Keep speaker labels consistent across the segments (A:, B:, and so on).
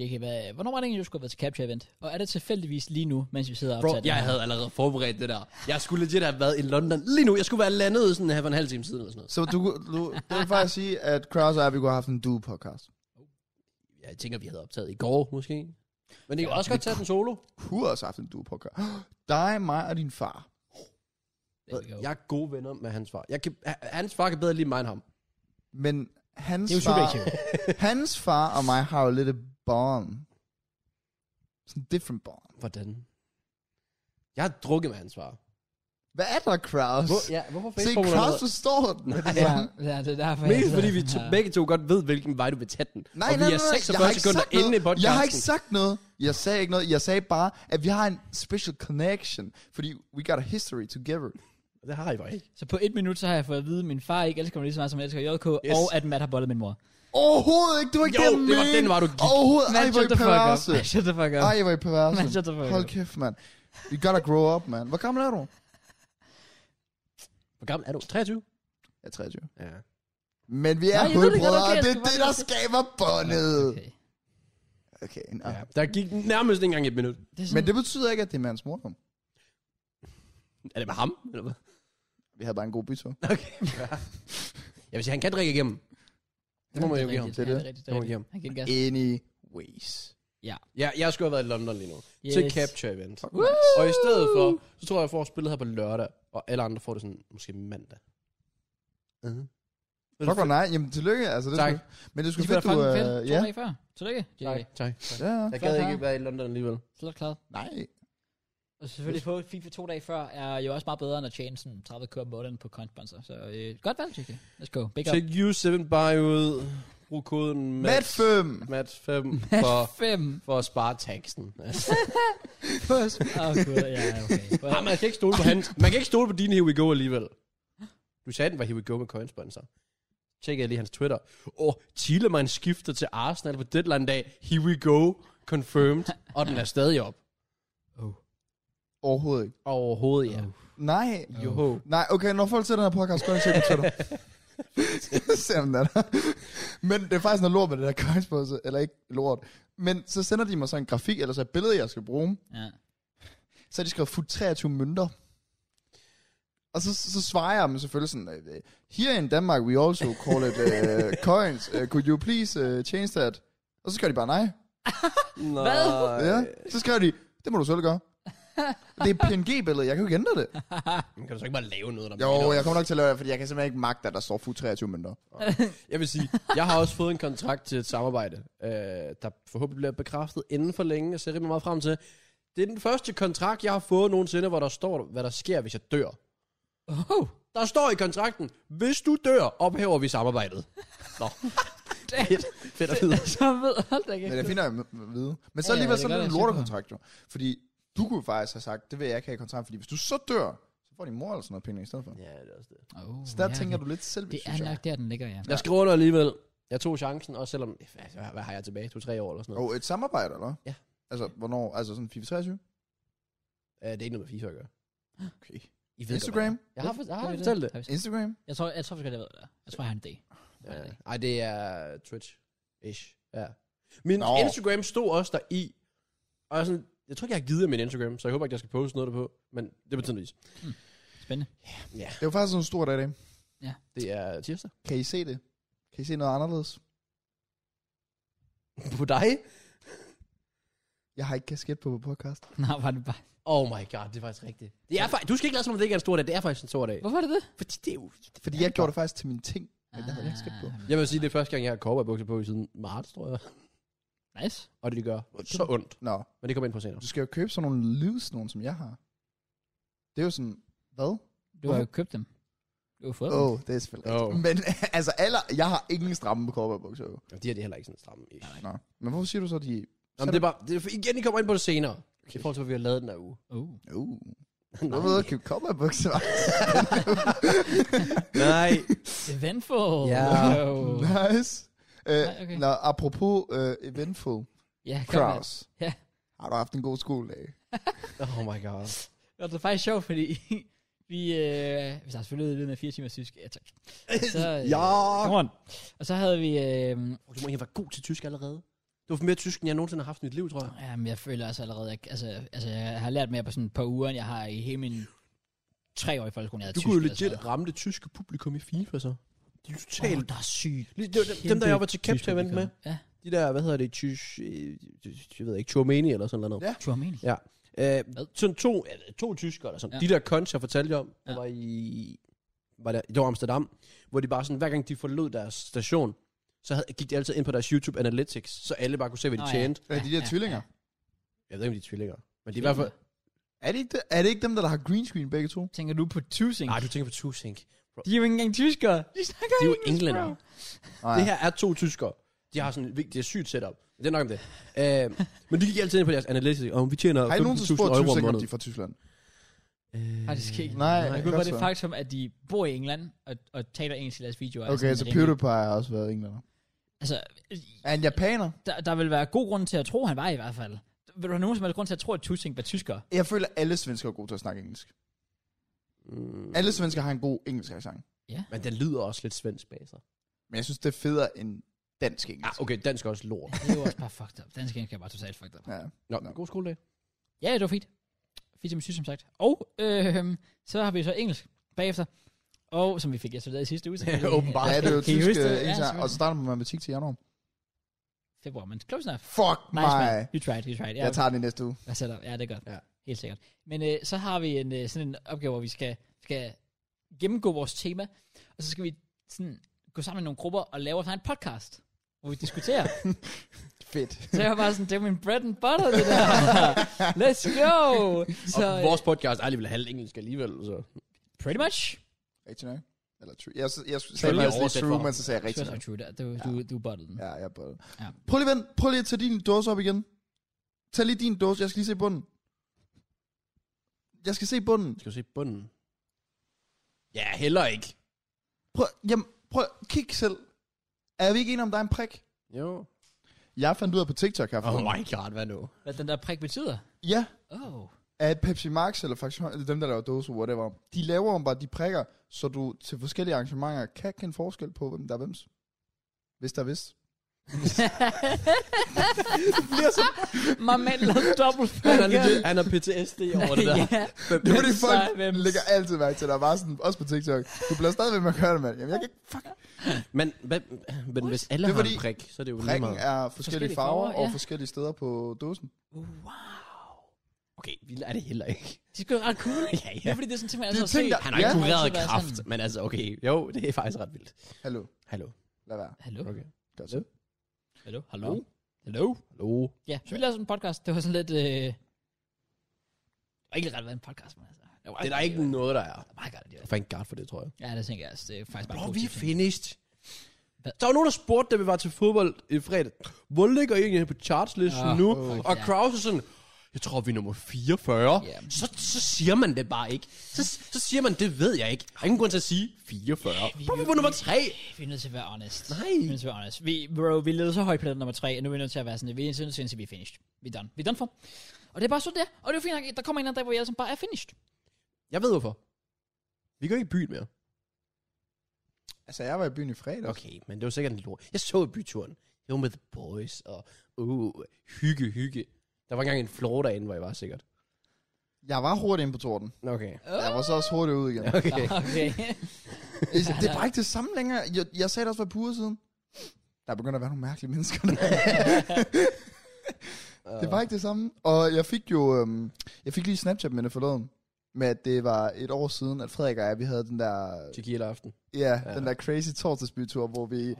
A: JK, hvad, hvornår var det egentlig, du skulle have været til Capture Event? Og er det tilfældigvis lige nu, mens vi sidder og
B: Bro,
A: optager det
B: jeg
A: her?
B: havde allerede forberedt det der. Jeg skulle legit have været i London lige nu. Jeg skulle være landet sådan her for en halv time siden eller sådan noget.
C: Så du, du det vil faktisk sige, at Kraus og jeg, vi kunne have haft en duo-podcast.
B: Jeg tænker, vi havde optaget i går måske. Men det kan også godt tage den solo.
C: Kunne også have haft en duo-podcast. Dig, mig og din far.
A: There we go.
B: Jeg er gode venner med hans far. Jeg kan, h- hans far kan bedre lide mig end ham.
C: Men hans
A: Det er jo
C: far,
A: subjektivt.
C: hans far og mig har jo lidt et bond. Sådan en different bond.
B: Hvordan? Jeg har drukket med hans far.
C: Hvad er der, Kraus?
B: Hvor, ja, hvorfor
C: Se,
B: Facebook?
C: Kraus forstår den. Nej,
A: ja, ja, det er derfor, jeg
B: Mest
A: sidder
B: fordi vi
A: her.
B: to, begge to godt ved, hvilken vej du vil tage den.
C: nej,
B: og vi
C: nej,
B: er
C: nej,
B: 46 sekunder
C: sagt noget.
B: inde i podcasten.
C: Jeg har ikke sagt noget. Jeg sagde ikke noget. Jeg sagde bare, at vi har en special connection. Fordi we got a history together.
B: Det har I bare ikke.
A: Så på et minut, så har jeg fået at vide, at min far ikke elsker mig lige så meget, som jeg elsker JK,
B: Yes.
A: yes. og at Matt har bollet min mor.
C: Overhovedet ikke. Det var ikke
B: Jo,
C: det, jeg
B: det var
C: mente.
B: den vej, du gik.
C: Overhovedet. Ej,
A: Matt,
C: hvor
A: shut
C: I
A: the fuck up.
C: perverse.
A: Matt, shut the fuck up.
C: Ej, hvor I perverse.
A: Man, shut the fuck
C: Hold
A: up.
C: kæft, mand. You gotta grow up, mand. Hvor gammel er du?
B: Hvor gammel er du? 23?
C: Jeg er 23.
B: Ja.
C: Men vi er
A: Nej, jeg ved det godt,
C: hulbrødre, og
A: okay, jeg
C: det er
A: skal
C: det,
A: bare
C: der
A: lige-
C: skaber båndet.
A: Okay.
C: Okay, nå.
B: ja. Der gik nærmest ikke engang et minut.
A: Det er
C: Men
A: sådan,
C: det betyder ikke, at det er med hans mor.
B: Er det med ham? Eller hvad?
C: Vi havde bare en god bytur.
B: Okay. jeg vil sige, han kan drikke igennem. Det må man jo give ham.
A: rigtigt.
C: til
A: Ja,
C: det.
A: er rigtigt,
B: Det må
A: rigtigt.
B: give ham.
A: Han kan gas.
C: Anyways.
B: Ja, jeg skulle have været i London lige nu. Yes.
A: Yes.
B: Til Capture Event.
C: Fuck,
A: Woo!
C: mand.
B: Og i stedet for, så tror jeg, jeg får spillet her på lørdag. Og alle andre får det sådan, måske mandag. Uh-huh.
C: Fuck, hvor nej. Jamen, tillykke. Altså, det er
B: Tak.
C: sgu- Men det
A: Du
C: skulle
A: skulle
C: fedt,
A: da
C: du...
A: fange en
C: øh,
A: fælde to
C: ja.
A: dage før. Tillykke, JK.
B: Tak, tak.
C: ja. ja.
B: Jeg gad ikke være i London alligevel.
A: Slet klart.
C: Nej.
A: Og selvfølgelig få FIFA to dage før er jo også meget bedre, end at tjene sådan 30 kr. om måneden på konsponsor. Så øh, godt valg, JK. Let's go. Big up.
B: Check U7 bare ud. Brug koden
C: Mat 5.
B: Mat 5 for,
A: 5.
B: for at spare taxen. Altså.
A: Åh, oh, gud, ja, okay. Well,
B: Nej, man kan ikke stole på hans. Man kan ikke stole på din Here We Go alligevel. Du sagde, den var Here We Go med coinsponsor. Tjek jeg lige hans Twitter. Åh, Thielemann skifter til Arsenal på deadline dag. Here We Go confirmed. Og den er stadig op.
C: Overhovedet ikke.
B: Overhovedet, ja.
C: Nej.
B: Jo.
C: Nej, okay, når folk ser den her podcast, gå ind og se på Twitter. ser dem der. Men det er faktisk noget lort med det der kajspose, eller ikke lort. Men så sender de mig så en grafik, eller så et billede, jeg skal bruge.
A: ja.
C: Så har de skrevet fut 23 mønter. Og så, så svarer jeg dem selvfølgelig sådan, øh, here in Denmark we also call it uh, coins, uh, could you please uh, change that? Og så skriver de bare nej.
B: Nej.
C: Ej. Ja, så skriver de, det må du selv gøre. Det er PNG-billedet, jeg kan jo ikke ændre det.
B: Men Kan du så ikke bare lave noget, der minder
C: Jo,
B: om-
C: jeg kommer nok til at lave det, fordi jeg kan simpelthen ikke magte, at der står fut 23 mønter.
B: Jeg vil sige, jeg har også fået en kontrakt til et samarbejde, øh, der forhåbentlig bliver bekræftet inden for længe. Jeg ser rimelig meget frem til. Det er den første kontrakt, jeg har fået nogensinde, hvor der står, hvad der sker, hvis jeg dør.
A: Oh,
B: Der står i kontrakten, hvis du dør, ophæver vi samarbejdet. Nå, fedt, fedt at vide.
A: så ved, hold da
C: Men det
A: kæft.
C: er fint at m- vide. Men så
A: Ja, ja,
C: alligevel
A: det
C: sådan
A: gør
C: en
A: det, jeg er
C: lortekontrakt jo. Fordi du kunne faktisk have sagt, det vil jeg ikke have i kontrakt, fordi hvis du så dør, så får din mor eller sådan noget penge i stedet for.
B: Ja, det er også det.
A: Oh,
C: Så der
A: ja,
C: tænker
A: okay.
C: du lidt selv,
A: Det er nok der, den ligger, ja.
B: Jeg skriver under alligevel. Jeg tog chancen, også selvom, hvad, hvad har jeg tilbage? To-tre år eller sådan noget.
C: Og et samarbejde, eller?
B: Ja.
C: Altså, hvornår? Altså sådan 24 23?
B: Øh, det er ikke noget med FIFA at gøre.
C: Okay.
B: I ved
C: Instagram?
B: Godt, hvad det er. jeg har, for- jeg
A: Har
B: har
A: vi det?
B: fortalt det.
A: Har vi det?
C: Instagram?
A: Jeg tror, jeg tror, vi skal have det der. Jeg tror, jeg har en idé.
B: Ja. Ej, det er Twitch-ish. Ja. Min
C: Nå.
B: Nå. Instagram stod også der i. Og jeg, er sådan, jeg tror ikke, jeg har givet af min Instagram, så jeg håber ikke, jeg skal poste noget derpå. Men det betyder vis.
A: Spændende.
C: Det er jo faktisk sådan en stor dag i dag.
B: Det er tirsdag.
C: Kan I se det? Kan I se noget anderledes?
B: På dig?
C: Jeg har ikke kasket på på podcast.
A: Nej, var det bare...
B: Oh my god, det er faktisk rigtigt. Det er faktisk, du skal ikke lade som om det ikke er en stor dag. Det er faktisk en stor dag.
A: Hvorfor er det det?
B: Fordi det er jo...
C: Fordi jeg gjorde det faktisk til min ting. Men det havde jeg ikke kasket på.
A: Ah,
B: Jeg vil sige, det er første gang, jeg har cowboybukser på i siden marts, tror jeg.
A: Nice.
B: Og det gør så ondt.
C: Nå,
B: Men det kommer ind på senere.
C: du skal jo købe sådan nogle loose nogen, som jeg har. Det er jo sådan, hvad?
A: Du har jo købt dem. Du har fået
C: Åh,
A: dem.
C: oh, det er selvfølgelig
B: Åh.
C: oh. Men altså, alle, jeg har ingen stramme på cowboybukser. jo.
B: Og de er det heller ikke sådan stramme. Ish.
C: Nå. Men hvorfor siger du så, de...
B: Nå, men det er bare... Det er, igen, I kommer ind på det senere. I forhold til, hvad vi har lavet den her uge.
A: Oh.
C: Uh, du har været ude og købe cowboybukser, hva'?
B: Nej.
A: Eventful.
B: Ja.
A: Oh.
C: Nice. Uh,
A: Nej, okay.
C: Nå, apropos uh, eventful,
A: Ja, kom med.
C: Kraus.
A: Ja.
C: Har du haft en god skoledag?
B: Oh my god.
A: Og det er faktisk sjovt, fordi vi, øh, vi har selvfølgelig lidt med fire timer tysk. Ja, tak. Og Så, øh,
B: Ja.
A: Come on. Og så havde vi, øh,
B: Du må egentlig være god til tysk allerede. Du Det var mere tysk, end jeg nogensinde har haft i mit liv, tror jeg.
A: Jamen, jeg føler altså allerede, ikke, altså, altså, jeg har lært mere på sådan et par uger, end jeg har i hele min tre år i folkeskolen. Jeg havde
B: Du
A: tysk
B: kunne jo
A: eller sådan
B: legit ramme det tyske publikum i FIFA, så. De altså. er
A: noget.
B: totalt...
A: Åh, der er sygt.
B: Lige- det var dem- dem, der jeg var til
A: Kæmpe
B: Kæp til at vente med.
A: publikum. Ja.
B: De der, hvad hedder det, tysk... øh, Jeg ved ikke, Turmeni eller sådan noget.
C: Ja.
A: Du har mening.
B: Øh,
A: Hvad?
B: sådan to, øh, to tyskere eller sådan.
A: Ja.
B: Ja. De der cons, jeg fortalte jer om,
A: Ja.
B: ja. var i... Var der, det var Amsterdam, hvor de bare sådan, hver gang de forlod deres station, så havde, gik de altid ind på deres YouTube Analytics, så alle bare kunne se, hvad de
A: Nå, ja.
B: tjente.
C: Er Øh, de der tvillinger?
B: Jeg ved ikke, om de er tvillinger. Men de er i hvert fald...
C: Er det, ikke, er det ikke dem, der, der har green screen begge to?
A: Tænker du på tusing?
B: Nej, du tænker på Tusink.
A: De er jo ikke engang tyskere. De snakker
B: De er jo
A: engelsk,
B: englænder.
A: bro.
C: Nej.
B: Det her er to tyskere. De har sådan et er sygt setup. Men det er nok om det. Øh, men de gik altid ind på deres analytics, og vi tjener
C: Har I nogensinde
B: 15.000
C: spurgt
B: euro om
C: Tyskland, om
B: måneden.
C: de er fra Tyskland?
B: Øh,
A: Nej, det skal ikke.
C: Nej,
A: Jeg
C: det
A: kunne
C: kan
A: bare det
C: godt være.
A: faktum, at de bor i England og, og taler engelsk i deres videoer. Altså, er
C: Okay,
A: sådan
C: så
A: rimelig-
C: PewDiePie har også været englænder.
A: Altså,
C: Er en japaner?
A: der, der vil være god grund til at tro, han var i hvert fald. Vil du have nogen som helst grund til at tro, at Tusing var tysker?
C: Jeg føler, at alle svensker er gode til at snakke engelsk.
B: Mm,
C: Alle svensker har en god engelsk accent.
B: men den lyder også lidt svensk bag sig.
C: Men jeg synes, det er federe end dansk
B: Ah,
C: engelsk.
B: okay, dansk er også lort.
A: Det er jo også bare fucked up. Dansk engelsk er bare totalt fucked up.
C: Ja.
B: Nå,
C: Nå.
B: god skoledag.
A: Ja, ja, det var fint. Fint som syg, som sagt. Og øh, så har vi så engelsk bagefter. Og som vi fik installeret i sidste uge. selvfølgelig.
B: åbenbart.
C: Ja, det er jo
A: Kan I
C: tysk
A: huske
C: øh,
A: det?
C: engelsk,
A: Ja,
C: og så
A: selvfølgelig.
C: starter man med matematik til januar.
A: Februar, men close enough.
C: Fuck
A: Nice,
C: mig.
A: man. You tried, you tried. Ja,
C: Jeg tager den i næste uge.
A: Jeg sætter, ja, det er godt. Ja.
B: Ja.
A: Helt sikkert. Men øh, så har vi en, øh, sådan en opgave, hvor vi skal, skal gennemgå vores tema, og så skal vi sådan gå sammen i nogle grupper og lave vores egen podcast, hvor vi diskuterer.
C: Fedt.
A: så jeg var bare sådan, det er min bread and butter, det der. Let's go!
B: Og
A: Så øh,
B: vores podcast er alligevel halvt engelsk alligevel, så...
A: pretty much.
C: Rigtig nok. Eller true. Jeg, jeg, jeg
B: Så er
C: sagde
B: det oversat
C: faktisk lige
B: for
C: true,
B: ham.
C: men så sagde jeg rigtig
A: True,
C: nok.
A: true, true. Der- Du, du, du bottled den.
C: Ja, jeg er på det.
A: Ja.
C: Prøv lige, vent. Prøv lige at tage din dåse op igen. Tag lige din dåse. Jeg skal lige se bunden. Jeg skal se bunden.
B: Skal vi se bunden? Ja, heller ikke.
C: Prøv, jamen, prøv, kig selv. Er vi ikke enige om, der er en prik?
B: Jo.
C: Jeg fandt ud af på TikTok her.
B: Oh
C: forleden.
B: my god, hvad nu?
A: Hvad den der prik betyder?
C: Ja,
A: Oh.
C: at Pepsi Max, eller faktisk eller dem, der laver dåser, whatever, de laver om bare de prikker, så du til forskellige arrangementer kan kende forskel på, hvem der er hvems. Hvis der er vist.
A: My man lavede dobbelt
B: Han er, legit, han er PTSD over det der.
A: ja.
C: Det er fordi
A: Hvem der er
C: folk
A: hvems.
C: lægger altid mærke til, der er bare sådan, også på TikTok, du bliver stadig ved med at gøre det, mand. Jamen, jeg kan ikke, fuck.
B: Men, hvad, men hvis alle
C: Det er
B: har
C: fordi-
B: en prik, så er det jo lige
C: Prikken
B: meget.
C: er forskellige farver
A: farver,
C: og
A: ja.
C: forskellige steder på dåsen.
A: Wow.
B: Okay, vi er det heller ikke.
A: Det er sgu ret cool.
B: Ja,
A: Det er fordi, det er sådan ting, man altid
C: ting,
A: har
C: der-
A: set.
B: Han har ikke
C: Ja.
B: kureret
A: Altid været
B: kraft,
A: sådan.
B: men altså, okay. Jo, det er faktisk ret vildt.
C: Hallo,
B: Hallo.
C: lad være.
A: Hallo?
B: Okay.
C: Godt så.
A: Hallo? Hallo?
C: Oh.
B: Hallo?
A: Hallo?
B: Hallo.
A: Ja, så vi lavede sådan en podcast. Det var sådan lidt... Øh... Det var ikke ret været en podcast, men altså... Det var
B: Det er der ikke noget, der er.
A: Det var meget godt, det var.
B: Thank god for det, tror jeg.
A: Ja, det tænker jeg altså. Det er faktisk bare
B: Bro,
A: en
B: vi
A: positiv
B: er
A: ting.
B: finished.
A: Hvad?
B: Der var nogen, der spurgte, da vi var til fodbold i fredag. Hvor ligger I egentlig på chartslisten
A: Ah,
B: nu?
A: fuck,
B: og
A: ja.
B: Kraus er sådan, jeg tror, vi er nummer 44.
A: Ja.
B: Så, så siger man det bare ikke. Så, så siger man, det ved jeg ikke. Der er ingen grund til at sige 44. Bro, vi var nummer 3.
A: Vi er nødt til at være honest.
B: Nej.
A: Vi er nødt til at være honest. Vi, bro, vi levede så højt på den nummer 3, og nu er vi nødt til at være sådan, vi er nødt til at sige, vi er finished. Vi er done. Vi er done for. Og det er bare så der. Og det er jo fint nok, der kommer en eller anden dag, hvor jeg altså bare er finished.
B: Jeg ved hvorfor. Vi går ikke i byen mere.
C: Altså, jeg var i byen i fredag.
B: Okay, men det var sikkert en lort. Jeg så byturen. Jeg var med the boys, og uh, hygge, hygge. Der var engang en flor derinde, hvor jeg var sikkert.
C: Jeg var hurtigt inde på torden.
B: Okay.
C: Jeg var så også hurtigt ud igen.
B: Okay.
A: Okay.
C: Det er bare ikke det samme længere. Jeg, jeg sagde det også for et par uger siden. Der begynder at være nogle mærkelige mennesker. Der. det var ikke det samme. Og jeg fik jo... Øhm, jeg fik lige Snapchat med det forleden. Med at det var et år siden, at Frederik og jeg, vi havde den der...
B: Tequila aften.
C: Ja,
B: Ja.
C: den der crazy torsdagsbytur, hvor vi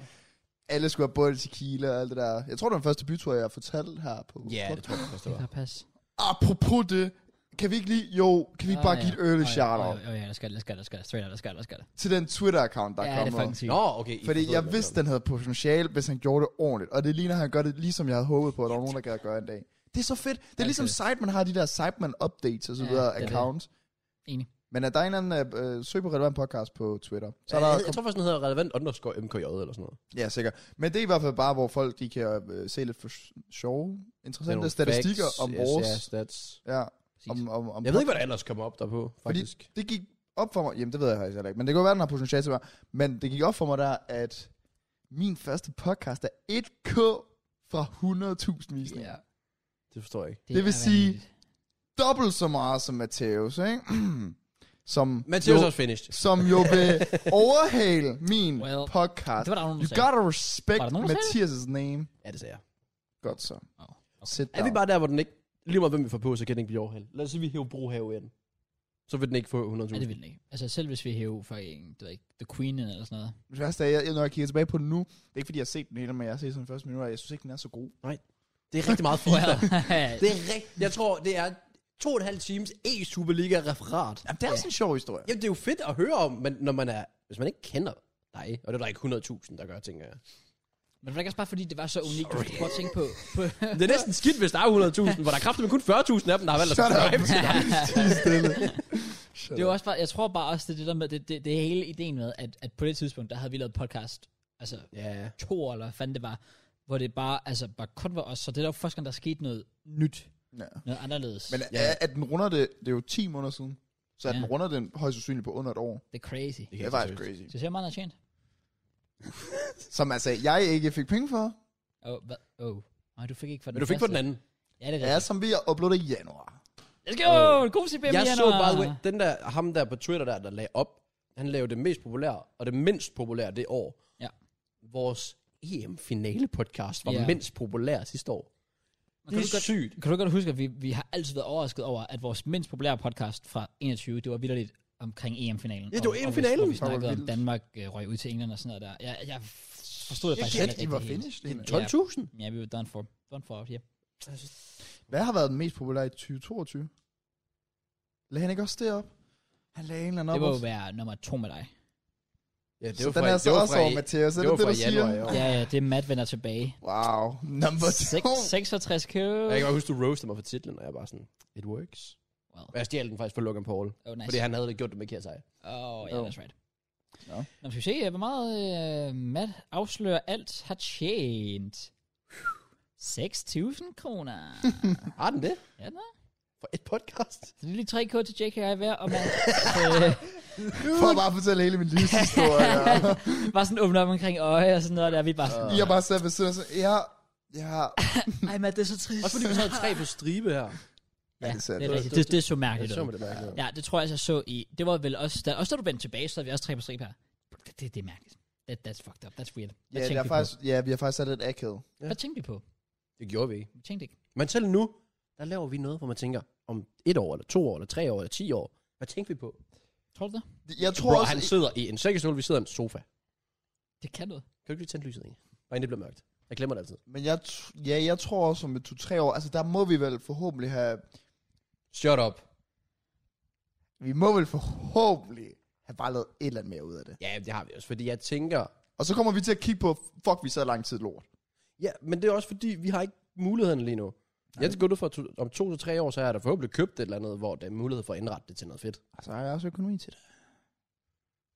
C: alle skulle have både tequila og alt det der. Jeg tror, det var den første bytur, jeg fortalte her på.
B: Ja, det tror jeg også, det var.
A: Det pas.
C: Apropos det, kan vi ikke lige, jo, kan vi ikke bare give et early shout-out
A: Ah, Ja, ja, der skal, der skal, der skal, der skal, der skal, der skal.
C: til den Twitter-account, der
A: Ja, det
C: er
A: er
C: kommet?
A: fucking sygt.
B: Nå, okay. I
C: Fordi
B: forstod
C: jeg
B: det,
C: vidste,
B: men-
C: den havde potentiale, hvis han gjorde det ordentligt. Og det ligner, at han gør det, ligesom jeg havde håbet på, at der var nogen, der gad at gøre en dag. Det er så fedt. Det er
A: Ja,
C: ligesom
A: det
C: Sideman har de der Sideman-updates og så
A: Ja,
C: videre,
A: det er det.
C: accounts.
A: Enig.
C: Men er der en eller anden, øh, øh, søg på relevant podcast på Twitter. Så er der,
B: jeg, jeg tror faktisk, den hedder relevant underscore MKJ eller sådan noget.
C: ja, sikkert. Men det er i hvert fald bare, hvor folk de kan øh, se lidt for sj- sjove,
B: Det er
C: interessante
B: nogle
C: statistikker
B: facts,
C: om
B: yes, ja,
C: vores...
B: stats.
C: Ja,
A: Præcis.
C: om, om, om
B: Jeg ved ikke, hvad der ellers kommer op derpå, faktisk.
C: det gik op for mig, jamen det ved jeg faktisk heller ikke, men det kan jo være, den har potentiale til mig, men det gik op for mig der, at min første podcast er 1K fra 100.000 visninger.
A: Ja.
C: Yeah.
B: Det forstår jeg ikke.
C: Det vil
A: er
C: sige-
A: vanvittigt.
C: Dobbelt så meget som Mateus, ikke? som,
B: Men det er
C: jo,
B: jo også finished.
C: som jo vil overhale min
A: Well,
C: well, podcast.
A: Det var der nogen,
C: You
A: der sagde.
C: gotta respect
A: Var der nogen, der
C: Mathias' name.
B: Ja, det sagde jeg.
C: Godt så.
A: Oh, okay.
C: Sit
B: Er vi
C: down.
B: bare der, hvor den ikke... Lige meget hvem vi får på, så kan den ikke blive overhældt. Lad os sige, vi hæver Brohave i den. Så vil den ikke få 100.000.
A: Ja, det vil den ikke. Altså selv hvis vi hæver fucking, det ved jeg ikke, The Queen eller sådan noget.
C: Det værste er, jeg, når jeg kigger tilbage på den nu, det er ikke fordi, jeg har set den hele, men jeg har set sådan første minut, og jeg synes ikke, den er så god.
B: det er rigtig meget
A: Well,
B: FIFA.
A: det
B: det er rigt... Jeg tror, det er to og en halv times e-Superliga-referat.
C: Jamen, det er også en sjov historie.
B: Jamen, det er jo fedt at høre om, men når man er... Hvis man ikke kender dig, og det er der ikke 100.000, der gør, tænker jeg.
A: Men var det ikke også bare fordi, det var så unikt, du skulle prøve at tænke på. på
B: Det er næsten skidt, hvis der er 100.000, hvor der er kraftigt, men kun 40.000 af dem, der har valgt at
C: Shut up.
B: subscribe. til dig.
A: det er jo også bare, jeg tror bare også, det er det der med, det, det, det er hele ideen med, at, at på det tidspunkt, der havde vi lavet podcast, altså
B: Ja,
A: to år, eller hvad fanden det var, hvor det bare, altså bare kun var os, så det er jo første gang, der skete noget nyt,
C: Ja.
A: noget anderledes.
C: Men
A: Men,
B: Ja.
C: er, at den runder det, det er jo 10 måneder siden, så at
A: Ja.
C: den runder den højst sandsynligt på under et år.
A: det er crazy.
B: det
C: Det
B: kan
C: er
B: jeg
C: faktisk
B: faktisk
C: crazy.
A: Så ser meget, der er tjent.
C: Som altså, jeg ikke fik penge for.
A: Åh, hvad? Åh. Nej, du fik ikke for den
B: Men du fik på
A: første.
B: den anden.
A: Ja, det er
C: Ja,
A: rigtigt.
C: som vi har uploadet i januar.
A: Let's go! God CBM
B: Jeg så by the way, den der, ham der på Twitter der, der lagde op, han lavede det mest populære, og det mindst populære det år.
A: Ja.
B: Vores EM-finale podcast var
A: Ja.
B: mindst populær sidste år. Det
A: kan
B: er
A: du godt-
B: sygt.
A: Kan du godt huske, at vi, vi har altid været overrasket over, at vores mindst populære podcast fra 21, det var vildt omkring EM-finalen.
B: Ja, det
A: Og-
B: var
A: og vi-
B: EM-finalen.
A: Hvor vi
C: var
A: snakkede om
C: vildt.
A: Danmark øh, røg ud til England og sådan noget der. Jeg, jeg forstod det
B: Jeg
A: faktisk
B: gæt,
A: ikke
C: I var
A: rigtig helt.
C: finished. egentlig.
B: 12.000?
A: Ja, vi var done for. Done for, ja.
C: Hvad har været den mest populære i 2022? Lagde han ikke også det op? Han lagde en eller anden
A: Det
C: op.
A: må jo
C: også.
A: være nummer to med dig.
B: Ja,
C: så den er så også over, Mathias. Er
B: det
C: det
B: var
C: det,
B: fra E-
C: du siger?
B: januar i år.
A: Ja, ja, det er Matt vender tilbage.
C: Wow. Number
A: Sek-
C: 2.
A: 66 k.
B: Jeg kan bare huske, du roastede mig for titlen, og jeg bare sådan, it works.
A: Wow.
B: Og jeg stjal den faktisk for Logan Paul, nice.
A: Oh,
B: fordi
A: nice.
B: han havde det gjort det med KSI.
A: Oh, yeah,
C: Jo.
A: that's right.
C: Nå.
A: Nå, skal vi se, hvor meget øh, Matt afslører alt har tjent. 6.000 kroner.
B: Har den det?
A: ja, da.
B: For et podcast?
A: Så det er lige 3K til JKI hver, og man øh,
C: For at bare fortælle hele min livshistorie. ja.
A: øh, bare sådan åbner op omkring øje og sådan noget, der er vi bare sådan,
C: I har bare sat ved siden og så, ja, ja,
A: ej Matt, det er så trist.
B: Også fordi vi så havde tre på stribe her.
A: Ja,
C: det er sandt.
A: det er rigtigt. Det, det, så mærkeligt
B: Jeg så
A: ud.
B: med det mærke.
A: Ja, det tror jeg, altså, jeg så i... Det var vel også... Da, også da du vendte tilbage, så havde vi også tre på strip her. Det, det, det er mærkeligt. That, that's fucked up. That's weird. Hvad
C: ja, det
A: tænkte
C: er
A: vi
C: faktisk, ja, vi har faktisk sat lidt akavet.
A: på? Hvad tænkte vi på?
B: Det gjorde vi ikke.
A: Vi tænkte ikke.
B: Men selv nu, der laver vi noget, hvor man tænker, om et år, eller to år, eller tre år, eller ti år, hvad tænker vi på?
A: Tror du det?
C: Jeg tror
B: Bro,
C: også,
B: han sidder i en sækkestol, vi sidder i en sofa.
A: Det kan noget.
B: Kan du ikke lige tænde lyset egentlig? Nej, det bliver mørkt. Jeg glemmer det altid.
C: men jeg, tr- ja, jeg tror også om et to-tre år, altså der må vi vel forhåbentlig have,
B: Shut up.
C: vi må vel forhåbentlig have bare lavet et eller andet mere ud af det.
B: Ja, det har vi også, fordi jeg tænker...
C: Og så kommer vi til at kigge på, fuck, vi sad lang tid lort.
B: Ja, men det er også fordi, vi har ikke muligheden lige nu. Jeg skal gå ud for, at to- om to til tre år, så har jeg da forhåbentlig købt et eller andet, hvor der er mulighed for at indrette det til noget fedt.
C: Og så har jeg også økonomi til det.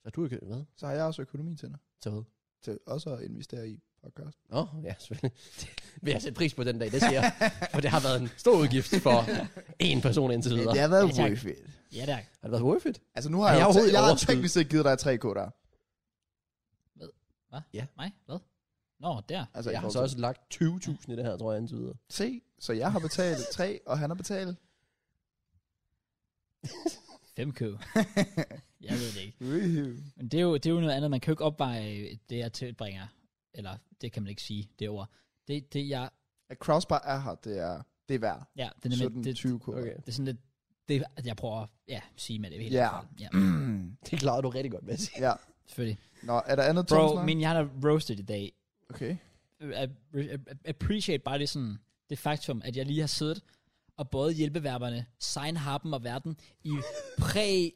B: Så du ikke hvad?
C: Så har jeg også økonomi til det.
B: Så hvad?
C: Til også at investere i podcast.
B: Nå, ja, selvfølgelig. Det vil jeg sætte pris på den dag, det siger jeg. For det har været en stor udgift for én person indtil
C: Ja,
B: videre.
C: det
B: Har
C: har været
A: Ja, tak.
C: worth it.
A: Ja, der.
B: det været worth it?
C: Altså nu
B: Har
C: har jeg,
B: jeg
C: jeg, jo,
B: overhovedet
C: jeg, jeg har
B: overskud?
C: teknisk set givet dig 3K der.
A: Mig? Hvad? Nå, der.
C: Altså, i
B: Jeg har
C: forhold
B: så
C: til-
B: også lagt 20.000 i det her, tror jeg, indtil videre.
C: Se, så jeg har betalt 3, og han har betalt.
A: 5K. jeg ved det ikke.
C: Woohoo.
A: Men det er, jo, det er jo noget andet. Man kan jo ikke opveje øh, det, jeg tilbringer. Eller, det kan man ikke sige, det ord. Det, det jeg...
C: At Crossbar er her, det er, det er værd.
A: Ja, det er nemlig... Det,
C: 17-20 k.
B: Okay.
A: det er sådan lidt... Det, jeg prøver at ja, sige med det hele.
C: Ja.
A: ja.
B: Det klarer du rigtig godt, med at sige.
C: ja.
A: Selvfølgelig.
C: Nå, er der andet
A: Bro,
C: Thomas?
A: min hjerne er roasted i dag. Øh,
C: Okay.
A: Jeg appreciate bare det sådan, det faktum, at jeg lige har siddet og både hjælpeverberne, sign, harpen og verden i præ...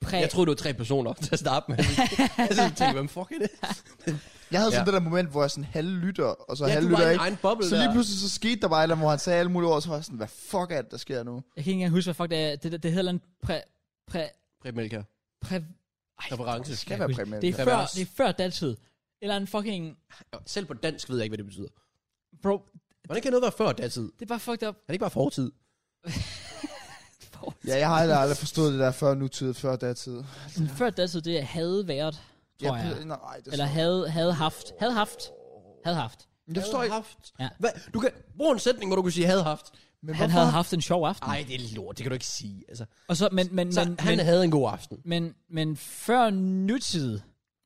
A: præ
B: Jeg troede, det var tre personer til at starte med. jeg sådan tænkte, hvem fuck er det?
C: Jeg havde sådan
B: Ja.
C: det der moment, hvor jeg sådan halvlytter, og så
B: Ja, du var
C: halvlytter
B: i
C: ikke.
B: din egen boble
C: Så lige
B: der.
C: pludselig så skete der bare et eller andet, hvor han sagde alle mulige ord, og så var jeg sådan, hvad fuck er det, der sker nu?
A: Jeg kan ikke engang huske, hvad fuck det er. Det, det, det hedder en præ... præ...
B: Preben Melker.
A: præ Ej,
B: Reference.
A: det
B: Det
A: skal
C: skal
A: jeg
C: være
A: huske.
C: præmie.
A: Det er
B: Hvad
A: før,
B: var det?
A: det er før datid. Eller en fucking...
B: Selv på dansk ved jeg ikke, hvad det betyder.
A: Bro,
B: Hvordan kan noget være før datid?
A: det er bare fucked up.
B: Er det ikke bare fortid?
C: Ja, jeg har aldrig, aldrig forstået det der før nutid, før datid.
A: Sådan før datid, det er havde været, tror jeg.
C: Nej, det er
A: Eller
C: sådan-
A: havde, havde haft. Havde haft. Havde haft.
B: Men det forstår jeg. Haft.
A: Ja.
B: Hvad? Du kan bruge en sætning, hvor du kunne sige, havde haft.
C: Men
A: Han havde haft en sjov aften.
B: Nej, det er lort. Det kan du ikke sige. Altså,
A: Og så, men, men,
B: så
A: men,
B: han
A: men,
B: havde en god aften.
A: men, men før nutid,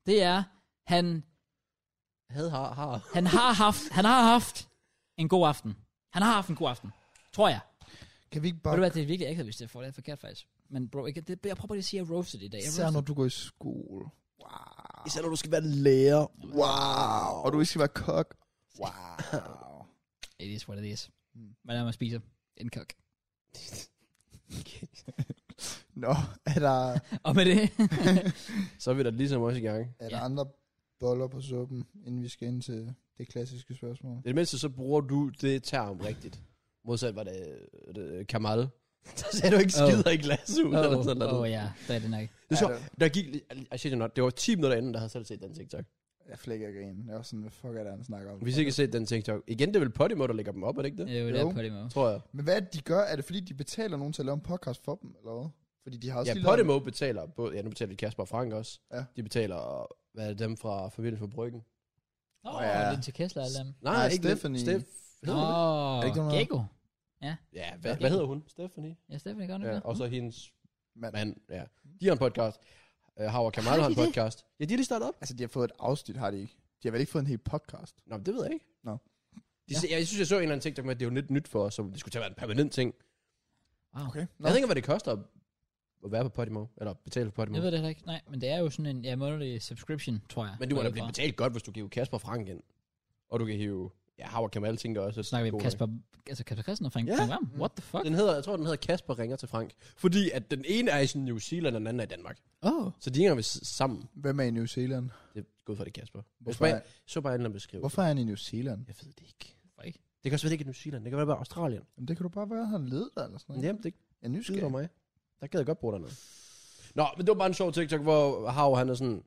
A: det er, han,
B: Havde har, har.
A: han, har haft, han har haft en god aften. Han har haft en god aften. Tror jeg.
C: Kan vi ikke
A: Ved
C: bare
A: du hvad, det er virkelig akavet, hvis jeg får det forkert faktisk. Men bro, ikke, det, jeg prøver bare lige at sige, at jeg roasted i dag. Jeg
C: Især når
A: roasted.
C: du går i skole. Wow.
B: Især når du skal være lærer.
C: Wow. Og du ikke skal være kok. Wow.
A: It is what it is. Men lad mig spise en kok.
C: Nå, er der,
A: Og med det,
B: Så er vi da ligesom også i gang.
C: er der
A: Ja.
C: andre boller på suppen, inden vi skal ind til det klassiske spørgsmål?
B: I det mindste, så bruger du det term rigtigt. Modsat var det, øh, det Kamal. Så sagde du ikke
A: Oh.
B: skider i glas ud, eller sådan
A: åh
B: noget.
A: oh, ja, der er det nok.
B: Det er
C: Ja,
B: sjovt. Der gik, I shit you not, det var 10 minutter inden, der havde selv set den TikTok.
C: Jeg flækker ikke en. Jeg er også sådan, hvad fuck er det, han snakker om?
B: Hvis ikke har set den TikTok. Igen, det er vel Podimo, der lægger dem op, er det ikke det?
A: Det er jo der
C: Jo.
A: på det måde.
B: Tror jeg.
C: Men hvad er det, de gør? Er det fordi, de betaler nogen til at lave en podcast for dem, eller hvad? Fordi de har også
B: Ja,
C: lige lavet-
B: Podimo betaler, både, ja, nu betaler de Kasper og Frank også.
C: Ja.
B: De betaler, hvad er det, dem fra familien fra Bryggen?
A: Åh,
C: Åh, ja.
A: oh, den til Kessler og alle dem.
B: Nej,
C: Nej,
B: ikke dem.
C: Stephanie.
B: Steph.
A: Åh,
B: Nå.
A: oh,
C: det ikke noget?
A: Gekko.
B: Ja, hvad, hvad hedder hun? Stephanie.
A: Ja, Stephanie gør nok
B: Ja,
A: det.
B: og så hendes
C: Mand.
B: mand. Ja. De har en podcast. Uh, Howard Kamal
A: Har
B: har en
A: de det?
B: podcast. Ja, de er lige startet op.
C: Altså, de har fået et afsnit, har de ikke? De har vel ikke fået en hel podcast?
B: Nå, men det ved jeg ikke.
C: Nå.
B: De,
A: Ja.
B: ja. Jeg synes, jeg så en eller anden TikTok med, at det er jo lidt nyt for os, så det skulle til at være en permanent ting. Nå.
A: Wow.
C: Okay. Nå.
B: Jeg ved ikke, hvad det koster at- at være på Podimo, eller betale for Podimo.
A: Jeg ved det heller ikke. Nej, men det er jo sådan en ja, månedlig subscription, tror jeg.
B: Men du må da
A: Derudfra.
B: blive betalt godt, hvis du giver Kasper Frank ind. Og du kan hive... Ja, Howard Kamal tænker også.
A: Så snakker vi om
B: god
A: Kasper, altså Kasper Christensen og Frank
B: Ja.
A: Frank Hvam. What the
B: nok.
A: fuck?
B: Den hedder, jeg tror, den hedder Kasper ringer til Frank. Fordi at den ene er i sådan New Zealand, og den anden er i Danmark.
A: Oh.
B: Så de hænger vist sammen.
C: Hvem er i New Zealand?
B: Det er gået for det, er Kasper.
C: Hvorfor
B: Hvorfor? Jeg
C: er-
B: så bare en eller anden beskrive.
C: Hvorfor er han i New Zealand?
B: Jeg ved det ikke.
A: Hvorfor ikke?
B: Det kan også være, det ikke er New Zealand. Det kan være bare Australien.
C: Jamen, det kan du bare være, han leder eller sådan
B: Men
C: noget.
B: Jamen, det
C: Jeg er
B: Skide for
C: nysgerrig.
B: mig. Der gad jeg godt bruge dig noget. Nå, men det var bare en sjov TikTok, hvor Hav han er sådan...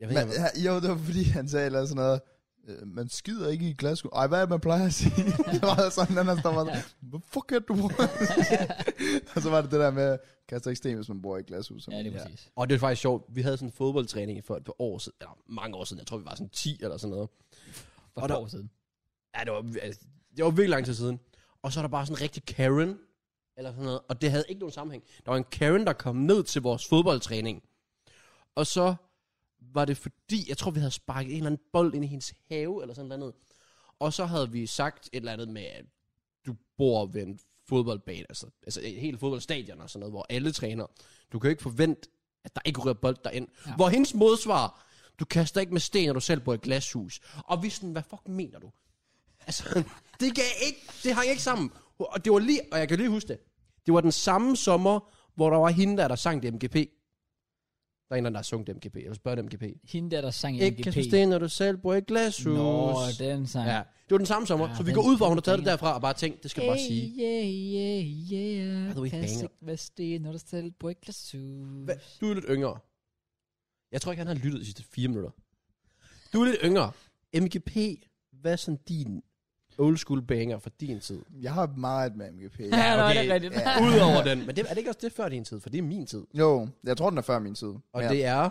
B: Jeg ved
C: Men,
B: ikke, hvad-
C: ja, jo, det var fordi, han sagde eller sådan noget, øh, man skider ikke i glasgow. Ej, hvad er det, man plejer at sige? det var sådan, den her stod bare sådan, hvad fuck er det, du bruger? og så var det det der med, kaster ikke sten, hvis man bor i et glashus.
A: Ja, det er præcis.
B: og det er faktisk sjovt. Vi havde sådan en fodboldtræning for et par år siden. Eller mange år siden. Jeg tror, vi var sådan 10 eller sådan noget.
A: For
B: Og
A: et
B: der-
A: par år siden.
B: Ja, det var, altså, det var virkelig lang tid siden. Og så er der bare sådan en rigtig Karen. Eller sådan noget. Og det havde ikke nogen sammenhæng. Der var en Karen, der kom ned til vores fodboldtræning. Og så var det fordi, jeg tror, vi havde sparket en eller anden bold ind i hendes have, eller sådan noget. Og så havde vi sagt et eller andet med, at du bor ved en fodboldbane, altså, altså et helt fodboldstadion og sådan noget, hvor alle træner. Du kan jo ikke forvente, at der ikke rører bold derind.
A: Ja.
B: Ja. Hvor hendes modsvar, du kaster ikke med sten, når du selv bor i et glashus. Og vi sådan, hvad fuck mener du? Altså, det gav ikke, det hang ikke sammen. Og det var lige, og jeg kan lige huske det, det var den samme sommer, hvor der var hende, der, der sang det MGP. Der er en eller anden, der har sunget det MGP, eller spørget MGP.
A: Hende der, der sang
B: Ikke
A: MGP.
B: kaste sten, når du selv bor i et glashus.
A: Nå, den sang.
B: Ja, det var den samme sommer,
A: Ja,
B: ja, så vi
A: den-
B: går ud fra, at hun har
A: den
B: taget det
A: banger.
B: derfra og bare tænkt, det skal jeg bare sige.
A: Yeah, yeah, yeah.
B: By the way,
A: Kast
B: banger.
A: ikke med sten, når du selv bor i glashus.
B: Hva? Du er lidt yngre. Jeg tror ikke, han har lyttet de sidste fire minutter. Du er lidt yngre. MGP, hvad er sådan din old school banger fra din tid?
C: Jeg har meget med MGP.
A: Ja, nå,
B: okay.
A: det er rigtigt.
C: Ja.
B: Udover den. Men det, er det ikke også det før din tid? For det er min tid.
C: Jo, jeg tror, den er før min tid.
B: Og
C: Men
B: det er...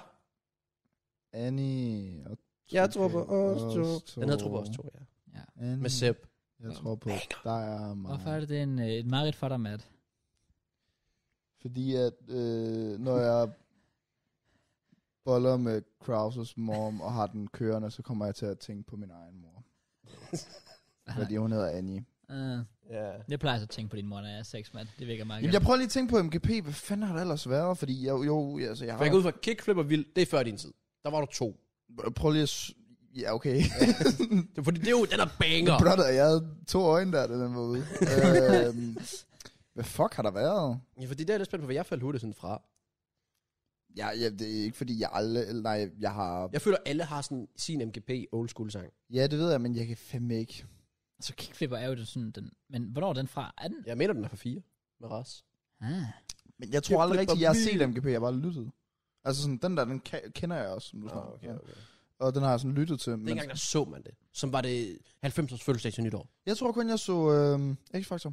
C: Annie og
B: Jeg tror på os to.
C: to.
B: Den hedder Tror på os to, ja.
C: Annie,
B: Med Sepp.
C: Jeg tror på dig og mig.
A: Hvorfor er det det er en, øh, et mareridt for dig, Matt?
C: Fordi at, øh, når jeg boller med Krauses mom og har den kørende, så kommer jeg til at tænke på min egen mor.
A: Ah.
C: Fordi hun hedder Annie.
A: Uh,
B: Ja.
A: jeg plejer altså at tænke på din mor, når jeg er sex, mand. Det virker meget
C: Jamen, jeg prøver lige at tænke på MGP. Hvad fanden har det ellers været? Fordi jeg, jo, altså, jeg
B: For jeg går
C: har...
B: ud fra Kickflip og Vild, det er før din tid. Der var du to.
C: Prøv lige at... s- Ja, okay.
B: Det er Fordi det er jo, den er banger.
C: Brother, jeg havde to øjne der, da den var ude. øhm, hvad fuck har der været?
B: Ja, fordi det er jeg lidt spændt på, hvor jeg faldt hurtigt sådan fra.
C: Ja, ja, det er ikke fordi, jeg aldrig... eller Nej, jeg har...
B: Jeg føler, alle har sådan sin MGP old school sang.
C: Ja, det ved jeg, men jeg kan fandme ikke.
A: Så kickflipper er jo det sådan, den, men hvornår er den fra? Er den?
B: Jeg mener, den er fra fire med Ras.
A: Ah.
C: Men jeg tror aldrig
B: flipper
C: rigtigt, jeg har set
B: vildt.
C: MGP, jeg har bare lyttet. Altså sådan, den der, den ka- kender jeg også, som du snakker om.
B: okay.
C: Og den har jeg sådan lyttet til. Men
B: Dengang der så man det, som var det 90'ers fødselsdag til nytår.
C: jeg tror kun, jeg så øh, X-Factor.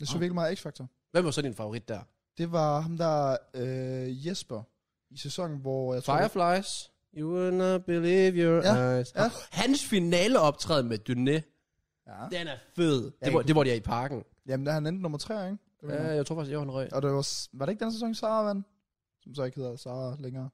C: Jeg så
B: Ah.
C: virkelig meget X-Factor.
B: Hvem var så din favorit der?
C: Det var ham der, øh, Jesper, i sæsonen, hvor jeg tror...
B: Fireflies? You will not believe your
C: Ja,
B: eyes.
C: ja.
B: Hans finaleoptræden med Dune,
C: Ja.
B: den er fed. Det var, det var de er i parken.
C: Jamen, der er han endte nummer tre, ikke? Det var
B: Ja,
C: han.
B: jeg tror faktisk, jeg var en røg.
C: Og det var, s- var det ikke den sæson, Sara vandt? Som så ikke hedder Sara længere.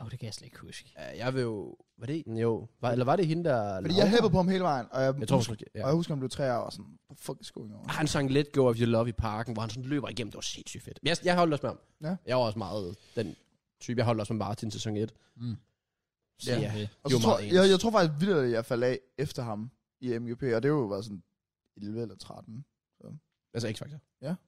A: Åh, oh, det kan jeg slet ikke huske.
B: Ja, Jeg vil jo... Var det den? Jo. Var, eller var det hende, der...
C: Fordi jeg hæppede på ham hele vejen, og jeg,
B: Jeg tror
C: husker,
B: måske...
C: og
B: Ja.
C: jeg husker, han blev tre år og sådan, what the fuck is going on?
B: Han sang Let Go of Your Love i parken, hvor han sådan løber igennem. Det var sindssygt fedt. Men Jeg, jeg holdt også med ham.
C: Ja.
B: Jeg var også meget den type. Jeg holdt også med Martin sæson 1.
A: Mm.
B: Så ja.
A: Det.
C: Og
B: De
C: så
B: var
C: tror,
B: meget
C: jeg,
B: ens.
C: jeg tror faktisk vildt, at jeg faldt af efter ham i MGP, og det var jo været sådan 11 eller 13.
B: Altså X-Factor.
C: Så har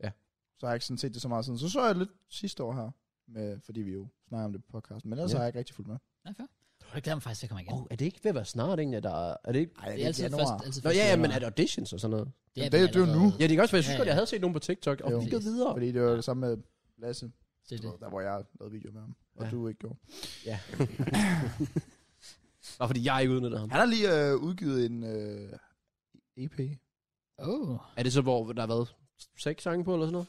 C: jeg ikke sådan set det så meget siden. Så så jeg lidt sidste år her, med, fordi vi jo snakker om det på podcasten, men ellers
B: Ja.
C: har jeg ikke rigtig fulgt med.
A: Nej, fair. Jeg glæder mig faktisk til at komme igen.
B: Åh, oh, er det ikke ved at være snart egentlig, der er... er det ikke...
C: Nej,
A: det er altid
C: januar.
A: først, altid
B: Nå
A: først
B: ja,
A: i
B: ja,
A: januar.
B: men er der auditions og sådan noget?
A: er
C: det er
A: vel
C: jo nu.
A: allerede-
B: Ja, det kan også være, jeg synes
A: Ja,
B: godt,
A: ja.
B: jeg havde set nogen på TikTok, og
C: Jo.
B: vi går videre.
C: Fordi det var det samme med Lasse,
A: Det er
C: du
A: det.
C: ved, der hvor jeg lavede video med ham, og
B: Ja.
C: du ikke gjorde.
B: Ja. Bare fordi jeg ikke udnyttede ham.
C: Han har lige øh, udgivet en øh, EP.
A: Oh.
B: Er det så, hvor der har været seks sange på, eller sådan noget?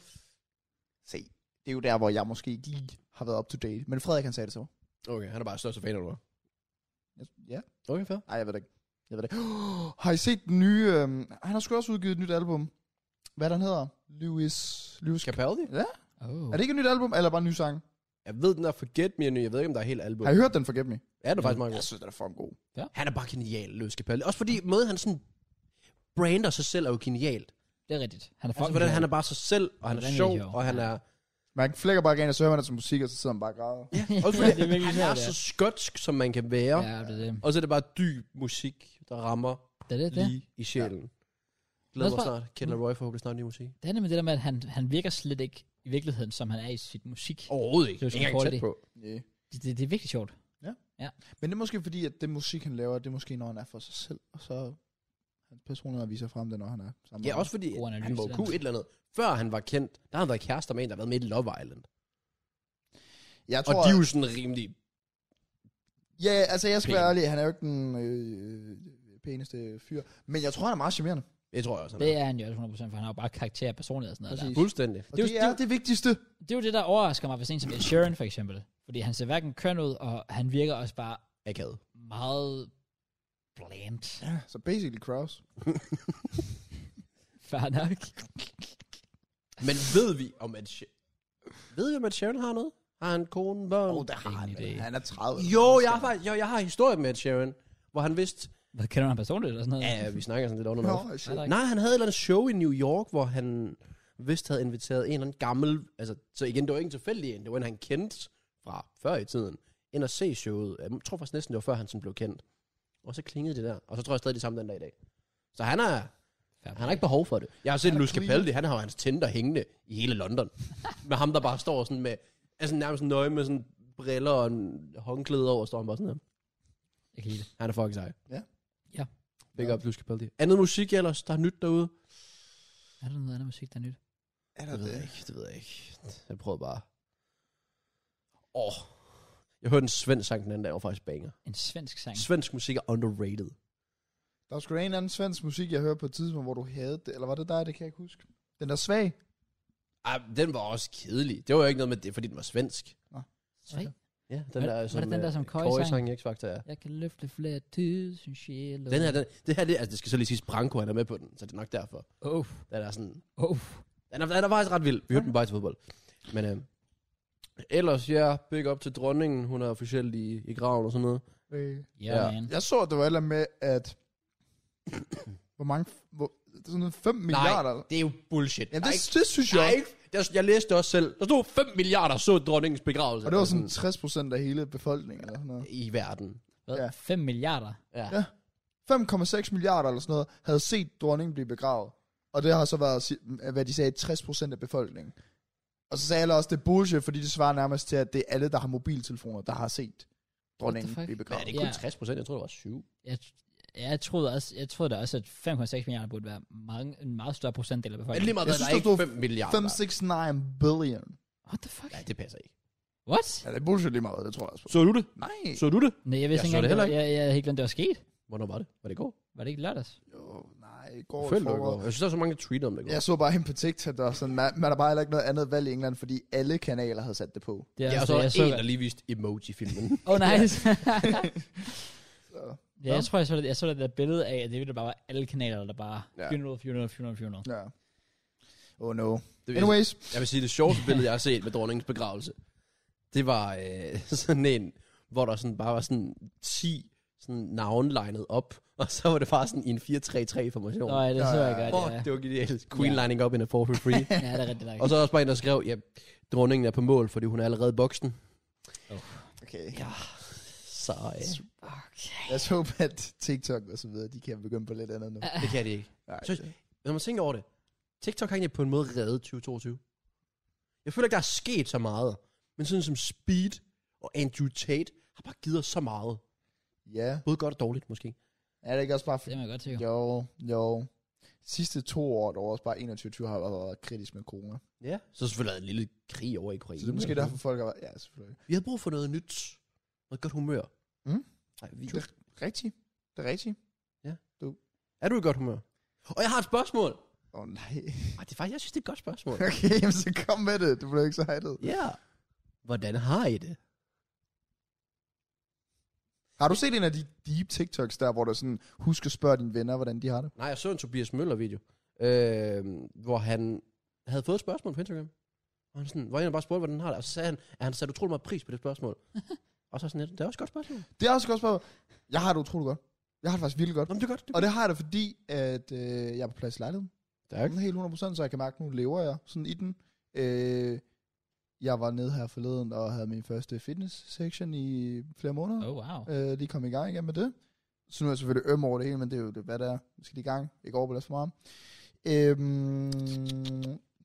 C: Se, det er jo der, hvor jeg måske ikke lige har været up to date. Men Frederik, han sagde det så.
B: Okay, han er bare største fan, eller hvad?
C: Jeg- Ja,
B: Okay, fair.
C: nej, jeg ved det ikke. Jeg ved det ikke. Har I set den nye... Øh, han har sgu også udgivet et nyt album. Hvad er det, han hedder? Lewis... Lewis
B: Capaldi?
A: Oh.
C: Er det ikke et nyt album, eller bare en ny sang?
B: Jeg ved, den er Forget Me er ny. Jeg ved ikke, om der er helt album.
C: Har I hørt den, Forget Me?
B: Ja, det er faktisk meget
C: Jeg
B: godt.
C: synes, den er fucking god.
B: Han er bare genial, Louis Capaldi. Også fordi måden, han sådan brander sig selv, er jo genialt.
A: det er rigtigt. Han er
B: Altså,
A: fucking
B: hvordan han
A: sjov.
B: er bare sig selv, og han er
A: Han er
B: sjov,
A: vanvittig sjov.
B: og han
A: Ja.
B: er...
C: Man flækker bare igen, og så hører man det som musik, og så sidder man bare og græder.
B: Ja, også fordi,
A: det er virkelig
B: han er
A: sjovt, ja.
B: så skotsk, som man kan være.
A: Ja, det er det.
B: Og så er det bare dyb musik, der rammer
A: Det er det, det. er.
B: lige i sjælen. Glæder
A: Også
B: mig
A: bare-
B: snart. Kender Roy forhåbentlig snart ny musik.
A: Det er nemlig det der med, at han, han virker slet ikke i virkeligheden, som han er i sit musik.
B: Overhovedet
A: Det
B: ikke.
A: er jo
B: Ikke engang
A: Capaldi.
B: tæt på.
C: Yeah.
A: Det, det, det er virkelig sjovt.
C: Men det er måske fordi, at det musik, han laver, det er måske, når han er for sig selv, og så hans personlighed viser frem det, når han er sammen. med
B: Ja,
C: andre.
B: også fordi
A: God
B: han
A: analyse,
B: må
A: der.
B: kunne et eller andet. Før han var kendt, der har han været kærester med en, der har været med i Love Island.
C: Jeg
B: Og
C: tror,
B: de er jo sådan rimelig...
C: Ja, altså jeg skal være
B: Pæn.
C: ærlig, han er jo ikke den øh, pæneste fyr, men jeg tror, han er meget charmerende.
B: Det tror jeg også, han
A: Det
B: er.
A: er han jo også 100%, for han har jo bare karakter og personlighed og sådan noget. Der.
C: Præcis.
B: Fuldstændig.
C: Og
A: Det er
C: det,
A: jo-
C: det er det vigtigste.
A: Det er jo det, der overrasker mig, hvis en som Ed Sheeran for eksempel. Fordi han ser hverken køn ud, og han virker også bare
B: Akavet.
A: meget bland.
C: Ja, så basically Kraus.
A: Fair nok.
B: Men ved vi om, at... Sh- ved vi om, at Sharon har noget? Har han kone, børn?
C: Åh, oh, der har han.
A: Ingen idé.
C: Han er 30.
B: Jo, jeg har, faktisk- jo, jeg har historien med Ed Sheeran, hvor han vidste...
A: Hvad kender du ham personligt eller sådan noget?
B: Ja, ja, vi snakker sådan lidt under
C: Nå,
B: noget.
C: shit.
A: Nej,
B: Nej, han havde et eller andet show i New York, hvor han vist havde inviteret en eller anden gammel, altså, så igen, det var ikke en tilfældig en, det var en, han kendte fra før i tiden, ind og se showet. Jeg tror faktisk næsten, det var før han sådan blev kendt. Og så klingede det der, og så tror jeg stadig det samme den dag i dag. Så han er,
A: Fair
B: han har ikke behov for det. Jeg har set
C: Han er
B: Louis
C: clean.
B: Capaldi, han har jo hans Tinder hængende i hele London. med ham, der bare står sådan med, altså nærmest nøje med sådan briller og en håndklæde over, står han bare sådan her.
A: Jeg kan lide det.
B: Han er fucking sej.
C: Ja.
A: Ja.
B: Big
C: Ja.
B: up, Louis Capaldi. Andet musik ellers, der er nyt derude?
A: Er der noget andet musik, der er nyt?
C: Er der
B: Det ved
C: det?
B: jeg ikke, det ved jeg ikke. Jeg prøvede bare. Åh. Oh. Jeg hørte en svensk sang den anden dag, og faktisk banger.
A: En svensk sang.
B: Svensk musik er underrated.
C: Der var sgu da en eller anden svensk musik, jeg hørte på et tidspunkt, hvor du havde det. Eller var det dig? Det kan jeg ikke huske. Den der svag.
B: Ej, den var også kedelig. Det var jo ikke noget med det, fordi den var svensk.
A: Svag.
B: Ja, den
A: Hvad-
B: der,
A: var det den der,
B: øh,
A: som Køje
B: Køje
A: sang?
B: sang i X-Factor, ja.
A: Jeg kan løfte flere tusind sjæle.
B: Den her, den, det her, det, altså det skal så lige siges, Branko han er med på den, så det er nok derfor.
A: Oh,
B: Den er sådan,
A: oh.
B: den er, den er faktisk ret vild. Vi hørte den bare til fodbold. Men øh, ellers, ja, big up til dronningen. Hun er officielt i, i graven og sådan noget.
C: Øh.
A: Yeah,
B: Ja.
A: ja, man.
C: Jeg så, at det var et eller andet med, at... hvor mange... Hvor, det er sådan noget 5 milliarder.
B: Nej, det er jo bullshit.
C: Jamen,
B: Der er
C: det,
B: ikke-
C: det synes jeg
B: Nej,
C: også.
B: ikke. Jeg, jeg læste det også selv. Der stod 5 milliarder så dronningens begravelse. Altså,
C: Og det var sådan 60 procent af hele befolkningen. Eller sådan noget.
B: I verden.
A: Hvad?
C: Ja.
A: 5 milliarder?
B: Ja.
C: Ja. 5,6 milliarder eller sådan noget, havde set dronningen blive begravet. Og det har så været, si- hvad de sagde, 60% af befolkningen. Og så sagde alle også, det er bullshit, fordi det svarer nærmest til, at det er alle, der har mobiltelefoner, der har set dronningen
A: What the fuck?
C: blive
B: Men er
C: begravet.
B: det kun
A: Ja.
B: 60 procent? Jeg tror, det var 7.
A: Jeg, jeg troede, også, jeg troede da også, at 5,6 milliarder burde være mange, en meget større procentdel af
B: Men
A: befolkningen.
B: lige meget, hvad,
C: Jeg
B: der
C: synes,
B: er
C: der
B: ikke
C: stod
B: 5 milliarder.
C: 569 billion.
A: What the fuck?
B: Nej, det passer ikke.
A: What?
C: Ja, det er bullshit lige meget, det tror jeg også på.
B: Så du det?
C: Nej.
B: Så du det?
A: Nej, jeg vidste
B: Jeg
A: ikke engang,
B: så det
A: det
B: heller
A: var- jeg, jeg, havde ikke glemt, det var sket.
B: Hvornår var det? Var det i går?
A: Var det ikke lørdags?
C: Jo, nej. var i går.
B: Følg
C: i forgårs.
B: Jeg synes, der er så mange tweeter om det. Ja,
C: Jeg så bare hende på TikTok, der var sådan, man, man er bare heller ikke noget andet valg i England, fordi alle kanaler havde sat det på.
A: Det
B: ja og
A: også
B: så er
A: det,
B: der
A: jeg
B: en, der lige viste emoji-filmen.
A: Åh, oh, nice.
C: Så,
A: ja, jeg tror, jeg så, det, jeg så det der billede af, at det ville bare være alle kanaler, der bare...
B: Ja.
A: Ja. Funeral, funeral, funeral, funeral.
C: ja. Oh no.
B: Det vil-
C: Anyways,
B: Jeg vil sige, det sjoveste billede, jeg har set med dronningens begravelse, det var øh, sådan en, hvor der sådan bare var sådan 10 sådan navnlinet op, og så var det bare sådan i en 4-3-3-formation.
A: Nå, ja, det så
C: Ja,
A: jeg
C: ja,
A: godt, ja.
B: Fuck, det var genialt. Queen
A: Ja.
B: lining up in a 4-3.
A: Ja, det er rigtig nok.
B: Og så er der også bare en, der skrev, ja, dronningen er på mål, fordi hun er allerede i boksen.
C: okay.
B: Så øh,
C: Lad os håbe, at TikTok og så videre, de kan begynde på lidt andet nu.
B: det kan de ikke.
C: Nej,
B: Så- Når man tænker over det, TikTok har egentlig på en måde reddet 2022. Jeg føler ikke, der er sket så meget. Men sådan som Speed og Andrew Tate har bare givet os så meget.
C: Ja,
B: Både godt og dårligt, måske.
C: er det ikke også bare...
A: Det er man godt til. Ja.
C: Jo, jo. Sidste to år, der var også bare 21 har været kritisk med corona.
B: Ja. Så selvfølgelig er der en lille krig over i Ukraine.
C: Så det er måske
B: eller
C: derfor, folk har været... Ja, selvfølgelig.
B: noget. Vi havde brug for noget nyt. Noget godt humør.
C: Mm.
B: Ej, vi...
C: True. Rigtigt. Det er rigtigt.
B: Er du i godt humør? Og jeg har et spørgsmål.
C: Åh oh, nej.
B: Ej, det er faktisk, jeg synes, det er et godt spørgsmål.
C: Okay, jamen, så kom med det. Du blev excited.
B: ja. Hvordan har I det?
C: Har du set en af de deep TikToks der, hvor der sådan, husk at spørge dine venner, hvordan de har det?
B: Nej, jeg så en Tobias Møller-video, øh, hvor han havde fået et spørgsmål på Instagram. Og han sådan, hvor en bare spurgte, hvordan han har det. Og så sagde han, at han satte utrolig meget pris på det spørgsmål. og så sådan lidt, det er også et godt spørgsmål.
C: Det er også et godt spørgsmål. Jeg har det utroligt godt. Jeg har det faktisk virkelig godt.
B: Nå, men det er godt. Det er
C: Og det har jeg det, fordi at, øh, jeg er på plads i lejligheden.
B: Tak.
C: Sådan Helt 100%, så jeg kan mærke, at nu lever jeg sådan i den. Øh, jeg var nede her forleden og havde min første fitness section i flere måneder.
A: Oh, wow.
C: Oh. Øh, lige kom i gang igen med det. Så nu er jeg selvfølgelig øm over det hele, men det er jo det, hvad det er. Nu skal de i gang. Ikke overbelast for meget. Øhm,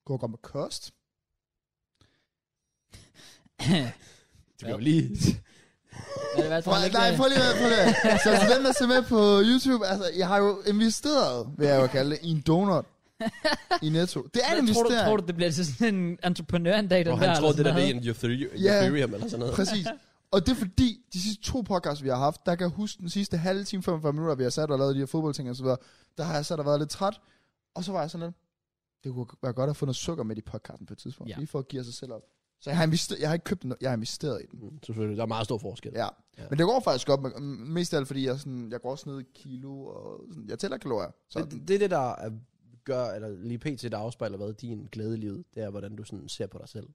C: går godt med kost.
B: Du kan jo lige...
A: Hvad er det, hvad tror
C: Prøv,
A: jeg ikke? øh,
C: nej, prøv lige, at- prøv lige. at- Så til dem, der ser med på YouTube, altså, jeg har jo investeret, vil jeg jo kalde det, i en donut i Netto. Det er en
A: tror, du,
C: investering.
A: tror du, det bliver til sådan en entreprenør en dag, den
B: Og
A: der?
B: han tror,
A: eller
B: det der det
A: sådan
B: er en your theory,
C: Ja.
B: yeah. theory eller sådan noget.
C: Præcis. Og det er fordi, de sidste to podcasts, vi har haft, der kan jeg huske den sidste halve time, 45 minutter, vi har sat og lavet de her fodboldting og så videre, der har jeg sat og været lidt træt. Og så var jeg sådan lidt, det kunne være godt at få noget sukker med i podcasten på et tidspunkt, ja.
A: Ja.
C: lige for at give sig selv op. Så jeg har, investeret, jeg har ikke købt noget, jeg har investeret i den.
B: Mm, Selvfølgelig, der er meget stor forskel.
C: Ja.
B: Ja.
C: ja. Men det går faktisk godt, men, mm, mest af alt fordi jeg, sådan, jeg går også ned i kilo, og sådan, jeg tæller kalorier. Så
B: Det, det, er det, der er- gør, eller lige pt. der afspejler, hvad din glæde i livet, det er, hvordan du sådan ser på dig selv.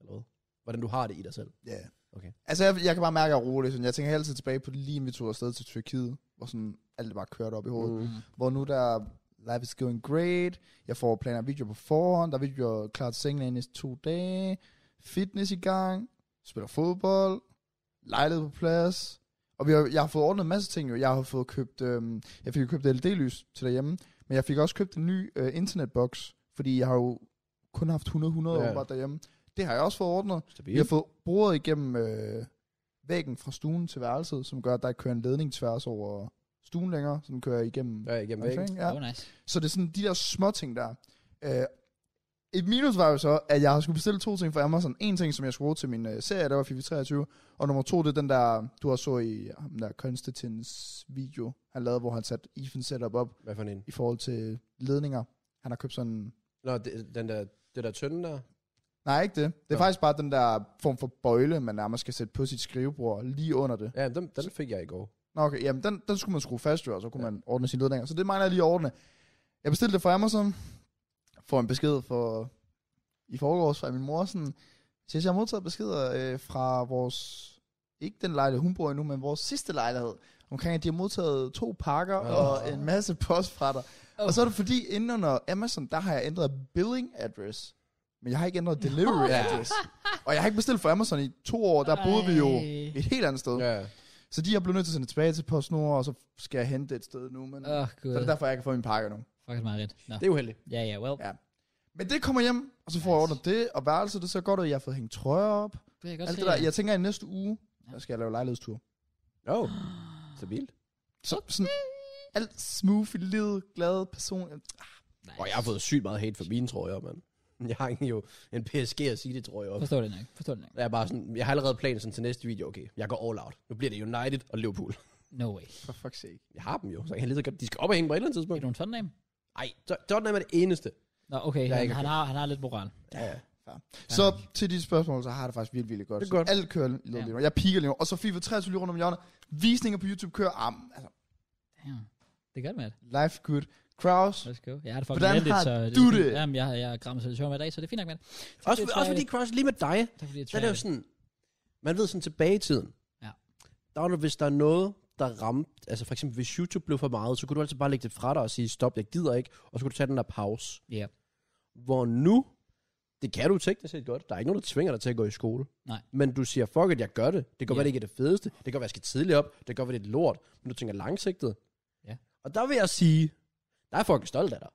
B: Eller hvad? Hvordan du har det i dig selv.
C: Ja. Yeah.
B: Okay.
C: Altså, jeg, jeg kan bare mærke, at jeg er rolig. Sådan. Jeg tænker hele tiden tilbage på lige inden vi tog afsted til Tyrkiet, hvor sådan alt det bare kørte op i hovedet. Mm.
A: noget?
C: Hvor nu der er, life is going great, jeg får planer og videoer på forhånd, der er videoer klar til sengen i næste to dage, fitness i gang, spiller fodbold, lejlighed på plads. Og vi har, jeg har fået ordnet en masse ting jo. Jeg har fået købt, øhm, jeg fik jo købt LED-lys til derhjemme, men jeg fik også købt en ny øh, internetboks, fordi jeg har jo kun haft 100-100
B: Ja.
C: ja. derhjemme. Det har jeg også fået ordnet. Vi har
B: Stabilt.
C: fået boret igennem øh, væggen fra stuen til værelset, som gør, at der ikke kører en ledning tværs over stuen længere, som kører igennem.
B: Ja, igennem væggen.
C: Ikke?
A: Ja.
C: Ja.
A: Oh, nice.
C: Så det er sådan de der små ting der. Øh, et minus var jo så, at jeg har skulle bestille to ting fra Amazon. En ting, som jeg skulle bruge til min øh, serie, der var FIFA 23. Og nummer to, det er den der, du har så i ham der Konstantins video, han lavede, hvor han satte Even Setup op
B: Hvad for en?
C: i forhold til ledninger. Han har købt sådan...
B: Nå, det, den der, det der tynde der.
C: Nej, ikke det. Det er
B: Nå.
C: ja. faktisk bare den der form for bøjle, man nærmest skal sætte på sit skrivebord lige under det.
B: Ja, den, den fik jeg i går.
C: Nå, okay, jamen den, den skulle man skrue fast jo, og så kunne
B: Ja.
C: ja. man ordne sine ledninger. Så det mangler jeg lige at ordne. Jeg bestilte det fra Amazon, får en besked for, i forgårs fra min mor, sådan, så jeg har modtaget beskeder øh, fra vores, ikke den lejlighed, hun bor i nu, men vores sidste lejlighed, omkring at de har modtaget to pakker
B: Åh.
C: oh. og en masse post fra dig. Oh.
A: Åh.
C: Og så er det fordi, inden under Amazon, der har jeg ændret billing address, men jeg har ikke ændret delivery
B: Ja.
C: address. Og jeg har ikke bestilt fra Amazon i to år, der boede vi jo
A: Ej.
C: et helt andet sted.
B: Ja, ja.
C: Så de er blevet nødt til at sende tilbage til PostNord, og så skal jeg hente det et sted nu. Men,
A: Åh, oh, gud.
C: så det er derfor, jeg kan få min pakke nu.
A: Faktisk meget rigtigt. Nå.
B: Det er uheldigt.
A: Ja, ja, well.
C: Ja. Men det kommer hjem, og så får jeg
A: Nice.
C: ordnet det, og værelset, det ser godt ud. Jeg har fået hængt trøjer op.
A: Det kan jeg godt
C: Alt
A: se.
C: det der. Jeg tænker, at i næste uge, der skal jeg lave lejlighedstur.
B: Jo, oh, stabilt.
C: Så sådan, alt smooth i livet, glad person.
A: Nice.
B: Og jeg har fået sygt meget hate for mine trøjer, mand. Jeg har ikke jo en PSG at sige det, tror jeg.
A: Forstår det nok. Forstår det nok.
B: Jeg, er bare sådan, jeg har allerede planer sådan til næste video, okay, jeg går all out. Nu bliver det United og Liverpool.
A: No way.
C: For fuck's sake.
B: Jeg har dem jo, så jeg kan lige så godt, de skal op og hænge på et eller andet
A: Er
B: tidspunkt.
A: du en Tottenham?
B: Ej, Do- Tottenham er det eneste.
A: Nå, okay,
B: Jeg er
A: han,
B: ikke
A: han, har, han har lidt moral.
B: Ja, ja.
C: Så til de spørgsmål, så har jeg det faktisk virkelig, virkelig godt.
B: Det er
C: Så
B: godt.
C: Alt kører lige
A: Ja.
C: ja. Jeg piker lige nu. Og så FIFA 23 lige rundt om hjørnet. Visninger på YouTube kører. Ah, men, altså,
A: Damn. Det gør det, mand.
C: life good. Kraus.
A: Let's go. Jeg har det fucking
C: Hvordan
A: elendigt,
C: har
A: så...
C: du
A: er
C: det?
A: fint. Jamen, jeg, jeg græmmer selv sjov med i dag, så det er fint nok, mand. Tak,
B: Også,
A: det er
B: også fordi
A: tryhard.
B: Cross lige med dig,
A: Tak fordi jeg
B: der er det
A: tryhardede.
B: jo sådan, man ved sådan tilbage i tiden.
A: Ja.
B: Der var, noget- hvis der er noget, der ramte, altså for eksempel hvis YouTube blev for meget, så kunne du altid bare lægge det fra dig og sige, stop, jeg gider ikke, og så kunne du tage den der pause.
A: Ja.
B: Hvor nu, det kan du teknisk set godt, der er ikke nogen, der tvinger dig til at gå i skole.
A: Nej.
B: Men du siger, fuck it, jeg gør det. Det kan godt
A: Ja.
B: være, det ikke er det fedeste. Det kan godt være, jeg skal tidligt op. Det kan godt være, det er lort. Men du tænker langsigtet.
A: Ja.
B: Og der vil jeg sige, der er jeg fucking stolt af dig.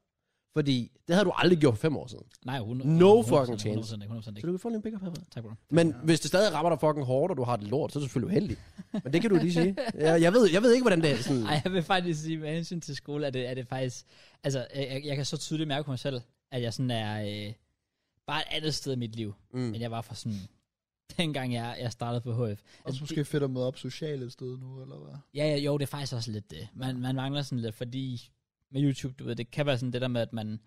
B: Fordi det havde du aldrig gjort for fem år siden.
A: Nej, 100,
B: No fucking chance.
A: 100%, 100%, 100%
B: Så
A: ikke.
B: du kan få lidt en big up herfra.
A: Tak, bro.
B: Men ja. hvis det stadig rammer dig fucking hårdt, og du har det lort, så er du selvfølgelig uheldig. Men det kan du lige sige. Jeg, jeg, ved, jeg ved ikke, hvordan det er sådan.
A: Ej, jeg vil faktisk sige, med hensyn til skole, er det, er det faktisk... Altså, jeg, jeg- jeg kan så tydeligt mærke på mig selv, at jeg sådan er øh, bare et andet sted i mit liv,
B: Mm.
A: end jeg var for sådan... Dengang jeg, jeg startede på HF.
C: Og så måske fedt at møde op socialt et sted nu, eller hvad?
A: Ja, ja, jo, det er faktisk også lidt det. Man, man mangler sådan lidt, fordi med YouTube, du ved, det kan være sådan det der med, at man...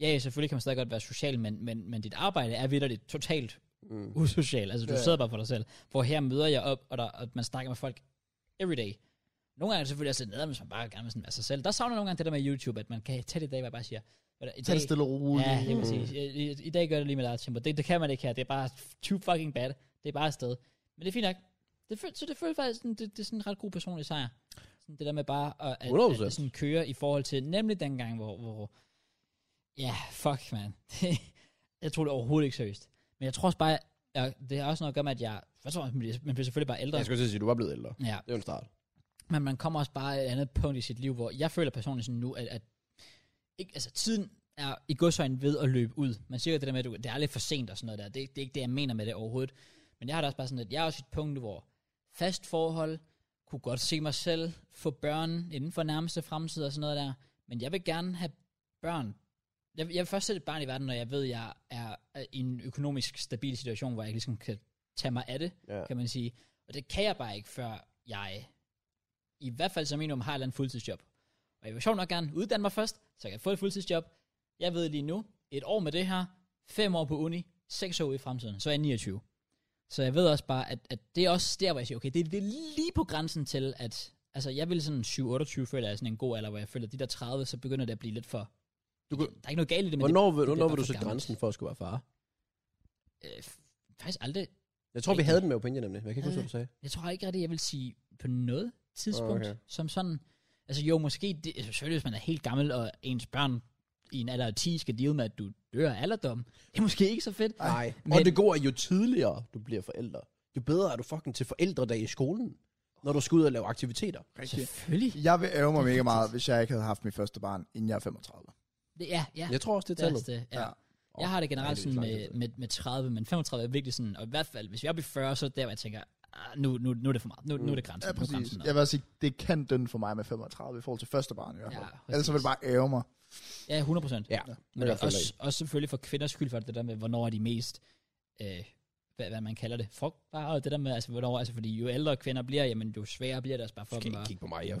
A: Ja, ja, selvfølgelig kan man stadig godt være social, men, men, men dit arbejde er vidderligt totalt
B: Mm.
A: usocial. Altså, du
C: Ja.
A: sidder bare for dig selv. Hvor her møder jeg op, og, der, og man snakker med folk everyday. Nogle gange er det selvfølgelig også lidt nederen, hvis man bare gerne vil sådan være sig selv. Der savner jeg nogle gange det der med YouTube, at man kan tage det i dag, hvad jeg bare siger. Hvad der- I
C: Tag det stille og roligt.
A: Ja,
B: Mm.
A: det er præcis. I, i, I dag gør det lige med deres tempo. Det, det kan man ikke her. Det er bare too fucking bad. Det er bare afsted. Men det er fint nok. Det føl, så det føles faktisk, sådan, det, det er sådan en ret god personlig sejr. Sådan det der med bare at, at, at
B: 100%.
A: det sådan køre i forhold til, nemlig dengang, hvor, hvor ja, fuck, man. jeg tror det overhovedet ikke seriøst. Men jeg tror også bare, jeg, det har også noget at gøre med, at jeg, først og fremmest, man bliver- man bliver selvfølgelig bare ældre.
B: Jeg skulle til at sige, du var blevet ældre.
A: Ja,
B: Det er jo en start.
A: men man kommer også bare et andet punkt i sit liv, hvor jeg føler personligt sådan nu, at, at ikke, altså, tiden er i godsøjen ved at løbe ud. Man siger jo det der med, at du- det er lidt for sent og sådan noget der. Det, er ikke- det er ikke det, jeg mener med det overhovedet. Men jeg har da også bare sådan, at jeg er også i et punkt, nu, hvor fast forhold, kunne godt se mig selv få børn inden for nærmeste fremtid og sådan noget der. Men jeg vil gerne have børn. Jeg, vil- jeg vil først sætte et barn i verden, når jeg ved, at jeg er er i en økonomisk stabil situation, hvor jeg ligesom kan tage mig af det,
B: Ja.
A: kan man sige. Og det kan jeg bare ikke, før jeg i hvert fald som minimum har et eller andet fuldtidsjob. Og jeg vil sjovt nok gerne uddanne mig først, så jeg kan få et fuldtidsjob. Jeg ved lige nu, et år med det her, fem år på uni, seks år ude i fremtiden, så er jeg 29. Så jeg ved også bare, at, at det er også der, hvor jeg siger, okay, det, det er lige på grænsen til, at altså, jeg vil sådan 7-28 føler jeg er sådan en god alder, hvor jeg føler, at de der 30, så begynder det at blive lidt for...
B: Du
A: Du
B: kunne-
A: kunne, der er ikke noget galt i det, men
B: Hvornår,
A: det
B: vil, hvornår
A: bliver
B: vil du
A: bare for
B: sætte
A: gammelt.
B: grænsen for at skulle være far?
A: det, øh, f- faktisk aldrig...
B: Jeg tror, vi
A: Ikke.
B: havde den med Opinion nemlig. men Jeg kan ikke huske, hvad du sagde.
A: Jeg tror ikke rigtig, jeg vil sige på noget tidspunkt,
B: Okay.
A: okay. som sådan... Altså jo, måske... Det, altså, selvfølgelig, hvis man er helt gammel, og ens børn i en alder af 10 skal deal med, at du dør af alderdom. Det er måske ikke så fedt.
B: Nej. Men... Og
A: men-
B: det gode er, jo tidligere du bliver forældre, jo bedre er du fucking til forældredag i skolen, når du skal ud og lave aktiviteter.
A: Selvfølgelig.
C: Jeg vil ære mig mega meget, hvis jeg ikke havde haft mit første barn, inden jeg er 35.
A: Det, ja, ja.
B: Jeg tror også, det er
A: Det er altså-
B: tallet.
A: også det, ja.
C: Ja.
A: ja. Jeg har det generelt
B: Ja, det er
A: sådan
B: vist lang
A: med, med,
B: tid
A: med 30, men 35 er virkelig sådan, og i hvert fald, hvis vi er oppe i 40, så er det der, hvor jeg tænker, ah, nu, nu, nu er det for meget, nu, nu er det grænsen.
C: Ja,
A: nu er grænsen
C: præcis.
A: nået.
C: Jeg vil også sige, det kan den for mig med 35 i forhold til første barn i hvert fald.
A: Ja, præcis.
C: Ja, Ellers så vil det bare ære mig.
A: Ja, 100 procent.
B: Ja,
A: Men
B: det er
A: også,
B: også...
A: også selvfølgelig for kvinders skyld, for det der med, hvornår er de mest, øh, hvad, hvad man kalder det, frugtbare, og det der med, altså, hvornår, altså, fordi jo ældre kvinder bliver, jamen, jo sværere bliver det også bare for
B: Skal
A: dem.
B: ikke
A: at-
B: kigge på mig. Jeg, jeg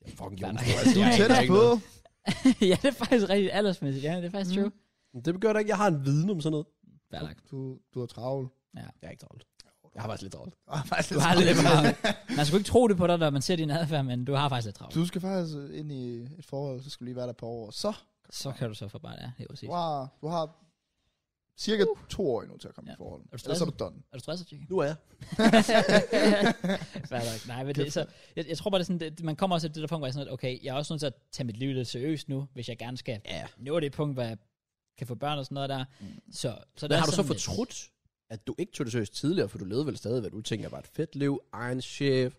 B: er fucking
A: Klar,
B: jomfru,
A: nej.
B: altså.
C: Du
B: Jeg
C: er
B: aner
C: tættere
B: ikke
C: på.
B: noget.
A: ja, det er faktisk rigtigt aldersmæssigt, ja, det er faktisk mm.
C: Mhm.
A: true.
B: Men Det gør da ikke, jeg har en viden om sådan noget.
A: Fair nok.
C: Du, du er travl.
B: Jeg er ikke travlt. Jeg har faktisk lidt travlt.
C: Ah, faktisk
A: Du har lidt travlt. Man skulle ikke tro det på dig, når man ser din adfærd, men du har faktisk lidt travlt.
C: Du skal faktisk øh, ind i et forhold, så skal du lige være der på år. Så,
A: Så kan du så for bare det, ja, det er præcis.
C: du har, du har cirka to år endnu til at
A: Uh.
C: komme
A: Ja.
C: i forhold.
A: Er du
C: Ellers er du done.
A: Er du stresset, Jake?
B: Nu er jeg.
A: Fair nok. Nej, men det, er så, jeg, jeg tror bare, det er sådan, det, man kommer også til det der punkt, hvor jeg er sådan, at okay, jeg er også nødt til at tage mit liv lidt seriøst nu, hvis jeg gerne skal
B: Ja.
A: nå det punkt, hvor jeg kan få børn og sådan noget der.
C: Mm.
A: Så, så
B: Men
A: er
B: har du så
A: sådan lidt-
B: fortrudt, at du ikke tog det seriøst tidligere, for du levede vel stadig, hvad du tænker var et fedt liv, egen chef,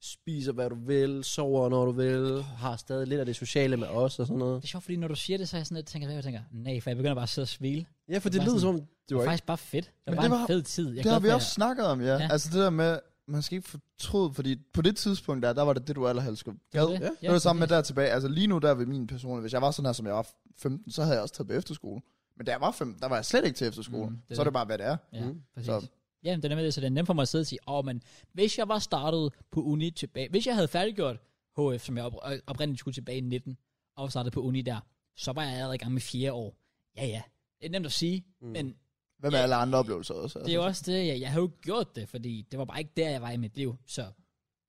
B: spiser hvad du vil, sover når du vil, har stadig lidt af det sociale med os og sådan noget.
A: Det er sjovt, fordi når du siger det, så er jeg sådan lidt, tænker, hvad jeg tænker, nej, for jeg begynder bare at sidde og svile. Det
B: Ja, for
A: Det
B: det
A: var
B: lyder som
A: sådan-
B: om, det
A: var
B: var ikke...
A: faktisk bare fedt. Det var
C: Men
A: bare
C: det
A: en
C: var-
A: fed tid. Jeg er
C: det har
A: glad
C: vi
A: for,
C: også snakket om, ja.
A: Ja.
C: ja. Altså det der med, man skal ikke fortryde, fordi på det tidspunkt der, der var det det, du allerhelst skulle.
A: jeg-
C: gad.
B: Ja.
A: det
C: Det var det samme med
A: præcis.
C: der tilbage. Altså lige nu, der ved min person, hvis jeg var sådan her, som jeg var 15, så havde jeg også taget på efterskole. Men da jeg var 15, der var jeg slet ikke til efterskole.
A: Mm,
C: Mm,
A: det er
C: så er
A: det.
C: det bare, hvad det er.
A: Ja,
B: Mm.
A: præcis.
C: Så-
A: Ja, men det er med det, så det er nemt for mig at sidde og sige, åh, men hvis jeg var startet på uni øh, tilbage, hvis jeg havde færdiggjort HF, som jeg op, oprindeligt skulle tilbage i 19, afstartede på uni der, så var jeg allerede i gang med fjerde år. Ja, ja. Det er nemt at sige, mm. men
C: Hvad med alle andre oplevelser også? Altså,
A: det er jo også det, jeg, jeg havde jo gjort det, fordi det var bare ikke der, jeg var i mit liv. Så,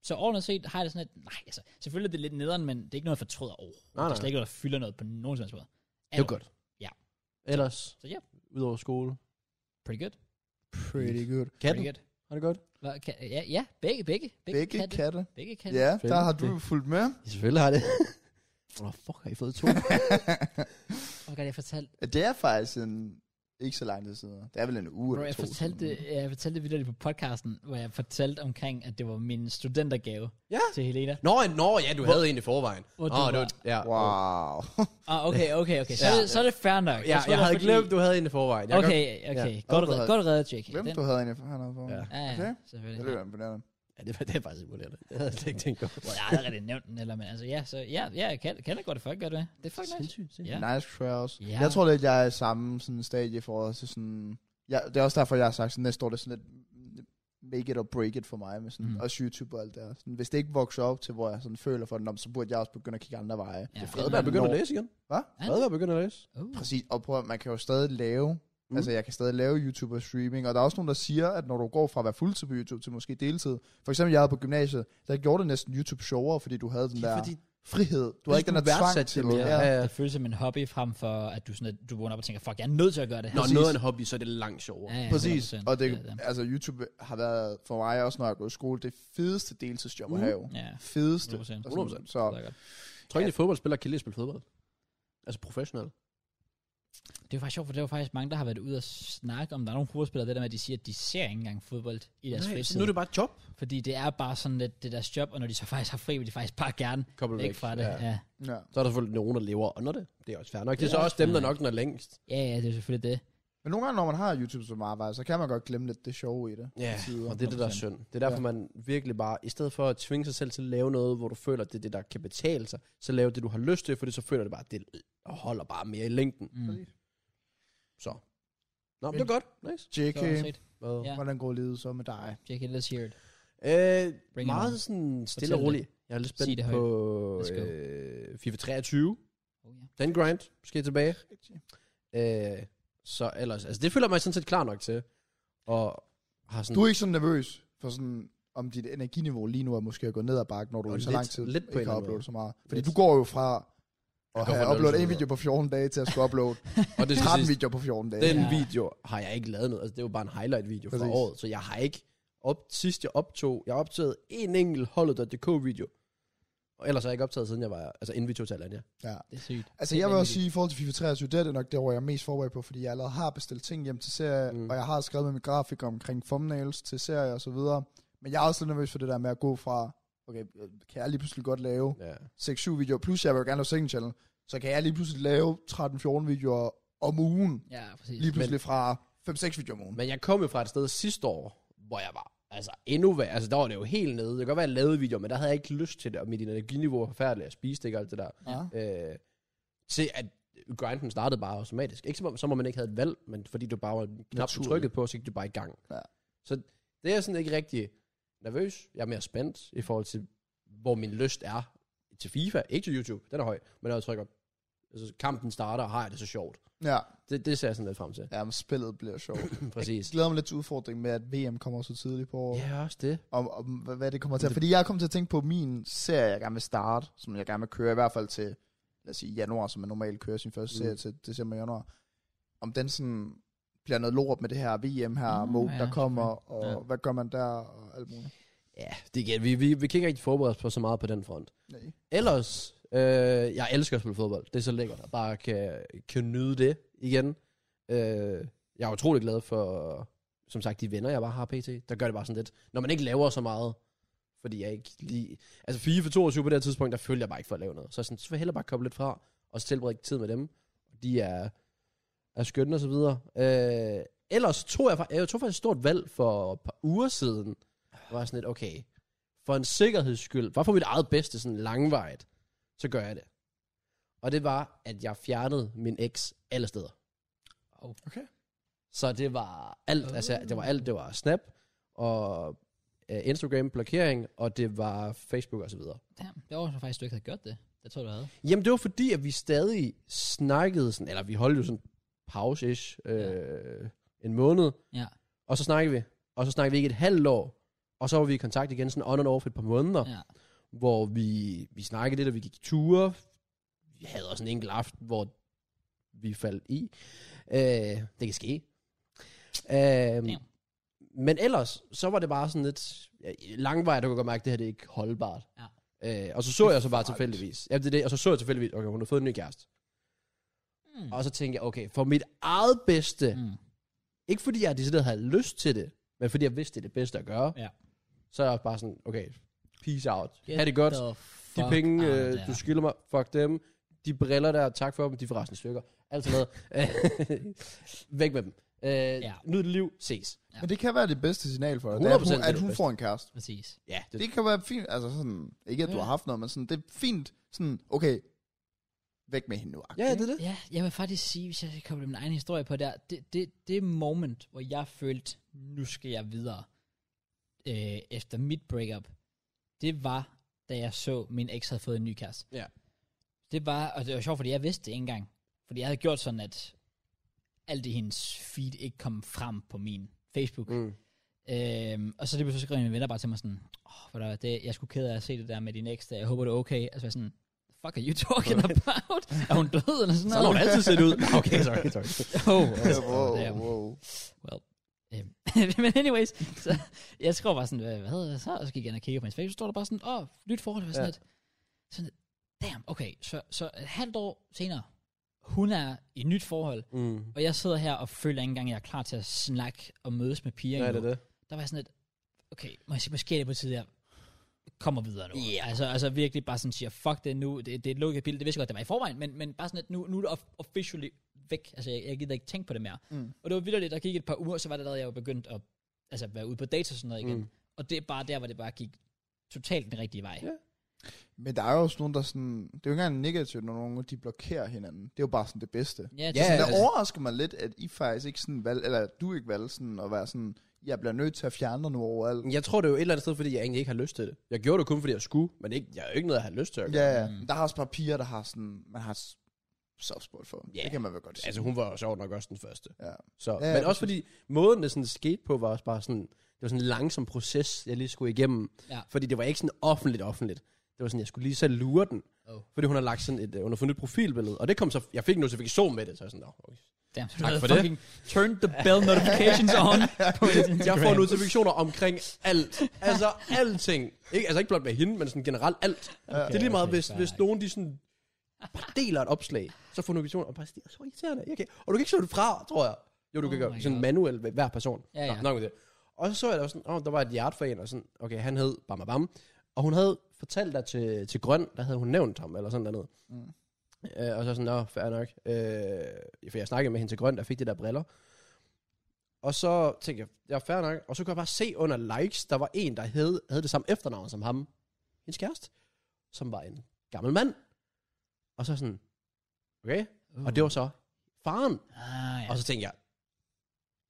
A: så overordnet set har jeg det sådan, at nej, altså, selvfølgelig er det lidt nederen, men det er ikke noget, jeg fortryder overhovedet.
B: Nej,
A: Det er
B: nej.
A: slet ikke noget, der fylder noget på nogen som helst måde.
B: Det er jo godt.
A: Ja.
B: Ellers,
A: Så ja,
B: udover skole.
A: pretty good.
C: Pretty good.
A: Pretty
B: Katten,
A: good.
B: har det godt?
A: Hvad, kan, ja, ja, begge, begge. Begge,
C: Begge
A: katte.
C: katte.
A: Begge katte.
C: Ja, der har du
B: Spændende.
C: fulgt med.
B: Ja, selvfølgelig har det. Hvor oh, fuck har I fået to?
A: Hvor kan jeg fortalte,
C: Det er faktisk en, ikke så lang tid siden. Det er vel en uge
A: bro,
C: eller
A: jeg
C: to.
A: fortalte,
C: siden.
A: jeg fortalte det videre på podcasten, hvor jeg fortalte omkring, at det var min studentergave
B: Ja.
A: til Helena.
B: nå, nå, ja, du havde en i forvejen.
A: Hvor
B: Åh,
A: du
B: det
A: var-
B: var- ja.
C: Wow.
A: Ah, okay, okay, okay. Så, ja.
B: Ja.
A: er, det, så er det fair nok.
B: Ja,
A: troede,
B: jeg
A: det var
B: havde
A: fordi-
B: glemt, du havde en i forvejen. Jeg kan-
A: Okay, okay.
B: Ja.
A: Ja. Godt,
C: Åh, du
A: reddet,
C: havde-
A: godt reddet, Jake.
C: Hvem
A: Den-
C: du havde en forhandler på?
B: Ja.
C: Ja.
A: Ja, ja,
C: Okay. Det
A: selvfølgelig.
C: lyder imponerende.
B: Ja, det, var- det er faktisk imponerende. Det havde jeg slet ikke tænkt på.
A: Well, jeg har aldrig rigtig nævnt den, eller, men altså, ja, så, ja, ja jeg kan, kan da godt, at folk gør det. Det er fucking nice.
B: Sindssygt,
A: Ja.
B: sindssygt.
C: Nice crowds.
A: Ja.
C: Jeg tror lidt, jeg er i samme sådan, stadie for os. Sådan, ja, det er også derfor, jeg har sagt, sådan, næste år det er sådan lidt make it or break it for mig, med sådan,
A: Mm.
C: mm. også YouTube og alt det der. Sådan, hvis det ikke vokser op til, hvor jeg sådan, føler for den, om, så burde jeg også begynde at kigge andre veje.
A: Ja, det
B: Fredberg begynder at læse igen.
C: Hvad?
B: Fredberg begynder at læse.
A: Uh,
C: Præcis, og prøv, at- man kan jo stadig lave,
B: Mm.
C: mm. altså jeg kan stadig lave YouTube og streaming, og der er også nogen, der siger, at når du går fra at være fuldtid på YouTube til måske deltid, for eksempel jeg havde på gymnasiet, der gjorde det næsten YouTube sjovere, fordi du havde den der
B: Fordi
C: frihed. Du havde ikke den der tvang til det.
B: Ja, ja.
A: det føles som en hobby frem for, at du, sådan, at du vågner op og tænker, fuck, jeg er nødt til at gøre det her.
B: Når
C: Præcis.
B: noget er en hobby, så er det langt sjovere.
A: ja,
C: Præcis,
A: 100%.
C: og
A: Ja,
C: det,
A: ja.
C: altså YouTube har været for mig også, når jeg har gået i skole, det fedeste deltidsjob at
B: Mm.
C: have.
A: Uh. Ja,
C: Fedeste.
A: 100%.
C: Og sådan-
A: det
C: Så
A: er godt.
B: Tror I, at fodboldspillere kan lide at spille fodbold? Altså professionelt.
A: Det er faktisk sjovt, for der er jo faktisk mange, der har været ude og snakke om, der er nogle fodboldspillere, det der med, at de siger, at de ser ikke engang fodbold i deres fritid.
B: nu er det bare et job.
A: Fordi det er bare sådan lidt det er deres job, og når de så faktisk har fri, vil de faktisk bare gerne
B: Koblet
A: væk fra det.
B: Ja.
A: Ja,
C: ja.
B: Så er der selvfølgelig nogen, der lever under det. Det er også fair nok. Det er
A: Det er
B: så
A: også
B: også dem,
A: fair
B: der
A: nok.
B: nok når længst.
A: ja, ja det er selvfølgelig det.
C: Men nogle gange, når man har YouTube som arbejde, så kan man godt glemme lidt det sjove i det.
B: Ja,
C: Tider.
B: og det er det, der er
A: 100%.
B: synd. Det er derfor, man virkelig bare, i stedet for at tvinge sig selv til at lave noget, hvor du føler, at det er det, der kan betale sig, så lave det, du har lyst til, fordi så føler du bare, at det holder bare mere i længden.
A: Mm.
B: Så. Nå, men det er godt. Nice.
C: JK,
A: Okay.
B: Hvad?
A: Ja.
C: hvordan går livet så med dig?
B: Mm.
A: Jackie, let's hear it.
B: Øh,
A: Bring it on.
B: meget sådan stille og
A: Fortæl
B: roligt. Jeg er lidt
A: Sig det
B: spændt
A: højt.
B: på
A: Let's go.
B: øh, FIFA 23.
A: Oh, ja.
B: Den grind skal tilbage. Øh, så ellers, altså det føler jeg mig sådan set klar nok til. Og har sådan
C: Du er ikke sådan nervøs for sådan om dit energiniveau lige nu er måske at gå ned ad bakke, når du
B: Og
C: i så
B: lidt-
C: lang tid
B: lidt på en
C: ikke
B: eller
C: har
B: anden
C: uploadet
B: måde.
C: så meget. Fordi
B: Lidt.
C: du går jo fra at
B: går
C: have
B: fra nul
C: uploadet
B: til
C: en
B: hundrede.
C: video på 14 dage til at skulle uploade
B: og det skal
C: 13
B: siges,
C: videoer på 14 dage.
B: den
A: Ja.
B: video har jeg ikke lavet noget. Altså det er jo bare en highlight video fra
C: Præcis.
B: året, så jeg har ikke op, sidst jeg optog, jeg optagede en enkelt holdet.dk video. Og ellers har jeg ikke optaget siden jeg var altså inden vi tog til Alanya.
A: Det er sygt.
C: Altså
A: Det er
C: jeg vil også
A: vanvittigt.
C: sige, i forhold til FIFA 23, det er det nok det, hvor jeg er mest forberedt på, fordi jeg allerede har bestilt ting hjem til serie,
B: Mm.
C: mm. og jeg har skrevet med min grafiker omkring thumbnails til serie og så videre. Men jeg er også lidt nervøs for det der med at gå fra, okay, kan jeg lige pludselig godt lave
B: Ja.
C: 6-7 videoer, plus jeg vil jo gerne lave second channel, så kan jeg lige pludselig lave 13-14 videoer om ugen,
A: Ja, præcis.
C: lige pludselig fra 5-6 videoer om ugen.
B: Men jeg kom jo fra et sted sidste år, hvor jeg var altså endnu værre. Altså der var det jo helt nede. Det kan godt være, at jeg lavede videoer, men der havde jeg ikke lyst til det. Og mit energiniveau var forfærdeligt. Jeg spiste ikke og alt det der.
C: Ja.
B: Øh, til at grinden startede bare automatisk. Ikke som om, som om man ikke havde et valg, men fordi du bare var knap
C: Naturligt.
B: trykket på, så gik du bare i gang.
C: Ja.
B: Så det er jeg sådan ikke rigtig nervøs. Jeg er mere spændt i forhold til, hvor min lyst er til FIFA. Ikke til YouTube, den er høj, men når jeg trykker, altså kampen starter, og har jeg det så sjovt.
C: Ja,
B: Det, det ser jeg sådan lidt frem til.
C: ja men spillet bliver sjovt. Jeg
B: Præcis.
C: glæder mig lidt til udfordringen med, at VM kommer så tidligt på året.
B: Ja, også det.
C: om, om hvad, hvad det kommer til at... Fordi jeg kom til at tænke på min serie, jeg gerne vil starte, som jeg gerne vil køre, i hvert fald til, lad os sige, januar, som man normalt kører sin første
B: Mm.
C: serie til december januar. Om den sådan bliver noget lort med det her VM her,
A: Mm,
C: mm, mode,
A: ja,
C: ja, der kommer, og
A: selvfølgelig.
C: hvad gør man der, og alt muligt.
B: Ja, det igen. Vi, vi, vi kan ikke rigtig forberede os på så meget på den front.
C: Nej.
B: Ellers, øh, jeg elsker at spille fodbold. Det er så lækkert at bare kan, kan nyde det igen. Øh, jeg er utrolig glad for, som sagt, de venner, jeg bare har pt. Der gør det bare sådan lidt. Når man ikke laver så meget, fordi jeg ikke lige... Altså FIFA 22 på det her tidspunkt, der følger jeg bare ikke for at lave noget. Så, sådan, så vil jeg hellere bare koble lidt fra, og så tilbringe tid med dem. De er, er skønne og så videre. Øh, ellers tog jeg, fa- jeg tog faktisk et stort valg for et par uger siden. Jeg var sådan lidt, okay, for en sikkerheds skyld, bare for mit eget bedste, sådan langvejt, så gør jeg det. Og det var, at jeg fjernede min eks alle steder.
A: Oh.
C: Okay.
B: Så det var alt, oh. altså det var alt, det var Snap, og øh, Instagram blokering, og det var Facebook og så videre.
A: Damn, det var så faktisk, du ikke havde gjort det. Jeg tror, du havde.
B: Jamen, det var fordi, at vi stadig snakkede sådan, eller vi holdt jo sådan pause-ish øh, en måned,
A: Ja.
B: og så snakkede vi, og så snakkede vi ikke et halvt år, og så var vi i kontakt igen sådan on and off et par måneder,
A: Ja.
B: hvor vi, vi snakkede lidt, og vi gik ture. Vi havde også en enkelt aften, hvor vi faldt i. Øh, det kan ske. Øh,
A: Damn.
B: men ellers, så var det bare sådan lidt ja, langvej, der kunne godt mærke, at det her det er ikke holdbart. Ja. Øh, og så så jeg så bare
C: Farligt.
B: tilfældigvis. Ja, det er det. Og så så jeg tilfældigvis, okay, hun har fået en ny kæreste.
A: Mm.
B: Og så tænkte jeg, okay, for mit eget bedste, mm.
A: Mm.
B: ikke fordi jeg decideret havde lyst til det, men fordi jeg vidste, det er det bedste at gøre,
A: Ja.
B: så er jeg også bare sådan, okay, peace out.
A: Get
B: ha' det godt.
A: the
B: De
A: fuck
B: penge,
A: out
B: øh,
A: there.
B: du skylder mig, fuck dem. De briller der, tak for dem, de er forresten i stykker. Alt sådan noget. Væk med dem. Øh, ja. Nyd det liv, ses.
A: Ja.
C: Men det kan være det bedste signal for dig, det er,
B: 100%
C: at hun,
B: det er
C: at
B: det
C: hun
B: bedste.
C: får en kæreste.
A: Præcis.
B: Ja, det,
C: Det kan være fint, altså sådan, ikke at du
B: Ja.
C: har haft noget, men sådan, det er fint, sådan, okay, væk med hende nu. agtigt,
B: ja,
C: ikke?
B: det er det.
A: Ja, jeg vil faktisk sige, hvis jeg skal komme min egen historie på der, det, det, det moment, hvor jeg følte, nu skal jeg videre øh, efter mit breakup, det var, da jeg så, min eks havde fået en ny kæreste.
B: Ja.
A: Det var, og det var sjovt, fordi jeg vidste det ikke engang. Fordi jeg havde gjort sådan, at alt i hendes feed ikke kom frem på min Facebook.
B: Mm.
A: Øhm, og så lige pludselig skrev mine venner bare til mig sådan, åh, oh, det, jeg skulle kede af at se det der med din næste, jeg håber det er okay. Altså jeg var sådan, fuck are you talking about? er hun død eller sådan
B: Sådan har
A: noget?
B: hun altid set ud. Okay, sorry, sorry.
A: oh,
C: wow,
A: damn.
C: wow.
A: Well. øhm, Men anyways, så jeg skrev bare sådan, hvad hvad hedder det så? Og så gik jeg ind og kiggede på hendes face, så stod der bare sådan, åh, nyt forhold, og sådan
B: Ja.
A: lidt. Sådan, damn, okay, så, så et halvt år senere, hun er i et nyt forhold,
B: Mm.
A: og jeg sidder her og føler ikke engang, at jeg er klar til at snakke og mødes med piger
B: Ja,
A: endnu
B: det er det.
A: der var jeg sådan lidt, okay, mås- måske er det på tide, jeg kommer videre nu. Yeah. Altså, altså virkelig bare sådan siger, fuck det nu, det, det er et lukket kapitel, det vidste jeg godt, det var i forvejen, men, men bare sådan lidt, nu, nu er det of- officially væk, altså jeg, jeg gider ikke tænke på det mere.
C: Mm.
A: Og det var vildt, der gik et par uger, så var det allerede, jeg var begyndt at altså, være ude på dates og sådan noget igen.
B: Mm.
A: Mm. Og det er bare der, hvor det bare gik totalt den rigtige vej.
B: Ja.
C: Men der er jo også nogen, der sådan, det er jo ikke engang negativt, når nogen de blokerer hinanden. Det er jo bare sådan det bedste.
A: Ja, det
B: Ja,
A: er sådan,
C: Men
A: altså,
C: der overrasker mig lidt, at I faktisk ikke sådan valg, eller at du ikke valgte sådan at være sådan, jeg bliver nødt til at fjerne dig nu overalt.
B: Jeg tror, det er jo et eller andet sted, fordi jeg egentlig ikke har lyst til det. Jeg gjorde det kun, fordi jeg skulle, men ikke, jeg har jo ikke noget, jeg har lyst til at gøre.
C: Ja, ja.
A: Mm.
C: Der er også bare piger, der har sådan, man har s- soft spot for.
B: Ja.
C: Det kan man vel godt sige.
B: Altså, hun var jo sjovt nok også den første.
C: ja.
B: Så, ja,
C: ja,
B: men også fordi, måden det sådan skete på, var også bare sådan, det var sådan en langsom proces, jeg lige skulle igennem.
A: Ja.
B: Fordi det var ikke sådan offentligt offentligt. Det var sådan, jeg skulle lige selv lure den.
A: Oh.
B: Fordi hun har lagt sådan et, øh, hun har fundet et profilbillede. Og det kom så, jeg fik en notifikation med det, så jeg sådan, "Nå, okay.
A: damn,
B: tak
A: tak
B: for
A: for fucking det. turn the bell notifications on. på
B: Jeg
A: Instagram.
B: får notifikationer omkring alt. Altså alting. Ikke, altså ikke blot med hende, men sådan generelt alt. Okay, det er lige meget,
A: okay,
B: hvis,
A: fair
B: hvis
A: nok.
B: nogen de sådan bare deler et opslag, så får notifikationer, og bare sådan, det er så irriterende. Jeg kan, og du kan ikke slå det fra, tror jeg. Jo, du oh
A: Oh
B: kan
A: my
B: gøre sådan
A: God.
B: manuelt ved hver person.
A: Ja, ja.
B: Nå, nok med det. Og så så jeg der var sådan, oh, der var et hjert for en, og sådan, okay, han hed Bam Bam, og hun havde fortalt der til, til Grøn, der havde hun nævnt ham, eller sådan noget.
C: Mm.
B: Øh, og så sådan, nå, fair nok. Øh, for jeg snakkede med hende til grøn, der fik de der briller. Og så tænkte jeg, ja, fair nok. Og så kunne jeg bare se under likes, der var en, der havde, havde det samme efternavn som ham. Hendes kæreste. Som var en gammel mand. Og så sådan, okay. Uh. Og det var så faren.
A: Ah, ja.
B: Og så tænkte jeg,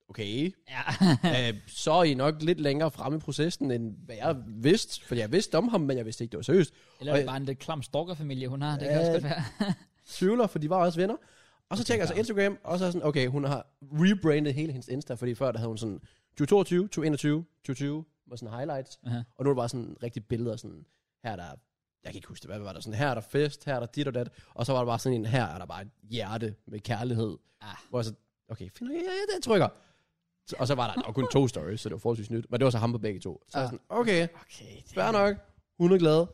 B: okay,
A: ja.
B: øh, så er I nok lidt længere fremme i processen, end hvad jeg vidste. For jeg vidste om ham, men jeg vidste ikke, det var seriøst.
A: Eller er det bare en lidt klam stalkerfamilie, hun har, det kan
B: Ja.
A: også godt være.
B: tvivler, for de var også venner. Og så tjekker jeg så
A: klar.
B: Instagram, og så er sådan, okay, hun har rebrandet hele hendes Insta, fordi før der havde hun sådan 2022, 2021, 2020, var sådan highlights,
A: Aha.
B: og nu er det bare sådan rigtig billeder, sådan, her er der, jeg kan ikke huske det, hvad var der, sådan, her er der fest, her er der dit og dat, og så var der bare sådan en, her er der bare et hjerte med kærlighed,
A: Ah.
B: hvor jeg så, okay, finder jeg, ja, det trykker. Så- Og så var der, der var kun to stories, så det var forholdsvis nyt, men det var så ham på begge to. Så ah.
C: Ah.
B: sådan, okay,
A: Okay.
B: fair nok, hun er glad,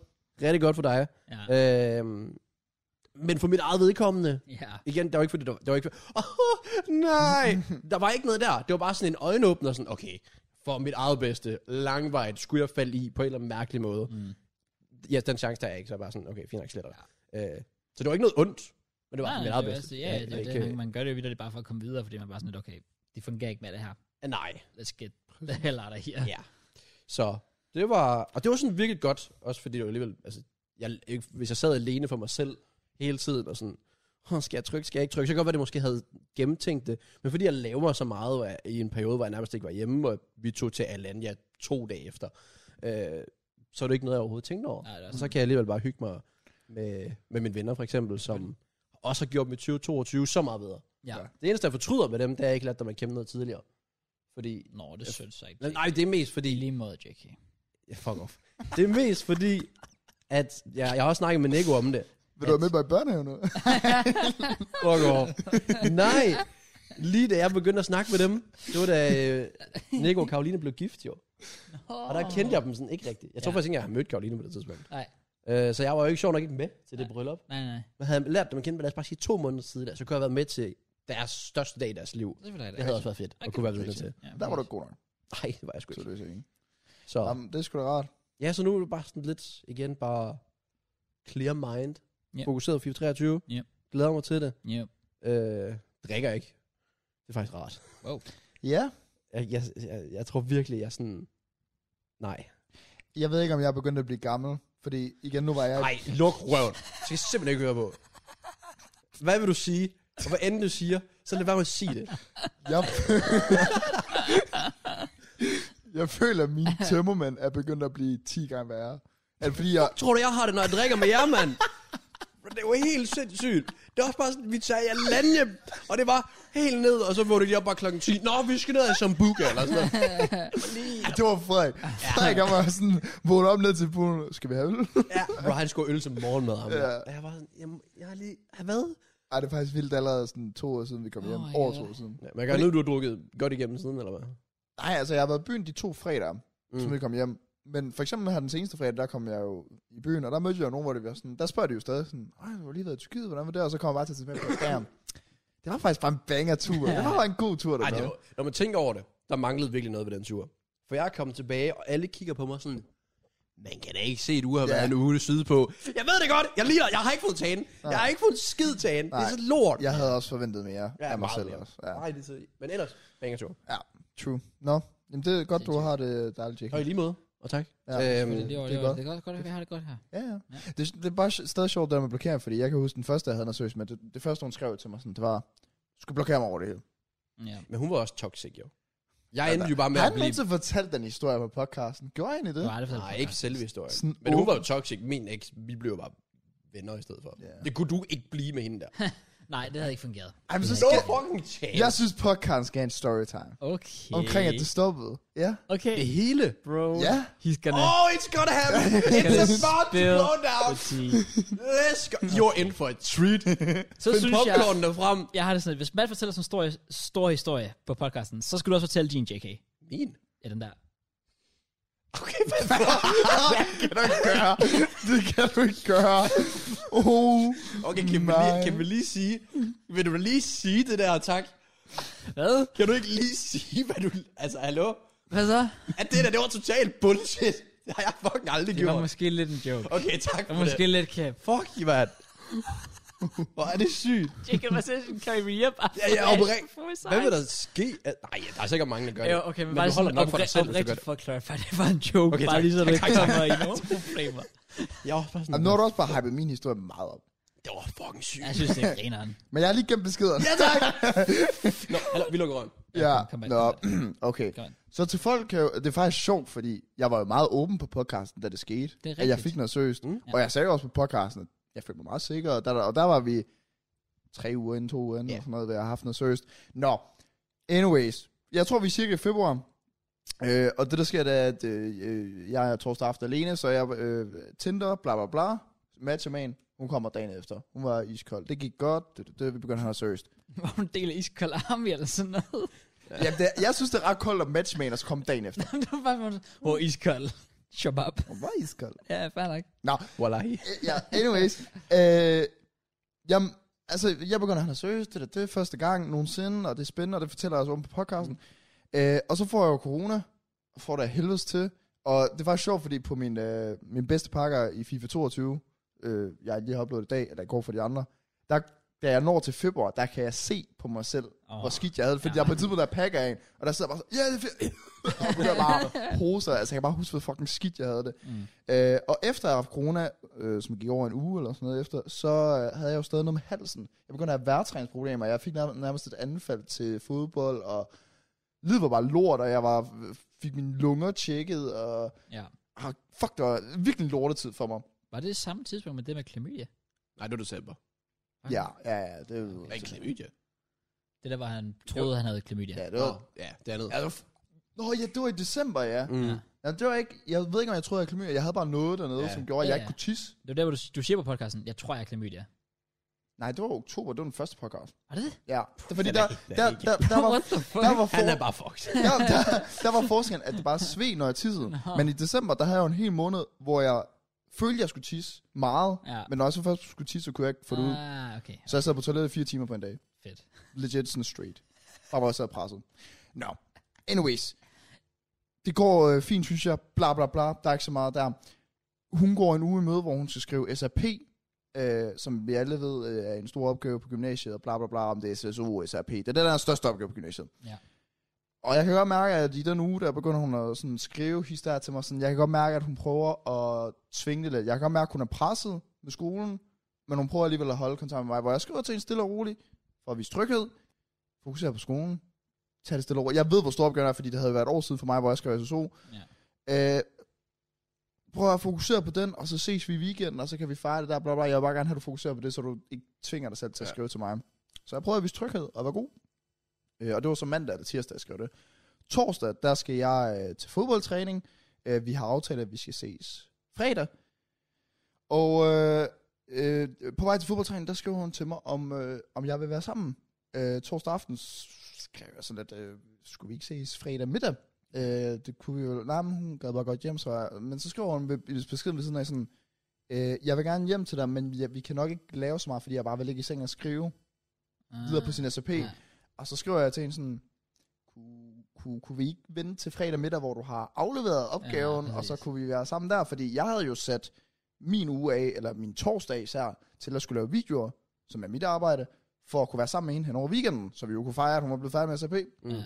B: rigtig godt for dig.
A: Ja.
B: Øhm, men for mit eget vedkommende,
A: ja.
B: Igen, der var ikke fordi, der var, der var ikke for, oh, nej, der var ikke noget der. Det var bare sådan en øjenåbner, sådan, okay, for mit eget bedste, langvejt, skulle jeg falde i på en eller anden mærkelig måde.
A: Mm.
B: Ja, den chance der er ikke, så jeg bare sådan, okay, fint nok, sletter det. Øh, så det var ikke noget ondt, men det var
A: Nej,
B: for mit
A: nej,
B: eget
A: det er
B: bedste.
A: også- Ja, det, er
B: ikke, øh,
A: det, man, man gør det jo videre, det er bare for at komme videre, fordi man bare sådan lidt, okay, det fungerer ikke med det her.
B: øh, nej,
A: Let's get the hell out of here.
B: ja. Så det var, og det var sådan virkelig godt, også fordi det var alligevel, altså, jeg, ikke- hvis jeg sad alene for mig selv hele tiden, og sådan, "Åh, skal jeg trykke, skal jeg ikke trykke, så kan det godt være, at det måske havde gennemtænkt det, men fordi jeg laver så meget hvor jeg, i en periode, hvor jeg nærmest ikke var hjemme, og vi tog til Alanya to dage efter, øh, så er det ikke noget, jeg overhovedet tænkte over.
A: Nej, det er
B: Og så kan jeg alligevel bare hygge mig med, med mine venner for eksempel, som også har gjort mit 2022 så meget bedre.
A: Ja.
C: Ja.
B: Det eneste, jeg fortryder med dem, det er, at jeg ikke lærte dem at kæmpe noget tidligere. Fordi,
A: Nå, det synes jeg ikke.
B: nej, det er mest fordi,
A: I lige måde, JK.
B: Ja, Fuck off. Det er mest fordi, at jeg, jeg har også snakket med Nico om det.
C: Vil du være med mig i børnehaven nu?
B: Fuck off. Nej, lige da jeg begyndte at snakke med dem, det var da øh, Nico og Karoline blev gift jo. Og der kendte jeg dem sådan ikke rigtigt. Jeg tror
A: Ja.
B: faktisk ikke, jeg har mødt Karoline på det tidspunkt.
A: Nej.
B: Øh, så jeg var jo ikke sjov nok ikke med til det
A: Nej.
B: bryllup.
A: Nej, nej.
B: Men havde jeg lært dem at kende, lad os bare sige to måneder siden, der, så kunne jeg have været med til deres største dag i deres liv.
A: Det, var da-
B: Det havde også været fedt
A: I
B: at
A: can
B: kunne være vidne
A: appreciate
B: til.
A: it. Ja,
C: Der var du
A: præcis.
C: god nok.
B: Nej, det var jeg sgu
C: Så
B: ikke.
C: det er jeg enig.
B: Så,
C: Jamen, det er sgu da rart.
B: ja, så nu er det bare sådan lidt, igen, bare clear mind.
A: Ja.
B: Fokuseret på 23.
A: Ja.
B: Glæder mig til det.
A: Ja.
B: Øh, drikker ikke. Det er faktisk rart.
A: Wow.
C: Ja,
B: Jeg, jeg, jeg, jeg tror virkelig, jeg er sådan... Nej.
C: jeg ved ikke, om jeg er begyndt at blive gammel. Fordi igen, nu var jeg...
B: Nej, luk røven. Det skal jeg simpelthen ikke høre på. Hvad vil du sige? Og hvad end du siger, så lad være med at sige det.
C: Jeg, jeg føler, at min tømmermænd er begyndt at blive 10 gange værre. At fordi jeg...
B: Tror du, jeg har det, når jeg drikker med jer, mand? Det var helt sindssygt. Det var også bare sådan, vi tager jeg landhjem, og det var helt ned, og så var det lige op bare klokken 10. Nå, vi skal ned af Sambuca, eller sådan noget.
C: Ej, det var Frederik. Frederik, han var sådan... Vågnet op ned til poolen. Skal vi have øl?
B: Ja, bro, han skulle øl som morgenmad, ham.
C: Ja.
B: Ja. Og jeg var sådan, jamen, jeg har lige, hvad?
C: Ej, det er faktisk vildt allerede sådan to år siden, vi kom hjem.
A: Åh,
C: Over
A: ja.
C: to år siden.
B: Ja, man kan nu, du har drukket godt igennem siden, eller hvad?
C: Nej, altså jeg har været i byen de to fredage, mm. som
B: Mm.
C: vi kom hjem. Men for eksempel her den seneste fredag, der kom jeg jo i byen, og der mødte jeg jo nogen, hvor det var sådan, der spørger de jo stadig sådan, ej, du har lige været i Tyrkiet, hvordan var det? Og så kom jeg bare til tilbage og damn. Det var faktisk bare en banger-tur. Det var bare en god tur, der
B: Ej, det var, når man tænker over det, der manglede virkelig noget ved den tur. For jeg er kommet tilbage, og alle kigger på mig sådan, man kan da ikke se, at du har
C: Ja.
B: været en uge sydpå. Jeg ved det godt, jeg lider, jeg har ikke fået tagen. Jeg har ikke fået en skid tagen. Det er
C: Nej.
B: så lort.
C: Jeg havde også forventet mere ja, af mig
B: meget
C: selv
B: mere.
C: også. Ja,
B: Nej, det er så... Men ellers, banger tur.
C: true. Nå, Jamen, det er godt, du har det dejligt, Jacob.
B: Og i lige Øhm, måde. Og tak.
C: Ja.
B: Øh,
A: Det, er- det, er-
C: det
A: det,
C: er
A: er-
C: godt.
A: det er godt, godt, at vi har det godt her.
C: Ja, ja. Det, det er bare sj- stadig sjovt, det der med blokering, fordi jeg kan huske den første, jeg havde nervøs med, det, det første, hun skrev til mig, sådan, det var, du skal blokere mig over det hele.
A: Ja.
B: Men hun var også toxic, jo. Jeg
C: Ja,
B: endte jo bare med
C: Har
B: at
C: han
B: blive...
C: nogensinde fortalt den historie på podcasten? Gjorde han i det?
A: Du har aldrig fået
B: Øh? Nej,
A: det
B: ikke
A: før.
B: selve historien.
C: Sådan oh,
B: Men hun
C: åben.
B: var jo toxic, min eks. Vi blev jo bare venner i stedet for.
C: Ja.
B: Det kunne du ikke blive med hende der.
A: Nej, det havde ikke fungeret.
C: Ej, men så
B: No
C: skal,
B: fucking chance.
C: Jeg synes, podcasten skal have en storytime.
A: Okay.
C: Omkring, at det stoppede. Ja.
A: Okay.
B: Det hele.
A: Bro.
C: Ja.
A: He's gonna...
B: Oh, it's gonna happen.
A: gonna
B: It's about to
A: spill
B: blow down.
A: the tea.
B: Let's go. You're in for a treat.
A: Så
B: Find
A: synes jeg...
B: popcornene frem.
A: Jeg har det sådan, at hvis Matt fortæller sådan en stor, stor historie på podcasten, så skal du også fortælle din JK.
B: Min.
A: Ja, den der.
B: Okay, hvad for-
C: Det kan du ikke gøre. Det kan du ikke gøre. Oh.
B: Okay, kan vi,
C: Nej.
B: lige, kan vi lige sige... Vil du lige sige det der, tak?
A: Hvad?
B: Kan du ikke lige sige, hvad du... Altså, hallo?
A: Hvad så?
B: At det der, det var totalt bullshit. Det har jeg fucking aldrig
A: Det var
B: gjort.
A: måske lidt en joke.
B: Okay, tak
A: Det
B: for
A: var måske
B: det.
A: lidt kæft.
B: Fuck, I mand. Hvor er det sygt.
A: JK Recession carry me up.
B: Ja, ja, oprekt. Hvad vil der ske? Nej, der er sikkert mange, der gør det.
A: Ja, okay, men,
B: men
A: bare
B: du holder
A: sådan
B: nok for dig
A: opri-
B: selv, hvis du
A: oprigtigt
B: gør det.
A: for at clarify, det var en joke.
B: Okay,
A: bare
B: tak.
A: lige så du
B: Tak,
A: ikke
B: tak, tak.
A: kommer i nogen problemer.
B: Jeg var bare
C: Jamen,
B: sådan,
C: nu har du også bare hypet min historie meget op.
B: det var fucking sygt.
A: Jeg synes, det er grineren.
C: Men jeg har lige gemt beskeder.
B: Ja, tak. Nå, hallo, vi lukker røven.
C: Ja,
A: kom, kom,
C: nå,
A: kom,
C: okay.
A: Kom on.
C: Så til folk, kan jo, det er faktisk sjovt, fordi jeg var jo meget åben på podcasten, da det skete.
A: Det er
C: at jeg
A: rigtigt.
C: fik noget seriøst.
B: Mm.
C: Mm. Og jeg sagde jo også på podcasten, at jeg følte mig meget sikker, og der, der- og der var vi tre uger inden, to uger inden,
B: Ja.
C: yeah. og sådan noget, der jeg har haft noget seriøst. Nå, anyways, jeg tror, vi er cirka i februar, øh, og det der sker, det er, at øh, jeg er torsdag aften alene, så jeg øh, Tinder, bla bla bla, matcher med en, hun kommer dagen efter, hun var iskold, det gik godt, det, det, det vi begyndte at have noget seriøst.
A: Var hun en del af iskold army eller sådan noget?
C: Ja. Jamen, det, jeg synes, det er ret koldt at matche med en, og så komme dagen efter.
A: det var bare, sådan, hvor oh, iskold. Shabab.
C: Hun var iskold.
A: Ja, fair nok.
C: Nå,
B: Wallahi.
C: ja, anyways. Øh, jamen, altså, jeg begynder at have noget seriøst. Det, der, det er første gang nogensinde, og det er spændende, og det fortæller jeg også om på podcasten. Mm. Øh, og så får jeg jo corona, og får det helvedes til. Og det var sjovt, fordi på min, øh, min bedste pakker i FIFA 22, øh, jeg lige har uploadet i dag, eller i går for de andre, der, da jeg når til februar, der kan jeg se på mig selv,
A: Åh.
C: oh. hvor skidt jeg havde. Fordi
A: Ja.
C: ja. jeg på et tidspunkt, der pakker en, og der sidder jeg bare så, ja, det er fedt. og begynder bare hoser. Altså, jeg kan bare huske, hvor fucking skidt jeg havde det.
A: Mm.
C: Øh, og efter jeg havde haft corona, øh, som gik over en uge eller sådan noget efter, så øh, havde jeg jo stadig noget med halsen. Jeg begyndte at have værtræningsproblemer. Jeg fik nærm- nærmest et anfald til fodbold, og livet var bare lort, og jeg var, fik mine lunger tjekket, og
A: Ja.
C: ah, fuck, det var virkelig en lortetid for mig.
A: Var det samme tidspunkt med det med klamydia?
B: Nej, det var december.
C: Ja, ja, ja. Det,
B: Ja, ikke klamydia.
A: Det der, var han troede, han havde klamydia.
C: ja, det
B: Nå,
C: var...
B: Ja, det andet.
C: Ja, det var f- Nå, ja, det var i december, ja.
B: Mm.
A: Ja.
C: ja det var ikke... Jeg ved ikke, om jeg troede, jeg havde klamydia. Jeg havde bare noget dernede,
B: Ja.
C: ja. som gjorde, at jeg
A: Ja,
C: ikke
A: ja.
C: kunne tisse.
A: Det var der, hvor du, du siger på podcasten, jeg tror, jeg har klamydia.
C: Nej, det var oktober. Det var den første podcast.
A: Var det det?
C: Ja. Det er fordi,
B: Den er
C: der,
B: ikke- den er
C: der,
B: ikke-
C: der, der, var,
A: What the fuck?
C: der var, for,
B: Han er bare fucked.
C: ja, der, der var forskellen, at det bare sved, når jeg tissede.
A: Nå.
C: Men i december, der havde jeg jo en hel måned, hvor jeg følte, jeg skulle tisse meget.
A: Ja.
C: Men når jeg så først skulle tisse, så kunne jeg ikke få det ud.
A: Ah, okay.
C: Så jeg sad på toilettet i fire timer på en dag.
A: Fedt.
C: legit sådan straight. Bare hvor jeg sad presset. Nå. No. Anyways. Det går øh, fint, synes jeg. Bla, bla, bla. Der er ikke så meget der. Hun går en uge i møde, hvor hun skal skrive SAP, øh, som vi alle ved øh, er en stor opgave på gymnasiet, og bla, bla, bla, om det er SSO og SAP. Det er den, der er den største opgave på gymnasiet.
A: Ja.
C: Og jeg kan godt mærke, at i den uge, der begynder hun at sådan, skrive historier til mig. Sådan, jeg kan godt mærke, at hun prøver at tvinge det lidt. Jeg kan godt mærke, at hun er presset med skolen, men hun prøver alligevel at holde kontakt med mig, hvor jeg skriver til hende stille og roligt, for at vise tryghed, fokusere på skolen, tag det stille over. Jeg ved, hvor stor opgaven er, fordi det havde været et år siden for mig, hvor jeg skrev SSO. Ja. Øh, prøv at fokusere på den, og så ses vi i weekenden, og så kan vi fejre det der, bla bla. Jeg vil bare gerne have, at du fokuserer på det, så du ikke tvinger dig selv til at
B: Ja.
C: skrive til mig. Så jeg prøvede at vise tryghed og være god. Øh, og det var så mandag eller tirsdag, jeg skrev det. Torsdag, der skal jeg øh, til fodboldtræning. Øh, vi har aftalt, at vi skal ses fredag. Og øh, øh, på vej til fodboldtræning, der skriver hun til mig, om, øh, om jeg vil være sammen. Øh, torsdag aften skrev jeg sådan lidt, øh, skulle vi ikke ses fredag middag? Øh, det kunne vi jo, nej, men hun gad bare godt hjem, så jeg, men så skriver hun ved- i beskeden ved siden af sådan, øh, jeg vil gerne hjem til dig, men jeg, vi kan nok ikke lave så meget, fordi jeg bare vil ligge i sengen og skrive
A: Ah,
C: videre på sin SAP.
A: ja.
C: Og så skriver jeg til hende sådan, kunne, kunne, kunne vi ikke vente til fredag middag, hvor du har afleveret opgaven, ja, og så
A: præcis.
C: kunne vi være sammen der? Fordi jeg havde jo sat min uge af, eller min torsdag især, til at skulle lave videoer, som er mit arbejde, for at kunne være sammen med hende hen over weekenden, så vi jo kunne fejre, at hun var blevet færdig med SAP.
B: Mm.
A: Ja.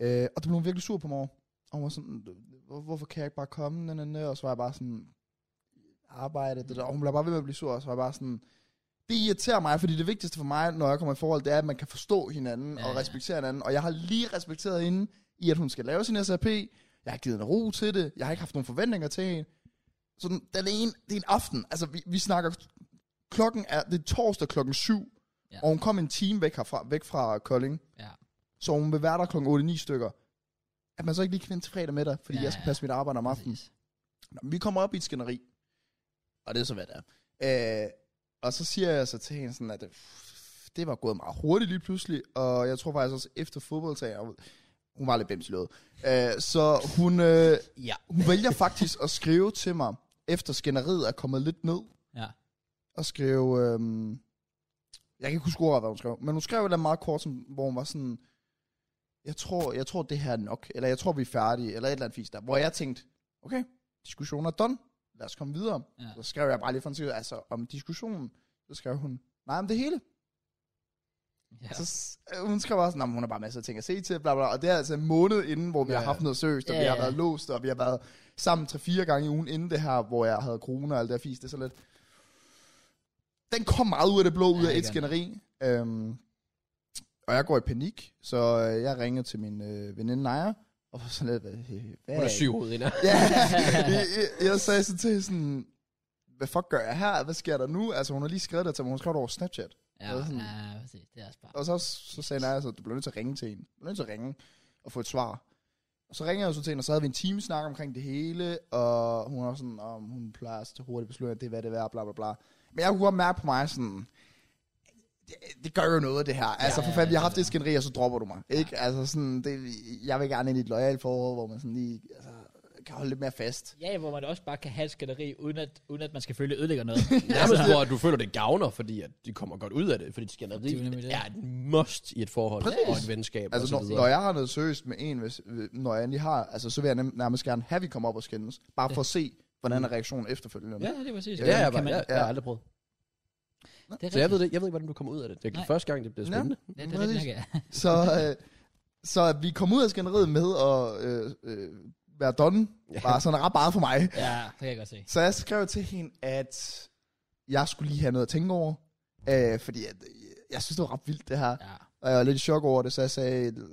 C: Øh, og det blev hun virkelig sur på mig. over. Og hun var sådan, "Hvor- hvorfor kan jeg ikke bare komme? Næ, næ, næ. Og så var jeg bare sådan, arbejde, det der. Og hun blev bare ved med at blive sur, og så var jeg bare sådan, det irriterer mig, fordi det vigtigste for mig, når jeg kommer i forhold, det er, at man kan forstå hinanden
A: Ja,
C: og
A: ja.
C: respektere hinanden. Og jeg har lige respekteret hende i, at hun skal lave sin SAP. Jeg har givet hende ro til det. Jeg har ikke haft nogen forventninger til hende. Så den, den ene, det er en aften. Altså, vi, vi snakker, klokken er, det er torsdag klokken syv,
A: Ja.
C: ja. og hun kom en time væk, herfra, væk fra Kolding.
A: Ja.
C: Så hun vil være der klokken 8-9 stykker. At man så ikke lige kan vente til fredag med dig, fordi
A: Ja,
C: ja, jeg skal
A: ja.
C: passe mit arbejde om aftenen.
A: Præcis.
C: Nå, men vi kommer op i et skænderi. Og det er så, hvad det er. Øh, og så siger jeg så til hende sådan, at øh, det var gået meget hurtigt lige pludselig. Og jeg tror faktisk også efter fodboldtagen, hun var lidt bimslået. Øh, så hun, øh,
A: Ja.
C: hun vælger faktisk at skrive til mig, efter skænderiet er kommet lidt ned,
A: Ja.
C: og skrev... Øhm, jeg kan ikke huske ordet, hvad hun skrev, men hun skrev et eller andet meget kort, som, hvor hun var sådan... Jeg tror, jeg tror, det her er nok, eller jeg tror, vi er færdige, eller et eller andet fisk der. Hvor jeg tænkte, okay, diskussionen er done, lad os komme videre.
A: Ja.
C: Ja. Så skrev jeg bare lige for en sikkerhed, altså om diskussionen, så skrev hun, nej, om det hele.
A: Ja.
C: Ja. Så s- øh, hun skrev bare sådan, "Nå, men hun har bare masser af ting at se til, bla, bla. Og det er altså en måned inden, hvor vi
B: Ja,
C: har
B: ja.
C: haft noget seriøst, og
A: Ja,
C: vi har
A: ja.
C: været låst, og vi har været sammen 3-4 gange i ugen inden det her, hvor jeg havde corona og alt det her fisk. Det er så lidt... Den kom meget ud af det blå, ud
A: Ja,
C: af
A: det
C: et
A: gør
C: skænderi. Øhm, og jeg går i panik, så øh, jeg ringer til min øh, veninde Naja, og var sådan lidt, "Hvad- hvad
B: Hun er syg hovedet inden.
C: Ja, jeg, jeg, jeg sagde sådan til hende sådan, hvad fuck gør jeg her? Hvad sker der nu? Altså, hun har lige skrevet det til mig, hun skrev det over Snapchat.
A: Ja,
C: Det er sådan-
A: ja, præcis. Det er også bare...
C: Og så, så sagde jeg, at du bliver nødt til at ringe til hende. Du bliver nødt til at ringe og få et svar. Og så ringer jeg jo så til hende, og så havde vi en time snak omkring det hele, og hun var sådan, om hun plejer at tage hurtigt beslutninger, det er hvad det er, bla bla bla. Men jeg kunne godt mærke på mig sådan, det, det gør jo noget det her. Altså
A: Ja,
C: for fanden, jeg har haft
A: altså.
C: det skænderi, og så dropper du mig. Ikke? Altså sådan, det, jeg vil gerne ind i et lojalt forhold, hvor man sådan lige altså, kan holde lidt mere fast.
A: Ja, hvor man også bare kan have et skænderi, uden at, uden at man skal føle ødelægger noget.
B: Nærmest hvor du føler, det gavner, fordi at de kommer godt ud af det. Fordi det
A: Det er jo
B: skænderi
A: nemlig det.
B: er et must i et forhold
C: Præcis.
B: og et venskab
C: Altså,
B: altså, og så
C: når,
B: videre.
C: når jeg har noget seriøst med en, hvis, når jeg endelig har, altså, så vil jeg nem- nærmest gerne have, at vi kommer op og skændes. Bare for at se, hvordan er reaktionen efterfølgende.
A: Mm. ja, det er præcis.
B: Ja, jeg,
A: Kan
B: bare,
A: man-
B: jeg, jeg har aldrig prøvet.
A: Det er
B: Så jeg ved,
A: rigtigt.
B: det, jeg ved ikke, hvordan du kommer ud af det. Det er
A: Nej.
B: første gang, det bliver
C: Ja.
B: spændende.
A: Ja, det er det, jeg kan.
C: Så, øh, så at vi kom ud af skænderiet med at øh, øh, være done, var sådan ret bare for mig.
A: Ja, det kan jeg godt se.
C: Så jeg skrev til hende, at jeg skulle lige have noget at tænke over. Øh, fordi at, øh, jeg synes, det var ret vildt det her.
A: Ja.
C: Og jeg var lidt i chok over det, så jeg sagde, øh,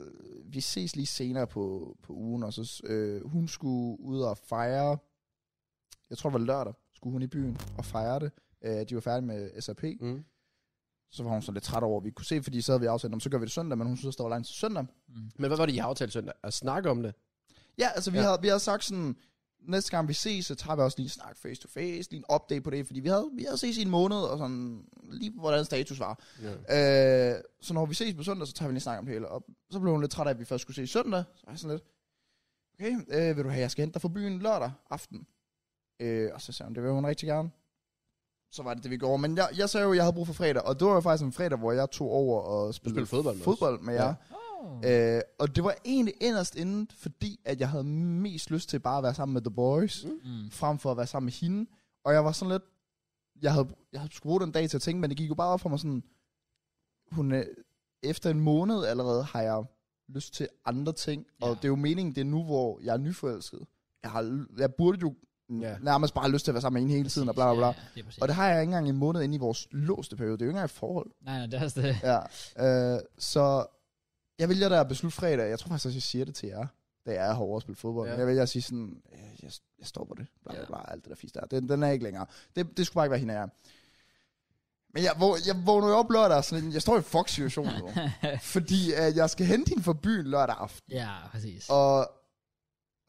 C: vi ses lige senere på, på ugen. Og så, øh, hun skulle ud og fejre, jeg tror det var lørdag, skulle skulle hun i byen og fejre det. Øh, de var færdige med SAP.
B: Mm.
C: Så var hun så lidt træt over, at vi kunne se, fordi så havde vi aftalt, om så gør vi det søndag, men hun synes, der var langt til søndag.
A: Mm.
B: Men hvad var det, I aftalte søndag? At snakke om det?
C: Ja, altså vi,
B: Ja.
C: ja. Havde, vi havde sagt sådan, næste gang vi ses, så tager vi også lige en snak face to face, lige en update på det, fordi vi havde, vi havde ses i en måned, og sådan lige hvordan status var.
B: Ja.
C: Øh, så når vi ses på søndag, så tager vi lige en snak om det hele. Og så blev hun lidt træt af, at vi først skulle ses søndag. Så var jeg sådan lidt, okay, øh, vil du have, jeg skal hente dig fra byen lørdag aften? Øh, og så sagde hun, det vil hun rigtig gerne. Så var det det, vi gjorde. Men jeg, jeg sagde jo, at jeg havde brug for fredag, og det var jo faktisk en fredag, hvor jeg tog over og spillede,
B: spillede fodbold med os.
C: fodbold med jer.
B: Ja.
A: Oh.
C: Øh, og det var egentlig inderst inden, fordi at jeg havde mest lyst til bare at være sammen med The Boys, mm.
A: Mm.
C: frem for at være sammen med hende. Og jeg var sådan lidt, jeg havde, jeg havde skulle bruge den dag til at tænke, men det gik jo bare op for mig sådan, hun, øh, efter en måned allerede har jeg lyst til andre ting, ja.
A: Ja.
C: og det er jo meningen, det er nu, hvor jeg er nyforelsket. Jeg, har, l- jeg burde jo
B: Ja.
C: ja. nærmest bare have lyst til at være sammen med hende hele tiden, og bla bla bla.
A: Ja, ja, det er præcis.
C: Og det har jeg ikke engang en måned inde i vores låste periode. Det er jo ikke engang et forhold.
A: Nej, nej, det er også det.
C: Ja, øh, så jeg vælger da at beslutte fredag. Jeg tror faktisk også, jeg siger det til jer, da jeg er herovre og spille fodbold.
B: Ja.
C: Ja. Jeg vælger at sige sådan, "Øh, jeg, jeg stopper det. Bla, bla, bla, alt det der fisk der. Den, den er ikke længere. Det, det skulle bare ikke være hende af jer. Men jeg, vå- jeg vågner jo op lørdag, og sådan, lidt- jeg står i en fuck-situation nu. fordi øh, jeg skal hente hende fra byen lørdag aften.
A: ja, præcis.
C: Og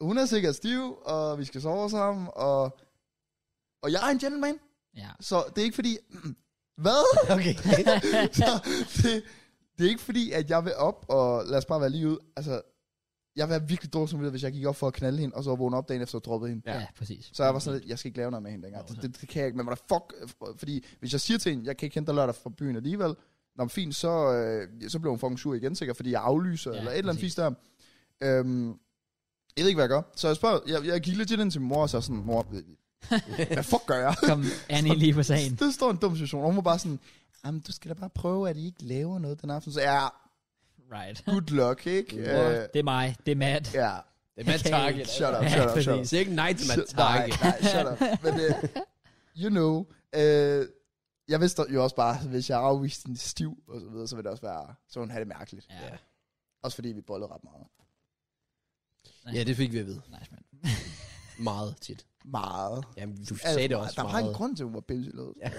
C: hun er sikkert stiv, og vi skal sove sammen, og, og jeg er en gentleman.
A: Ja.
C: Så det er ikke fordi... Hvad?
B: Okay.
C: så det, det er ikke fordi, at jeg vil op og... Lad os bare være lige ud. Altså, jeg vil have virkelig dårlig samvittighed, hvis jeg gik op for at knalde hende, og så vågne op dagen efter og droppede hende.
A: ja,
B: Ja.
A: ja, præcis.
C: Så jeg var sådan lidt, jeg skal ikke lave noget med hende dengang. Det, det, det kan jeg ikke, men hvad fuck? Fordi hvis jeg siger til hende, jeg kan ikke hente dig lørdag fra byen alligevel, Nå, men fint, så, øh, så bliver hun fucking sur igen sikkert, fordi jeg aflyser,
A: Ja,
C: ja, eller et eller andet
A: præcis.
C: fisk der. Øhm, jeg ved ikke, hvad jeg gør. Så jeg spørger, jeg, jeg gik legit ind til min mor, og så er jeg sådan, mor, øh, hvad fuck gør jeg?
A: Kom Annie lige på sagen.
C: Det står en dum situation. Og hun var bare sådan, jamen du skal da bare prøve, at I ikke laver noget den aften. Så ja,
A: Right.
C: good luck, ikke?
A: Mor,
C: Øh,
A: det er mig. Det er Matt.
C: ja,
B: Det er Matt
A: Okay.
B: Target.
C: shut up,
A: Ja,
C: shut up, shut
A: præcis.
C: up.
B: Det er ikke nej til Matt
C: Shut- Nej,
B: Target.
C: nej, shut up. Men øh, you know, øh, jeg vidste jo også bare, hvis jeg afviste en stiv, og så videre, så ville det også være, så ville hun have det mærkeligt.
A: Ja.
C: Også fordi vi bollede ret meget.
B: Ja, det fik vi at vide.
A: Nice, man.
B: Meget tit.
C: Meget. Altså,
B: Jamen, du sagde det også
C: Der var
B: meget.
C: en grund til, at hun var bimselød. Ja.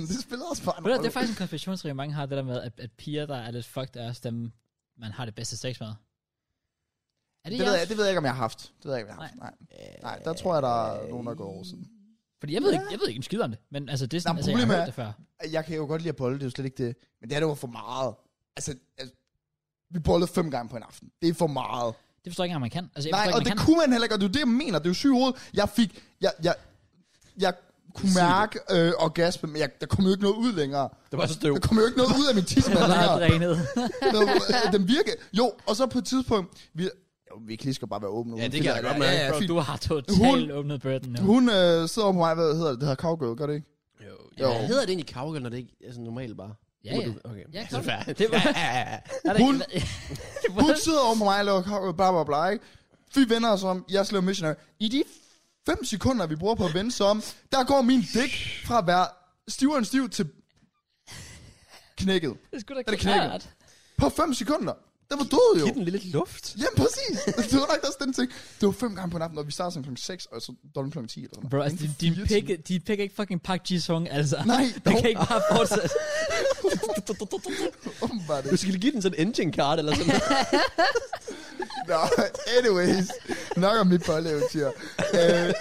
C: det spiller også bare en
A: Ved du,
C: rolle.
A: det er faktisk en konspirationsteori, mange har, det der med, at, at piger, der er lidt fucked, er også dem, man har det bedste sex med. Er det,
C: det, ved jeg, det ved jeg ikke, om jeg har haft. Det ved jeg ikke, om jeg har haft. Nej.
B: Øh,
C: Nej, der tror jeg, der er nogen, der går over sådan.
A: Fordi jeg ved, ikke, jeg ved ikke en skid om det, men altså, det er sådan,
C: Nå,
A: altså, jeg har
C: problemet
A: hørt
C: er-
A: det før.
C: jeg kan jo godt lide at bolle, det er jo slet ikke det. Men det her, det var for meget. Altså, altså vi bollede fem gange på en aften. Det er for meget.
A: Det forstår jeg ikke engang, man kan. Altså, jeg
C: Nej,
A: forstår
C: og
A: ikke,
C: det
A: man kan.
C: kunne man heller ikke, og det er jo det, jeg mener. Det er jo syg hoved. Jeg fik... Jeg, jeg, jeg kunne
B: Sig det.
C: mærke øh, orgasme, men jeg, der kom jo ikke noget ud længere.
B: Det var så støv.
C: Der kom jo ikke noget ud af min tissemand
A: Det er
C: længere.
A: drænet.
C: Den, øh, den virker. Jo, og så på et tidspunkt... Vi, jo, vi kan lige skal bare være åbne nu.
B: Ja, det
C: Fint,
B: kan jeg
C: ja,
B: godt mærke.
C: ja, ja,
B: Bro,
C: fint.
A: Du har totalt
C: Hun-
A: åbnet bøtten nu.
C: Hun øh, sidder over på mig, hvad hedder det? Det hedder cowgirl, gør det ikke?
B: Jo,
C: Jo.
B: Hvad hedder det egentlig kavgøl, når det ikke er sådan normalt bare?
A: Ja, ja.
B: Okay.
A: Ja,
B: Så
A: kavgøl.
B: fair.
A: Det var-
B: Ja, ja, ja.
A: Er der ikke-
C: hun- Hun sidder over på mig og laver kaffe, bla bla bla, ikke? Vi vender os om, jeg slår missionary. I de 5 sekunder, vi bruger på at vende sig om, der går min dæk fra at være stivere end stiv til knækket.
A: Det er sgu da
C: Er det knækket?
A: klart.
C: På 5 sekunder. Den var død jo.
B: Giv den lidt luft.
C: Jamen præcis. Det var nok også den ting. Det var fem gange på natten, og vi startede sådan kl. 6, og så dobbelt kl. 10 eller sådan noget.
A: Bro, altså, din, din, pik, din pik er ikke fucking Park Ji-sung, altså.
C: Nej,
A: Det
C: dog.
A: kan ikke bare fortsætte.
C: Åbenbart
B: Du
C: ikke.
B: skal give den sådan en engine card eller sådan noget.
C: Nå, anyways. Nok om mit bolleeventyr. Øh,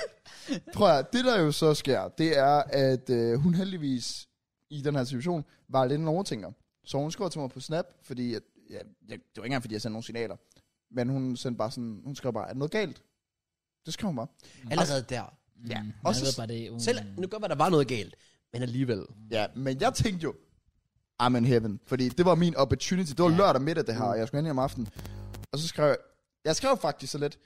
C: prøv at høre, det der jo så sker, det er, at øh, hun heldigvis i den her situation var lidt en overtænker. Så hun skrev til mig på Snap, fordi at, ja, jeg, det var ikke engang, fordi jeg sendte nogle signaler. Men hun sendte bare sådan, hun skrev bare, er der noget galt? Det skrev hun bare.
B: Allerede der.
C: Ja,
A: Mm,
C: også-
A: jeg ved bare det. er-
B: Selv, nu kan godt være, der var noget galt. Men alligevel.
C: Ja, men jeg tænkte jo, I'm in heaven. Fordi det var min opportunity. Det var
A: Ja.
C: ja. lørdag middag, det her, og jeg skulle hen hjem om aftenen. Og så skrev jeg, jeg skrev faktisk så lidt,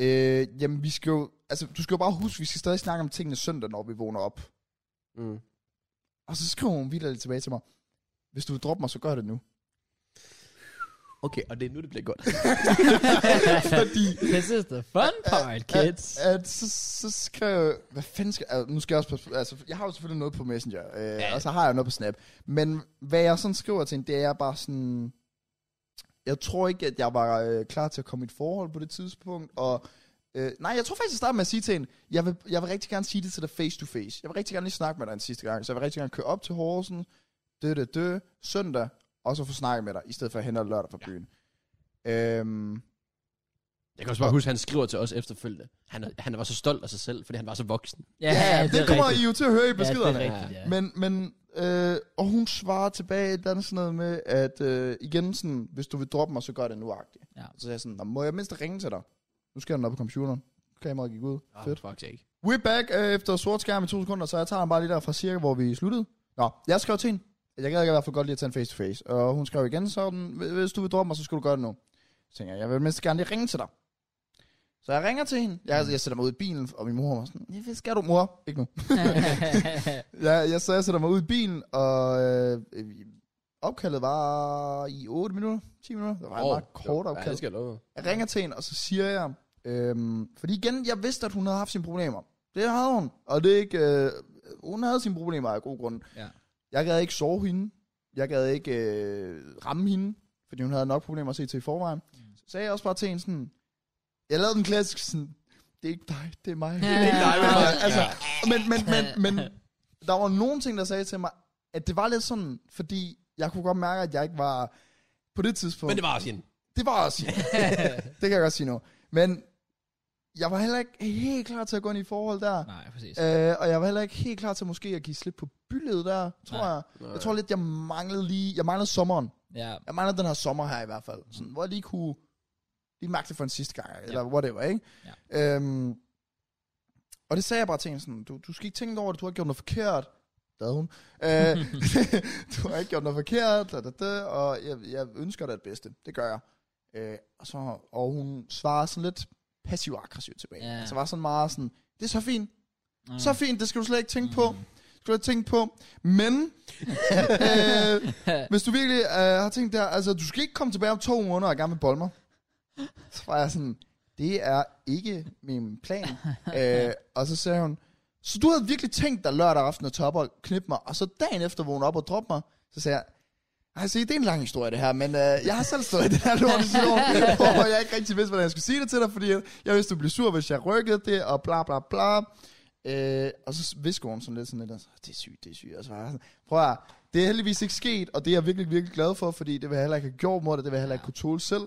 C: øh, jamen vi skal jo, altså du skal jo bare huske, vi skal stadig snakke om tingene søndag, når vi vågner op.
B: Mm.
C: Og så skrev hun videre tilbage til mig, hvis du vil droppe mig, så gør det nu.
B: Okay, og det er nu, det bliver godt.
C: Fordi
A: This is the fun part, kids.
C: At, at, så, så skal jeg, hvad fanden skal altså, nu skal jeg også passe på- altså, jeg har jo selvfølgelig noget på Messenger, øh,
B: Ja.
C: ja. og så har jeg jo noget på Snap, men hvad jeg sådan skriver til hende, det er bare sådan, jeg tror ikke, at jeg var øh, klar til at komme i et forhold på det tidspunkt, og Øh, nej, jeg tror faktisk, jeg starter med at sige til hende, jeg vil, jeg vil rigtig gerne sige det til dig face to face. Jeg vil rigtig gerne lige snakke med dig en sidste gang, så jeg vil rigtig gerne køre op til Horsen, dø, dø, dø, søndag, og så få snakket med dig, i stedet for at hente dig lørdag fra byen. Ja. Øhm,
B: Jeg kan også bare huske, at han skriver til os efterfølgende. Han, han var så stolt af sig selv, fordi han var så voksen.
C: ja, ja, det, det kommer
A: rigtigt.
C: I jo til at høre i
A: ja, det
C: beskederne.
A: er rigtigt, ja. Men,
C: Men, men øh, og hun svarer tilbage et eller andet sådan noget med, at øh, igen sådan, hvis du vil droppe mig, så gør det nu agtigt.
A: Ja.
C: Så sagde jeg sådan, "Nå, må jeg mindst ringe til dig? Nu skal den op på computeren. Kameraet gik ud.
B: Oh,
C: Fedt.
B: Fuck ikke.
C: We're back øh, efter sort skærm i to sekunder, så jeg tager den bare lige der fra cirka, hvor vi sluttede. Nå, jeg skrev til hende. at Jeg gad i hvert fald godt lige at tage en face-to-face. Og hun skrev igen sådan, "Hvis- hvis du vil droppe mig, så skal du gøre det nu. Så tænker jeg, jeg vil mindst gerne lige ringe til dig. Så jeg ringer til hende. Jeg, jeg sætter mig ud i bilen, og min mor var sådan, "Ja, hvad skal du, mor? Ikke nu. Jeg, jeg, så jeg sætter mig ud i bilen, og øh, øh, opkaldet var i 8 minutter, 10 minutter. Det var oh, en meget kort
B: Ja, det
C: opkald.
B: skal jeg love. dig.
C: Jeg ringer til hende, og så siger jeg, øhm, fordi igen, jeg vidste, at hun havde haft sine problemer. Det havde hun, og det er ikke, øh, hun havde sine problemer af god grund.
A: Ja.
C: Jeg gad ikke sove hende, jeg gad ikke øh, ramme hende, fordi hun havde nok problemer at se til i forvejen. Mm. Så sagde jeg også bare til hende sådan, jeg lavede den klassisk sådan, det er ikke dig, det er mig.
A: Ja.
C: Det er ikke dig, det er mig.
B: Ja.
C: Altså, men, men, men, men der var nogle ting, der sagde til mig, at det var lidt sådan, fordi jeg kunne godt mærke, at jeg ikke var på det tidspunkt.
B: Men det var også hende.
C: Det var også det kan jeg godt sige nu. Men jeg var heller ikke helt klar til at gå ind i et forhold der.
A: Nej, præcis.
C: Øh, og jeg var heller ikke helt klar til måske at give slip på byledet der, tror
A: Nej.
C: Nej. jeg. Jeg tror lidt, jeg manglede lige... Jeg manglede sommeren.
A: Ja,
C: Jeg manglede den her sommer her i hvert fald. Sådan, hvor jeg lige kunne... Lige mærke det for en sidste gang, eller whatever, ikke? Ja. Øhm, og det sagde jeg bare til hende sådan, du, du skal ikke tænke over det, du har ikke gjort noget forkert. Det havde hun. Øh, du har ikke gjort noget forkert, da, da, da, og jeg, jeg ønsker dig det bedste. Det gør jeg. Øh, og, så, og hun svarer sådan lidt passiv-aggressivt tilbage.
A: Ja.
C: Ja. Altså var sådan meget sådan, det er så fint,
A: Mm.
C: mm. så fint, det skal du slet ikke tænke mm. på. Det Skal du ikke tænke på. Men, øh, hvis du virkelig øh, har tænkt der, altså du skal ikke komme tilbage om to måneder og gerne vil bolde mig. Så var jeg sådan, det er ikke min plan. øh, og så sagde hun, så du havde virkelig tænkt dig lørdag aften at tage op og knippe mig, og så dagen efter vågne op og droppe mig, så sagde jeg, ej, se, det er en lang historie det her, men øh, jeg har selv stået i det her lort i sit år, hvor jeg ikke rigtig vidste, hvordan jeg skulle sige det til dig, fordi jeg, jeg vidste, du blev sur, hvis jeg rykkede det, og bla bla bla. Øh, og så visker hun sådan lidt sådan lidt, altså, det er sygt, det er sygt. Og så var jeg sådan, prøv at, høre, det er heldigvis ikke sket, og det er jeg virkelig, virkelig glad for, fordi det vil jeg heller ikke have gjort mod dig, det vil jeg heller ikke kunne tåle selv.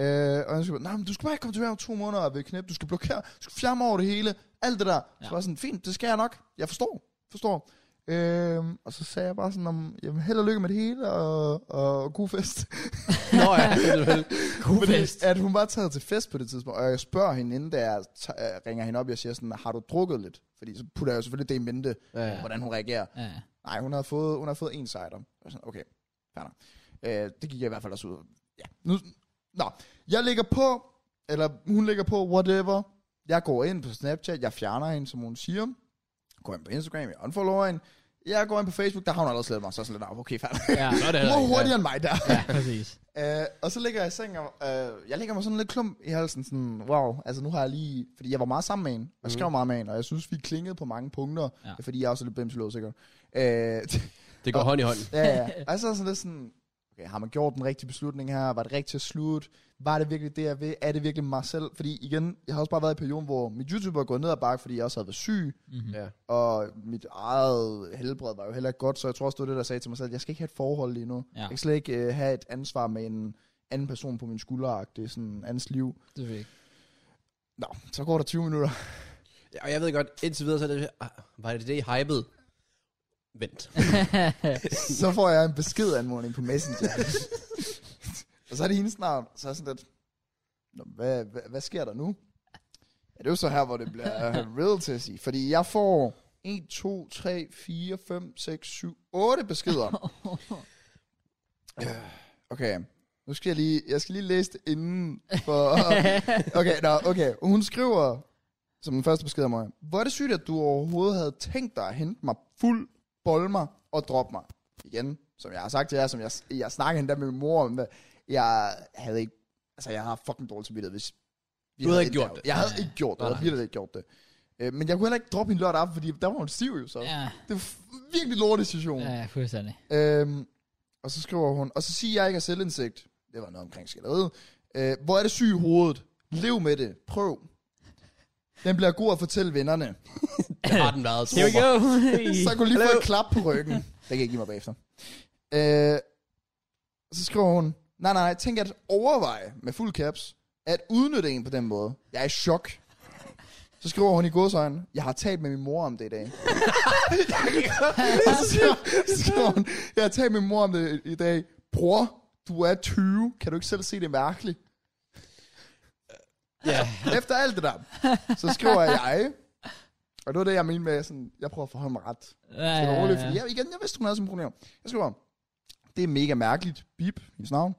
C: Øh, og jeg skulle, nej, men du skal bare ikke komme tilbage om to måneder og vil knæppe, du skal blokere, du skal fjerne mig over det hele, alt det der. Ja.
A: Ja.
C: Så var jeg sådan, fint, det skal jeg nok, jeg forstår, forstår. Øh, og så sagde jeg bare sådan, om, jamen, held og lykke med det hele, og, og god fest.
B: Nå ja, det er det vel.
C: Fordi At hun var taget til fest på det tidspunkt, og jeg spørger hende, inden da jeg ta- øh, ringer hende op, jeg siger sådan, har du drukket lidt? Fordi så putter jeg jo selvfølgelig det i mente,
B: Ja,
C: ja. hvordan hun reagerer.
A: ja.
C: Nej, hun havde fået, hun havde fået en cider. Jeg var sådan, okay, fair nok. øh, Det gik jeg i hvert fald også ud. Ja. Nu, nå, jeg ligger på, eller hun ligger på, whatever. Jeg går ind på Snapchat, jeg fjerner hende, som hun siger. Går ind på Instagram, jeg unfollower hende. Jeg går ind på Facebook, der har hun allerede slettet mig, så er jeg sådan lidt, "Nå, okay, fair nok.
A: ja.
B: Nå, det er
C: Hun
B: heller
C: var
B: ikke.
C: hurtigere end mig der.
A: ja, præcis.
C: Øh, og så ligger jeg i sengen, og øh, jeg ligger mig sådan lidt klump i halsen, sådan, wow, altså nu har jeg lige, fordi jeg var meget sammen med en, og jeg skrev meget med en, og jeg synes, vi klingede på mange punkter,
A: Ja.
C: ja. fordi jeg er også lidt bimselød, sikkert. Øh, ja,
B: Det går hånd i hånd.
C: ja. Og så er jeg sådan lidt sådan, okay, har man gjort den rigtige beslutning her? Var det rigtigt at slutte? Var det virkelig det, jeg vil? Er det virkelig mig selv? Fordi igen, jeg har også bare været i en periode, hvor mit YouTube er gået ned ad bakke, fordi jeg også havde været syg,
A: Mm-hmm.
B: Ja.
C: og mit eget helbred var jo heller ikke godt, så jeg tror også, det var det, der sagde til mig selv, at jeg skal ikke have et forhold lige nu.
A: Ja.
C: Jeg kan slet ikke øh, have et ansvar med en anden person på min skulder, det er sådan andens liv.
A: Det ved jeg ikke.
C: Nå, så går der 20 minutter.
B: Ja, og jeg ved godt, indtil videre, så er det, ah, var det det, I hypede? Vent.
C: så får jeg en beskedanmodning på Messenger. og så er det hendes navn, så er jeg sådan lidt, Nå, hvad, hvad, hvad sker der nu? Ja, det er jo så her, hvor det bliver real til at sige, fordi jeg får 1, 2, 3, 4, 5, 6, 7, 8 beskeder. Øh, Okay, nu skal jeg lige, jeg skal lige læse det inden for... Okay, nå, okay. Hun skriver, som den første besked af mig, hvor er det sygt, at du overhovedet havde tænkt dig at hente mig fuld, bolde mig og droppe mig. Igen, som jeg har sagt til jer, som jeg, jeg snakkede endda med min mor om det. Jeg havde ikke... Altså, jeg har fucking dårligt samvittighed, hvis... vi
B: Du havde ikke gjort
C: endt der.
B: det.
C: Jeg havde ikke gjort det. Jeg
B: Nej.
C: havde virkelig ikke gjort det. Øh, Men jeg kunne heller ikke droppe hende lørdag aften, fordi der var hun stiv jo så.
A: ja,
C: Det var f- virkelig lortet situation.
A: ja, fuldstændig.
C: Øhm, og så skriver hun, og så siger jeg ikke har selvindsigt. Det var noget omkring skælderiet. Øh, hvor er det syg i hovedet? Lev med det. Prøv. Den bliver god at fortælle vennerne.
B: Det har den været.
A: Here we go.
C: Så jeg kunne lige få
B: Hallo.
C: et klap på ryggen. Det kan jeg give mig bagefter. Øh, så skriver hun, nej, nej, tænk at overveje med fuld caps, at udnytte en på den måde. Jeg er i chok. Så skriver hun i godsøjen, jeg har talt med min mor om det i dag. så skriver- så skriver hun, jeg har talt med min mor om det i dag. Bror, du er 20. Kan du ikke selv se det mærkeligt?
B: Ja.
C: Efter alt det der, så skriver jeg, og det var det, jeg mente med, sådan, jeg prøver at forholde mig ret
A: Ja,
C: det var
A: ja,
C: roligt,
A: ja.
C: fordi jeg, igen, jeg vidste, hun havde sine problemer. Jeg skriver, det er mega mærkeligt, bip, hendes navn.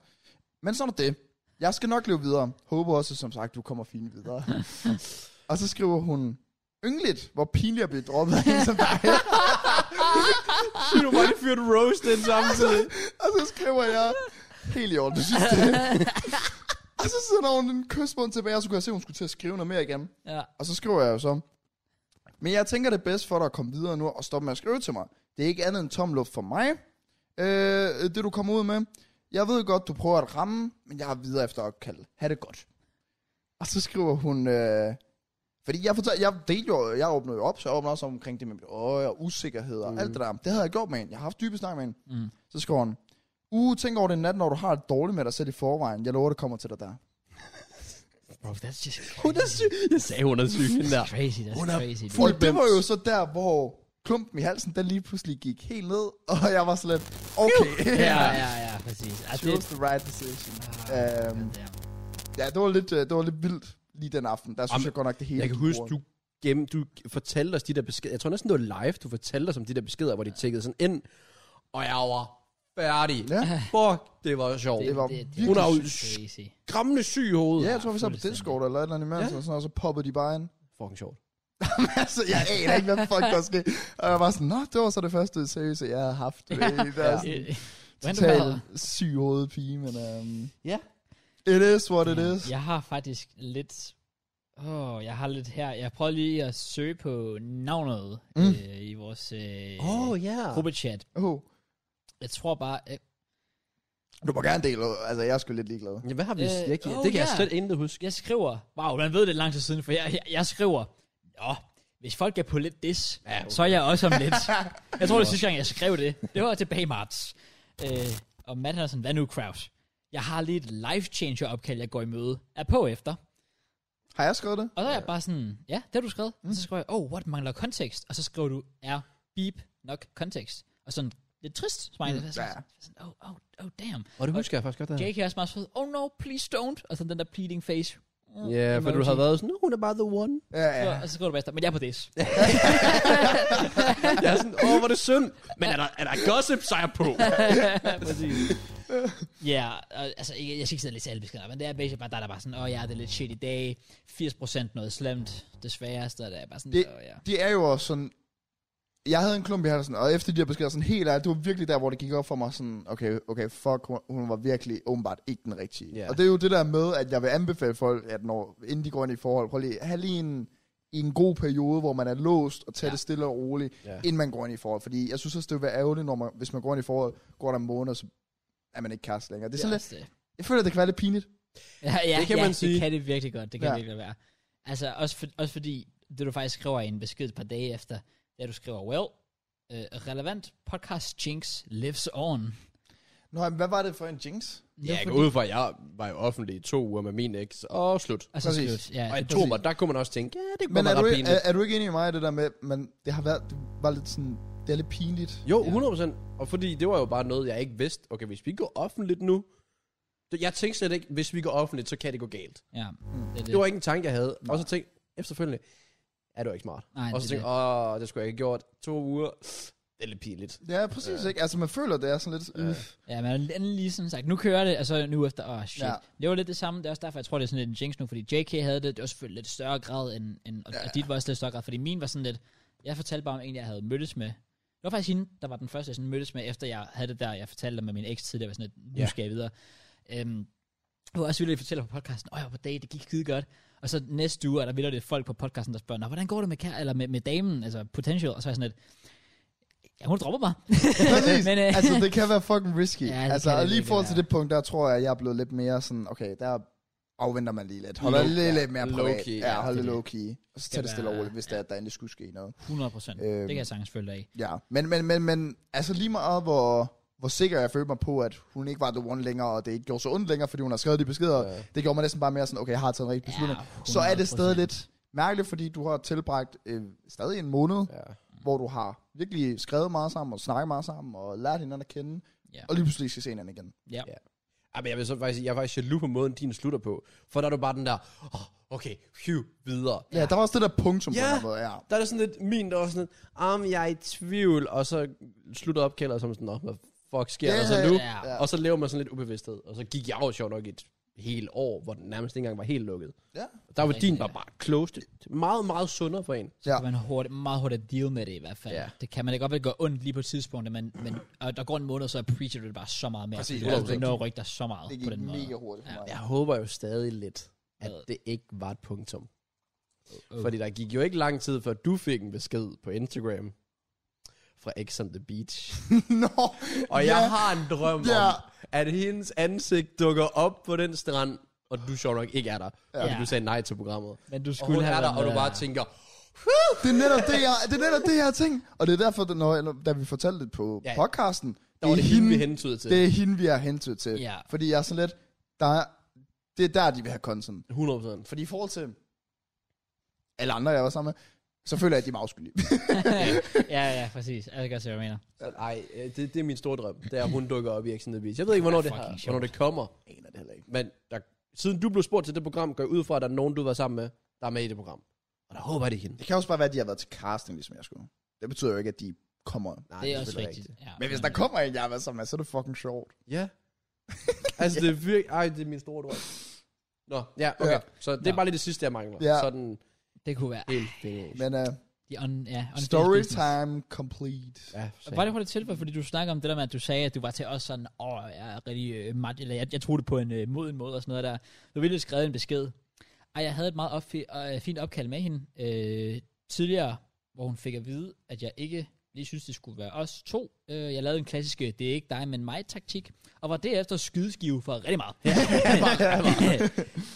C: Men sådan er det. Jeg skal nok leve videre. Håber også, som sagt, du kommer fint videre. og så skriver hun, yngeligt, hvor pinligt at blive droppet af en som dig.
B: Du var lige fyrt roast den samtidig.
C: og så skriver jeg, helt i orden, du synes det. og så sender hun en kysbund tilbage, og så kunne jeg se, at hun skulle til at skrive noget mere igen.
A: ja.
C: Og så skriver jeg jo så, men jeg tænker det er bedst for dig at komme videre nu og stoppe med at skrive til mig. Det er ikke andet end tom luft for mig, øh, det du kommer ud med. Jeg ved godt, du prøver at ramme, men jeg er videre efter opkald. Ha' det godt. Og så skriver hun, øh, fordi jeg, fortalte, jeg, delte jo, jeg åbnede jo op, så jeg åbnede også omkring det med mit øje og usikkerhed og mm. alt det der. Det havde jeg gjort med hende. Jeg har haft dybe snak med hende.
A: Mm.
C: Så skriver hun, uh, tænk over det i nat, når du har det dårligt med dig selv i forvejen. Jeg lover, det kommer til dig der.
A: Bro, that's just crazy.
B: Hun er syg. Jeg sagde, hun er syg. Hende der.
A: That's crazy, that's
B: Hun er
A: crazy. dude.
C: Og det var jo så der, hvor klumpen i halsen, den lige pludselig gik helt ned, og jeg var så lidt, okay,
A: Ja, ja, ja, præcis. Ja, det,
C: choose the right decision.
A: Ah,
C: Øhm,
A: ja.
C: ja, det var, lidt, øh, det var lidt vildt lige den aften. Der synes
B: Jamen,
C: jeg godt nok, det hele
B: Jeg kan
C: gik
B: huske,
C: over.
B: du, gem, du fortalte os de der beskeder. Jeg tror næsten, det var live, du fortalte os om de der beskeder, hvor de tækkede sådan ind. Og jeg var færdig.
C: Ja.
A: Ah,
B: Fuck, det var sjovt.
C: Det var
B: Hun er jo
A: crazy.
B: skræmmende syg i hovedet.
C: Ja, jeg tror, vi sad på
A: fuldstændig.
C: Discord eller et eller andet imens,
B: Ja.
C: og, sådan, og så poppede de bare ind.
B: Fucking sjovt.
C: altså, jeg aner ikke, hvad fuck der skete. Og jeg var sådan, nå, det var så det første seriøse, jeg havde haft. Det er sådan en
A: Total.
C: total syg hovedet pige, men um,
B: Ja.
C: it is what it is.
A: Jeg har faktisk lidt... Åh, oh, jeg har lidt her. Jeg prøver lige at søge på navnet mm. øh, i vores øh,
B: Åh,
A: oh.
B: ja.
A: gruppechat.
C: Oh,
A: Jeg tror bare... Øh,
C: du må gerne dele, ud. altså jeg er sgu lidt ligeglad.
B: Ja, hvad har vi?
A: Øh,
B: Øh, jeg, kan-
A: oh,
B: det kan jeg
A: ja.
B: slet ikke huske.
A: jeg skriver... Wow, man ved det lang tid siden, for jeg, jeg, jeg skriver... Nå, hvis folk er på lidt dis, ja, okay. så er jeg også om lidt. jeg tror, det sidste gang, jeg skrev det. Det var tilbage i marts. Øh, og Matt Hansen, hvad nu, Kraus? Jeg har lige et life-changer-opkald, jeg går i møde. Er på efter.
C: Har jeg skrevet det?
A: Og så er jeg bare sådan, ja, det har du skrevet. Mm. Og så skriver jeg, oh, what mangler kontekst? Og så skriver du, er beep nok kontekst? Og sådan lidt trist smiley. Mm. Sådan, sådan, oh, oh, oh, damn.
B: Og det husker jeg faktisk godt, det her.
A: Jake er også meget sød, oh no, please don't. Og sådan den der pleading face. Mm,
B: Ja, for du
A: emoji.
B: havde været sådan, "Nu, hun er bare the one.
C: Ja, ja.
A: Så, og så skriver du bagefter, men jeg er på this.
B: Jeg er sådan, åh, hvor er det synd. Men er der, er der gossip, så er jeg på.
A: Ja, og, altså, jeg, jeg skal ikke sidde og læse alle beskeder, men det er basically bare dig, der er bare sådan, åh, oh, ja, det er lidt shit i dag. 80% noget slemt, desværre. Så der er bare sådan,
C: Det-
A: åh, oh, ja.
C: det er jo også sådan, jeg havde en klump i halsen, og efter de her beskeder, sådan helt ærligt, det var virkelig der, hvor det gik op for mig, sådan, okay, okay, fuck, hun, hun var virkelig åbenbart ikke den rigtige.
B: Ja.
C: Yeah. Og det er jo det der med, at jeg vil anbefale folk, at når, inden de går ind i et forhold, prøv lige, have lige en, i en god periode, hvor man er låst, og tage
A: Ja.
C: det stille og roligt,
B: Ja.
C: inden man går ind i et forhold. Fordi jeg synes også, det vil være ærgerligt, når man, hvis man går ind i et forhold, går der en måned, så er man ikke kæreste længere. Det er sådan lidt,
A: også det.
C: jeg føler, det kan være lidt pinligt.
A: Ja, ja,
B: Det kan
A: ja,
B: man sige.
A: det kan det virkelig godt. Det kan
C: Ja.
A: ja. virkelig være. Altså, også, for, også fordi, det du faktisk skriver i en besked et par dage efter, da du skriver, well, uh, relevant podcast jinx lives on.
C: Nå, men hvad var det for en jinx?
A: Det
B: Ja,
A: var
B: jeg går
A: fordi-
B: ud fra, at jeg var jo offentlig i to uger med min eks, og slut.
A: Og så
C: Præcis.
A: slut. Ja,
B: Og i
A: det-
B: to uger, der kunne man også tænke, ja, det kunne
C: Men er
B: være
C: du,
B: ret
C: ikke,
B: pinligt.
C: er, er, du ikke enig med mig i det der med, men det har været, det var lidt sådan, det er lidt pinligt.
B: Jo, 100%. Og fordi det var jo bare noget, jeg ikke vidste. Okay, hvis vi går offentligt nu... Det- Jeg tænkte slet ikke, hvis vi går offentligt, så kan det gå galt.
A: ja, det, er det.
B: Det var ikke en tanke, jeg havde. Og så tænkte efterfølgende, er du ikke smart?
A: Nej,
B: og så
A: det er
B: tænkte jeg, åh, det skulle jeg ikke have gjort. To uger, det er lidt pinligt.
C: Ja, præcis, øh. ikke? Altså, man føler, det er sådan lidt... Øh.
A: Ja, man har lige sådan sagt, nu kører det, og så nu efter, åh oh, shit.
C: Ja.
A: Ja. Det var lidt det samme, det er også derfor, jeg tror, det er sådan lidt en jinx nu, fordi JK havde det, det var selvfølgelig lidt større grad, end, end og, ja. og dit var også lidt større grad, fordi min var sådan lidt, jeg fortalte bare om en, jeg havde mødtes med. Det var faktisk hende, der var den første, jeg sådan mødtes med, efter jeg havde det der, jeg fortalte med min eks tidligere, var sådan lidt, nu
B: Ja.
A: skal jeg videre. Øhm, det var også vildt, at fortæller på podcasten, åh, jeg var på date, det gik skide godt. Og så næste uge er der vildt, det folk på podcasten, der spørger, "Nå, hvordan går det med, kær- eller med, med damen, altså potential, og så er jeg sådan lidt, ja, hun dropper mig. Men,
C: Præcis. Men,
A: øh,
C: øh. Altså, det kan være fucking risky.
A: Ja,
C: Ja,
A: det
C: altså,
A: kan det
C: og lige i
A: virkelig
C: forhold til
A: være.
C: det punkt, der tror jeg, jeg er blevet lidt mere sådan, okay, der afventer man lige lidt. Holder
B: Low-
C: lidt,
B: ja,
C: lidt mere
B: low
C: privat.
B: key,
C: ja,
B: ja,
C: holder
A: det er
C: low key. Og så
A: Skal
C: tager det stille og
A: være-
C: roligt, hvis der, der endelig skulle ske noget.
A: 100%.
C: Øhm.
A: det kan jeg sagtens følge dig i.
C: Ja, men, men, men, men altså lige meget hvor, hvor sikker jeg følte mig på, at hun ikke var the one længere, og det ikke gjorde så ondt længere, fordi hun har skrevet de beskeder. Ja.
B: Ja.
C: Det gjorde mig næsten bare mere sådan, okay, jeg har taget en rigtig beslutning. Ja, så er det stadig lidt mærkeligt, fordi du har tilbragt øh, stadig en måned, ja.
B: Ja.
C: hvor du har virkelig skrevet meget sammen, og snakket meget sammen, og lært hinanden at kende,
A: Ja.
C: og lige pludselig skal se hinanden igen.
B: Ej, men jeg, vil så faktisk, jeg er faktisk jaloux på måden, din slutter på. For der er du bare den der, oh, okay, phew, videre.
C: Ja, der var også det der punktum på
B: Ja.
C: en eller anden måde, ja.
B: Der er det sådan lidt, min der var sådan lidt, om jeg er i tvivl, og så slutter opkaldet som sådan, nå, hvad fuck sker
C: Ja,
B: der så
C: ja,
B: altså nu?
A: ja.
C: Ja.
B: Og så lever man sådan lidt ubevidsthed, og så gik jeg jo sjovt nok et helt år, hvor den nærmest ikke engang var helt lukket.
C: Ja.
B: Der var
A: Rigtig,
B: din
A: ja.
B: bare, bare closed. Meget, meget sundere for en.
A: Ja.
C: Ja.
A: Så kan man hurtigt, meget hurtigt deal med det i hvert fald.
B: Ja.
A: Det kan man det kan godt vel gøre ondt lige på et tidspunkt, men, men og der går en måned, så appreciater du det bare så meget mere.
C: Præcis,
A: Præcis, fordi du
C: 100%.
A: når dig så meget
C: Det
A: på
C: gik
A: den måde.
C: mega hurtigt for
A: Ja.
C: mig.
B: Jeg håber jo stadig lidt, at
A: Hvad?
B: det ikke var et punktum.
A: Oh.
B: Fordi der gik jo ikke lang tid, før du fik en besked på Instagram fra X on the Beach.
C: Nå,
B: Og
C: ja.
B: jeg har en drøm
C: Ja.
B: om, at hendes ansigt dukker op på den strand, og du sjovt nok ikke er der. Ja. Fordi
A: Ja.
B: du sagde nej til programmet.
A: Men du
B: Og hun
A: skulle
B: er
A: have
B: der,
A: været
B: og du
A: med
B: bare
A: der.
B: tænker,
C: Det er netop det, jeg, det er netop det, jeg har tænkt. Og det er derfor, at når, eller, da vi fortalte det på
B: Ja.
C: ja. podcasten,
B: der var det hende, vi hentyder til.
C: det er hende, vi har hentet til.
A: Ja.
C: Fordi jeg er så lidt, der er, det er der, de vil have content.
B: 100%.
C: Fordi i forhold til alle andre, jeg var sammen med, så føler jeg, at de er mig afskyldige.
A: ja, ja, præcis. Jeg kan godt se, hvad jeg mener.
B: Ej, øh, det, det er min store drøm. Det er, at hun dukker op i X on the Beach. Jeg ved ikke, hvornår det,
A: fucking
B: har,
A: sjovt.
B: hvornår det kommer.
C: Jeg aner det heller ikke.
B: Men der, siden du blev spurgt til det program, går jeg ud fra, at der er nogen, du var sammen med, der er med i det program. Og der håber jeg, det er hende.
C: Det kan også bare være, at de har været til casting, ligesom jeg skulle. Det betyder jo ikke, at de kommer.
B: Nej,
A: Det er også
B: selvfølgelig
A: rigtigt. Ja,
C: Men hvis der kommer en, jeg har været sammen med, så er det fucking sjovt.
B: Ja. altså, det er virkelig... Ej, det er min store drøm. Nå, ja, okay.
C: Ja.
B: Så det er
A: Nå.
B: bare lige det sidste, jeg mangler.
C: Ja.
B: Sådan
A: Det kunne være...
B: helt fingers.
C: Men uh,
A: De on, ja, on
C: story time complete.
B: Ja,
A: Var det hurtigt tilføje, fordi du snakker om det der med, at du sagde, at du var til os sådan, åh, oh, jeg er rigtig øh, mat, eller jeg, jeg tog det på en øh, moden måde og sådan noget der. Du ville skrevet en besked. Og jeg havde et meget opfi- øh, fint opkald med hende øh, tidligere, hvor hun fik at vide, at jeg ikke lige synes, det skulle være os to. Øh, jeg lavede en klassisk, øh, det er ikke dig, men mig-taktik, og var derefter skydeskive for rigtig meget.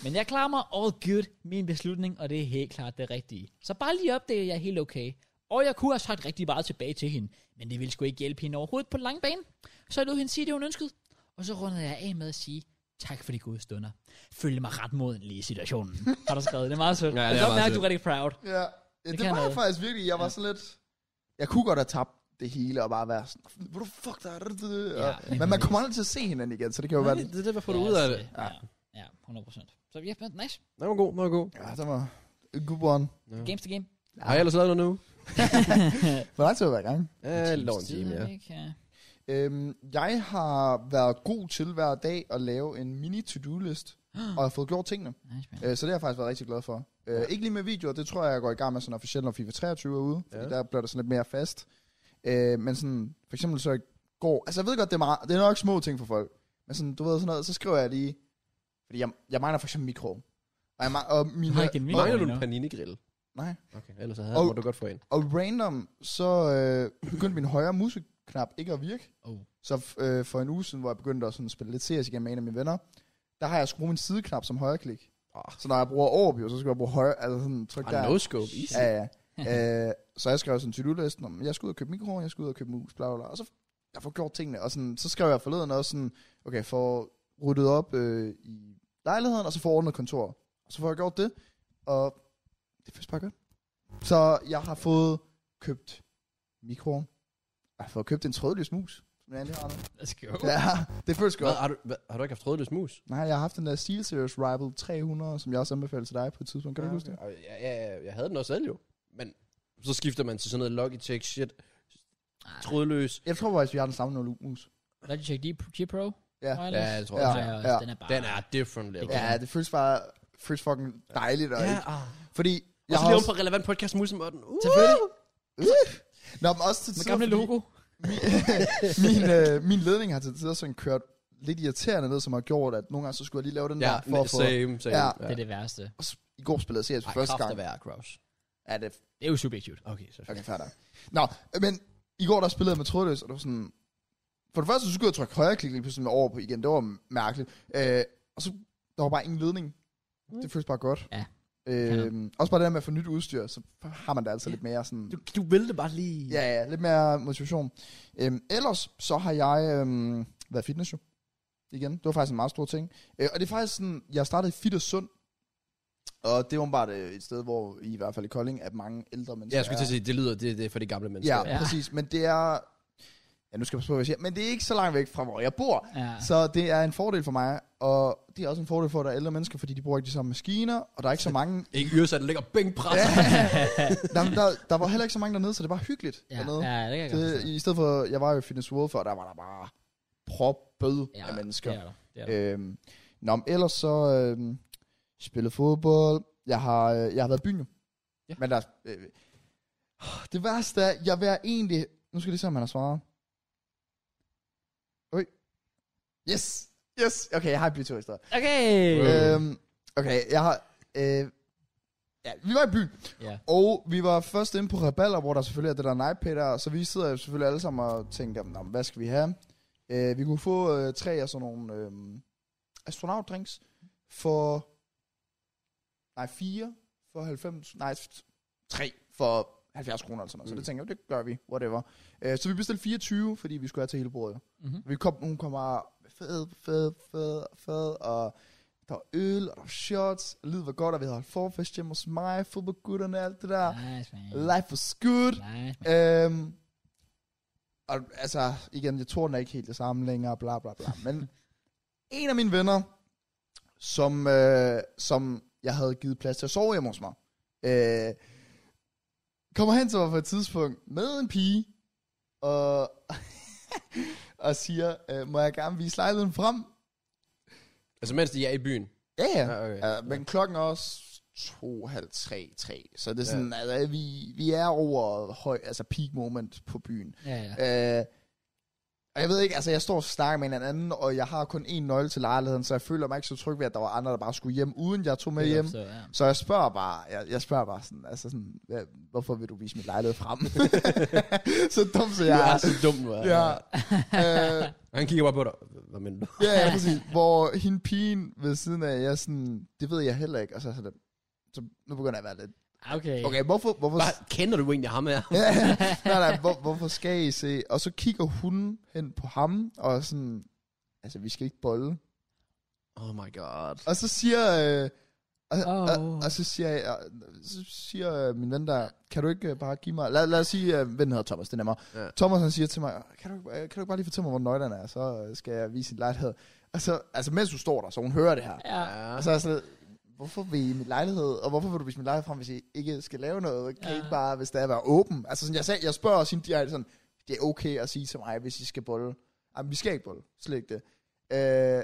A: men jeg klarer mig all good, min beslutning, og det er helt klart det rigtige. Så bare lige opdage, at jeg er helt okay. Og jeg kunne have sagt rigtig meget tilbage til hende, men det ville sgu ikke hjælpe hende overhovedet på den lange bane. Så jeg lod hende sige det, hun ønskede, og så rundede jeg af med at sige, tak for de gode stunder. Følte mig ret moden lige i situationen. Har du skrevet? Det er meget sødt.
B: Ja, det
A: Ja,
B: er
A: jeg kan godt
B: meget
A: mærke, at du
B: sødt.
A: er rigtig proud.
C: Ja, ja det,
A: kan
C: det var
A: noget.
C: jeg faktisk virkelig. Jeg var så lidt... Jeg kunne godt have tabt det hele og bare være sådan, hvor du fuck der er det, det,
A: Ja,
C: og,
A: lige
C: Men man
A: præcis.
C: kommer aldrig til at se hinanden igen, så det kan jo være...
B: det, det, det, hvad får du
A: Ja,
B: ud af
A: altså,
B: det?
A: Ja, ja 100%. Så ja, yeah, nice.
B: Den var god, den var god.
C: Ja, det var en god one.
A: Games to game.
B: Ja. Har jeg ellers lavet noget nu?
C: Hvor lang tid har du været i gang?
B: Ja, lidt over en
A: times
B: time,
A: tid,
B: ja.
A: er det ikke? øh, Ja.
C: Øhm, jeg har været god til hver dag at lave en mini to-do-list, og har fået gjort tingene.
A: Nice, man.
C: Øh, så det har jeg faktisk været rigtig glad for. Øh, ikke lige med videoer, det tror jeg, jeg går i gang med sådan officielt, når FIFA 23 er ude.
B: Ja.
C: Fordi der bliver det sådan lidt mere fast. Øh, men sådan, for eksempel så i går, altså jeg ved godt, det er, meget, det er nok små ting for folk. Men sådan, du ved sådan noget, så skriver jeg lige, fordi jeg, jeg mangler for eksempel mikro. Og, jeg, ma- og, mine,
A: har ikke en mikro?
C: og,
B: Mangler du
A: Nå.
B: en paninegrill?
C: nej,
B: Okay, ellers så havde
C: Og-
B: må du godt få en.
C: og random, så øh, begyndte min højre museknap ikke at virke.
A: Oh.
C: Så f- øh, for en uge siden, hvor jeg begyndte at sådan spille lidt CS igen med en af mine venner, der har jeg skruet min sideknap som højreklik.
B: Ah.
C: Så når jeg bruger Orbio, så skal jeg bruge højre, altså sådan tryk
B: Ah,
C: der.
B: no scope, easy. Ja.
C: Ja, ja. øh, så jeg skrev sådan en listen om, jeg skal ud og købe mikro, jeg skal ud og købe mus, bla bla bla. Og så jeg får gjort tingene, og sådan, så skrev jeg forleden også sådan, okay, får ryddet op øh, i lejligheden, og så får ordnet kontor. Og så får jeg gjort det, og det føles bare godt. Så jeg har fået købt mikroen, jeg har fået købt en trådløs mus, som jeg egentlig har nu.
A: Let's go.
C: Ja, det føles
B: Hvad,
C: godt.
B: har, du, hvad, har du ikke haft trådløs mus?
C: Nej, jeg har haft den der SteelSeries Rival 300, som jeg også anbefalede til dig på et tidspunkt. Kan du
B: Ja,
C: ikke huske det?
B: okay. Ja, ja, ja, jeg havde den også selv jo. Men så skifter man til sådan noget Logitech shit, trådløs.
C: Jeg tror faktisk, vi har den samme nul mus.
A: Logitech G, G Pro?
C: Ja.
B: Ja, jeg tror
C: Ja.
B: også.
A: Ja,
B: Ja.
A: ja.
C: ja.
A: Den er bare...
B: Den er different level.
A: Det kan-
C: Ja, det føles bare føles fucking dejligt. Og
B: ja.
C: ikke.
B: ah.
C: Fordi
B: Jeg
C: jeg
B: også
C: har
B: lige
C: også...
B: om på relevant podcast musen, Morten. Uh!
A: Selvfølgelig.
C: Nå, men også til
A: Med
C: tider,
A: gamle
C: fordi
A: logo.
C: Min, øh, min ledning har til tider sådan kørt lidt irriterende ned, som har gjort, at nogle gange så skulle jeg lige lave den
B: Ja,
C: der for at få...
B: same, same.
C: Ja.
A: Det er det værste.
C: Og så I går spillede jeg CS for første gang.
B: være, Kraus.
C: Ja, det
A: Det er jo subjektivt.
B: Okay, så
C: Okay, fair nok. Nå, men i går der spillede jeg med trådløs, og det var sådan... For det første, så skulle jeg trykke højre klik lige pludselig med over på igen. Det var mærkeligt. Øh, og så, der var bare ingen ledning. Det føles bare godt.
A: Ja.
C: Øhm, også bare det der med at få nyt udstyr, så har man da altså lidt mere sådan...
B: Du, du vil det bare lige.
C: Ja, ja, lidt mere motivation. Øhm, ellers så har jeg øhm, været fitness jo. Igen. Det var faktisk en meget stor ting. Øh, og det er faktisk sådan, jeg startede i Fit og Sund. Og det er åbenbart øh, et sted, hvor i hvert fald i Kolding, at mange ældre
B: Ja,
C: mennesker
B: jeg skulle til
C: er.
B: at sige, det lyder det, det er for de gamle mennesker.
C: Ja, ja,
A: Ja.
C: præcis. Men det er... Ja, nu skal jeg passe på, hvad jeg siger. Men det er ikke så langt væk fra, hvor jeg bor.
A: Ja.
C: Så det er en fordel for mig, og det er også en fordel for, at der er ældre mennesker, fordi de bruger ikke de samme maskiner, og der er ikke så mange,
B: Ikke yresat, der ligger bænkpres.
C: Ja. der, der, der var heller ikke så mange dernede, så det var hyggeligt
A: ja,
C: dernede.
A: ja, det kan jeg godt
C: Det,
A: forstå.
C: I stedet for, jeg var jo i Fitness World før, der var der bare proppet
A: Ja,
C: ja, af mennesker.
A: Det er der. Det er der.
C: Ja. Øhm, nå, men ellers så øhm, spillet fodbold. Jeg har, øh, jeg har været i byen jo.
B: Ja.
C: Ja. Men der, er, øh, det værste er, jeg vil egentlig... Nu skal jeg lige se, om han har svaret. Øj. Yes! Yes! Okay, jeg har et bytur i stedet.
A: Okay.
C: Øhm, okay, jeg har... Øh, ja, vi var i byen,
A: Ja.
C: og vi var først inde på Reballer, hvor der selvfølgelig er det der nightpay der, så vi sidder jo selvfølgelig alle sammen og tænker, Nå, men hvad skal vi have? Øh, vi kunne få øh, tre af sådan nogle øh, astronautdrinks for... Nej, fire for 90... Nej, f- tre for 70 kroner eller sådan noget. Så
B: Mm.
C: det tænker jeg, det gør vi, whatever. Øh, så vi bestilte 24, fordi vi skulle have til hele bordet.
A: Mm-hmm.
C: Vi kom, hun kom bare fed, fed, fed, fed, og der var øl, og der var shots, og livet var godt, og vi havde holdt forfest hjemme hos mig, fodboldgutterne og alt det der.
A: Nice, man.
C: Life was good.
A: Nice, man.
C: Øhm, og altså, igen, jeg tror den er ikke helt det samme længere, bla bla bla. Men en af mine venner, som, øh, som jeg havde givet plads til at sove hjemme hos mig, øh, kommer hen til mig på et tidspunkt med en pige, og, og siger, øh, må jeg gerne vise lejligheden frem?
B: Altså, mens de er i byen.
C: Ja, ja.
B: Ja, okay.
C: Ja, men klokken er også to, halv tre, tre. Så det er
B: Ja.
C: sådan, ja. altså, vi, vi er over høj, altså peak moment på byen.
A: Ja, ja.
C: Øh, og jeg ved ikke, altså jeg står og snakker med en anden, og jeg har kun én nøgle til lejligheden, så jeg føler mig ikke så tryg ved, at der var andre, der bare skulle hjem, uden jeg tog med
A: Det er
C: hjem.
A: opstået, ja.
C: Så jeg spørger bare, jeg, jeg spørger bare sådan, altså sådan, "Hvad- hvorfor vil du vise min lejlighed frem? så dum så
B: Du
C: jeg
B: er
C: er.
B: så dum, du er.
C: Ja. Øh,
B: Han kigger bare på dig. Hvad mener du?
C: Ja, ja, præcis. Hvor hende pigen ved siden af, jeg er sådan, det ved jeg heller ikke. Og så er jeg sådan, så nu begynder jeg at være lidt,
A: Okay.
C: okay, hvorfor, hvorfor,
B: Bare, kender du egentlig ham her?
C: ja, nej, nej, hvor, hvorfor skal I se? Og så kigger hun hen på ham, og er sådan, altså, vi skal ikke bolle.
B: Oh my god.
C: Og så siger, øh, og,
A: Åh.
C: oh. og, og, så siger, jeg, så siger øh, min ven der, kan du ikke øh, bare give mig, lad, lad os sige, øh, vennen hedder Thomas, det er nemmere.
B: Ja.
C: Ja. Thomas han siger til mig, kan du, ikke- kan du ikke bare lige fortælle mig, hvor nøglerne er, så øh, skal jeg vise sin lejlighed. Og så, altså mens du står der, så hun hører det her.
A: Ja.
B: Ja.
C: Og så er jeg sådan, lidt, hvorfor vil I min lejlighed, og hvorfor vil du vise min lejlighed frem, hvis I ikke skal lave noget? Kan I
A: Ja.
C: ikke bare, hvis det er, være åben? Altså sådan, jeg, sagde, jeg spørger også hende direkte sådan, det er okay at sige til mig, hvis I skal bolle. Jamen, vi skal ikke bolle, slet ikke det. Øh,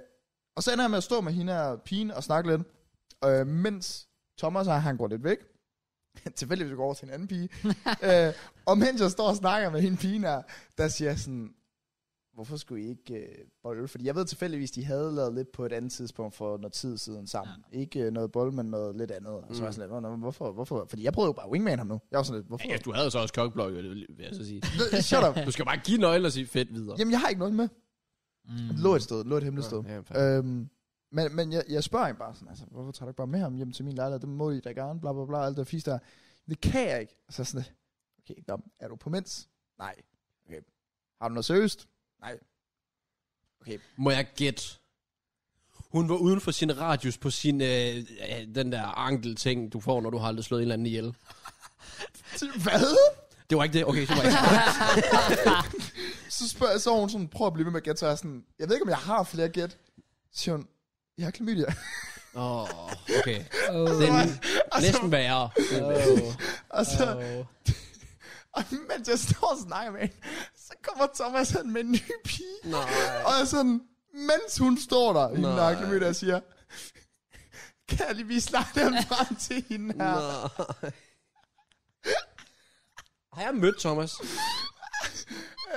C: og så ender jeg med at stå med hende her pigen og snakke lidt, øh, mens Thomas og han går lidt væk. Tilfældigvis går over til en anden pige. øh, og mens jeg står og snakker med hende pigen her, der siger jeg sådan, hvorfor skulle I ikke øh, bolle? Fordi jeg ved tilfældigvis, de havde lavet lidt på et andet tidspunkt for noget tid siden sammen. Ja. Ikke øh, noget bold, men noget lidt andet. Og så var jeg sådan lidt, "Nå, men hvorfor, hvorfor? Fordi jeg prøvede jo bare at wingman ham nu. Jeg var sådan lidt, hvorfor?
B: Ja, du havde jo så også kokblok, vil jeg så sige.
C: Ja. Shut up.
B: Du skal bare give nøglen og sige fedt videre.
C: Jamen, jeg har ikke noget med.
A: Mm.
C: Det lå et sted, det lå et hemmeligt sted.
B: Ja, fair.
C: Øhm, men, men jeg, jeg spørger hende bare sådan, altså, hvorfor tager du ikke bare med ham hjem til min lejlighed? Det må I da gerne, bla bla bla, alt det fisk der. Det kan jeg ikke. Og Så sådan, okay, nå, er du på mens? Nej. Okay. Har du noget seriøst? Nej.
B: Må jeg gætte? Hun var uden for sin radius på sin, øh, øh, den der ankel-ting, du får, når du har aldrig slået en eller anden ihjel.
C: Hvad?
B: Det var ikke det? Okay, så var jeg
C: Så spørger jeg, så er hun sådan, prøv at blive ved med at gætte, så er jeg sådan, jeg ved ikke, om jeg har flere gæt. Så siger hun, jeg har klamydia.
B: Åh, oh, okay.
A: Oh.
B: Det er
C: Altså-
B: næsten værre.
A: Oh.
C: og så,
A: Oh.
C: og mens jeg står og snakker med hende, så kommer Thomas hen med en ny pige.
B: Nej.
C: Og jeg er sådan, mens hun står der, hende der
B: Nej.
C: har klamydia, og siger, kan jeg lige vise lejligheden frem til hende her?
B: Nej. Har jeg mødt Thomas?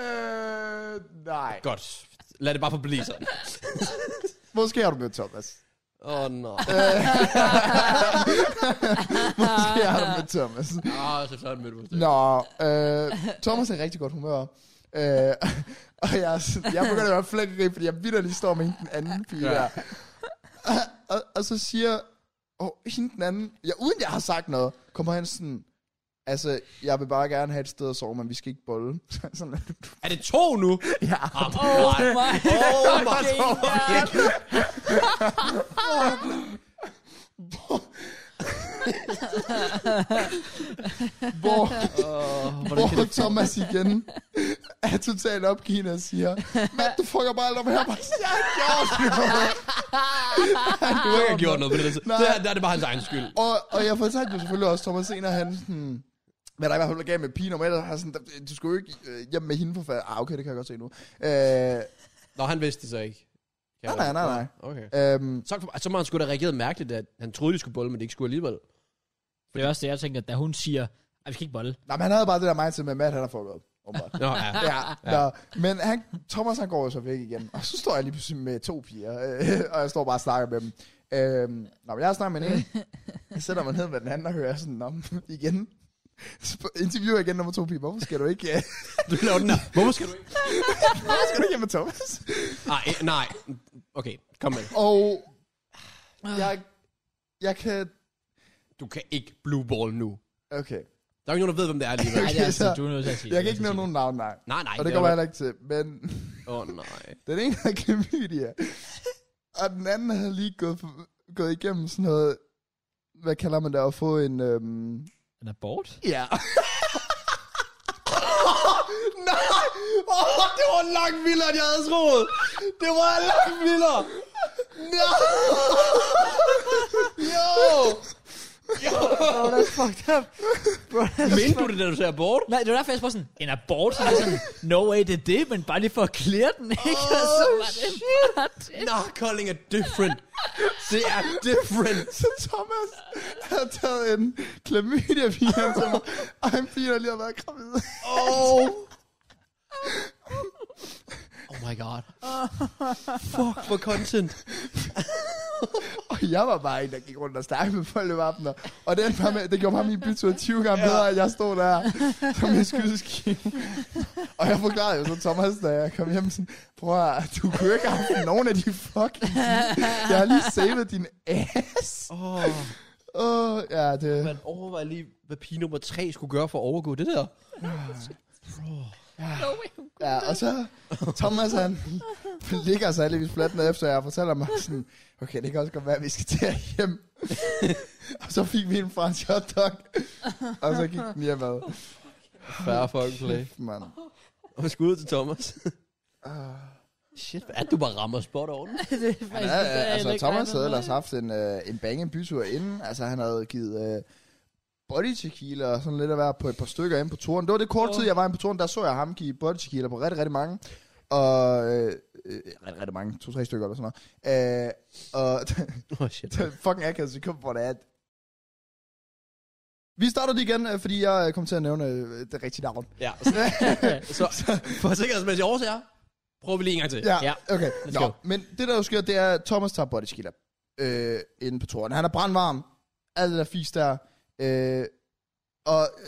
C: Øh, nej.
B: Godt. Lad det bare forblive sådan.
C: Måske har du mødt Thomas.
B: Åh, oh, nej.
C: Måske har du mødt Thomas.
B: Åh, så flot mødte du det.
C: Nå, øh, Thomas er i rigtig godt humør. Øh, og jeg, er sådan- jeg begynder at være flækkeri, fordi jeg vidderligt står med hende den anden pige
B: Ja.
C: ja. der. Og, og, og, så siger og hende den anden, ja, uden jeg har sagt noget, kommer han sådan, altså, jeg vil bare gerne have et sted at sove, men vi skal ikke bolle. sådan,
B: Er det to nu?
C: ja.
A: Oh my
B: Oh my
A: fucking god.
C: Hvor,
B: Hvordan kan
C: hvor Thomas igen er totalt opgivende og siger, Matt, du fucker bare alt op her. Bare, jeg har ikke gjort noget.
B: du ikke have gjort noget på det?
C: Nej.
B: Det, her, der er det bare hans egen skyld.
C: og, og jeg fortalte jo selvfølgelig også Thomas senere, han sådan, men hmm, der er i hvert fald noget galt med pigen, og ellers har sådan, du skulle jo ikke øh, hjem med hende for fanden. Ah, okay, det kan jeg godt se nu. Øh,
B: Nå, han vidste det så ikke. Kan
C: Nej,
B: jeg-
C: nej, nej, nej.
B: Okay.
C: øhm,
B: Så, så må han sgu da reageret mærkeligt, at han troede, de skulle bolle, men det ikke skulle alligevel.
A: Det er også det, jeg tænker, da hun siger, at vi skal ikke bolle.
C: nej, men han havde bare det der mindset med, at Matt, han har fucket op. åbenbart.
B: Nå, ja.
C: ja, ja. men han, Thomas han går jo så væk igen, og så står jeg lige pludselig med to piger, øh, og jeg står bare og snakker med dem. Øhm, nå, men jeg snakker med den ene, jeg sætter mig ned med den anden og hører sådan, om igen, Sp- interviewer igen nummer to piger, hvorfor skal du ikke, øh,
B: Du laver den her. Hvorfor skal du ikke?
C: hvorfor skal du ikke hjem med Thomas?
B: Nej, nej. Okay, kom med.
C: Og jeg, jeg kan,
B: Du kan ikke blue ball nu.
C: okay,
B: Der er jo ikke nogen, der ved, hvem det er alligevel.
A: Nej, det er altså,
C: så-
A: du er nødt til at sige. du
C: jeg kan
A: er nødt
C: ikke
A: til at
C: nævne nogen navn, nej.
B: Nej, nej.
C: Og det
B: er
C: kommer jeg
B: jo-
C: heller ikke til, men
B: Åh, oh, nej.
C: Den ene havde klamydia, og den anden havde lige gået, gået igennem sådan noget, hvad kalder man det, at få en... Øhm...
A: sige det. En abort?
C: Ja. Nej!
B: Åh, oh, det var langt vildere, end jeg havde troet. Det var langt vildere. No. Jo. Jo.
D: Oh, that's fucked up. Bro, that's
B: Mente du det, da du sagde abort?
A: Nej, det var derfor, jeg spurgte sådan, en abort? Så er jeg sådan, no way, det er det, men bare lige for at clear den, ikke? Oh, så var det bare det.
B: Nah, calling it different. Det er different.
C: Så Thomas havde taget en klamydia pige til mig, og en pige, der lige har været gravid.
B: Oh. Oh my god. Fuck for content.
C: Og jeg var bare en, der gik rundt og snakkede med folk i aftener. Og den var med, det gjorde bare min bytur 20 gange bedre, at jeg stod der som en skydeskive. Og jeg forklarede jo så Thomas, da jeg kom hjem, sådan, prøv at, høre, du kunne ikke have haft nogen af de fucking... Jeg har lige savet din ass.
B: Åh, oh,
C: Åh, oh, ja, det...
B: man overvejer lige, hvad pige nummer 3 skulle gøre for at overgå det der.
A: No way.
C: Ja, og så Thomas, han ligger sig heldigvis fladt ned, efter jeg fortæller mig sådan, okay, det kan også godt være, at vi skal til at hjem. og så fik vi en fransk hotdog, og så gik den hjemad.
B: Færre folk play.
C: Mand.
B: Og skud ud til Thomas.
C: Ah.
B: Shit, hvad er det, du bare rammer spot on?
D: det er
C: Han
D: faktisk,
C: havde,
D: det havde jeg
C: altså,
D: ikke
C: Thomas
D: regnet
C: havde
D: med.
C: ellers haft en, øh, en bange bytur inden. Altså, han havde givet øh, body tequila og sådan lidt at være på et par stykker inde på turen. Det var det kort tid, jeg var inde på turen, der så jeg ham give body tequila på rigtig, rigtig mange. Og øh, øh, rigtig, rigtig mange. To-tre stykker eller sådan noget. Øh, og
B: Åh, oh, shit.
C: det er fucking akavet sekund, hvor det er, at vi starter lige igen, øh, fordi jeg øh, kom til at nævne øh, det rigtige navn.
B: Ja, så, så for sikkerhedsmæssige årsager, prøver vi lige en gang til.
C: Ja,
A: Ja.
C: ja. okay.
A: Let's
C: Nå,
A: go.
C: men det der jo sker, det er, at Thomas tager body skiller øh, inde på toren. Han er brandvarm. Alt det der fis der. Øh, og øh,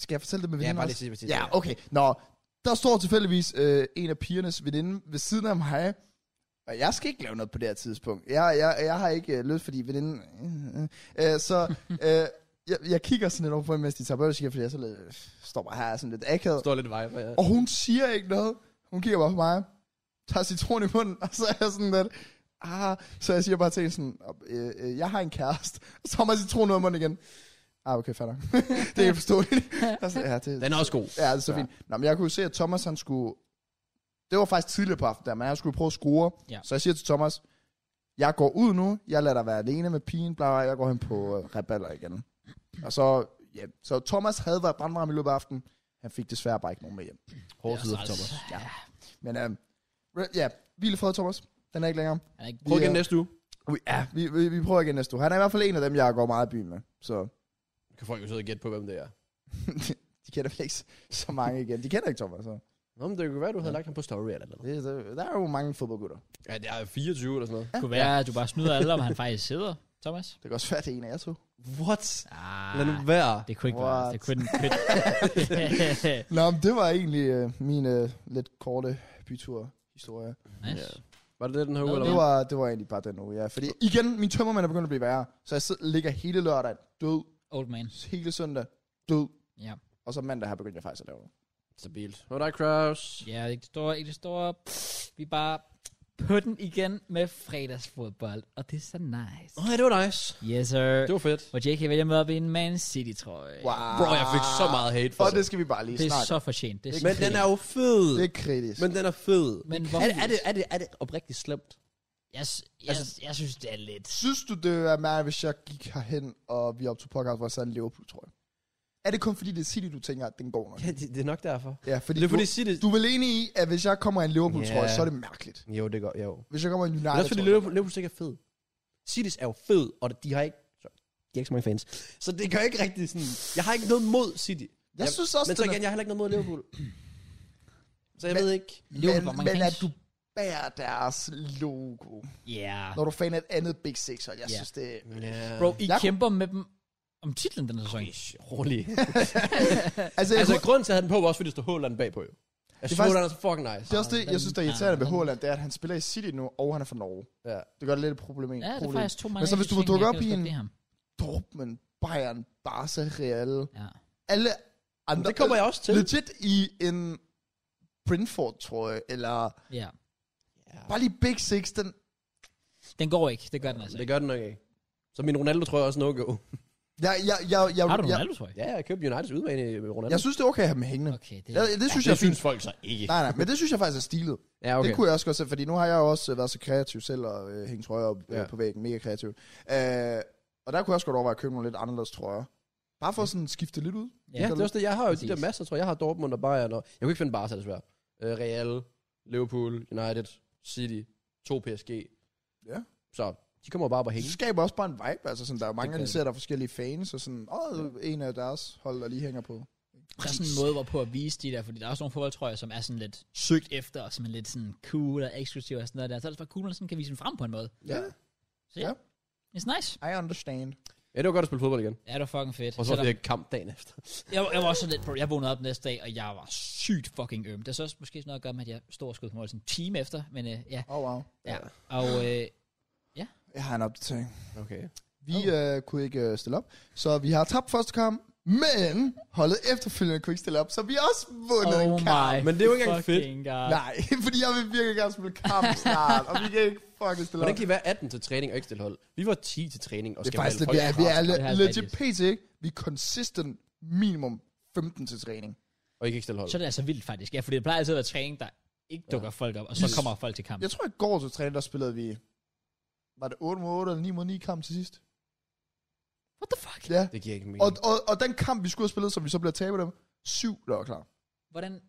C: skal jeg fortælle det med
B: ja
C: veninden
B: bare
C: også?
B: lige sige, hvad
C: Ja, okay. Nå, der står tilfældigvis øh, en af pigernes veninde ved siden af mig. Og jeg skal ikke lave noget på det her tidspunkt. Jeg, jeg, jeg har ikke øh, lyst, fordi veninden... Øh, øh, øh, så øh, jeg, jeg kigger sådan lidt over på hende, mens de tager body skiller, fordi jeg så lidt, øh, står bare her og er sådan lidt akavet.
B: Står lidt vej, for jeg.
C: Og hun siger ikke noget. Hun kigger bare på mig, tager citron i munden, og så er jeg sådan lidt, ah, så jeg siger bare til hende sådan, øh, øh, jeg har en kæreste, og så har man citron ud af munden igen. Ah, okay, fair nok. det er ikke forståeligt. Og så, ja, det,
B: Den er også god.
C: ja, det er så fint. Nå, men jeg kunne jo se, at Thomas han skulle, det var faktisk tidligere på aftenen der, men han skulle prøve at score.
A: Ja.
C: Så jeg siger til Thomas, jeg går ud nu, jeg lader dig være alene med pigen, bla, bla, jeg går hen på øh, rebeller igen. Og så, ja, så Thomas havde været brandvarm i løbet af aftenen, han fik desværre bare ikke nogen med hjem.
B: Hårde sider
A: Det er
B: for
A: Altså også
B: Thomas.
A: træls.
C: Ja. Men øhm, re- ja, hvile fred, Thomas. Den er ikke længere.
A: Han er ikke-
B: Prøv igen
C: Ja.
B: næste uge.
C: Vi, ja, vi, vi, vi prøver igen næste uge. Han er i hvert fald en af dem, jeg går meget i byen med. Så
B: Kan folk jo sidde og gætte på, hvem det er.
C: de kender vel ikke s- så mange igen. De kender ikke Thomas. Så.
B: Nå, men det kunne være, du havde lagt ham på story eller noget.
C: Det, det, der er jo mange fodboldgutter.
B: Ja, det er 24 eller sådan noget.
A: Det kunne være, at du bare snyder alle, om han faktisk sidder, Thomas.
C: Det kan også være, det er en af jer to.
B: What?
A: Ah,
B: Lad nu være.
A: det kunne ikke være.
C: What?
A: Det kunne ikke
C: Nå, men det var egentlig øh, min øh, lidt korte bytur-historie.
A: Nice.
B: Ja. Var det det, den her uge,
A: Nå,
B: eller
C: Det
B: hvad?
C: var, det var egentlig bare den uge, ja. Fordi igen, min tømmermand er begyndt at blive værre. Så jeg sidder, ligger hele lørdag død,
A: Old man.
C: hele søndag død.
A: Ja.
C: Og så mandag her begyndte jeg faktisk at lave noget.
B: Stabilt. Hvad dig, Kraus?
A: Ja, ikke det store, ikke det store. Vi er bare på den igen med fredagsfodbold, og det er så nice.
B: Åh, oh, ja, det var nice.
A: Yes, sir.
B: Det var fedt.
A: Hvor JK vælger med op i en Man City-trøje.
B: Bro, jeg fik så meget hate for
C: Og det skal vi bare lige
A: Det er
C: snakke.
A: så fortjent. Det er så
B: Men den
A: fortjent.
B: er jo fed.
C: Det er kritisk.
B: Men den er fed.
A: Men
B: er,
A: hvorfor?
B: det- er, det, er, det, er det oprigtigt slemt?
A: Jeg, s- jeg, altså, jeg synes, det er lidt...
C: Synes du, det er mærkeligt, hvis jeg gik herhen, og vi optog podcast, hvor jeg sad en Liverpool, tror jeg? Er det kun fordi, det er City, du tænker, at den går nok?
B: Ja, det, det er nok derfor.
C: Ja, fordi,
B: Det er fordi,
C: du,
B: City...
C: du er vel enig i, at hvis jeg kommer i en Liverpool, yeah. tror jeg,
B: Ja.
C: så er det mærkeligt.
B: Jo, det gør jo.
C: Hvis jeg kommer i en
B: Men
C: United,
B: også fordi
C: tror jeg,
B: Liverpool, Liverpool ikke er fed. Citys er jo fed, og de har ikke... sorry, De har ikke så mange fans. Så det gør ikke rigtig sådan... Jeg har ikke noget mod City.
C: jeg, jeg synes også,
B: Men så
C: den
B: igen, jeg har heller ikke noget mod Liverpool. Så jeg
C: Men-
B: ved ikke...
A: Men, Liverpool
C: men,
A: var mange
C: men
A: fans.
C: at du bærer deres logo,
A: Ja.
C: når du er fan af et andet Big Six, og jeg
A: Ja.
C: yeah. synes, det er...
B: Yeah.
A: Bro, I
C: Jeg-
A: kæmper med dem om titlen den her sæson.
B: rolig.
C: Altså, jeg,
B: altså,
C: altså,
B: grunden til, at han på, var også, fordi der stod Håland bagpå, jo. Jeg synes,
C: faktisk-
B: Håland er så fucking nice.
C: det er også det, jeg synes, der er
A: Ah,
C: irriterende ved
A: men-
C: Haaland, det er, at han spiller i City nu, og han er fra Norge.
B: Ja.
C: Det gør det lidt et problem.
A: Ja, det er
C: problem.
A: faktisk to mange
C: Men så hvis du
A: ting,
C: må dukke
A: jeg
C: op
A: kan
C: i
A: også
C: en-
A: godt lide ham.
C: Dortmund, Bayern, Barca, Real,
A: Ja.
C: alle
B: Men
C: andre...
B: det kommer jeg også til.
C: Legit i en Brentford, tror jeg, eller
A: ja.
C: bare lige Big Six, den...
A: Den går ikke, det gør den altså
B: Det
A: ikke.
B: gør den nok ikke. Så min Ronaldo tror jeg også no-go.
C: Jeg, jeg, jeg, jeg,
A: Har du
C: jeg,
A: Ronaldo, tror jeg?
B: Ja, jeg købte Uniteds udbane med Ronaldo.
C: jeg synes, det er okay at have dem hængende.
A: Okay, det
C: Jeg,
A: er...
C: det synes
B: det
C: jeg er fint.
B: synes folk så ikke.
C: Nej, nej, men det synes jeg faktisk er stilet.
B: Ja,
C: Okay.
B: okay.
C: Det kunne jeg også godt se, fordi nu har jeg jo også øh, været så kreativ selv og øh, hænge trøjer op øh,
B: Ja.
C: på væggen. Mega kreativ. Øh, og der kunne jeg også godt overveje at købe nogle lidt anderledes trøjer. Bare for sådan at skifte lidt ud.
B: Ja, det er også det. Jeg har jo de der
A: Præcis.
B: masser, tror jeg. Jeg har Dortmund og Bayern. Og... Jeg kunne ikke finde Barca, desværre. Øh, Real, Liverpool, United, City, 2 PSG.
C: Ja.
B: Så de kommer bare på
C: Det
B: hænge.
C: skaber også bare en vibe. Altså sådan, der er jo mange
B: Det gør
C: af de
B: det.
C: ser, der er forskellige fans, og sådan, åh, en af deres hold, der lige hænger på.
A: Der er sådan en måde, hvorpå at vise de der, fordi der er også nogle fodboldtrøjer, som er sådan lidt søgt efter, og som er lidt sådan cool og eksklusiv og sådan noget der. Så er det bare cool, og sådan kan vise den frem på en måde.
B: Ja.
A: Så ja.
C: Ja.
A: It's nice.
C: I understand.
B: ja, det var godt at spille fodbold igen.
A: Ja, det var fucking fedt.
B: Og så var
A: Selvom-
B: det kamp dagen efter.
A: jeg, var- jeg var også sådan lidt, bro, jeg vågnede op næste dag, og jeg var sygt fucking øm. Det er så også måske sådan noget at gøre med, at jeg stod og skød på mål sådan en time efter, men øh, ja.
C: Åh, oh, wow.
A: ja. Og øh,
C: Jeg har en opdatering.
B: Okay.
C: Vi øh, kunne ikke øh, stille op, så vi har tabt første kamp, men holdet efterfølgende kunne ikke stille op, så vi har også vundet
A: oh
C: en kamp.
A: my
B: Men det er jo ikke engang fedt.
A: fucking God.
C: Nej, fordi jeg vil virkelig gerne spille kamp snart, og vi kan ikke fucking stille
B: Hvordan
C: op.
B: kan I være 18 til træning og ikke stille hold? Vi var 10 til træning og
C: Det
B: skal
C: er faktisk
B: holde
C: lidt, vi er, vi er,
B: folk
A: Det er
C: le-
A: faktisk
C: legit pt, ikke? Vi er consistent minimum 15 til træning.
B: Og I kan ikke stille hold.
A: Så er det altså vildt faktisk. Ja, fordi det plejer altid at være træning, der ikke dukker folk op, og så
C: Yes.
A: kommer folk til kamp.
C: Jeg tror, i går til træning, der spillede vi... Var det 8 mod 8 eller 9 mod 9 kamp til sidst?
A: What the fuck?
C: Ja.
B: Det giver ikke mening.
C: Og, og, og den kamp, vi skulle have spillet, som vi så blev tabet dem, syv der var klar.
A: Hvordan?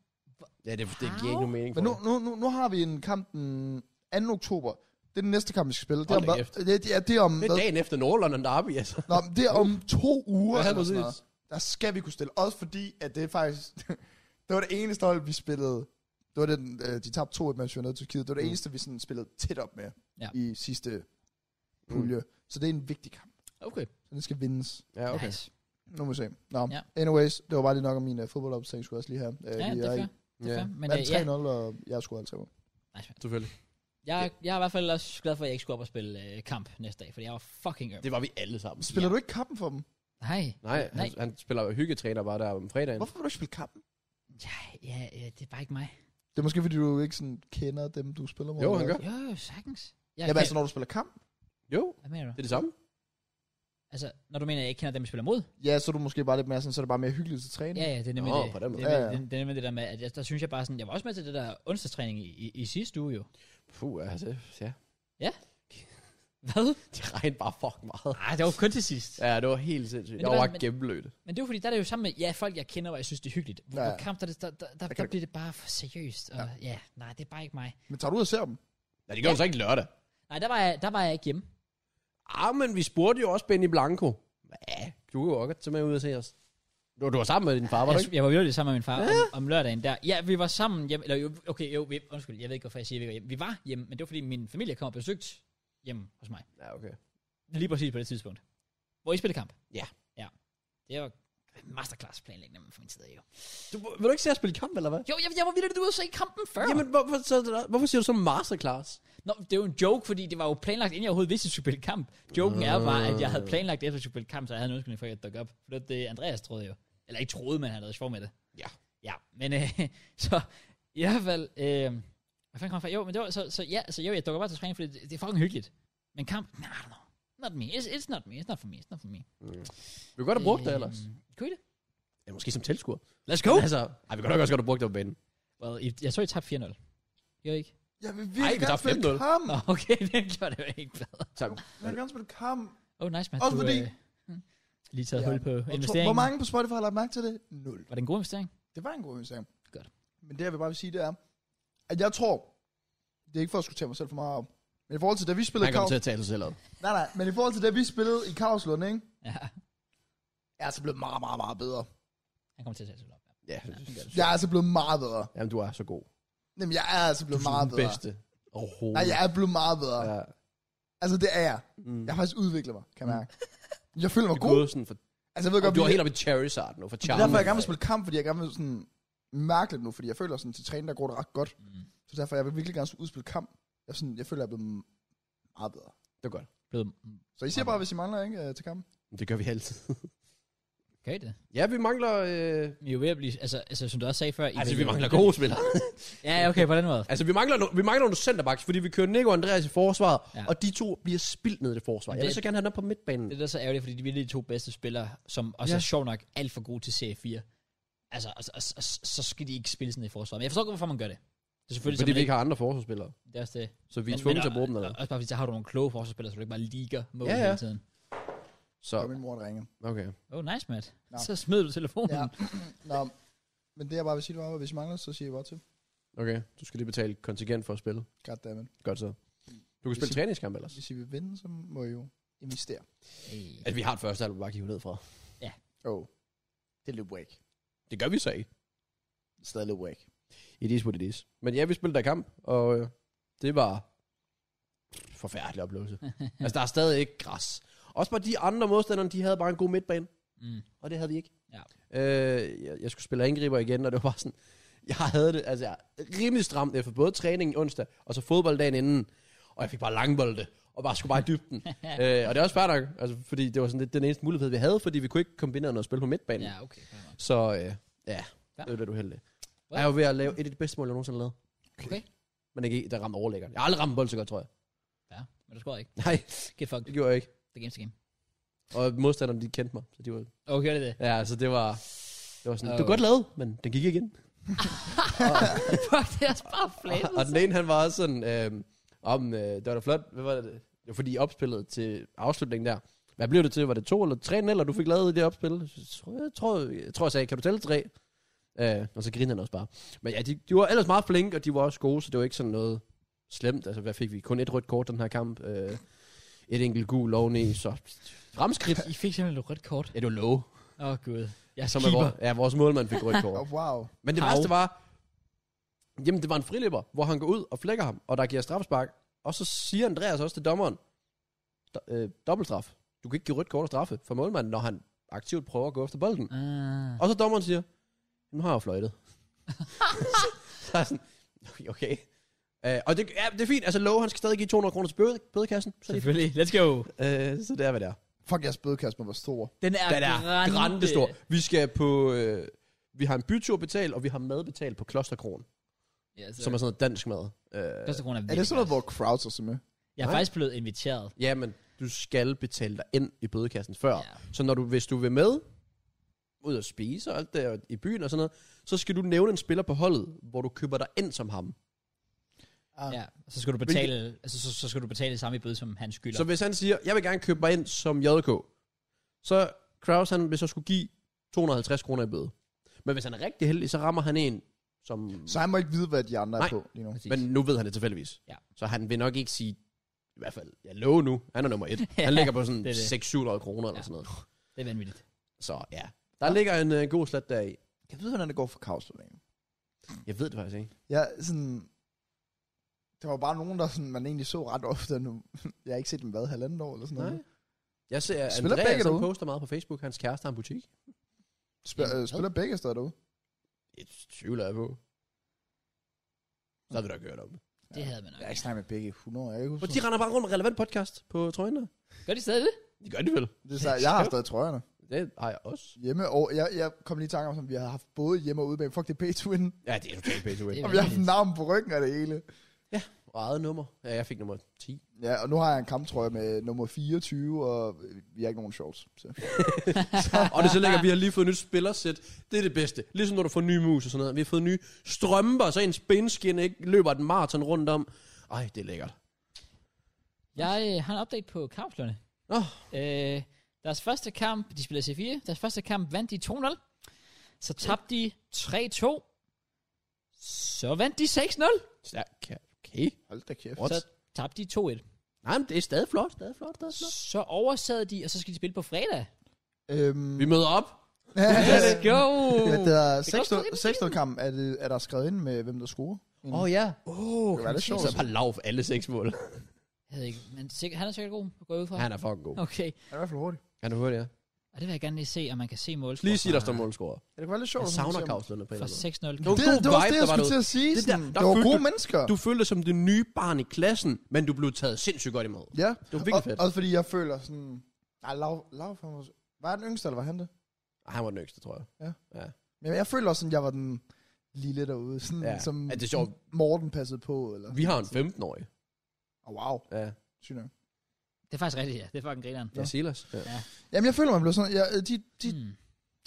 B: ja, det, det giver ikke nogen mening for
C: Men nu, nu, nu, nu har vi en kamp den 2. oktober. Det er den næste kamp, vi skal spille. Det er
B: Hold
C: om,
B: da
C: hvad-
B: kæft.
C: det, det, er, det er om,
B: mig. Det er
C: hvad,
B: dagen efter Norland og Derby, altså.
C: nå, men det er om to uger.
B: Ja,
C: eller sådan
B: præcis.
C: noget. Der skal vi kunne stille. Også fordi, at det er faktisk... det var det eneste hold, vi spillede... Det var den, øh, de tabte 2-1 med Sjønede Tyrkiet. Det var det
B: Mm.
C: eneste, vi sådan spillede tæt op med
A: Ja.
C: ja. i sidste pulje. Mm. Så det er en vigtig kamp.
A: Okay,
C: Så den skal vindes.
B: Ja, okay.
A: nice.
C: Nu må vi se. Nå,
A: Ja.
C: ja. anyways. Det var bare lige nok om min uh, fodboldopstilling, skulle jeg også lige have. Uh,
A: Ja, det er
C: er i
A: fair. Det er
B: Ja,
A: fair. Men øh,
C: vandt
A: ja,
C: 3-0, og jeg skulle altså.
A: nice, man.
B: selvfølgelig.
A: jeg, jeg er i hvert fald også glad for, at jeg ikke skulle op og spille øh, kamp næste dag, fordi jeg var fucking øm.
B: Det var vi alle sammen.
C: Spiller
A: Ja.
C: ja. du ikke kampen for dem?
A: Nej.
B: Nej, han,
A: Nej.
B: han spiller jo hyggetræner bare der om fredagen.
C: Hvorfor vil du ikke spille kampen?
A: Ja, ja, ja, det er bare ikke mig.
C: Det er måske, fordi du ikke sådan kender dem, du spiller mod.
B: Jo,
C: eller
B: han
C: hvad?
B: gør.
A: Jo, jo, sagtens. Jeg
C: Ja,
A: kan-
C: men altså, når du spiller kamp,
B: Jo,
A: Hvad mener du?
B: det er det samme.
A: Altså, når du mener, at jeg ikke kender dem, jeg spiller mod?
C: ja, så er du måske bare lidt mere sådan, så er det bare mere hyggeligt til træning.
A: Ja, ja, det er nemlig
B: Nå,
A: det.
B: på den måde.
A: Det er,
C: Ja,
A: nemlig-
C: ja.
A: det, det, er nemlig det der med, at jeg, der synes jeg bare sådan, jeg var også med til det der onsdagstræning i, i, i sidste uge jo.
B: Puh, altså, ja.
A: Hvad?
B: Det regnede bare fucking meget.
A: Nej, Ah, det var kun til sidst. Ja.
B: Ja, det var helt sindssygt.
A: det
B: Jeg
A: var-
B: var bare
A: men-
B: gennemblødt.
A: Men det er jo fordi, der er det jo sammen med, ja, folk jeg kender, hvor jeg synes, det er hyggeligt. Hvor
C: Ja,
A: ja.
C: ja.
A: kamp, der, er det- der, der, der,
C: kan
A: der
C: du-
A: bliver det bare for seriøst. Og, ja. ja, nej, det er bare ikke mig.
C: Men tager du ud og ser dem?
B: Nej, det gør hun så ikke lørdag.
A: Nej, der var jeg, der var jeg ikke hjemme.
B: Ah, men vi spurgte jo også Benny Blanco. Ja, du kunne jo godt tage med ud og se os. Du, du var sammen med din far, var du
A: Jeg,
B: ikke?
A: jeg var virkelig sammen med min far ja. om, om, lørdagen der. Ja, vi var sammen hjemme. Eller jo, okay, jo, vi, undskyld, jeg ved ikke, hvorfor jeg siger, at vi var hjemme. Vi var hjemme, men det var fordi, min familie kom og besøgte hjemme hos mig.
B: Ja, okay.
A: Lige præcis på det tidspunkt. Hvor I spillede kamp.
B: Ja.
A: Ja. Det var masterclass planlægning man for min tid er jo.
B: Du, vil du ikke se at spille kamp, eller hvad?
A: Jo, jeg, jeg var vildt ude og se kampen før.
B: Jamen, hvorfor, så, hvorfor siger du så masterclass?
A: Nå, det er jo en joke, fordi det var jo planlagt, inden jeg overhovedet vidste, at jeg skulle spille kamp. Joken er jo bare, at jeg havde planlagt, efter at jeg skulle spille kamp, så jeg havde en undskyldning for, at jeg dukkede op. For det, var det Andreas troede jo. Eller ikke troede, men han havde sjov med det.
B: Ja.
A: Ja, men øh, så i hvert fald... Øh, hvad fanden kom jeg fra? Jo, men det var, så, så, ja, så jo, jeg dukker bare til træning, fordi det, det er fucking hyggeligt. Men kamp, nej, I don't know. Not me. It's, it's not me. It's not for me. It's not for me.
B: Vi kunne godt have brugt det ellers.
A: Øhm, Kunne I det?
B: Øh, Ja, måske som tilskuer.
A: Let's go!
B: Altså, ej, vi kunne nok også godt have brugt det på banen.
A: Well, I, jeg tror, I tabte 4-0. Jo, ikke?
C: Jeg vil
B: Ej,
C: virkelig
B: vi
C: gerne
B: tabte
C: spille
B: 5-0.
C: kamp.
A: Nå, okay, det gjorde det jo ikke bedre.
B: Så,
C: Jeg vil gerne spille kamp.
A: Oh, nice, man.
C: Også
A: du,
C: fordi-
A: øh, hmm, lige taget
C: Ja.
A: hul på
C: Og tro-
A: investeringen.
C: Hvor mange på Spotify har lagt mærke til det? Nul.
A: Var det en god investering?
C: Det var en god investering.
A: Godt.
C: Men det, jeg vil bare vil sige, det er, at jeg tror, det er ikke for at skulle tage mig selv for meget op, men i forhold til, da vi spillede
B: han
C: i
B: kommer
C: Kaos...
B: til at tale sig selv ad.
C: Nej, nej, men i forhold til, da vi spillede i Kaoslund, ikke?
A: Ja,
C: Jeg er altså blevet meget, meget, meget bedre.
A: han kommer til at tage sig op.
B: Ja,
C: Jeg er altså blevet meget bedre.
B: jamen, du er så god.
C: Jamen, jeg er altså
B: Du
C: blevet
B: er
C: meget
B: den
C: bedre.
B: bedste overhovedet.
C: Nej, jeg er blevet meget bedre.
B: Ja.
C: Altså, det er jeg.
B: Mm.
C: Jeg har faktisk udviklet mig, kan jeg mærke. Jeg føler
B: Du
C: mig
B: Mm. er
C: god.
B: gået sådan for...
C: Altså, jeg ved godt,
B: Du er
C: vi-
B: helt oppe i Charizard nu, for
C: Det er
B: Charm.
C: derfor, jeg gerne vil spille kamp, fordi jeg gerne vil sådan mærke lidt nu, fordi jeg føler sådan, til træning, der går det ret godt.
A: Mm.
C: Så derfor, jeg vil virkelig gerne udspille kamp. Jeg, er sådan, jeg føler, jeg er blevet meget bedre.
B: Det er godt.
A: Blevet,
C: Så I siger bare, hvis I mangler ikke øh, til kampen.
B: Det gør vi altid.
A: kan I det?
B: Ja, vi mangler... Øh...
A: Vi er jo ved at blive, altså, altså som du også sagde før. I
B: Altså,
A: vil
B: vi
A: jo-
B: mangler gode spillere.
A: Ja, okay, på den måde.
B: Altså, vi mangler, no- vi mangler nogle centerbacks, fordi vi kører Nico og Andreas i forsvaret,
A: Ja.
B: ja. og de to bliver spildt ned i det forsvar. Jeg vil
A: Det-
B: så gerne have dem op på midtbanen.
A: Det er da så ærgerligt, fordi de er de to bedste spillere, som også ja.
B: Ja.
A: er sjov nok alt for gode til serie 4. Altså, og, og, og, så skal de ikke spille sådan i forsvaret. Men jeg forstår ikke, hvorfor man gør det. Det er selvfølgelig
B: fordi
A: så man
B: vi ikke har andre forsvarsspillere.
A: Det er også det.
B: Så vi er tvunget til at bruge dem. Eller?
A: eller? Også bare, fordi så har du nogle kloge forsvarsspillere, så du ikke bare ligger mål ja,
B: Ja,
A: ja.
B: ja.
A: hele tiden.
B: Så,
C: Og min mor der ringer.
B: okay.
A: Oh, nice, Matt.
C: Nå.
A: Så smed du telefonen.
C: Ja.
A: Ja.
C: Nå, men det jeg bare vil sige, det var, at hvis I mangler, så siger I bare til.
B: okay. Du skal lige betale kontingent for at spille.
C: Goddammit.
B: Godt så. Du kan
C: Hvis
B: spille
C: I-
B: træningskamp ellers.
C: Hvis I vil vinde, så må I jo investere.
B: At vi har et første halv, vi bare kan hive ned fra.
C: Oh. Det er lidt wake.
B: Det gør vi så ikke.
C: Stadig lidt wake.
B: It is what it is. Men ja, vi spillede der kamp, og øh, det var forfærdelig oplevelse. altså, der er stadig ikke græs. Også bare de andre modstandere, de havde bare en god midtbane,
A: Mm.
B: og det havde vi ikke.
A: Ja.
B: Øh, jeg, jeg skulle spille angriber igen, og det var bare sådan, jeg havde det altså, jeg er rimelig stramt efter både træningen onsdag, og så fodbolddagen inden, og jeg fik bare langbolde, og bare skulle bare i dybden. øh, og det er også fair nok, altså, fordi det var sådan lidt den eneste mulighed, vi havde, fordi vi kunne ikke kombinere noget spil på midtbanen.
A: ja, okay. fair nok.
B: Så øh, ja,
A: Ja.
B: det er lidt uheldigt.
A: Well.
B: Jeg er jo ved at lave et af de bedste mål, jeg nogensinde har lavet.
A: Okay.
B: Men ikke, der ramte overlæggeren. Jeg har aldrig ramt en bold så godt, tror jeg.
A: Ja, men du scorede ikke.
B: Nej,
A: Get fucked.
B: det gjorde jeg ikke.
A: The game's the game.
B: Og modstanderne, de kendte mig. Så de var,
A: Okay, det er det.
B: ja, så det var, det var sådan,
A: Åh.
B: oh. du er godt lavet, men den gik igen.
A: Fuck, det er også bare
B: Og,
A: flamet.
B: og den ene, han var også sådan, øh, om, øh, det var da flot, hvad var det? Det var fordi opspillet til afslutningen der. Hvad blev det til? Var det to eller tre eller du fik lavet i det opspil? Så tror Jeg jeg tror, jeg, tror, jeg sagde, kan du tælle tre? Øh, og så grinede han også bare. Men ja, de, de var ellers meget flinke, og de var også gode, så det var ikke sådan noget slemt. Altså, hvad fik vi? Kun et rødt kort den her kamp. Øh, et enkelt gul oveni, så fremskridt.
A: I fik simpelthen et rødt kort.
B: Ja, det var low.
A: Åh, oh, gud. Jeg er
B: Som er,
A: keeper.
B: vores, ja, vores målmand fik rødt kort.
C: Oh, wow.
B: Men det
A: Hav.
B: værste var, jamen det var en friløber, hvor han går ud og flækker ham, og der giver straffespark. Og så siger Andreas også til dommeren, "Do- øh, dobbeltstraf. Du kan ikke give rødt kort og straffe for målmanden, når han aktivt prøver at gå efter bolden. Mm.
A: Ah.
B: Og så dommeren siger, nu har jeg jo fløjtet. så er jeg sådan, okay. Øh, og det, ja, det er fint, altså Lowe, han skal stadig give 200 kroner til bøde, bødekassen. Så, det,
A: Selvfølgelig. Let's go.
B: øh, så det er, hvad det er.
C: Fuck, jeres bødekast må være stor.
A: Den er,
B: Den er
A: grande.
B: grande stor. Vi skal på, øh, vi har en bytur betalt, og vi har mad betalt på Klosterkron.
A: Ja, så,
B: som er sådan noget dansk mad. Øh,
A: Klostergrund er,
C: Er det sådan noget, hvor crowds er så med?
A: Jeg er
B: Nej.
A: faktisk blevet inviteret.
B: ja, men du skal betale dig ind i bødekassen før.
A: Ja.
B: Ja. Så når du, hvis du vil med, ud og spise og alt det, og i byen og sådan noget, så skal du nævne en spiller på holdet, hvor du køber dig ind som ham.
C: Ah,
A: Ja, så skal du betale, altså, så, så skal du betale samme i bøde, som han skylder.
B: Så hvis han siger, jeg vil gerne købe mig ind som JK, så Kraus, han vil så skulle give 250 kroner i bøde. Men hvis han er rigtig heldig, så rammer han en, som...
C: Så han må ikke vide, hvad de andre er
B: Nej.
C: på lige nu.
A: Præcis.
B: Men nu ved han det tilfældigvis.
A: Ja.
B: Så han vil nok ikke sige, i hvert fald, jeg lover nu, han er nummer et.
A: Ja,
B: Han ligger på sådan
A: det er det.
B: 600-700 kroner eller
A: Ja.
B: sådan noget.
A: Det er vanvittigt.
B: Så ja, der ja. ligger en øh, god slat deri.
C: Jeg ved, hvordan det går for kravslutningen.
B: Jeg ved det faktisk ikke.
C: Ja, sådan... Der var bare nogen, der sådan, man egentlig så ret ofte nu. jeg har ikke set dem hvad, halvandet år eller sådan noget.
B: Jeg ser, at
C: Spiller
B: Andreas
C: begge
B: han
C: derude?
B: poster meget på Facebook. Hans kæreste har en butik.
C: Spil- øh, spiller begge steder derude.
B: Jeg tvivler jeg på. Så har vi da hørt om det.
A: Det havde man nok.
C: Jeg har ikke snakket med begge i 100 år, jeg kan ikke
B: Og
C: huske.
B: de render bare rundt med relevant podcast på trøjen der.
A: Gør de stadig det?
B: Det gør de vel.
C: Det er, så- jeg har stadig trøjerne.
B: Det har jeg også.
C: Hjemme og... Jeg, jeg kom lige i tanke om, som vi har haft både hjemme og ude bag. Fuck, det er P-twin.
B: Ja, det er totalt pay to win.
A: Det er
C: Og vi har haft navn på ryggen af det hele.
B: Og eget nummer. Ja, jeg fik nummer 10.
C: Ja, og nu har jeg en kamptrøje med nummer 24, og vi har ikke nogen shorts. Så.
B: og det er så lækkert, vi har lige fået nyt spillersæt. Det er det bedste. Ligesom når du får nye mus og sådan noget. Vi har fået nye strømper, så ens benskin ikke løber den maraton rundt om. Ej, det er lækkert.
A: Jeg øh, har en update på kampslerne.
B: Nå.
A: Øh, deres første kamp, de spiller C4, deres første kamp vandt de 2-0. Så tabte de 3-2. Så vandt de 6-0.
B: Stærk. Okay.
C: Hold da kæft.
B: What?
A: Så tabte de 2-1.
B: Nej, men det er stadig flot. Stadig flot, stadig flot.
A: Så oversad de, og så skal de spille på fredag.
C: Øhm,
B: Vi møder op.
A: Let's go!
C: ja, det er
A: Det kan også godt
C: 6 kamp er, det, er der skrevet ind med, hvem der scorer.
B: Åh oh, ja.
C: Oh, det var lidt sjovt.
B: Så er bare lav for alle seks mål.
A: Jeg ved ikke, men sikkert, han er sikkert god at gå ud fra.
B: Han er fucking god.
A: Okay,
C: Det er i hvert fald hurtigt.
B: Kan du høre det, ja?
A: og det vil jeg gerne lige se, om man kan se målscore.
B: Lige sig, der står målscorer.
C: Ja, det kunne være lidt sjovt.
B: Jeg
C: at
B: savner
C: sådan se, om-
B: kavslerne på en
A: For
B: eller anden
A: 6-0.
B: Nogle
C: Det,
B: gode
C: det var også
B: vibe,
C: det,
B: der
C: jeg
B: var
C: skulle til at
B: Det
C: sige.
B: der-
C: Sådan,
B: der
C: det var
B: følte
C: gode
B: du-
C: mennesker.
B: måde. Du følte dig som det nye barn i klassen, men du blev taget sindssygt godt imod.
C: ja,
B: Det var virkelig
C: og,
B: fedt.
C: også fordi jeg føler sådan... Nej, lav, lav for mig. Var jeg den yngste, eller var han det?
B: Ej, han var den yngste, tror jeg.
C: Men jeg føler også, at jeg var den lille derude. Sådan,
B: Ja.
C: ja. som
B: Ja, det er sjovt.
C: Morten passede på. Eller.
B: Vi har en 15-årig.
C: Oh, wow,
B: Ja,
C: sygt nok.
A: Det er faktisk rigtigt, ja. Det er fucking grineren.
B: ja. Silas. Ja.
C: Jamen, jeg føler, man blev sådan... Jeg, de, de,
A: Hmm.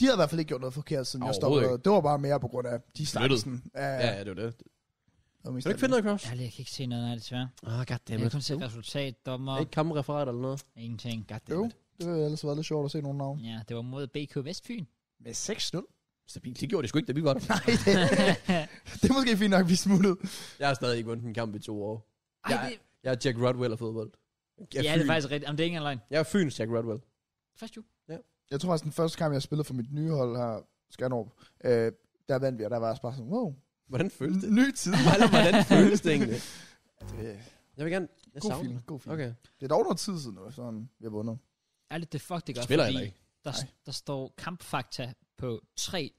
C: de havde i hvert fald ikke gjort noget forkert, siden jeg
B: Mm. Overhovedet
C: stoppede. Det var bare mere på grund af de
B: Flyttede.
C: stansen. Ja,
B: ja, ja, det var det. Kan du ikke finde noget, Kraus?
A: Ærligt, jeg kan ikke se noget af det, desværre.
B: Ah, oh,
A: Jeg
B: goddammit.
A: kan kun se resultat, dommer,
B: Ikke kammerreferat eller noget?
A: ingenting.
C: Jo,
B: Goddammit.
C: det ville ellers været lidt sjovt at se nogle navne.
A: Ja, det var mod BK Vestfyn.
C: Med 6-0?
B: Stabilt. Det gjorde det sgu ikke, da vi var der.
C: Nej, det, det er måske fint nok, vi smuttede.
B: Jeg har stadig ikke vundet en kamp i to år.
A: Ej,
B: Jeg,
A: det,
B: jeg er Jack Rodwell af fodbold. Jeg
A: ja,
B: er,
A: det er
B: Fyn.
A: faktisk rigtigt. Jamen, det er ikke engang løgn.
B: jeg er Fyns Jack Rodwell.
A: Først jo.
C: Jeg tror faktisk, den første kamp, jeg spillede for mit nye hold her, Skanderup, øh, der vandt vi, og der var jeg bare sådan, wow,
B: Hvordan føles det?
C: ny tid.
B: Eller hvordan føles det egentlig?
C: Det er
B: Jeg vil gerne... Jeg
C: god
B: savner
C: film,
B: det.
C: god film. Okay.
B: Okay.
C: Det er dog noget tid siden nu, sådan, vi har vundet.
A: Ærligt, det er fuck, det gør,
B: Spiller
A: fordi
B: heller ikke.
A: Der, der står kampfakta på tre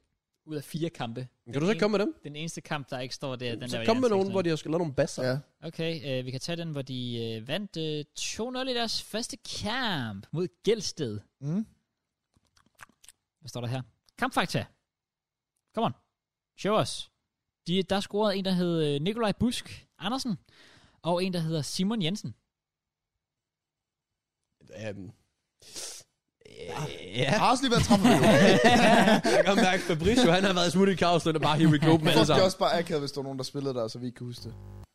A: ud af fire kampe.
B: Men Kan du så ikke komme med dem?
A: Den eneste kamp, der ikke står, det er den
B: Så
A: der...
B: kom med
A: jeg
B: nogen,
A: fik
B: hvor de har lavet nogle basser.
C: Ja.
A: sådan. Okay, øh, vi kan tage den, hvor de øh, vandt øh, 2-0 i deres første kamp mod Gældsted.
C: Mm.
A: Hvad står der her? Kampfakta. Come on. Show us. De, der scorede en, der hed øh, Nikolaj Busk Andersen, og en, der hedder Simon Jensen.
B: Øhm. Ja. Ah.
C: Jeg har også lige været træffet nu.
B: Jeg kan mærke, Fabricio, han altså. har været smuttet i kaosløn, og bare here we go dem alle
C: Fuck, det er
B: sammen.
C: også bare akavet, hvis der var nogen, der spillede der, så vi ikke kunne huske det.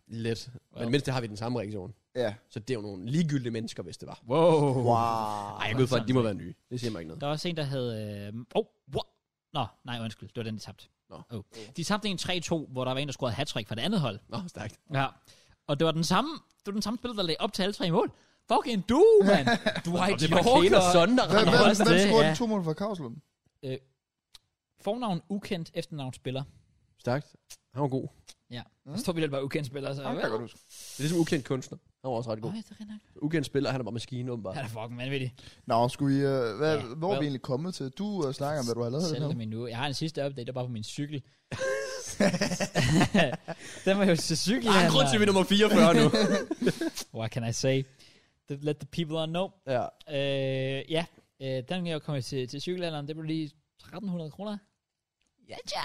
B: Lidt. Men mindst det har vi den samme reaktion.
C: Ja.
B: Så det er jo nogle ligegyldige mennesker, hvis det var.
A: Wow.
C: Wow.
B: Nej, jeg går ud fra, at de må være nye. Det siger mig ikke noget.
A: Der er også en, der hed... Øh, oh, what? Nå, nej, undskyld. Det var den, de tabte.
B: Nå.
A: Oh. De tabte en 3-2, hvor der var en, der scorede hat fra det andet hold.
B: Nå, stærkt.
A: Ja. Og det var den samme, det var den samme spiller, der lagde op til alle tre mål. Fucking du, mand. Du har ikke
B: det var Kane og Son, der
C: Hvem,
A: Nå,
C: hvem,
B: rammer.
A: også
C: hvem
A: det,
C: scorede
A: ja.
C: de to mål for Kavslund?
A: Øh, Fornavn ukendt, efternavn spiller.
B: Stærkt. Han var god.
A: Mm. Så står vi lidt bare ukendt spiller. Så,
C: Han kan jeg godt huske.
B: Det er ligesom ukendt kunstner. Han var også ret god.
A: Øj, det er rigtig nok.
B: Ukendt spiller, han er bare maskine, åbenbart.
A: Han er fucking vanvittig.
C: Nå, skulle I, øh, hvad,
A: Ja,
C: ja, hvor er
A: hvad?
C: vi egentlig kommet til? Du uh, snakker om, hvad du har lavet her.
A: Sælge min nu. Jeg har en sidste update, der er bare på min cykel. den var jo til cykel.
B: Ej, grund til, at vi er nummer 44 nu.
A: What can I say? The- Let the people know.
B: ja.
A: Øh, ja, øh, den jeg kommet til, til cykelalderen, det blev lige 1300 kroner. Ja, ja.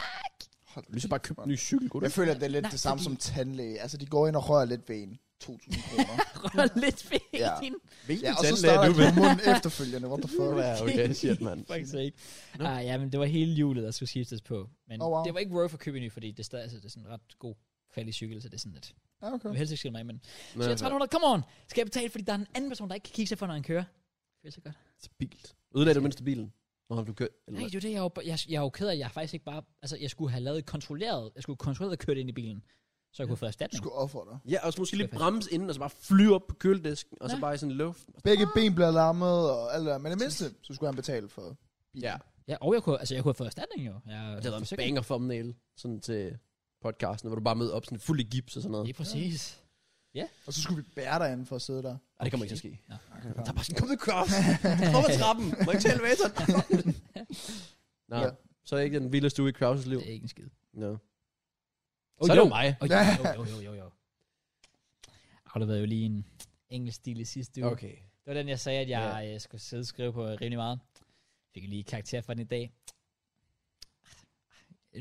C: Hold
B: Du lige så bare købe en ny cykel, kunne du?
C: Jeg
B: ikke?
C: føler, det er lidt
A: Nej,
C: det samme
A: fordi-
C: som tandlæge. Altså, de går ind og rører lidt ved en. 2.000 kroner.
A: Rør lidt ved
C: Ja.
A: ja. din.
C: ja,
B: Hvilken
C: og så
B: tandlæge er
C: starter
B: du
C: de
B: ved?
C: på munden efterfølgende. What the fuck?
B: Ja, okay, shit, mand.
A: Fuck sake. Ah, ja, men det var hele hjulet, der skulle skiftes på. Men
C: Oh, wow.
A: det var ikke worth at købe en ny, fordi det, er stadig, altså, det er sådan en ret god kvalitet cykel, så det er sådan lidt.
C: Ja, okay.
A: Jeg vil helst ikke skille mig, men...
B: Nå,
A: Så jeg er
B: ja.
A: 1300, come on! Skal jeg betale, fordi der er en anden person, der ikke kan kigge sig for, når han kører? Det er så godt.
B: Stabilt. Ødelagde du mindst bilen? Nå, du kørt. Eller
A: Nej,
B: hvad?
A: det er jo det, jeg er jo, jeg, jeg er jo ked af, at jeg faktisk ikke bare... Altså, jeg skulle have lavet kontrolleret... Jeg skulle kontrolleret køre det ind i bilen, så jeg kunne få
C: Du
A: erstatning.
C: skulle ofre dig.
B: Ja, og så måske lige bremse inden, og så bare flyve op på køledisken, og så
A: Ja.
B: bare i sådan luft.
C: Begge ben bliver lammet og alt det der. Men det mindste, så skulle han betale for bilen.
B: Ja,
A: Ja, og jeg kunne, altså, jeg kunne have fået erstatning jo. Jeg,
B: og det var en
A: forsikring.
B: banger thumbnail, sådan til podcasten, hvor du bare møder op sådan fuld i gips og sådan noget.
A: Lige præcis.
C: Og så skulle vi bære dig inden for at sidde der.
B: Ej, det kommer ikke til at ske.
A: Nå.
B: Der er bare sådan, kom nu, Kraus! Kom ad trappen! Må jeg ikke tage elevatoren? Nå,
C: Ja.
B: Så er jeg ikke den vildeste uge i Kraus' liv.
A: Det er ikke en skid.
B: No.
A: Oh,
B: så er det
A: jo.
B: jo mig.
A: Oh, jo, jo, jo, jo, jo. Har der været jo lige en engelsk stil i sidste uge.
B: Okay.
A: Det var den, jeg sagde, at jeg yeah. skulle sidde og skrive på øh, rimelig meget. Fik lige karakter for den i dag.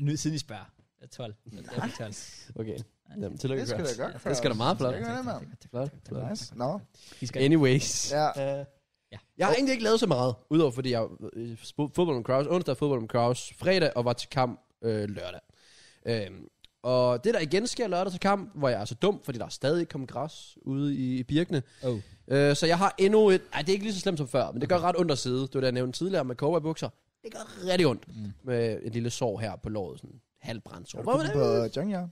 A: Nu siden I spørger. Jeg er 12. Jeg fik 12.
B: Okay.
A: Ja.
B: Jamen, tillykke.
C: Det skal
B: Kraus.
C: da godt.
A: Ja, det
B: skal da meget flot.
C: Det er godt, mand.
B: Flot, flot.
C: Nice. Nå.
A: I skal
B: Anyways.
C: Ja.
B: Uh,
A: Ja.
B: Jeg har egentlig ikke lavet så meget, udover fordi jeg øh, spo- fodbold med Kraus, onsdag fodbold med Kraus, fredag og var til kamp øh, lørdag. Øhm, og det der igen sker lørdag til kamp, hvor jeg er så dum, fordi der er stadig kommet græs ude i, i birkene.
A: Oh.
B: Øh, så jeg har endnu et, ej det er ikke lige så slemt som før, men det gør ret ondt at sidde. Det var det jeg nævnte tidligere med cowboybukser. Det gør rigtig ondt
A: Mm.
B: mm. med et lille sår her på låret, sådan halvbrændt sår.
C: Har du
B: Hvor var
C: købt den på
B: det?
C: Junkyard?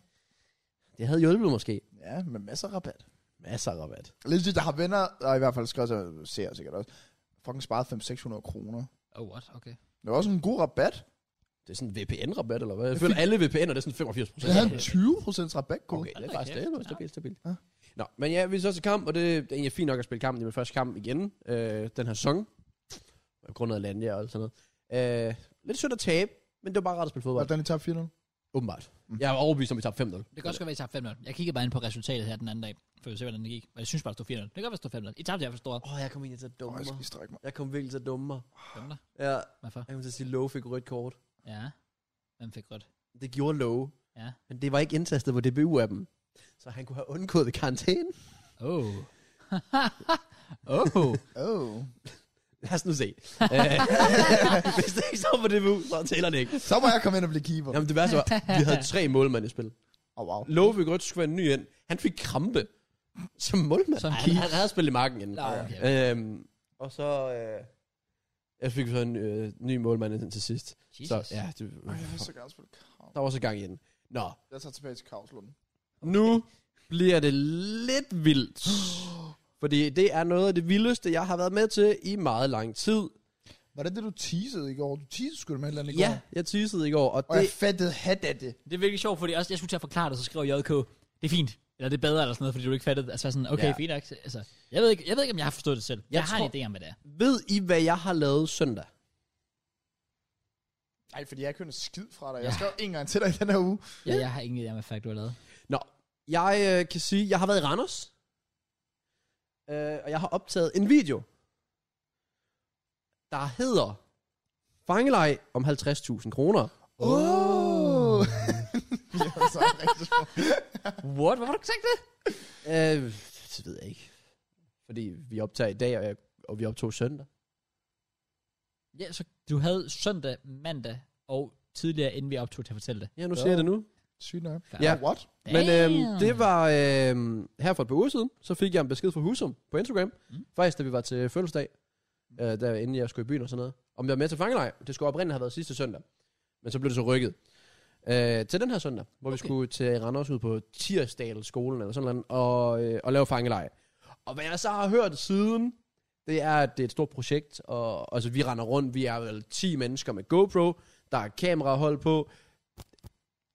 B: Det havde hjulpet måske.
C: Ja, med masser af rabat.
B: Masser af rabat.
C: Lidt det, der har venner, og i hvert fald skal også se sikkert også, fucking sparet 500-600 kroner.
A: Oh, what? Okay.
C: Det var også en god rabat.
B: Det er sådan en VPN-rabat, eller hvad? Jeg føler, alle VPN'er, det er sådan 85
C: Så jeg havde en 20% rabatkode.
B: Okay, det er faktisk
A: kæft.
B: det. Det er stabilt, stabilt.
C: Ja.
B: Nå, men ja, vi er så til kamp, og det, det er egentlig fint nok at spille kampen. Det er min første kamp igen øh, den her sæson. På grund af Landia og sådan noget. Øh, lidt sødt at tabe, men det var bare rart at spille fodbold.
C: Hvordan i top 4
B: Åbenbart.
C: Mm.
B: Jeg er overbevist om, vi tabte 5-0.
A: Det kan også godt være, at I tabte 5 0 Jeg kiggede bare ind på resultatet her den anden dag, for at se, hvordan det gik. Og jeg synes bare, at det stod 4 0 Det kan godt være, at det stod 5 0 I tabte, jeg forstår.
B: Åh, oh, jeg kom egentlig til at
C: Åh,
B: dumme
C: jeg skal
B: mig.
C: lige strække mig.
B: Jeg kom virkelig til at dumme mig.
A: Hvem der?
B: Ja,
A: Hvorfor?
B: jeg kom til at sige, at Lowe fik rødt kort.
A: Ja. Hvem fik rødt?
B: Det gjorde Lowe.
A: Ja.
B: Men det var ikke indtastet på DBU-appen. Så han kunne have undgået ved karantæne.
A: Oh. oh.
C: Oh.
B: Lad os nu se. Øh, Hvis det ikke står på DBU, så tæller det ikke.
C: Så må jeg komme ind og blive keeper.
B: Jamen det værste var, vi havde tre målmænd i spil.
C: Oh, wow.
B: Love fik rødt, skulle være en ny ind. Han fik krampe som målmand.
A: Som
B: Ej, han,
A: keeper.
B: han havde spillet i marken inden.
A: Nå, okay.
B: Øhm, og så... Øh, jeg fik så en øh, ny målmand ind til sidst.
A: Jesus.
B: Så, ja, det,
C: Ej, jeg vil så gerne spille Krav.
B: der var så gang i den. Nå,
C: Jeg tager tilbage til Kravslund.
B: nu bliver det lidt vildt. Fordi det er noget af det vildeste, jeg har været med til i meget lang tid.
C: Var det det, du teasede i går? Du teasede sgu da med et eller andet i går.
B: Ja, jeg teasede i går, og,
C: Og
B: det,
C: jeg fattede hat af det.
A: Det er virkelig sjovt, fordi også, jeg skulle til at forklare det, så skrev JK, det er fint, eller det er bedre, eller sådan noget, fordi du ikke fattede det. Altså sådan, okay,
B: Ja.
A: ja. fint nok. Altså, jeg, ved ikke, jeg ved ikke, om jeg har forstået det selv. Jeg, jeg har
B: tror-
A: en idé om, hvad det er.
B: ved I, hvad jeg har lavet søndag?
C: Nej, fordi jeg ikke hørte en skid fra dig. Jeg
A: Ja.
C: skrev en gang til dig i den her uge.
A: Ja, jeg har ingen idé om, hvad fakt du har lavet.
B: Nå, jeg øh, kan sige, jeg har været i Randers. Øh, og jeg har optaget en video, der hedder Fangelej om 50.000 kroner.
C: Åh! Jeg Oh! var så rigtig smuk.
A: What? Hvorfor har du ikke sagt det?
B: Øh, det ved jeg ikke. Fordi vi optager i dag, og, jeg, og vi optog søndag.
A: Ja, så du havde søndag, mandag og tidligere, inden vi optog til at fortælle det.
B: Ja, nu siger jeg det nu.
C: Sygt nok.
A: Fair.
B: Ja.
C: Oh, What?
B: Men
A: Damn.
B: øhm, det var øhm, her for et par uger siden, så fik jeg en besked fra Husum på Instagram.
A: Mm.
B: Mm. Faktisk, da vi var til fødselsdag, øh, der, inden jeg skulle i byen og sådan noget. Om jeg var med til fangelej. Det skulle oprindeligt have været sidste søndag. Men så blev det så rykket. Øh, til den her søndag, hvor okay. vi
A: Okay.
B: skulle til Randers ud på Tirsdal skolen eller sådan noget, og, øh, og lave fangelej. Og hvad jeg så har hørt siden, det er, at det er et stort projekt, og altså, vi render rundt, vi er vel 10 mennesker med GoPro, der er kamerahold på.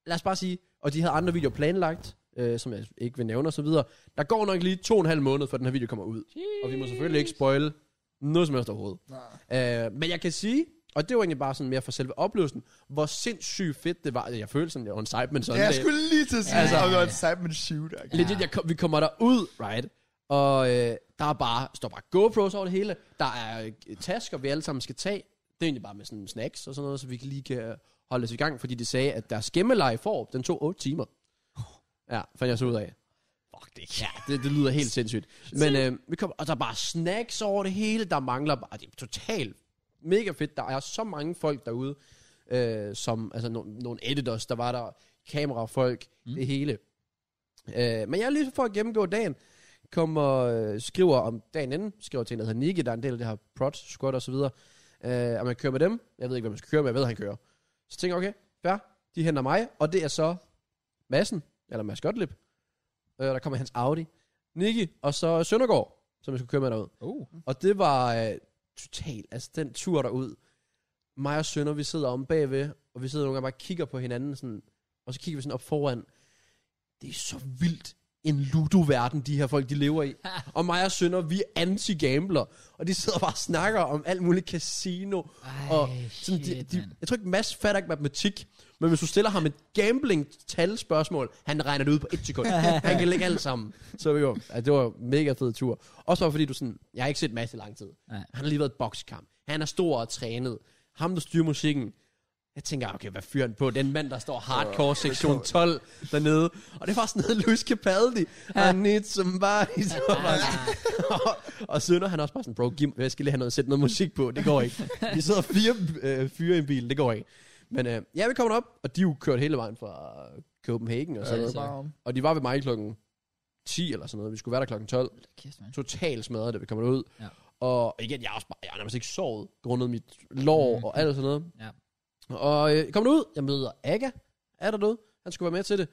B: Lad os bare sige, og de havde andre videoer planlagt, øh, som jeg ikke vil nævne osv. Der går nok lige to og en halv måned, før den her video kommer ud. Og vi må selvfølgelig ikke spoil noget som helst overhovedet.
C: Nej.
B: Øh, men jeg kan sige, og det var egentlig bare sådan mere for selve oplevelsen, hvor sindssygt fedt det var. Jeg følte sådan, jeg var en sejt, men sådan
C: Ja, jeg
B: det-
C: skulle lige til at sige,
A: Ja,
C: at
A: ja,
C: det var
A: ja.
C: en Simon Shoot.
A: Ja.
C: Okay.
B: Legit, jeg kom, vi kommer der ud, right? Og øh, der er bare, står bare GoPros over det hele. Der er øh, tasker, vi alle sammen skal tage. Det er egentlig bare med sådan snacks og sådan noget, så vi kan lige kan holde os i gang, fordi de sagde, at deres gemmeleje i Forop, den tog 8 timer. Ja, fandt jeg så ud af.
A: Fuck det. Ja.
B: Det, det lyder helt sindssygt. Men øh, vi kommer, og der er bare snacks over det hele, der mangler bare, det er totalt mega fedt. Der er så mange folk derude, øh, som, altså no, nogle editors, der var der, kamerafolk, mm. det hele. Øh, men jeg er lige for at gennemgå dagen, kommer, øh, skriver om dagen inden, skriver til en, der hedder Nicky, der er en del af det her prod, squad og så videre, øh, og man kører med dem. Jeg ved ikke, hvad man skal køre med, jeg ved, at han kører. Så tænker jeg, okay, fair, de henter mig, og det er så Massen, eller Mads Gottlieb, øh, der kommer hans Audi, Nicky, og så Søndergaard, som jeg skulle køre med derud.
A: Oh.
B: Og det var øh, totalt, altså den tur derud. Mig og Sønder, vi sidder om bagved, og vi sidder nogle gange bare og kigger på hinanden, sådan, og så kigger vi sådan op foran. Det er så vildt en ludoverden, de her folk, de lever i. og mig og Sønder, vi er anti-gambler. Og de sidder bare og snakker om alt muligt casino.
A: Ej,
B: og sådan, de,
A: shit,
B: de,
A: mand.
B: jeg tror ikke, Mads fatter ikke matematik. Men hvis du stiller ham et gambling-tal-spørgsmål, han regner det ud på et sekund. han kan lægge alt sammen. Så jo, altså, det var jo en mega fed tur. Også bare fordi du sådan, jeg har ikke set Mads i lang tid.
A: Nej.
B: Han har lige været i bokskamp. Han er stor og trænet. Ham, der styrer musikken. Jeg tænker, okay, hvad fyrer han på? Den mand, der står hardcore sektion 12 dernede. Og det var sådan noget Luis Capaldi. I need somebody. Så var bare sådan- og, og Sønder, han er også bare sådan, bro, giv, mig- jeg skal lige have noget, sætte noget musik på. Det går ikke. Vi sidder fire øh, fyre i en bil. Det går ikke. Men øh, ja, vi kommer op, og de er jo kørt hele vejen fra Copenhagen. Og,
C: Ja, det
B: sådan,
C: er
B: så,
C: bare om.
B: og de var ved mig klokken 10 eller sådan noget. Vi skulle være der klokken 12
A: Kæft, man.
B: totalt smadret, da vi kommer ud.
A: Ja.
B: Ja. Og igen, jeg er også bare, jeg har nærmest ikke sovet, grundet mit lår mm. og alt sådan noget.
A: Ja.
B: Og øh, kommer ud, jeg møder Aga, er der død, han skulle være med til det.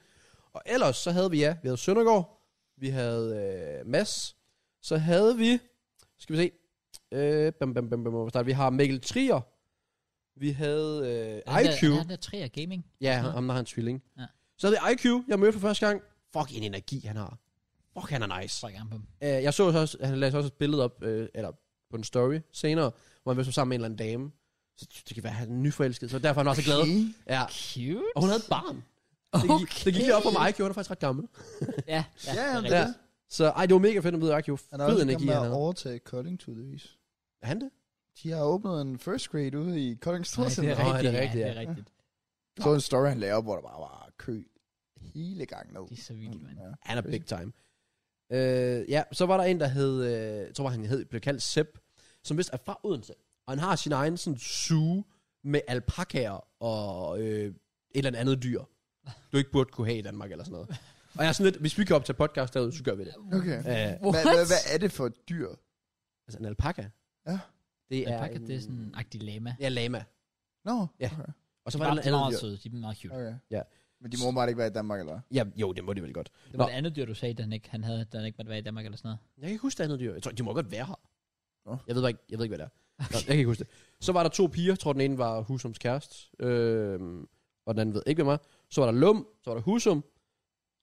B: Og ellers så havde vi, ja, vi havde Søndergaard, vi havde øh, Mads, så havde vi, skal vi se, øh, bam, bam, bam, bam, hvor starter vi? vi har Mikkel Trier, vi havde øh,
A: Han er-
B: IQ,
A: Han er der tre af gaming.
B: ja, ham ham, der har en tvilling.
A: Ja.
B: Ja. Så havde vi IQ, jeg mødte for første gang, fuck en energi han har, fuck han er nice.
A: Fuck ham på.
B: Øh, jeg så også, han lagde så også et billede op, øh, eller på en story senere, hvor han var sammen med en eller anden dame. Så det kan være, at han er nyforelsket, så derfor er han også glad.
C: Okay.
B: Ja.
A: Cute.
B: Og hun havde et barn. Det gik, okay. det gik lige op for mig, IQ, hun er faktisk ret gammel.
A: Ja,
C: Ja,
A: det er
C: ja,
A: rigtigt.
B: Ja. Så ej, det var mega fedt at møde IQ.
C: Han har
B: Fed
C: også
B: energi,
C: kommet
B: han
C: med at
B: havde.
C: overtage Kolding, tydeligvis.
B: Er han det?
C: De har åbnet en first grade ude i Kolding
A: Nej, det
C: Storcenter.
A: er rigtigt.
B: Nå, det er
A: ja,
B: rigtigt,
A: det
B: ja.
A: er rigtigt.
C: Så en story, han lavede, hvor der bare var kø hele gangen ned.
A: Det er så vildt, mand.
C: Ja.
B: Han er big time. Øh, ja, så var der en, der hed, øh, jeg tror han hed, blev kaldt Sepp, som vist er fra Odense. Og han har sin egen sådan zoo med alpakaer og øh, et eller andet dyr, du ikke burde kunne have i Danmark eller sådan noget. Og jeg er sådan lidt, hvis vi kan optage podcast derude, så gør vi det.
C: Okay.
B: Øh,
C: Hvad, hvad, hvad er det for et dyr?
B: altså en alpaka.
C: Ja.
B: Det er,
A: Alpaca,
B: en,
A: det er sådan en agtig lama.
B: Ja, lama.
C: Nå,
B: Ja.
C: okay.
B: Og så
A: De er
B: var der
A: meget- de er
B: et andet
A: meget
B: dyr.
A: søde, de er meget cute.
C: okay.
B: Ja.
C: Men de må bare ikke være i Danmark, eller?
B: Ja, jo, det må de vel godt.
A: Det var
B: Nå.
A: det andet dyr, du sagde, den ikke, han havde, den ikke måtte være i Danmark eller sådan noget.
B: Jeg kan ikke huske det andet dyr. Jeg tror, de må godt være her.
C: Nå.
B: Jeg ved, bare ikke, jeg ved ikke, hvad det er. Nå, jeg kan ikke huske det. Så var der to piger. Jeg tror, den ene var Husums kæreste. Øh, og den anden ved ikke, hvem er. Så var der Lum. Så var der Husum.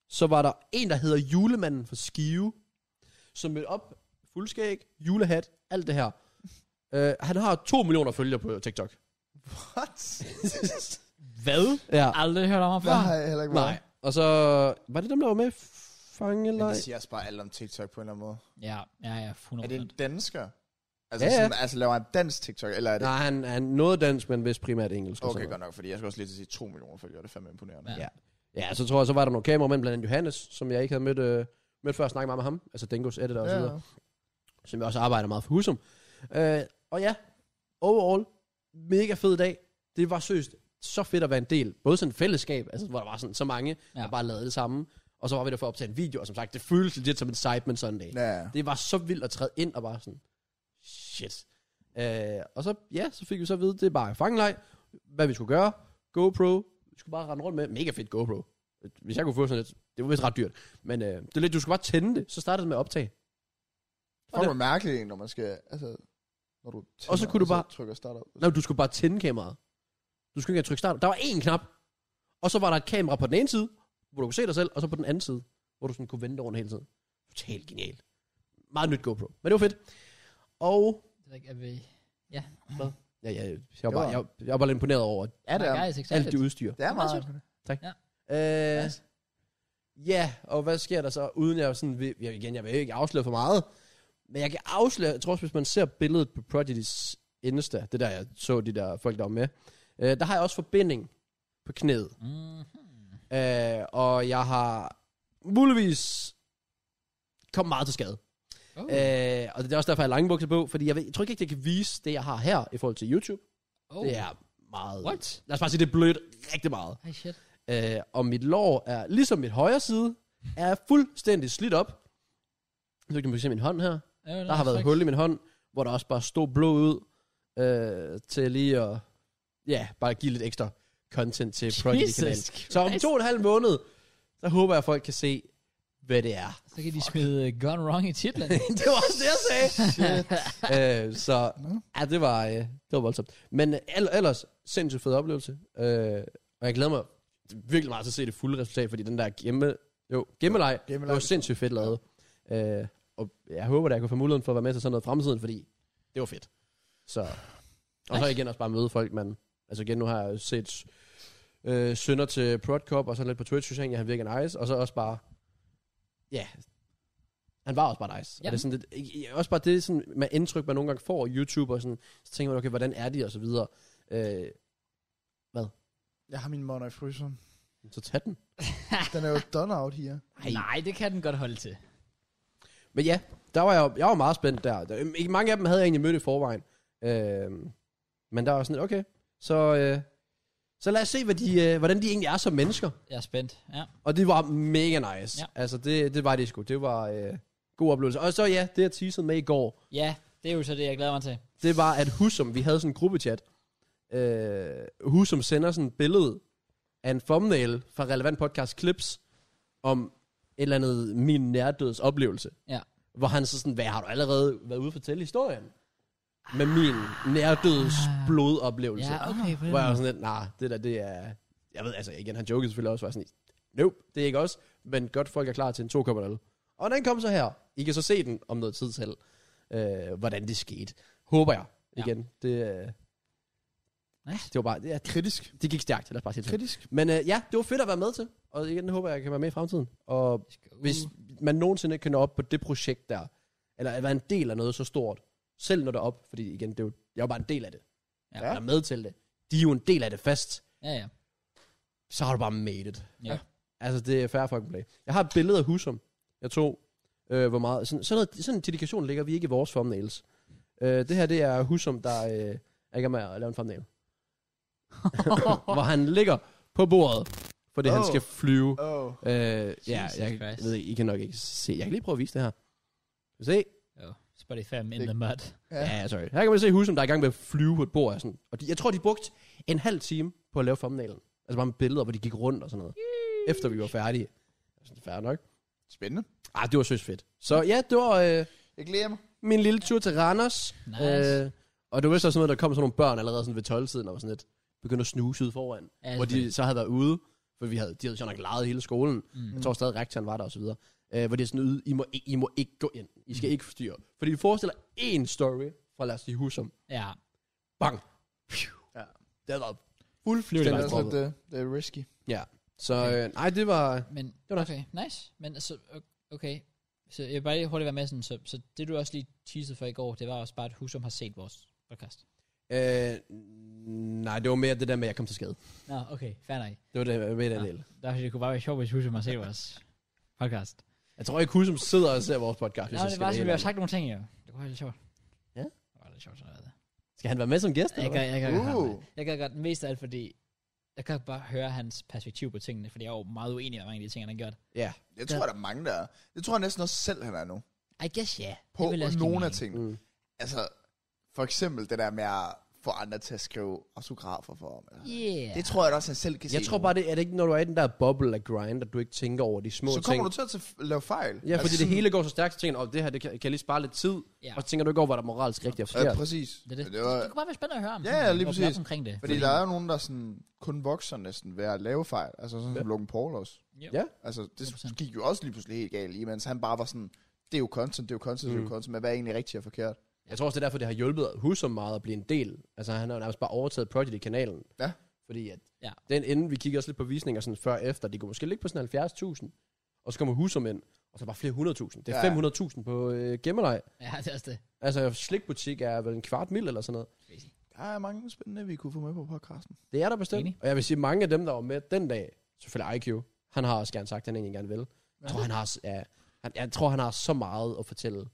B: Så var der en, der hedder Julemanden fra Skive. Som mødte op fuldskæg, julehat, alt det her. Øh, han har to millioner følgere på TikTok.
C: What?
A: Hvad?
B: Ja,
A: Aldrig hørt om ham
C: Nej,
A: før.
C: har jeg heller ikke
B: nej. Og så var det dem, der var med i
C: Men
B: Fangelej?
C: det siger også bare alt om TikTok på en eller anden måde.
A: Ja, ja, ja, 100%.
C: Er det en dansker? Altså,
B: Ja, ja.
C: Sådan, altså laver han dansk TikTok, eller er det...
B: Nej, han, han nåede dansk, men vist primært engelsk. og sådan
C: Okay,
B: noget.
C: godt nok, fordi jeg skal også lige til at sige 2 millioner følgere, det er fandme imponerende.
A: Ja.
B: Ja, så tror jeg, så var der nogle kameramænd, blandt andet Johannes, som jeg ikke havde mødt, øh, mødt før, snakket meget med ham, altså Dengos editor og så videre, som jeg også arbejder meget for Husum. Øh, og ja, overall, mega fed dag. Det var søst så fedt at være en del, både sådan et fællesskab, altså hvor der var sådan så mange,
A: Ja.
B: ja. der bare lavede det samme, og så var vi der for at optage en video, og som sagt, det føltes lidt som en Sidemen Sunday.
C: Ja, ja.
B: Det var så vildt at træde ind og bare sådan, shit. Øh, og så, ja, så fik vi så at vide, det er bare fangelej, hvad vi skulle gøre. GoPro, vi skulle bare rende rundt med. Mega fedt GoPro. Hvis jeg kunne få sådan et, det var vist ret dyrt. Men øh, det er lidt, du skulle bare tænde det, så startede det med at optage.
C: Fuck, hvor mærkeligt, når man skal, altså, når du tænder,
B: Og så kunne du bare-
C: trykker start op.
B: Nej, du skulle bare tænde kameraet. Du skulle ikke engang trykke start. Der var én knap, og så var der et kamera på den ene side, hvor du kunne se dig selv, og så på den anden side, hvor du sådan kunne vente over den hele tiden. Totalt genialt. Meget nyt GoPro. Men det var fedt. Og
A: Det ved jeg ikke, er vi...
B: ja, ja, jeg, jeg, var,
C: Det
B: bare,
C: var-
B: jeg, jeg var bare lidt imponeret over
C: Ja, det er,
A: Guys, excited.
B: alt det udstyr.
C: det er
A: meget
C: meget.
B: Øh, Ja,
A: Nice.
B: og hvad sker der så, uden jeg sådan vil, jeg, igen, jeg vil ikke afsløre for meget, men jeg kan afsløre, jeg tror også, hvis man ser billedet på Prodigy's Insta, det der, jeg så de der folk, der var med, øh, der har jeg også forbinding på knæet,
A: Mm.
B: øh, og jeg har muligvis kommet meget til skade.
A: Oh.
B: Øh, og det er også derfor, jeg har lange bukser på, fordi jeg, ved, jeg tror ikke, jeg kan vise det, jeg har her i forhold til YouTube.
A: oh.
B: Det er meget...
A: What?
B: Lad os bare sige, det er blødt rigtig meget.
A: Hey, shit.
B: Øh, og mit lår er, ligesom mit højre side, er fuldstændig slidt op. Nu kan man se min hånd her.
A: Ja, det
B: Der har
A: er
B: været
A: faktisk-
B: hul i min hånd, hvor der også bare stod blod ud, øh, til lige at, ja, bare give lidt ekstra content til Prodigy-kanalen.
A: Jesus
B: Så om
A: Christ.
B: to og en halv måned, så håber jeg, at folk kan se, hvad det er.
A: Så kan de smide øh, Gone Wrong i titlen.
B: det var også det, jeg sagde. øh, så ja, det var, øh, det var voldsomt. Men øh, el- ellers, sindssygt fed oplevelse. Øh, og jeg glæder mig virkelig meget til at se det fulde resultat, fordi den der hjemme Jo, gemmeleg. Det
D: Gemmeleg.
B: var sindssygt fedt lavet. Øh, og jeg håber, at jeg kunne få muligheden for at være med til sådan noget i fremtiden, fordi det var fedt. Så. Og så
A: Nice.
B: igen også bare møde folk, man... Altså igen, nu har jeg set øh, sønder til Prodcop, og så lidt på Twitch, synes jeg egentlig, han virker nice. Og så også bare... Ja, han var også bare nice. Ja. Og det er sådan lidt, i- i- også bare det sådan, med indtryk, man nogle gange får af YouTube, og sådan, så tænker man, okay, hvordan er de, og så videre. Øh,
D: Jeg har min måneder i fryseren.
B: så tag den.
D: Den er jo done out her.
A: Ej. Nej, det kan den godt holde til.
B: Men ja, der var jeg, jeg var meget spændt der. Der- øhm, Ikke mange af dem havde jeg egentlig mødt i forvejen. Øh, men der var sådan lidt, okay, så, øh, så lad os se, hvad de, øh, hvordan de egentlig er som mennesker.
A: Jeg er spændt. Ja.
B: Og det var mega nice.
A: Ja.
B: Ja. Altså, det, det var det sgu. Det var øh, god oplevelse. Og så ja, det jeg teasede med i går,
A: ja, det er jo så det, jeg glæder mig til.
B: det var, at Husum, vi havde sådan en gruppechat, øh, Husum sender sådan et billede af en thumbnail fra relevant podcast Clips, om et eller andet min nærdøds oplevelse.
A: Ja.
B: Hvor han så sådan, hvad har du allerede været ude og fortælle historien? Med min nærdøds blodoplevelse.
A: Ah. Ja, okay. På den
B: Hvor jeg var
A: måde.
B: sådan lidt, nej, det der, det er... Jeg ved, altså igen, han jokede selvfølgelig også, var sådan, nope, det er ikke os, men godt folk er klar til en 2,0. Og den kom så her. I kan så se den om noget tid selv, øh, hvordan det skete. Håber jeg.
A: Ja.
B: Igen, ja. det, øh,
A: Nice.
B: det var bare, ja,
D: Kritisk.
B: det gik stærkt, lad os bare sige det. sådan.
D: Kritisk.
B: Men øh, ja, det var fedt at være med til, og igen, det håber jeg, jeg kan være med i fremtiden. Og hvis man nogensinde kan nå op på det projekt der, eller at være en del af noget så stort, selv når det er op, fordi igen, det er jo, jeg er jo bare en del af det.
A: Uh, Ja.
B: Ja. Jeg er med til det. De er jo en del af det fast
A: Ja, ja.
B: så har du bare made it.
A: Ja.
B: Altså, det er fair fucking play. Jeg har et billede af Husum, jeg tog, øh, hvor meget... Sådan, sådan, noget, sådan en dedikation ligger vi ikke i vores thumbnails. Øh, det her, det er Husum, der øh, er i gang med at lave en thumbnail. hvor han ligger på bordet, fordi oh. han
D: Oh.
B: skal flyve.
D: Oh.
B: Øh, ja,
A: Jesus
B: jeg, jeg
A: Christ.
B: ved ikke, I kan nok ikke se. Jeg kan lige prøve at vise det her. Kan I Se?
A: Jo, Spotify in
D: Det-
A: the mud.
D: Ja.
B: Ja, sorry. Her kan man se Husum, der er i gang med at flyve på et bord. og Sådan. Og de, jeg tror, de brugte en halv time på at lave thumbnailen. Altså bare med billeder, hvor de gik rundt og sådan noget. Efter vi var færdige. Altså, færdig nok.
C: Spændende.
B: Ah, det var søs fedt. Så ja, det var øh,
D: Jeg glæder mig.
B: min lille tur til Randers.
A: Nice.
B: Øh, og det var så sådan noget, der kom sådan nogle børn allerede sådan ved 12-tiden, og var sådan lidt begyndte at snuse ud foran.
A: Ja,
B: hvor de så havde været ude, for vi havde, de havde sjovt nok lejet hele skolen.
A: Mm.
B: Mm. Jeg tror stadig, rektoren var der og så videre. Øh, hvor de er sådan ude, I må, I, I må ikke gå ind. I
A: Mm.
B: skal ikke forstyrre. Fordi vi forestiller én story fra, lad os sige, Husum.
A: Ja.
B: Bang. Ja. Det havde været
A: Flyver
B: fuldstændig
D: Det er
A: det
C: Altså,
D: også lidt,
B: proppet.
D: øh, det er risky.
B: Så øh, nej, det var...
A: Men,
B: Det var nice.
A: okay, nice. Men altså, okay. Så jeg vil bare lige hurtigt være med sådan, så, så det du også lige teasede for i går, det var også bare, at Husum har set vores podcast.
B: Øh, nej, det var mere det der med, at jeg kom til skade.
A: Nå, okay, fair nok.
B: Det var det med den
A: Ja.
B: del.
A: Derfor det kunne bare være sjovt, hvis Husum har set vores podcast.
B: Jeg tror ikke, Husum sidder og ser vores podcast,
A: Nå,
B: hvis
A: det
B: jeg
A: er
B: skal
A: bare,
B: være
A: så vi
B: helt
A: har
B: ærlig.
A: sagt nogle ting, jo. Det kunne være lidt sjovt.
B: Ja.
A: Det var lidt sjovt, sådan noget.
B: Skal han være med som gæst?
A: Jeg
B: Eller
A: kan, jeg
B: hvad?
A: kan,
C: Uh.
A: godt, jeg kan godt mest af alt, fordi jeg kan bare høre hans perspektiv på tingene, fordi jeg er jo meget uenig med mange af de ting, han har gjort.
B: Ja.
C: Jeg tror, der er mange, der er. Det tror jeg næsten også selv, han er nu.
A: I guess ja. Yeah.
C: På nogle af tingene.
B: Mm.
C: Altså, for eksempel det der med at få andre til at skrive autografer for ham. Eller.
A: Yeah.
C: Det tror jeg da også, han selv kan
B: Jeg
C: se
B: tror
C: nu.
B: bare, det er det ikke, når du er i den der boble af grind, at du ikke tænker over de små
C: Så
B: ting.
C: kommer du til at t- lave fejl. Altså
B: Ja, fordi det
C: sådan-
B: hele går så stærkt, så tænker du, oh, det her, det kan, kan jeg lige spare lidt tid.
A: Ja.
B: Ja. Og så tænker du ikke over, hvad der er moralsk rigtigt og
C: Ja,
B: forkert.
C: præcis.
A: Det, er det.
C: det
A: det,
C: var,
A: kunne bare være spændende at høre om.
C: Ja,
A: sådan,
C: ja, lige
A: åbne
C: præcis.
A: Op omkring det.
C: fordi der er jo nogen, der sådan, kun vokser næsten ved at lave fejl. Altså sådan som Logan Paul også.
A: Jo.
B: Ja.
C: Altså, det
A: 100%.
C: gik jo også lige pludselig helt galt i, mens han bare var sådan, det er jo content, det er jo content, det er jo
B: Mm.
C: content, men hvad er egentlig rigtigt og forkert?
B: Jeg tror også, det er derfor, det har hjulpet Husum meget at blive en del. Altså, han har jo nærmest bare overtaget Project i kanalen.
C: Ja.
B: Fordi at
A: Ja.
B: ja. den inden, vi kigger også lidt på visninger sådan før og efter, det kunne måske ligge på sådan 70.000, og så kommer Husum ind, og så bare flere hundredtusind. Det er
C: Ja.
B: ja. 500.000 på øh, gemmerlej.
A: ja, det er også det.
B: Altså, slikbutik er vel en kvart mil eller sådan noget.
C: Der er mange spændende, vi kunne få med på podcasten.
B: Det er der bestemt.
A: Enig.
B: Og jeg vil sige, mange af dem, der var med den dag, selvfølgelig IQ, han har også gerne sagt, at han egentlig gerne vil. Jeg tror, han har, s- ja, han, jeg tror, han har så meget at fortælle.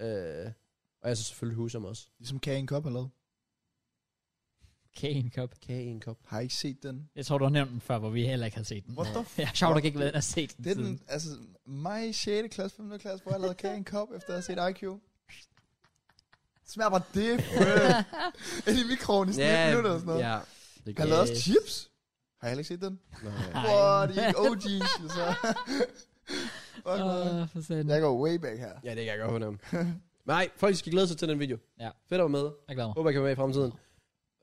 B: Øh, og altså selvfølgelig Husum også.
C: Ligesom Kagen Cup har lavet.
A: Kane Cup.
B: Kage i en kop.
C: Har I ikke set den?
A: Jeg tror, du har nævnt den før, hvor vi heller ikke har set den.
C: What the
A: Jeg er sjovt, at ikke været inde og set den.
C: Det er
A: siden.
C: den, altså, mig i 6. klasse, 5. klasse, hvor jeg lavede Kagen Cup, efter at have set IQ. Smager bare det, øh, ind i mikroen i sådan yeah, minutter og sådan noget. Yeah.
B: ja. Det
C: Han
B: gør
C: lavede
B: jeg.
C: også chips. Har jeg heller ikke set den?
A: Ej.
C: What, de er ikke OG's, så. Fuck, man.
A: Åh, for
B: Øh.
A: satan.
C: Jeg går way back her.
B: Ja, det kan jeg godt fornemme. Men Nej, folk skal glæde sig til den video.
A: Ja.
B: Fedt at være med.
A: Jeg glæder mig.
B: Håber, jeg kan være med i fremtiden.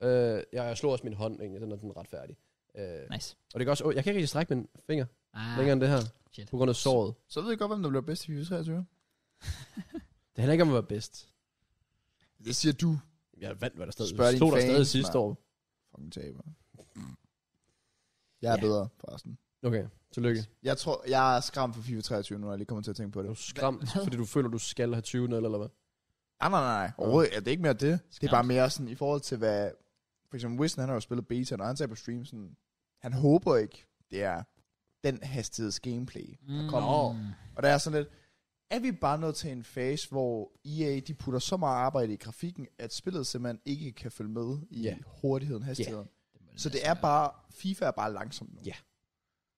B: Øh, jeg, jeg slog også min hånd, egentlig. Den er den er ret færdig. Øh,
A: Nice.
B: og det kan også... Åh, jeg kan ikke rigtig strække min finger.
A: Ah,
B: længere end det her.
A: shit.
B: På grund af såret.
C: Så ved jeg godt, hvem der bliver bedst i FIFA 23.
B: Det handler ikke om at være bedst.
C: Det siger du.
B: Jeg vandt, hvad der stadig
C: Spørg dine
B: stod der
C: fans,
B: stadig sidste
C: mand.
B: år.
C: Fucking taber. Jeg er
A: Ja.
C: ja. bedre, forresten.
B: Okay, tillykke.
C: Jeg tror, jeg er skræmt for FIFA 23 nu, når jeg lige kommer til at tænke på
B: Er
C: det.
B: du skræmt, fordi du føler, du skal have 20 eller, eller hvad?
C: Ah, nej, nej, nej. Overhovedet, ja, det er ikke mere det. Det er
A: Skræmt.
C: bare mere sådan, i forhold til hvad... For eksempel Winston, han har jo spillet beta, og han sagde på stream sådan... Han håber ikke, det er den hastigheds gameplay, der
A: Mm.
C: kommer. Og der er sådan lidt... Er vi bare nået til en fase, hvor EA de putter så meget arbejde i grafikken, at spillet simpelthen ikke kan følge med i
B: Ja.
C: yeah. hurtigheden, hastigheden?
A: Det må
C: Så det
A: næsten
C: er
A: være.
C: bare, FIFA er bare langsomt nu.
B: Ja.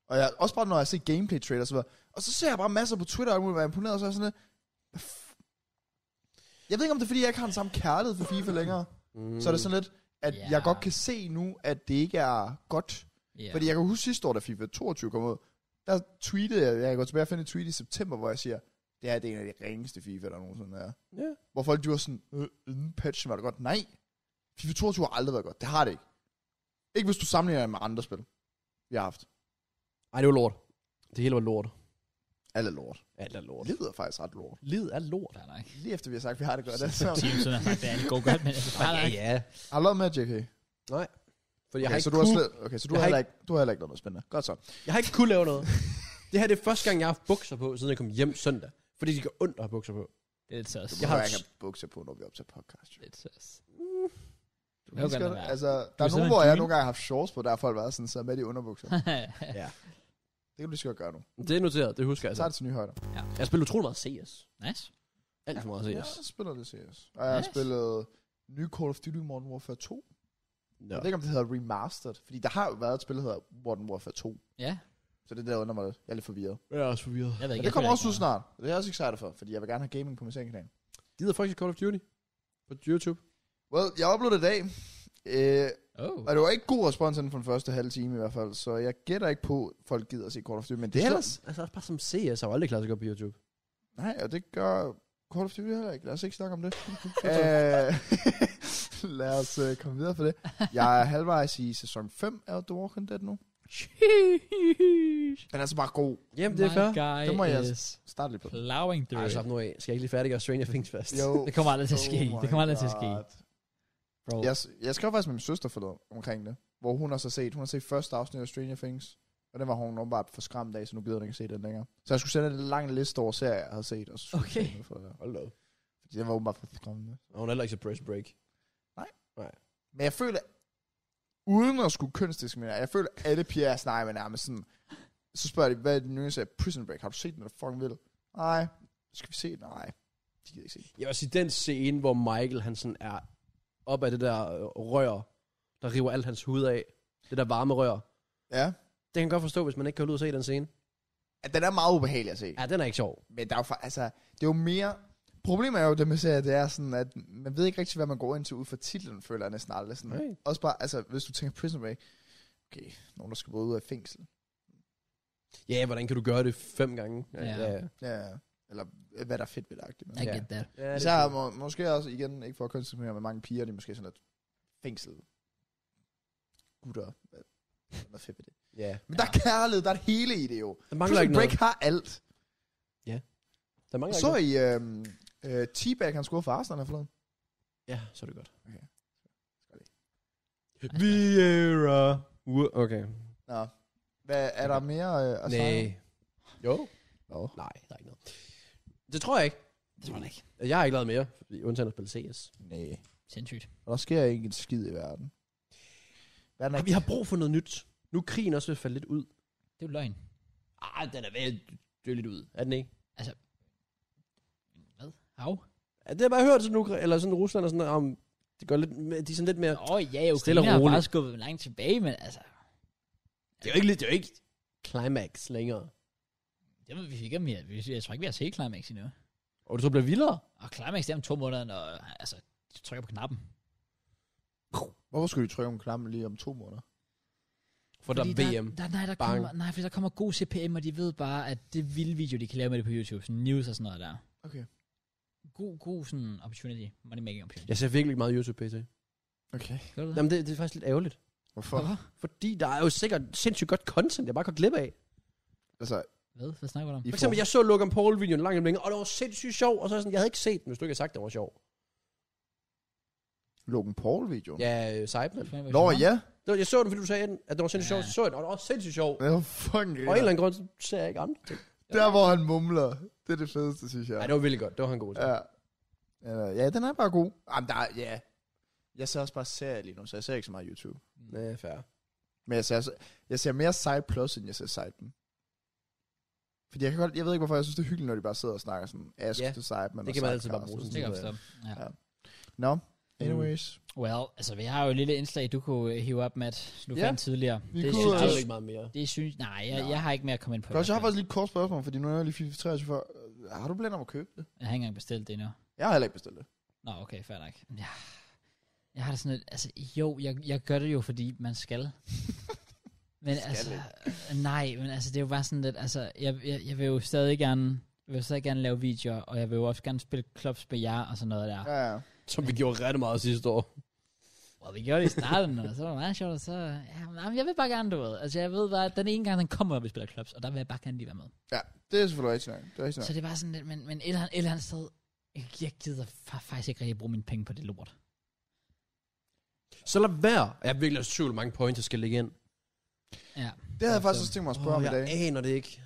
C: Og jeg, også bare, når jeg ser gameplay trailers, så, og så ser jeg bare masser på Twitter, og jeg er imponeret, og så er jeg sådan lidt, "Hvad f- jeg ved ikke, om det er, fordi jeg ikke har den samme kærlighed for FIFA længere.
B: Mm.
C: Mm. Så er det sådan lidt, at
A: Ja.
C: yeah. jeg godt kan se nu, at det ikke er godt.
A: Ja.
C: Yeah. Fordi jeg kan huske sidste år, da FIFA 22 kom ud, der tweetede jeg, jeg kan gå tilbage og finde et tweet i september, hvor jeg siger, det her det er en af de ringeste FIFA, der nogensinde er.
B: Mm. Ja.
C: Hvor folk de var sådan, øh, inden patchen var det godt. Nej, FIFA 22 har aldrig været godt. Det har det ikke. Ikke hvis du sammenligner det med andre spil, vi har haft.
B: Ej, det var lort. Det hele var lort.
C: Alt er lort.
B: Alt er lort.
C: Livet er faktisk ret lort.
B: Lid er lort.
A: Fair nok.
C: Lige efter vi har sagt, at vi har det godt. Altså.
A: Team, sådan har sagt, det er det går godt, men altså, fair nok.
B: ja.
C: Har du lavet med, JK?
B: Nej. Fordi jeg, har
C: Okay, så
B: ikke
C: du har,
B: kunne,
C: slet, okay, så du
B: Jeg
C: har,
B: har
C: heller ikke, du har heller ikke lavet noget spændende. Godt så.
B: jeg har ikke kunne lave noget. det her det er første gang, jeg har haft bukser på, siden jeg kom hjem søndag. Fordi det gør ondt at have bukser på.
A: Det er et søs.
C: Jeg
B: Jeg
C: har
B: har-
C: ikke have bukser på, når vi op til podcast.
A: Det er et søs. Du
C: Du
A: kan jo godt lade være.
C: altså, der er
A: sådan
C: nogen,
A: en
C: hvor jeg
A: dyne.
C: nogle gange har haft shorts på, der har folk været sådan, så er med i underbukser.
B: Ja.
C: Det kan du lige så godt gøre nu.
B: Det er noteret, det husker jeg.
C: Jeg
B: Så.
C: tager det til nye højder.
B: Jeg spiller utrolig meget CS.
A: nice.
B: Alt for meget
C: Ja,
B: CS.
C: jeg spiller det CS. Og jeg har
A: Nice.
C: spillet nye Call of Duty Modern Warfare 2.
B: Nå.
C: Jeg ved ikke, om det hedder Remastered, fordi der har jo været et spil, der hedder Modern Warfare 2.
A: Ja,
C: Så det der undrer mig lidt. Jeg er lidt forvirret.
B: Jeg er også forvirret.
A: jeg ved
C: Men
A: ikke.
C: det
A: jeg
C: kommer
A: føler
C: også ud
A: ikke meget.
C: snart. Det er jeg også excited for, fordi jeg vil gerne have gaming på min kanal.
B: Gider folk ikke Call of Duty? På YouTube?
C: Well, jeg uploadede i dag. Øh,
A: Oh.
C: og det var ikke god respons inden for den første halve time i hvert fald, så jeg gætter ikke på, at folk gider at se Call of Duty. Men det er ellers...
B: Altså også bare som CS har jo aldrig klaret sig godt på YouTube.
C: Nej, og det gør Call of Duty heller ikke. Lad os ikke snakke om det. øh, lad os øh, komme videre for det. Jeg er halvvejs i sæson 5 af The Walking Dead nu. Den er altså bare god.
B: Jamen, det er fair.
A: Guy
C: Det må jeg-
A: is
C: Start lige på den.
A: plowing
B: Ej,
A: through.
B: slap nu af. Skal jeg ikke lige færdiggøre Stranger Things først?
C: Jo.
A: Det kommer aldrig til at ske.
C: Oh
A: Det kommer aldrig til at
C: my
A: ske.
C: God.
A: Bro.
C: Jeg, jeg skrev faktisk med min søster forleden omkring det, hvor hun har så set, hun har set første afsnit af Stranger Things, og den var hun åbenbart for skræmt af, så nu gider hun ikke se den længere. Så jeg skulle sende en lang liste over serier, jeg havde set, og så skulle
A: Okay.
C: jeg sende den for det.
B: Hold da op.
C: Fordi den var åbenbart for skræmmende.
B: Og hun er heller ikke så press break.
C: Men jeg føler, uden at skulle kønsdiskriminere, jeg føler, at alle piger, jeg snakker med nærmest sådan, så spørger de, hvad er din nye serie? Prison Break, har du set den, eller fucking vil? Nej. Skal vi se den? Nej. De gider ikke se den.
B: Jeg vil sige, den scene, hvor Michael han sådan er op af det der øh, rør, der river alt hans hud af. Det der varme rør.
C: Ja.
B: Det kan jeg godt forstå, hvis man ikke kan holde ud at se den scene.
C: At den er meget ubehagelig at se.
B: Ja, den er ikke sjov.
C: Men der er jo fa- altså, det er jo mere... Problemet er jo det med serier, det er sådan, at man ved ikke rigtig, hvad man går ind til ud fra titlen, føler jeg næsten aldrig. Sådan.
B: Nej.
C: Også bare, altså, hvis du tænker Prison Break, okay, nogen, der skal både ud af fængsel.
B: Ja, hvordan kan du gøre det fem gange?
A: Ja.
B: ja.
C: Ja, eller hvad der er fedt ved det, agtigt.
A: I
C: Men.
A: get that.
B: ja det
C: Især
B: er
C: må, måske også, igen, ikke for at kønsdiskriminere, men mange piger, de er måske sådan lidt fængsel. Gutter, hvad, hvad er der fedt ved det?
B: ja.
C: Men der er kærlighed, der er det hele i det jo.
B: Der mangler
C: Prison
B: ikke
C: Break
B: noget.
C: har alt.
B: Der mangler
C: Så
B: ikke
C: I øhm, øh, T-Bag, han scorede for Arsenal her forleden.
B: noget. Ja, så er det godt.
C: Okay.
B: Vieira. Ua- Okay.
C: Nå. Hvad, er der mere øh,
B: Nej.
C: at sige?
B: Jo.
C: Nå.
B: Nej, der er ikke noget. Det tror jeg ikke.
A: Det tror jeg ikke.
B: Jeg har ikke lavet mere, fordi- undtagen at spille CS.
C: Nej.
A: Sindssygt.
C: Og der sker ikke en skid i verden. Verden er
B: Ej, vi har brug for noget nyt. Nu er krigen også ved at falde lidt ud.
A: Det er jo løgn.
B: Ah, den er ved at dø lidt ud. Er den ikke?
A: Hvad? Hav?
B: Ja, det har jeg bare hørt sådan, Ukra- eller sådan Rusland og sådan om, det går lidt, mere- de er sådan lidt mere...
A: Åh, oh, ja, okay.
B: Stille og
A: Jeg har
B: roligt.
A: bare skubbet dem langt tilbage, men altså...
B: Det er jo ikke, lidt- det er jo ikke climax længere.
A: Det ved vi ikke om vi er- vi- Jeg tror ikke, vi har set Climax endnu.
B: Og du så bliver vildere?
A: Og Climax, det er om to måneder, når... Altså, du trykker på knappen.
C: Hvorfor skulle de trykke om knappen lige om to måneder?
B: For der er VM.
A: Der, der, nej, der
B: Bang.
A: kommer, nej, fordi der kommer god CPM, og de ved bare, at det vilde video, de kan lave med det på YouTube, sådan news og sådan noget der.
C: Okay.
A: God, god sådan opportunity, money making opportunity.
B: Jeg ser virkelig ikke meget YouTube pt.
C: Okay.
A: Gør du det?
B: Jamen det, det er faktisk lidt ærgerligt.
C: Hvorfor?
A: Hvorfor?
B: Fordi der er jo sikkert sindssygt godt content, jeg bare går glip af.
C: Altså,
A: Hvad? Hvad snakker du om?
C: i
B: For eksempel,
C: forhold-
B: jeg så Logan Paul-videoen langt om længe, og det var sindssygt sjov, og så er jeg sådan, jeg havde ikke set den, hvis du ikke havde sagt, det var sjov.
C: Logan Paul-videoen.
B: Ja, øh, Cyberman.
C: Nå, ja.
B: Det var- Jeg så den, fordi du sagde, den, at den var sindssygt
A: Ja.
B: sjov, så så jeg den, og den var også sindssygt sjov.
C: Det var fucking
B: Og af en eller
C: griner.
B: anden grund, så ser jeg ikke andre ting.
C: Der, hvor han mumler. Det er det fedeste, synes jeg.
B: Nej, det var virkelig godt. Det var han god til.
C: Ja. Ja, ja, den er bare god.
D: Jamen, der, er- ja. Jeg ser også bare serier lige nu, så jeg ser ikke så meget YouTube.
A: Mm.
B: Ja, fair.
D: Men jeg ser, også- jeg ser mere Side Plus, end jeg ser Sidemen.
C: Fordi jeg, kan godt, jeg ved ikke, hvorfor jeg synes, det er hyggeligt, når de bare sidder og snakker sådan ask
B: Ja.
C: yeah. to side, men
B: Det kan man altid bare bruge
A: Det kan jeg forstå. Ja.
C: øh, Ja. Nå, anyways.
A: Well, altså vi har jo et lille indslag, du kunne øh, hive op, Matt, du
B: Ja.
A: ja. fandt tidligere.
C: Vi
A: det
C: kunne,
A: synes
B: Jeg
A: jeg
B: ved
C: øh,
B: ikke meget mere.
A: det synes, nej, jeg,
C: Nå.
A: jeg har ikke mere at komme ind på.
C: Godt, jeg har faktisk lige et kort spørgsmål, fordi nu er jeg lige 23 for... øh, Har du planer om at købe det?
A: Jeg har ikke engang bestilt det endnu.
C: Jeg har heller ikke bestilt det.
A: Nå, okay, fair nok. Ja. Jeg har det sådan lidt, altså jo, jeg, jeg gør det jo, fordi man skal. men skal altså, nej, men altså det er jo bare sådan lidt, altså jeg, jeg, jeg vil jo stadig gerne, jeg vil jo stadig gerne lave videoer, og jeg vil jo også gerne spille klops med jer og sådan noget der.
C: Ja, ja.
B: Som vi gjorde ret meget sidste år.
A: Well, vi gjorde det i starten, og så var det meget sjovt, og så... Ja, men, jamen, jeg vil bare gerne, du ved. Altså, jeg ved bare, at den ene gang, den kommer, når vi spiller clubs, og der vil jeg bare gerne lige være med.
C: Det er selvfølgelig rigtigt nok. Det er rigtigt
A: Så
C: nok.
A: det er bare sådan lidt, men, men et eller andet, et eller andet sted, jeg gider fa- faktisk ikke rigtig bruge mine penge på det lort.
B: Så lad være. Jeg er virkelig også i tvivl, hvor mange points, jeg skal lægge ind.
A: Ja.
C: Det havde jeg faktisk også tænkt mig at spørge
B: altså. Åh,
C: om i
B: jeg
C: dag.
B: aner det ikke.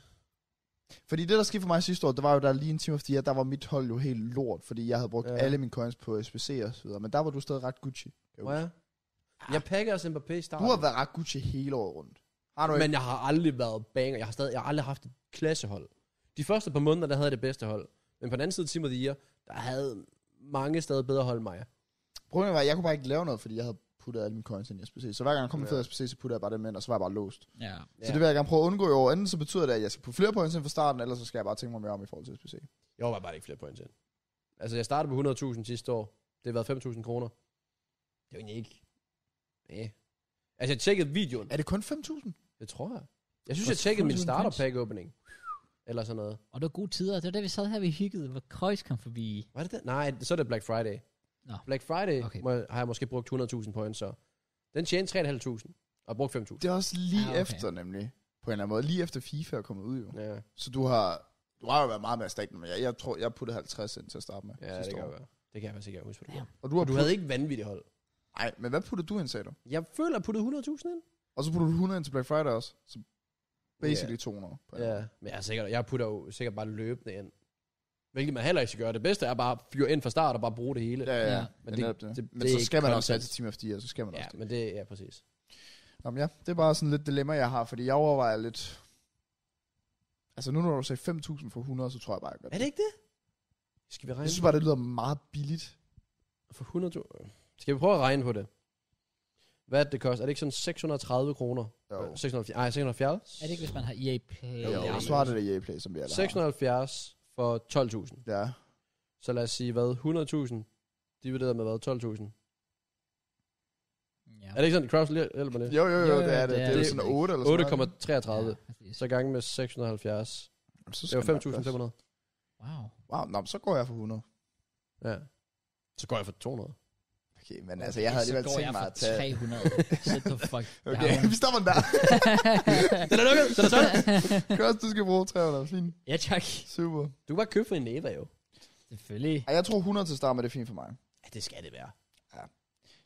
C: Fordi det, der skete for mig sidste år, det var jo, der lige en time efter, ja, der var mit hold jo helt lort, fordi jeg havde brugt
B: Ja.
C: ja. alle mine coins på SBC og så videre. Men der var du stadig ret Gucci.
B: Hvor er jeg? Jeg pakker også Mbappé i
C: Du
B: starten.
C: har været ret Gucci hele året rundt. Har du ikke?
B: Men jeg har aldrig været banger. Jeg har, stadig, jeg har aldrig haft et klassehold. De første par måneder, der havde jeg det bedste hold. Men på den anden side, Timothy Ier, der havde mange stadig bedre hold end mig.
C: Problemet var, at jeg kunne bare ikke lave noget, fordi jeg havde puttet alle mine coins ind i SPC. Så hver gang der kom en fed SPC, så puttede jeg bare dem ind, og så var jeg bare låst.
A: Ja.
C: Ja. Så det vil jeg gerne prøve at undgå i år. Enten så betyder det, at jeg skal putte flere points ind fra starten, eller så skal jeg bare tænke mig mere om i forhold til SPC.
B: Jeg var bare ikke flere points ind. Altså, jeg startede på 100.000 sidste år. Det har været 5.000 kroner. Det var egentlig ikke... Næh. Altså, jeg tjekkede videoen.
C: Er det kun 5.000?
B: Det tror jeg. Jeg synes,
A: Hvor
B: jeg tjekkede min
A: 5.000
B: starter
A: points?
B: pack opening. Eller sådan noget.
A: Og det var gode tider. Det var da, vi sad her, vi hyggede, hvor Kreuz kom forbi.
B: Var det det? Nej, så er det Black Friday.
A: Nå.
B: Black Friday
A: Okay.
B: okay. må, har jeg måske brugt 100.000 points, så... Den tjente 3.500, og jeg brugte 5.000.
C: Det er også lige
A: Ah,
C: ah,
A: okay.
C: okay. efter, nemlig. På en eller anden måde. Lige efter FIFA er kommet ud, jo. Ja.
B: Ja,
C: Så du har... Du har jo været meget mere staten, men jeg, jeg tror, jeg puttede 50 ind til at starte med
B: ja det
C: sidste
B: kan
C: år.
B: jeg være. Det kan jeg faktisk ikke engang huske, hvad
A: Ja.
B: du gjorde.
C: Og du har
B: Og du
C: puttet-
B: havde ikke vanvittigt hold.
C: Nej, men hvad puttede du ind, sagde du?
B: Jeg føler, jeg puttede 100.000 ind.
C: Og så puttede du 100 ind til Black Friday også. Så basically yeah. 200. På en eller anden
B: Ja, men jeg, er sikkert, jeg putter jo sikkert bare løbende ind. Hvilket man heller ikke skal gøre. Det bedste er bare at fyre ind fra start og bare bruge det hele.
C: måde. Ja, ja, ja.
B: Men
C: Men,
B: det-
C: det, netop det,
B: det-
C: det, men
B: det er
C: så
B: ikke
C: skal man
B: content.
C: også have til Team of the Year, så skal man
B: ja
C: også det.
B: men det er ja, præcis.
C: Jamen ja, det er bare sådan lidt dilemma, jeg har, fordi jeg overvejer lidt... Altså nu når du sagde 5.000 for 100, så tror jeg bare, jeg gør
B: Er
C: det.
B: det ikke det? Skal vi regne
C: Jeg synes bare, det lyder meget billigt.
B: for 100.000? Skal vi prøve at regne på det? Hvad det koster? Er det ikke sådan 630 kroner? Øh,
C: Jo.
B: 670? Nej, 670?
A: Er det ikke, hvis man har EA Play?
C: Jo,
B: Ja.
C: jo. så var det det Play, som vi alle
B: 670 for 12.000.
C: har. Ja.
B: Så lad os sige, hvad? 100.000 divideret med hvad? 12.000?
A: Ja.
B: Er det ikke sådan, Kraus lige hjælper med det?
C: Jo, jo, jo,
A: Jo, jo,
C: det er det. Det er, det
B: det.
C: sådan 8 eller sådan noget.
B: 8,33.
A: Ja,
B: Så gange med 670.
C: Jamen, så
B: Det
C: skal
B: var
C: den nok passe.
B: 5.500.
A: wow.
C: Wow, nå, men så går jeg for 100.
B: Ja. Så går jeg for 200.
C: Okay, men altså, jeg havde alligevel tænkt mig at tage...
A: Så går jeg for 300. Shut the fuck
C: Okay, vi stopper den der.
B: Den er lukket, så er det
C: Kørs, du skal bruge 300. Fint.
A: ja, tak.
C: Super.
B: Du kan bare købe for en Eva jo.
A: Selvfølgelig.
C: Ej, jeg tror 100 til start, men det er fint for mig.
B: Ja, det skal det være.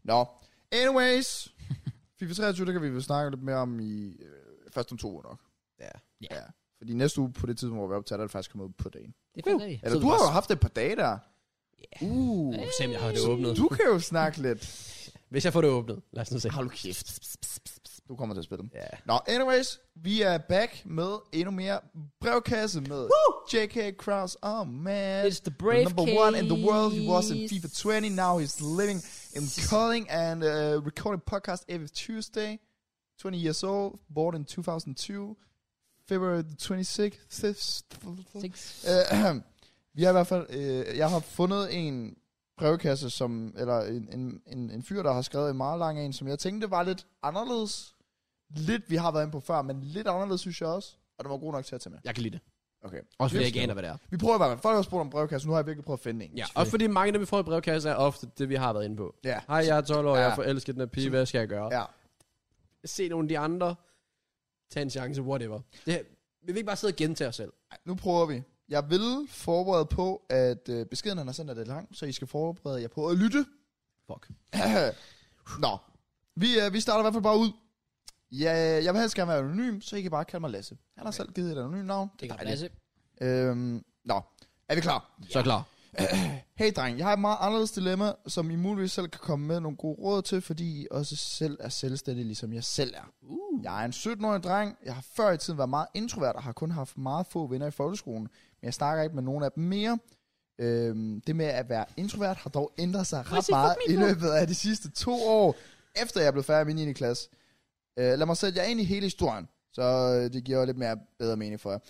C: Nå, anyways. FIFA 23, det kan vi vel snakke lidt mere om i... Øh, først om to uger nok.
B: Ja.
A: Ja.
C: ja. Fordi næste uge på det tidspunkt, hvor vi optager, der er det faktisk kommet ud på dagen.
A: Det er fedt. rigtig.
C: Eller
B: Så
C: du
B: det
C: har
B: var-
C: jo haft et par dage der. Yeah. Uh,
B: Uh, se, om jeg har det åbnet.
C: du kan jo snakke lidt.
B: Hvis jeg får det åbnet, lad os nu se.
C: Øh, Hold nu kæft. Du kommer til at spille dem.
B: Ja.
C: Nå, anyways, vi er back med endnu mere brevkasse med J.K. Kraus. Oh man.
A: It's the brave
C: number one in the world. He was in
A: case.
C: FIFA 20. Now he's living in calling and uh, recording podcast every Tuesday. 20 years old, born in 2002. February the 26th.
A: Six.
C: Uh, vi har i hvert fald, øh, jeg har fundet en brevkasse, som, eller en, en, en, en fyr, der har skrevet en meget lang en, som jeg tænkte var lidt anderledes. Lidt, vi har været inde på før, men lidt anderledes, synes jeg også. Og den var god nok til at tage med.
B: Jeg kan lide det.
C: Okay.
B: Også fordi jeg ikke aner, hvad det er.
C: Vi prøver i hvert fald. Folk har spurgt om brevkassen. Nu har jeg virkelig prøvet at finde en.
B: Ja, også fordi mange af dem, vi får i brevkassen, er ofte det, vi har været inde på.
C: Ja.
B: Hej, jeg er 12 år, jeg
C: Ja.
B: er forelsket i den her pige, hvad skal jeg gøre?
C: ja.
B: Se nogle af de andre, tag en chance, whatever. Det, Vi vil ikke bare sidde og gentage os selv.
C: Ej, Nu prøver vi. Jeg vil forberede på, at øh, beskeden, han har sendt, er lidt lang, så I skal forberede jer på at lytte.
B: Fuck.
C: Nå, vi, øh, vi starter i hvert fald bare ud. Ja, jeg vil helst gerne være anonym, så I kan bare kalde mig Lasse. Han har selv givet et anonymt navn.
A: Det kan
C: er dejligt.
A: Lasse.
C: Øhm, nå, er vi klar?
B: Så klar.
C: Hey dreng, jeg har et meget anderledes dilemma, som I muligvis selv kan komme med nogle gode råd til, fordi I også selv er selvstændige, ligesom jeg selv er. Uh. Jeg er en 17-årig dreng. Jeg har før i tiden været meget introvert og har kun haft meget få venner i folkeskolen, men jeg snakker ikke med nogen af dem mere. Øhm, det med at være introvert har dog ændret sig ret meget i løbet af de sidste to år, efter jeg blev færdig i min 9. klasse. Øh, lad mig sætte jer ind i hele historien, så øh, det giver lidt mere bedre mening for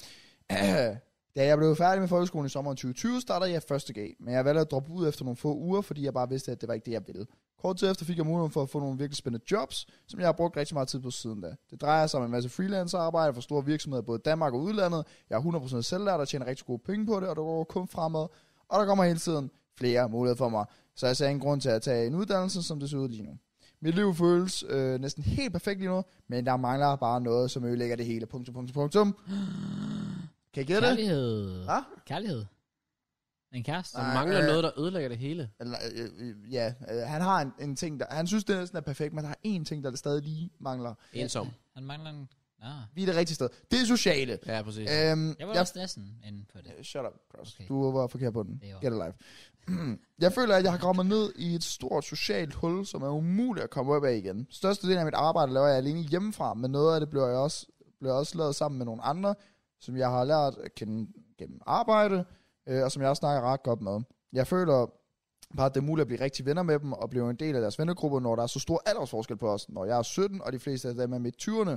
C: jer. Da jeg blev færdig med folkeskolen i sommeren 2020, startede jeg første G, men jeg valgte at droppe ud efter nogle få uger, fordi jeg bare vidste, at det var ikke det, jeg ville. Kort tid efter fik jeg muligheden for at få nogle virkelig spændende jobs, som jeg har brugt rigtig meget tid på siden da. Det drejer sig om en masse freelancerarbejde for store virksomheder både i Danmark og udlandet. Jeg er 100% selvlært og tjener rigtig gode penge på det, og det går kun fremad. Og der kommer hele tiden flere muligheder for mig, så jeg ser ingen grund til at tage en uddannelse, som det ser ud lige nu. Mit liv føles øh, næsten helt perfekt lige nu, men der mangler bare noget, som ødelægger det hele. Punktum, punktum, punktum. Kan I gætte det?
A: Kærlighed.
C: Hva?
A: Kærlighed. En kæreste.
B: Der
C: Nej,
B: mangler
C: øh.
B: noget, der ødelægger det hele.
C: Eller, øh, øh, ja, øh, han har en, en ting, der... Han synes, det næsten er perfekt, men der er én ting, der stadig lige mangler.
B: Ensom.
A: Han mangler en... Nå.
C: Vi er det rigtige sted. Det er sociale.
B: Ja, præcis.
C: Øhm,
A: Jeg var
C: jeg-
A: også næsten inde på det.
C: Øh, Shut up, Cross. Okay.
A: Okay.
C: Du var forkert på den.
A: Det var-
C: Get alive. jeg føler, at jeg har kommet ned i et stort socialt hul, som er umuligt at komme op af igen. Største del af mit arbejde laver jeg alene hjemmefra, men noget af det bliver jeg også, bliver også lavet sammen med nogle andre, som jeg har lært at kende gennem arbejde, øh, og som jeg også snakker ret godt med. Jeg føler bare, at det er muligt at blive rigtig venner med dem, og blive en del af deres vennegruppe, når der er så stor aldersforskel på os. Når jeg er 17, og de fleste af dem er midt 20'erne,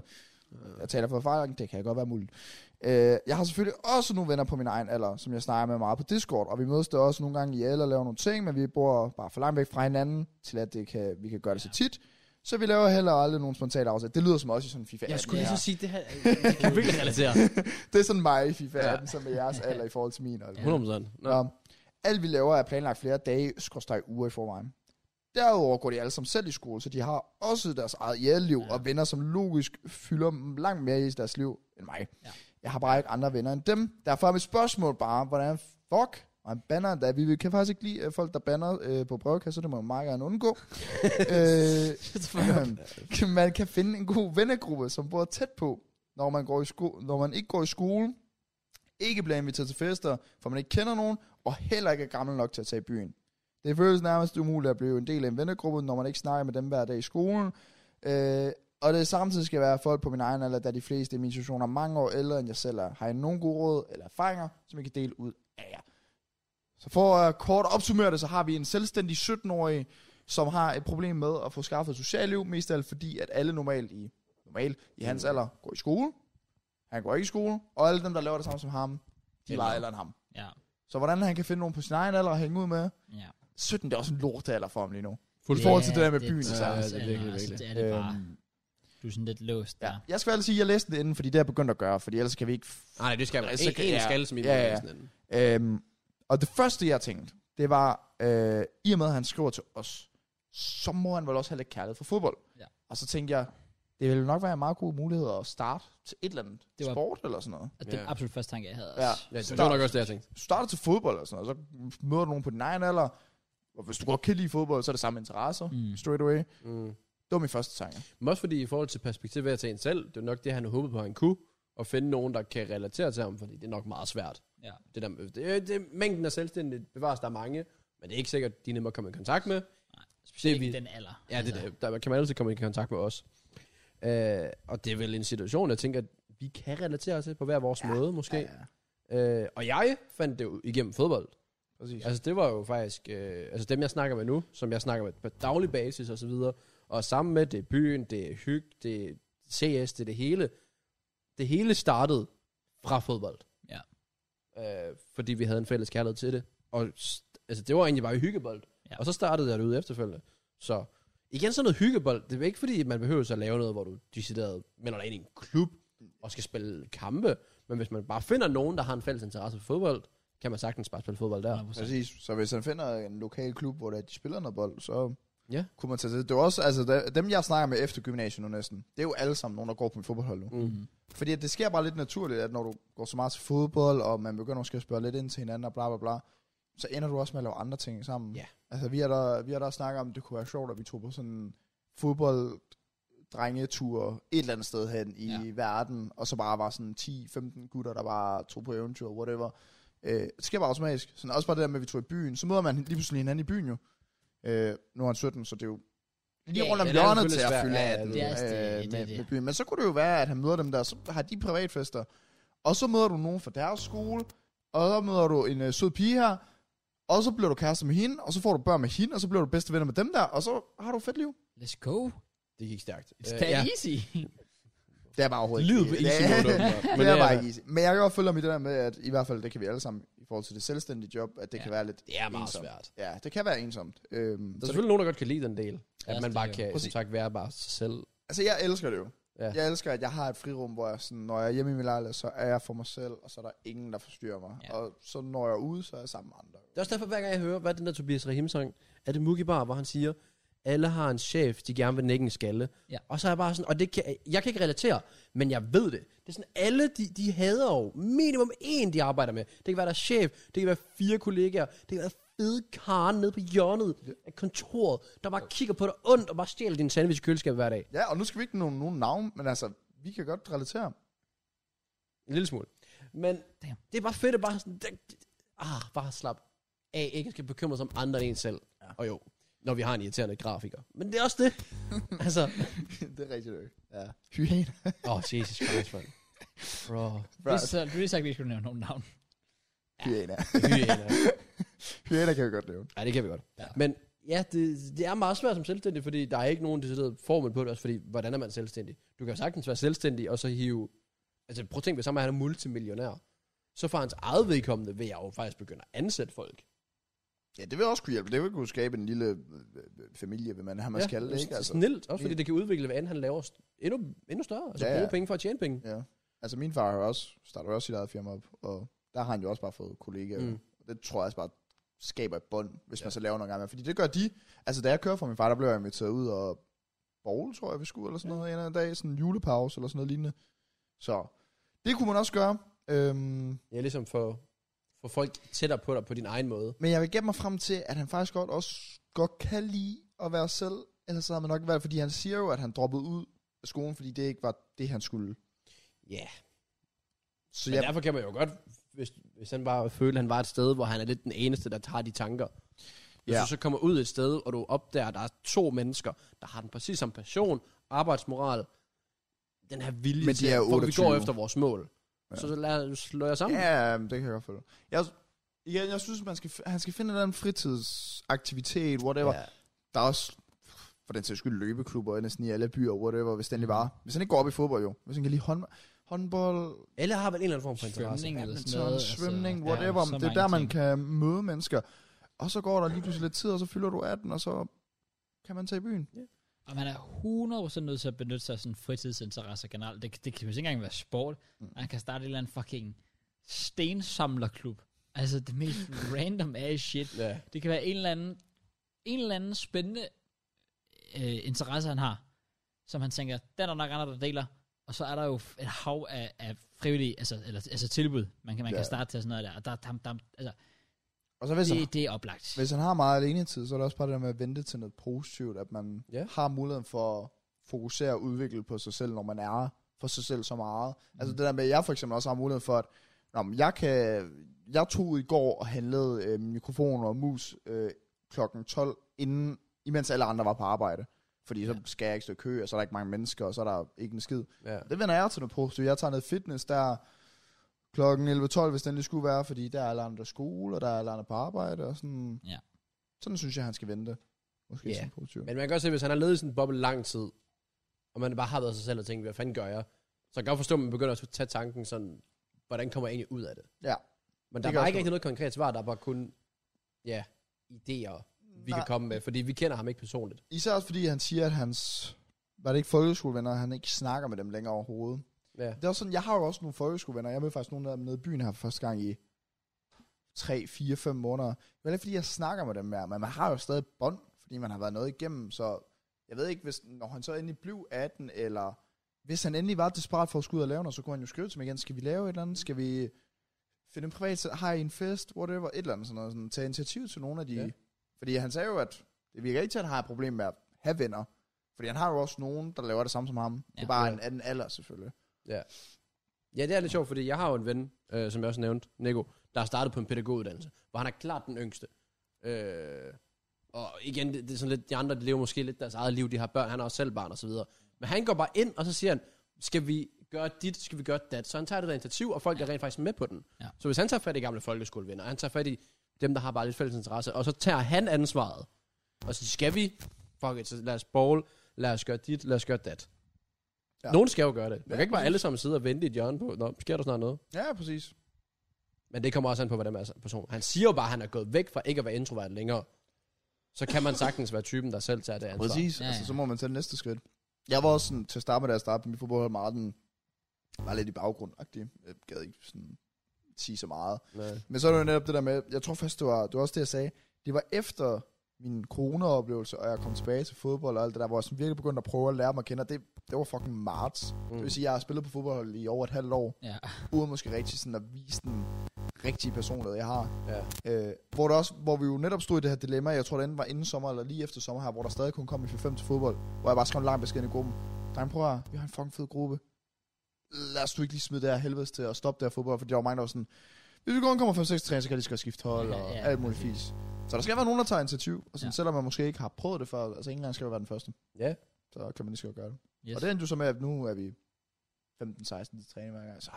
C: jeg taler for erfaring, det kan godt være muligt. Øh, jeg har selvfølgelig også nogle venner på min egen alder, som jeg snakker med meget på Discord, og vi mødes der også nogle gange i og laver nogle ting, men vi bor bare for langt væk fra hinanden, til at det kan, vi kan gøre det så tit. Så vi laver heller aldrig nogen spontane afsæt. Det lyder som også i sådan FIFA 18. det her.
B: sige, det her... Jeg kan virkelig relatere.
C: Det er sådan mig i FIFA
B: Ja.
C: 18, som er jeres alder i forhold til min. Altså.
B: 100%. Nå.
C: Nå. Alt vi laver er planlagt flere dage, skorstræk uger i forvejen. Derudover går de alle sammen selv i skole, så de har også deres eget jægerliv ja. og venner, som logisk fylder langt mere i deres liv end mig.
A: Ja.
C: Jeg har bare ikke andre venner end dem. Derfor er mit spørgsmål bare, hvordan fuck man banner da? Vi kan faktisk ikke lide øh, folk, der banner øh, på brevkasser, det må man meget gerne undgå. øh, Øhm, man kan finde en god vennegruppe, som bor tæt på, når man, går i sko- når man ikke går i skolen, ikke bliver inviteret til fester, for man ikke kender nogen, og heller ikke er gammel nok til at tage i byen. Det føles nærmest umuligt at blive en del af en vennegruppe, når man ikke snakker med dem hver dag i skolen. Øh, og det samtidig skal være folk på min egen alder, da de fleste i min situation er mange år ældre, end jeg selv er. Har I nogen gode råd eller erfaringer, som I kan dele ud af jer? Så for at kort opsummere det, så har vi en selvstændig 17-årig, som har et problem med at få skaffet et socialt liv, mest af alt fordi, at alle normalt i, normalt i hans alder går i skole. Han går ikke i skole, og alle dem, der laver det samme som ham, de er
A: Ældre.
C: bare ældre end ham.
A: Ja.
C: Så hvordan han kan finde nogen på sin egen alder at hænge ud med,
A: Ja.
C: 17, det er også en lortealder for ham lige nu.
B: Fuldstændig.
C: I forhold til det der med
A: Ja,
C: byen,
A: det,
C: altså.
A: er
B: Ja,
A: også
B: det er
A: alderen,
B: virkelig, Øh.
A: altså,
B: virkelig.
A: det er det bare.
C: Øhm,
A: Du er sådan lidt låst
C: ja.
A: der.
C: Jeg skal altså sige, at jeg læste det inden, fordi det har jeg begyndt at gøre, fordi ellers kan vi ikke... f-
B: Nej, det skal man.
C: Altså,
B: En, en
C: ja.
B: skal smide
C: Ja,
B: ja,
C: ja.
B: ja.
C: Øhm, og det første, jeg tænkte, det var, øh, i og med, at han skriver til os, så må han vel også have lidt kærlighed for fodbold.
A: Ja.
C: Og så tænkte jeg, det ville nok være en meget god mulighed at starte til et eller andet
A: Det
C: det
A: var-
C: var... sport eller sådan noget.
A: Og det er
B: Ja.
A: absolut første tanke, jeg havde
C: Ja.
A: også.
B: Ja, det var
C: Start.
B: nok også det, jeg tænkte.
C: Du starter til fodbold eller sådan noget, og så møder du nogen på din egen alder, og hvis du godt kan lide fodbold, så er det samme interesser,
A: Mm.
C: mm. straight away.
B: Mm.
C: Det var min første tanke.
B: Men også fordi i forhold til perspektiv ved at tage en selv, det er nok det, han håbede på, at han kunne. At finde nogen, der kan relatere til ham, fordi det er nok meget svært.
A: Ja.
B: Det der, det, det, mængden af selvstændige bevares, der er mange, men det er ikke sikkert, at de er nemme at komme i kontakt med.
A: Specielt
B: vi-
A: ikke den alder. Altså,
B: Ja, det, er det, der kan man altid komme i kontakt med os. Øh, og det er vel en situation, jeg tænker, at vi kan relatere til på hver vores ja, måde, måske. Ja,
C: ja.
B: ja. Øh, og jeg fandt det jo igennem fodbold.
C: Præcis.
B: Altså det var jo faktisk, øh, altså dem jeg snakker med nu, som jeg snakker med på daglig basis og så videre, og sammen med det er byen, det er hyg, det er CS, det er det hele. Det hele startede fra fodbold.
A: Ja.
B: Øh, fordi vi havde en fælles kærlighed til det. Og st- altså det var egentlig bare hyggebold.
A: Ja.
B: Ja. Og så startede jeg det ud efterfølgende. Så igen sådan noget hyggebold, det er ikke fordi, man behøver at lave noget, hvor du decideret melder dig ind i en klub og skal spille kampe. Men hvis man bare finder nogen, der har en fælles interesse for fodbold, kan man sagtens bare spille fodbold der.
A: 100%.
C: Præcis. Så hvis han finder en lokal klub, hvor der, de spiller noget bold, så
B: Ja.
C: Kunne man tage til. Det var også, altså der, dem jeg snakker med efter gymnasiet nu næsten, det er jo alle sammen nogen, der går på mit fodboldhold nu.
B: Mm.
A: Mm.
C: Fordi at det sker bare lidt naturligt, at når du går så meget til fodbold, og man begynder måske at spørge lidt ind til hinanden og bla bla bla, så ender du også med at lave andre ting sammen.
B: Ja.
C: Altså vi har der, vi har der snakket om, at det kunne være sjovt, at vi tog på sådan en fodbold drengetur et eller andet sted hen i
A: Ja.
C: ja. verden, og så bare var sådan 10-15 gutter, der bare tog på eventyr, whatever. Øh, det sker bare automatisk. Sådan også bare det der med, at vi tog i byen. Så møder man lige pludselig hinanden i byen jo. Øh, nu er han 17, så det er jo lige
A: Ja,
C: rundt om
B: ja, det er
C: hjørnet til
B: selvfølgelig
C: at
B: svært.
C: fylde
B: Ja,
C: af
B: ja,
C: du
B: det
C: ved,
A: er også det,
C: øh,
A: det er
C: med-
A: det.
C: med byen. Men så kunne det jo være, at han møder dem der, så har de privatfester. Og så møder du nogen fra deres skole, og så møder du en øh, sød pige her, og så bliver du kæreste med hende, og så får du børn med hende, og så bliver du bedste venner med dem der, og så har du et fedt liv.
A: Let's go.
B: Det gik stærkt.
A: It's
B: Øh,
A: that
B: ja.
A: easy.
C: Det er bare overhovedet
B: Livet
C: ikke-
B: på
C: det
B: easy
C: er-
B: mode, åbenbart. Men
C: det er bare ikke easy. Men jeg kan godt følge om i det der med, at i hvert fald, det kan vi alle sammen, i forhold til det selvstændige job, at det
A: Ja.
C: kan være lidt
B: Det er meget
C: ensomt.
B: svært.
C: Ja, det kan være ensomt. Øhm,
B: Der er
C: så
B: selvfølgelig nogen, der godt kan lide den del.
A: Ja,
B: At man
A: det
B: bare
A: er
B: kan, som
C: Præcis.
B: sagt, være bare sig selv.
C: Altså, jeg elsker det jo.
B: Ja.
C: Ja. Jeg elsker, at jeg har et frirum, hvor jeg sådan, når jeg er hjemme i min lejlighed, så er jeg for mig selv, og så er der ingen, der forstyrrer mig.
A: Ja.
C: Ja. Og så når jeg er ude, så er jeg sammen med andre.
B: Det er også derfor, hver gang jeg hører, hvad er den der Tobias Rahim-sang, er det Mookie Bar, hvor han siger, alle har en chef, de gerne vil nække en skalle.
A: Ja.
B: Og så er jeg bare sådan, og det kan, jeg kan ikke relatere, men jeg ved det. Det er sådan, alle de, de hader jo minimum én, de arbejder med. Det kan være deres chef, det kan være fire kollegaer, det kan være fede karen nede på hjørnet af kontoret, der bare kigger på dig ondt og bare stjæler din sandwich i køleskabet hver dag.
C: Ja, og nu skal vi ikke nogen, nogen navn, men altså, vi kan godt relatere.
B: En lille smule. Men
A: Damn.
B: det er bare fedt at bare sådan, det, det, ah, bare slap af, ikke skal bekymre sig om andre end en selv. Ja. Og jo, når vi har en irriterende grafiker. Men det er også det. altså,
C: det er rigtigt, det Ja. Hyæner.
B: åh, oh, Jesus Christ, man. Bro,
A: Vi så, du har sagt, at vi skulle nævne nogen navn.
C: Hyæner.
B: hyæner.
C: Hyæner kan vi godt lave.
B: Ja, det kan vi godt. Ja. Men ja, det, det er meget svært som selvstændig, fordi der er ikke nogen decideret formel på det også, fordi hvordan er man selvstændig? Du kan jo sagtens være selvstændig, og så hive... Altså, prøv at tænke, hvis han er multimillionær, så for hans eget vedkommende vil jeg jo faktisk begynde at ansætte folk.
C: Ja, det vil også kunne hjælpe. Det vil kunne skabe en lille øh, øh, familie, hvad man har, man ja, skal det, ikke?
B: Altså.
C: Altså,
B: Snilt, også fordi det kan udvikle, hvad end han laver st- endnu, endnu større. Altså ja,
C: Ja,
B: bruge
C: ja.
B: penge for at tjene penge.
C: ja. altså min far har jo også, starter jo også sit eget firma op, og der har han jo også bare fået kollegaer.
B: Mm.
C: Mm. Det tror jeg også bare skaber et bånd, hvis ja. man så laver noget gang med. Fordi det gør de. Altså, da jeg kører fra min far, der blev jeg inviteret ud og bowl, tror jeg, vi skulle, eller sådan noget, en eller anden dag. Sådan en julepause, eller sådan noget lignende. Så det kunne man også gøre. Øhm,
B: Ja, ligesom for, for folk tættere på dig på din egen måde.
C: men jeg vil gætte mig frem til, at han faktisk godt også godt kan lide at være selv. Ellers så havde man nok ikke været, fordi han siger jo, at han droppede ud af skolen, fordi det ikke var det, han skulle.
B: Ja.
C: Så
B: Men
C: jeg,
B: derfor kan man jo godt, hvis, hvis han bare føler, at han var et sted, hvor han er lidt den eneste, der tager de tanker. Hvis
C: Ja.
B: du så kommer ud et sted, og du opdager, at der er to mennesker, der har den præcis samme passion, arbejdsmoral, den her vilje
C: Men de
B: til,
C: er
B: at- for vi
C: 28.
B: går efter vores mål. Ja.
C: Ja.
B: Så lad, slår jeg sammen.
C: Ja, det kan jeg godt følge. Jeg, igen, jeg synes, man skal, han skal finde en eller anden fritidsaktivitet, whatever. Ja. Der er også for den sags skyld løbeklubber næsten i alle byer, whatever, hvis den
A: Mm.
C: lige var. Hvis han ikke går op i fodbold, jo. Hvis han kan lide hånd, håndbold,
B: Alle har vel en eller anden form for interesse.
A: Svømning eller sådan
C: badminton,
A: noget.
C: svømning,
A: altså,
C: whatever.
A: så
C: Ja, det er
A: mange
C: der, man
A: ting.
C: kan møde mennesker. Og så går der lige pludselig lidt tid, og så fylder du 18, og så kan man tage i byen.
A: Og man er 100% nødt til at benytte sig af sådan fritidsinteresser generelt. Det, det kan jo ikke engang være sport. Mm. Man kan starte en eller anden fucking stensamlerklub. Altså det mest random ass shit.
B: Ja.
A: Det kan være en eller anden, en eller anden spændende øh, interesse, han har. Som han tænker, den er der nok andre, der deler. Og så er der jo f- et hav af, af frivillige, altså, eller, altså tilbud, man kan, man ja.
C: Ja.
A: kan starte til og sådan noget der. Og der, der, der, altså,
C: Og så hvis, han,
A: det, det er oplagt.
C: hvis han har meget alene tid, så er det også bare det der med at vente til noget positivt, at man
B: Ja.
C: ja. har muligheden for at fokusere og udvikle på sig selv, når man er for sig selv så meget. Mm. Altså det der med, at jeg for eksempel også har muligheden for, at nå, men jeg, kan, jeg tog ud i går og handlede øh, mikrofoner og mus øh, klokken 12, inden, imens alle andre var på arbejde. Fordi så skal jeg ikke stå i kø, og så er der ikke mange mennesker, og så er der ikke en skid.
B: Ja.
C: Det vender jeg til noget positivt. Jeg tager noget fitness der klokken 11-12, hvis den lige skulle være, fordi der er alle andre skole, og der er alle andre på arbejde, og sådan.
A: Ja.
C: Sådan synes jeg, han skal vente. Måske
B: Ja.
C: yeah. sådan positivt.
B: Men man kan også se, hvis han har levet i sådan en boble lang tid, og man bare har været sig selv og tænkt, hvad fanden gør jeg? Så jeg kan godt forstå, at man begynder at tage tanken sådan, hvordan kommer jeg egentlig ud af det?
C: Ja.
B: Men der
C: kan
B: var
C: også
B: ikke
C: godt.
B: rigtig noget konkret svar, der er bare kun, ja, idéer, vi Nej. kan
C: Nej.
B: komme med, fordi vi kender ham ikke personligt.
C: Især også fordi han siger, at hans, var det ikke folkeskolevenner, han ikke snakker med dem længere overhovedet.
B: Ja.
C: Det er også sådan, jeg har jo også nogle folkeskolevenner, jeg mødte faktisk nogle af dem nede i byen her for første gang i 3, 4, 5 måneder. Men det er fordi, jeg snakker med dem mere, men man har jo stadig et bånd, fordi fordi man har været noget igennem, så jeg ved ikke, hvis, når han så endelig blev 18, eller hvis han endelig var desperat for at skulle ud og lave noget, så kunne han jo skrive til mig igen, skal vi lave et eller andet, skal vi finde en privat, sæt- har I en fest, whatever, et eller andet sådan noget, sådan, tage initiativ til nogle af de,
B: Ja.
C: ja. fordi han sagde jo, at det virker ikke til, at han har et problem med at have venner, fordi han har jo også nogen, der laver det samme som ham, ja. det
A: Ja.
C: er bare
B: Ja.
C: en anden alder selvfølgelig.
B: Ja, det er lidt sjovt, fordi jeg har jo en ven, øh, som jeg også nævnte, Nico, der har startet på en pædagoguddannelse, hvor han er klart den yngste. Øh, og igen, det, det er sådan lidt, de andre de lever måske lidt deres eget liv, de har børn, han har også selv barn og så videre. Men han går bare ind, og så siger han, skal vi gøre dit, skal vi gøre dat? Så han tager det der initiativ, og folk er rent faktisk med på den.
A: Ja.
B: Så hvis han tager fat i gamle folkeskolevenner, og han tager fat i dem, der har bare lidt fælles interesse, og så tager han ansvaret, og så skal vi, fuck it, så lad os bowl, lad os gøre dit, lad os gøre dat. Ja.
C: Ja.
B: Nogen skal jo gøre det. Man
C: Ja,
B: kan ikke bare
C: præcis.
B: alle sammen sidde og vente i et hjørne på, nå, sker der snart noget?
C: Ja, præcis.
B: Men det kommer også an på, hvordan man er person. Han siger jo bare, at han er gået væk fra ikke at være introvert længere. Så kan man sagtens være typen, der selv tager det ansvar.
C: Præcis,
A: Ja,
C: ja,
A: ja.
C: ja. altså så må man tage det næste skridt. Jeg var også sådan, til at starte med, da jeg startede på mit fodboldhold, meget den, var lidt i baggrund -agtig. Jeg gad ikke sådan sige så meget.
B: Nej.
C: Men så er det jo netop det der med, jeg tror først, det var, det var også det, jeg sagde, det var efter min corona-oplevelse, og jeg kom tilbage til fodbold og alt det der, hvor jeg sådan virkelig begyndte at prøve at lære mig at kende, og det, det var fucking marts. Mm. Det vil sige, jeg har spillet på fodbold i over et halvt år,
A: Ja.
C: uden måske rigtig sådan at vise den rigtige personlighed, jeg har.
B: Ja.
C: Øh, hvor, der også, hvor vi jo netop stod i det her dilemma, jeg tror det enten var inden sommer eller lige efter sommer her, hvor der stadig kun kom i 5 til fodbold, hvor jeg bare skrev en lang besked ind i gruppen. Dreng, prøv at høre, vi har en fucking fed gruppe. Lad os du ikke lige smide det her helvedes til og stoppe det her fodbold, for der var mange, der var sådan, hvis vi kun kommer 5-6 til træning, så kan jeg lige skal skifte hold
A: Ja,
C: og
A: ja,
C: alt muligt
A: præcis.
C: fis. Så der skal være nogen, der tager initiativ, og sådan,
A: Ja.
C: ja. selvom man måske ikke har prøvet det før, altså ingen gang skal jo være den første,
B: Ja.
C: så kan man lige så godt gøre det.
A: Yes.
C: Yes. Og det endte jo så med, at nu er vi 15-16 til træning hver gang, så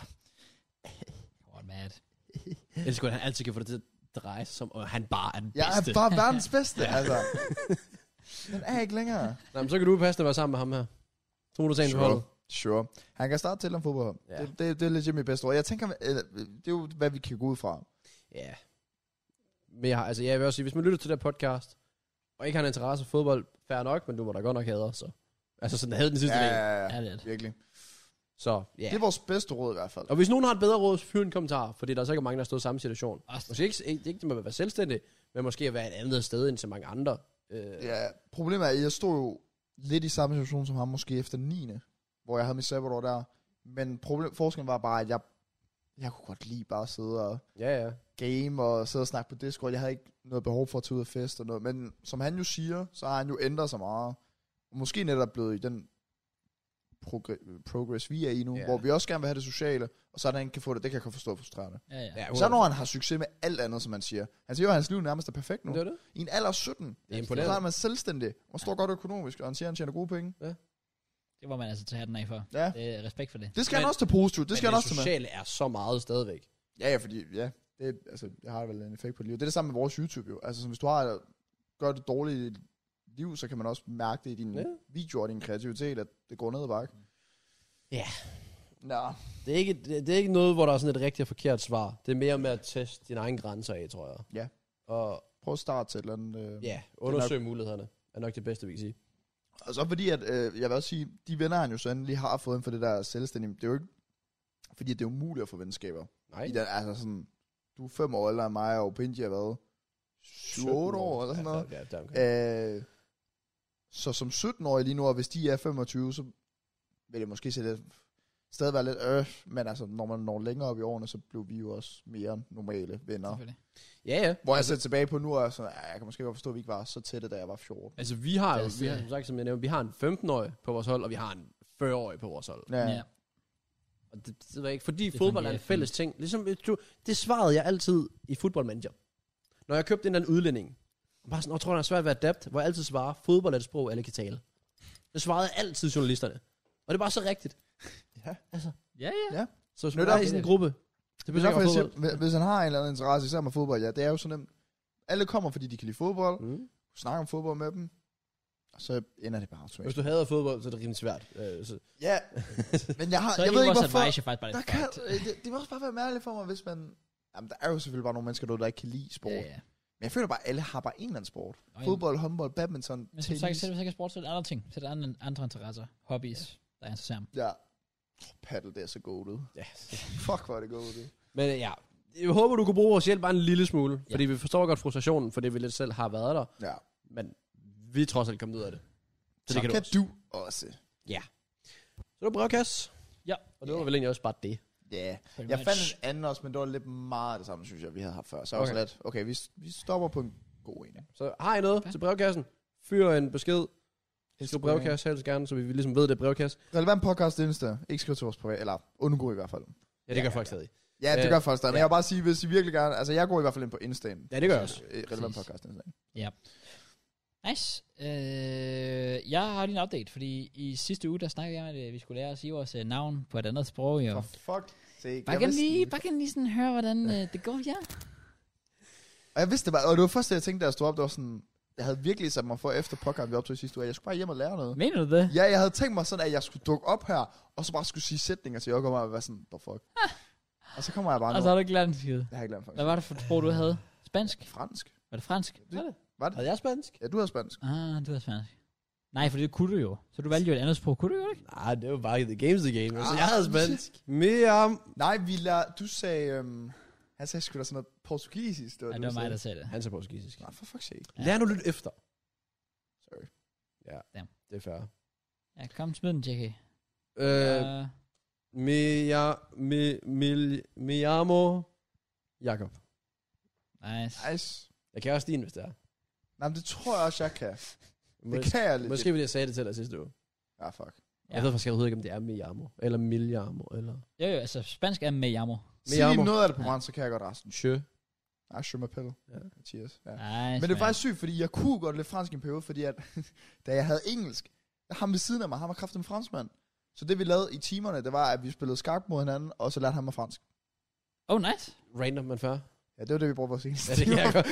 A: What mad.
B: Ellers kunne han altid kan få det til at dreje sig som, og han bare er den
C: jeg
B: bedste.
C: er bare verdens bedste, altså. Den er ikke længere.
B: Nå, men så kan du passende være sammen med ham her. Så må du tage en på
C: Sure.
B: holdet.
C: Sure. Han kan starte til om fodbold.
B: Ja.
C: Ja. Det, det, det, er legit mit bedste ord. Jeg tænker, eller, det er jo, hvad vi kan gå ud fra.
B: Ja. Men jeg, har, altså, jeg vil også sige, hvis man lytter til det her podcast, og ikke har en interesse for fodbold, fair nok, men du må da godt nok have så. Altså sådan, havde den sidste ja. del.
A: Ja, det er det.
C: Virkelig.
B: Så, ja.
C: Ja. Det er vores bedste råd i hvert fald.
B: Og hvis nogen har et bedre råd, så fyr en kommentar, fordi der er sikkert mange, der har stået i samme situation.
A: Også
B: Måske ikke, ikke, ikke det med at være selvstændig, men måske at være et andet sted end så mange andre. Øh,
C: Ja, problemet er, at jeg stod jo lidt i samme situation som ham, måske efter 9. Hvor jeg havde mit sabbatår der. Men problem, forskellen var bare, at jeg, jeg kunne godt lide bare at sidde og
B: ja, ja.
C: game og sidde og snakke på Discord. Jeg havde ikke noget behov for at tage ud og fest og noget. Men som han jo siger, så har han jo ændret sig meget. Og måske netop blevet i den progre- progress, vi er i nu,
B: Ja.
C: yeah. hvor vi også gerne vil have det sociale, og så er der ikke kan få det. Det kan jeg godt forstå frustrerende.
A: Ja, ja.
B: ja
C: Så når han har succes med alt andet, som man siger. Han siger jo, at hans liv nærmest er perfekt nu.
B: Det var det.
C: I en alder af 17.
B: Det er
C: Så
B: imponerende.
C: er man selvstændig, og står godt økonomisk, og han siger, at han tjener gode penge.
A: Det må man altså tage den af for.
C: Ja.
A: Det er respekt for det.
C: Det skal
B: Men-
C: han også til positivt. Det skal
B: Men
C: han også til med.
B: sociale er så meget stadigvæk.
C: Ja, ja, fordi ja, det, altså, det har vel en effekt på livet. Det er det samme med vores YouTube jo. Altså, sådan, hvis du har et- gør det dårligt i dit liv, så kan man også mærke det i din
B: Ja.
C: ja. video og din kreativitet, at det går ned ad bakke.
B: Ja.
C: Nå,
B: Det er, ikke, det, det er ikke noget, hvor der er sådan et rigtigt og forkert svar. Det er mere med at teste dine egne grænser af, tror jeg.
C: Ja.
B: Og
C: prøv at starte til et eller andet. Øh.
B: ja, undersøg mulighederne er nok det bedste, vi kan sige.
C: Og så fordi, at øh, jeg vil også sige, de venner, han jo så endelig har fået inden for det der selvstændige, det er jo ikke, fordi det er umuligt at få venskaber.
B: Nej.
C: I den, altså sådan, du er fem år ældre end mig, og Opinji har været 7-8 år eller sådan noget.
B: Ja, der, der, der, der.
C: Øh, så som 17-årig lige nu, og hvis de er 25, så vil det måske se lidt, stadig være lidt øh, men altså, når man når længere op i årene, så blev vi jo også mere normale venner.
A: Selvfølgelig.
B: ja, ja.
C: Øh,
B: Altså-
C: Hvor jeg ser tilbage på nu, og sådan, "Ah, jeg kan måske godt forstå, at vi ikke var så tætte, da jeg var 14.
B: Altså, vi har jo,
A: Altså,
B: vi har, som, sagt, som jeg nævnte, vi har en 15-årig på vores hold, og vi har en 40-årig på vores hold.
A: Ja. ja.
B: Og det, det ved jeg ikke, fordi
A: Det
B: det fodbold er
A: fungerer
B: en fælles ting. Ligesom, øh, du, det svarede jeg altid i fodboldmanager. Når jeg købte en eller anden udlænding, og bare sådan, jeg tror, han er svært ved at adapte, hvor jeg altid svarer, fodbold er et sprog, alle kan tale. Det svarede altid journalisterne. Og det er bare så rigtigt.
C: Ja.
B: Altså,
A: Ja, ja.
B: så hvis
C: Nå,
B: man
C: der
B: er
C: er
B: i sådan en gruppe, det
C: Det er
B: bliver
C: derfor,
B: ikke
C: jeg
B: fodbold.
C: siger, hvis- hvis han har en eller anden interesse, især med fodbold, ja, det er jo så nemt. Alle kommer, fordi de kan lide fodbold,
B: Mm.
C: snakker om fodbold med dem, og så ender det bare automatisk.
B: Hvis du hader fodbold, så er det rimelig svært. Øh, så,
C: Ja, men jeg, har,
A: Så er det
C: jeg ved ikke,
A: vores
C: hvorfor...
A: advice, jeg faktisk bare
C: Der
A: lidt
C: kan,
A: fucked.
C: øh, det, det må også bare være mærkeligt for mig, hvis man... Jamen, der er jo selvfølgelig bare nogle mennesker, derude, der ikke kan lide sport.
A: Ja,
C: Ja, ja.
A: ja.
C: Men jeg føler bare, at alle har bare en eller anden sport.
A: Og en-
C: Øh, Fodbold, håndbold, badminton,
A: Men som
C: tennis.
A: sagt, så er det sikkert sport, så er det andre ting. Så er det andre, andre interesser, hobbies, der interesserer mig.
C: Ja. Oh, paddle, det er så godt ud.
B: ja.
C: Fuck, hvor er det godt ud.
B: Men øh, ja, jeg håber, du kunne bruge vores hjælp bare en lille smule. Fordi vi forstår godt frustrationen, fordi vi lidt selv har været der.
C: Ja.
B: Men vi er trods alt kommet ud af det. Så det kan du også.
C: du også.
B: Så det var brevkasse.
A: Ja.
B: Og det var vel egentlig også bare det.
D: Ja. Yeah.
A: Pretty
D: Jeg
A: much.
D: fandt en anden også, men det var lidt meget det samme, synes jeg, vi havde haft før. Så okay.
B: Okay.
D: også lidt, okay, vi, vi stopper på en god en.
B: Så har I noget
A: Ja.
B: til brevkassen? Fyr en besked. Skriv
C: Instagram.
B: brevkasse helst gerne, så vi ligesom ved, det er brevkasse.
C: Relevant podcast Insta. Ikke skriv til vores privat, eller undgå i hvert fald.
B: Ja, det
D: Ja,
B: gør
D: ja,
B: folk stadig.
C: Ja, det
B: Øh,
C: gør folk stadig. Men
B: ja.
C: jeg vil bare sige, hvis I virkelig gerne... Altså, jeg går i hvert fald ind på Insta'en.
B: Ja, det gør jeg også.
C: Øh, Relevant
A: Præcis.
C: podcast Insta.
A: Nice. Øh, jeg har lige en update, fordi i sidste uge, der snakkede jeg om, at øh, vi skulle lære at sige vores øh, navn på et andet sprog. Jo.
D: For fuck. Se,
A: Bare kan lige, bare kan lige sådan høre, hvordan øh, det går, ja.
C: Og jeg vidste det bare, og det var først, da jeg tænkte, da jeg stod op, det var sådan, jeg havde virkelig sat mig for efter podcast, vi optog i sidste uge, at jeg skulle bare hjem og lære noget.
A: Mener du det?
C: Ja, jeg havde tænkt mig sådan, at jeg skulle dukke op her, og så bare skulle sige sætninger til Jacob, og jeg var sådan, the fuck. og så kommer jeg bare
A: Og
C: nu.
A: så har du ikke lært en skid.
C: Jeg har ikke lært
A: Hvad
C: fransk.
A: var det for et sprog, du havde? Spansk?
C: Fransk?
A: Var det fransk?
C: Var det?
B: Havde jeg spansk?
C: Ja, du har spansk.
A: Ah, det var spansk. Nej, for det kunne du jo. Så du valgte jo et andet sprog. Kunne du jo ikke?
B: Nej, det var bare the games the game. Altså,
C: Ah.
B: jeg havde spansk. Mere
C: Nej, vi lærer, du sagde, øhm, han sagde sgu da sådan noget portugisisk. Det var,
A: Ja,
C: du
A: det var mig,
C: sagde.
A: der sagde det.
B: Han sagde portugisisk.
C: Nej, for fuck's sake.
A: Ja.
B: Lær nu lidt efter.
C: Sorry.
B: Ja,
A: Damn.
B: det er fair.
A: Ja, kom, smid den, JK.
B: Øh,
A: Øh,
B: me, ja, me, me, me amo Jakob.
A: Ah, nice.
C: Nice.
B: Jeg kan også din, hvis det er.
C: Nej, men det tror jeg også, jeg kan. Det
B: Mås-
C: kan jeg lidt.
B: måske fordi jeg sagde det til dig sidste uge.
C: Ja, fuck.
B: Jeg ved faktisk overhovedet ikke, om det er Miyamo, eller Miljamo, eller...
A: Jo, jo, altså spansk er med jammer.
C: Sig
B: jeg
C: lige
B: må-
C: noget af det på fransk, så kan jeg godt resten.
B: Sjø.
C: Ej, je m'appelle.
B: Ja.
C: Cheers. Ja.
A: Nice,
C: Men det er
A: man.
C: faktisk sygt, fordi jeg kunne godt lidt fransk i en periode, fordi at, da jeg havde engelsk, der ham ved siden af mig, han var kraften franskmand. Så det vi lavede i timerne, det var, at vi spillede skarpt mod hinanden, og så lærte han mig fransk.
A: Oh, nice.
B: Random, man før.
C: Ja, det var det, vi brugte vores engelsk.
B: Ja, det kan jeg godt.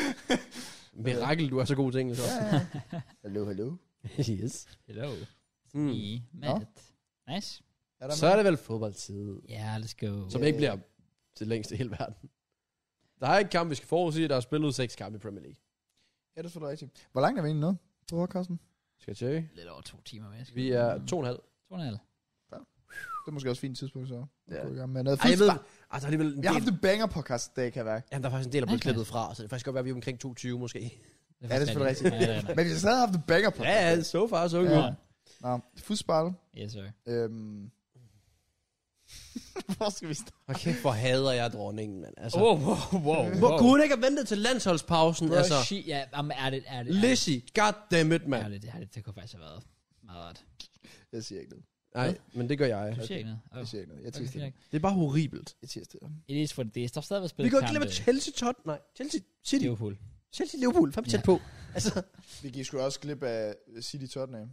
B: Mirakel, du er så god til engelsk også.
C: Ja, ja. Hallo, hallo.
B: yes.
A: Hello.
B: Mm.
A: I Matt. Nice.
C: Er der
B: Så er det vel fodboldtid,
A: Ja, yeah, let's go.
B: som ikke bliver det længste i hele verden. Der er ikke kamp, vi skal forudsige. Der er spillet seks kampe i Premier League.
C: Ja, det er selvfølgelig rigtigt. Hvor langt er vi egentlig nået? På podcasten?
B: Skal jeg tjekke?
A: Lidt over to timer mere. skal
B: Vi er
A: Mm.
B: to og en halv.
A: To og en halv.
C: Det er måske også et fint tidspunkt, så.
B: Ja.
C: Ja. Men jeg,
B: Ej, jeg ved,
C: ved,
B: altså, der er alligevel en
C: jeg har
B: del,
C: haft en banger podcast i dag, kan jeg mærke.
B: jamen, der er faktisk en del, der er blevet
A: Okay.
B: klippet fra, så det kan faktisk godt være, at vi er omkring 22 måske.
C: Ja, det er selvfølgelig rigtigt.
A: Ja, ja, ja.
C: Men vi har stadig haft en banger
B: Ja,
C: podcast.
B: ja, so far, so good.
A: Ja.
C: Nå, fodbold.
A: Yes, sir.
C: Øhm. Hvor skal vi starte?
B: Og kæft, hvor hader jeg dronningen, mand. Altså,
A: Wow, wow, wow.
B: hvor kunne hun ikke have ventet til landsholdspausen?
A: Bro,
B: altså,
A: she, ja, jamen, er det, er det, er det,
B: Lizzie, goddammit,
A: er
B: mand.
A: det, er det, det kunne faktisk have været meget rart.
C: Jeg siger ikke noget.
B: Nej, men det gør jeg.
A: Du siger ikke noget. Oh,
C: Jeg siger ikke noget. Jeg
A: okay,
C: tiger
A: fair
C: stille.
A: nok.
B: Det er bare horribelt.
C: Jeg tiger stille.
A: It is for det. Der er stadigvæk spillet
B: Vi kan ikke glemme Chelsea tot. Nej, Chelsea City.
A: Liverpool.
B: Chelsea Liverpool. Fem tæt
A: Ja.
B: på. Altså,
C: Vi gik sgu da også glip af City Tottenham.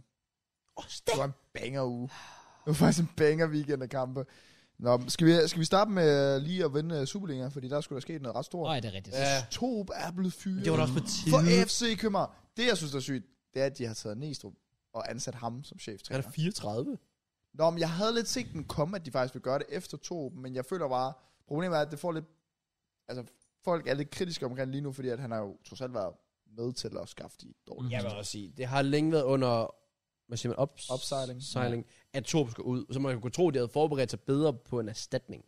B: åh,
C: Det var en banger uge. Det var faktisk en banger weekend af kampe. Nå, skal vi, skal vi starte med øh, lige at vende øh, Superliga, fordi der skulle der sket noget ret stort.
A: Åh, ja, det er rigtigt.
B: Ja.
C: Torup er blevet fyret.
B: Det var da også på tide.
C: For FC København. Det, jeg synes er sygt, det er, at de har taget Næstrup og ansat ham som
B: Han
C: cheftræner.
B: er 34.
C: Nå, men jeg havde lidt set den komme, at de faktisk ville gøre det efter Torup, men jeg føler bare, problemet er, at det får lidt... Altså, folk er lidt kritiske omkring lige nu, fordi at han har jo trods alt været med til at skaffe de dårlige.
B: Jeg vil også sige, det har længe været under, hvad siger man, ups,
C: Opsejling.
B: sejling, at Torp skal ud. Så man kunne tro, at de havde forberedt sig bedre på en erstatning.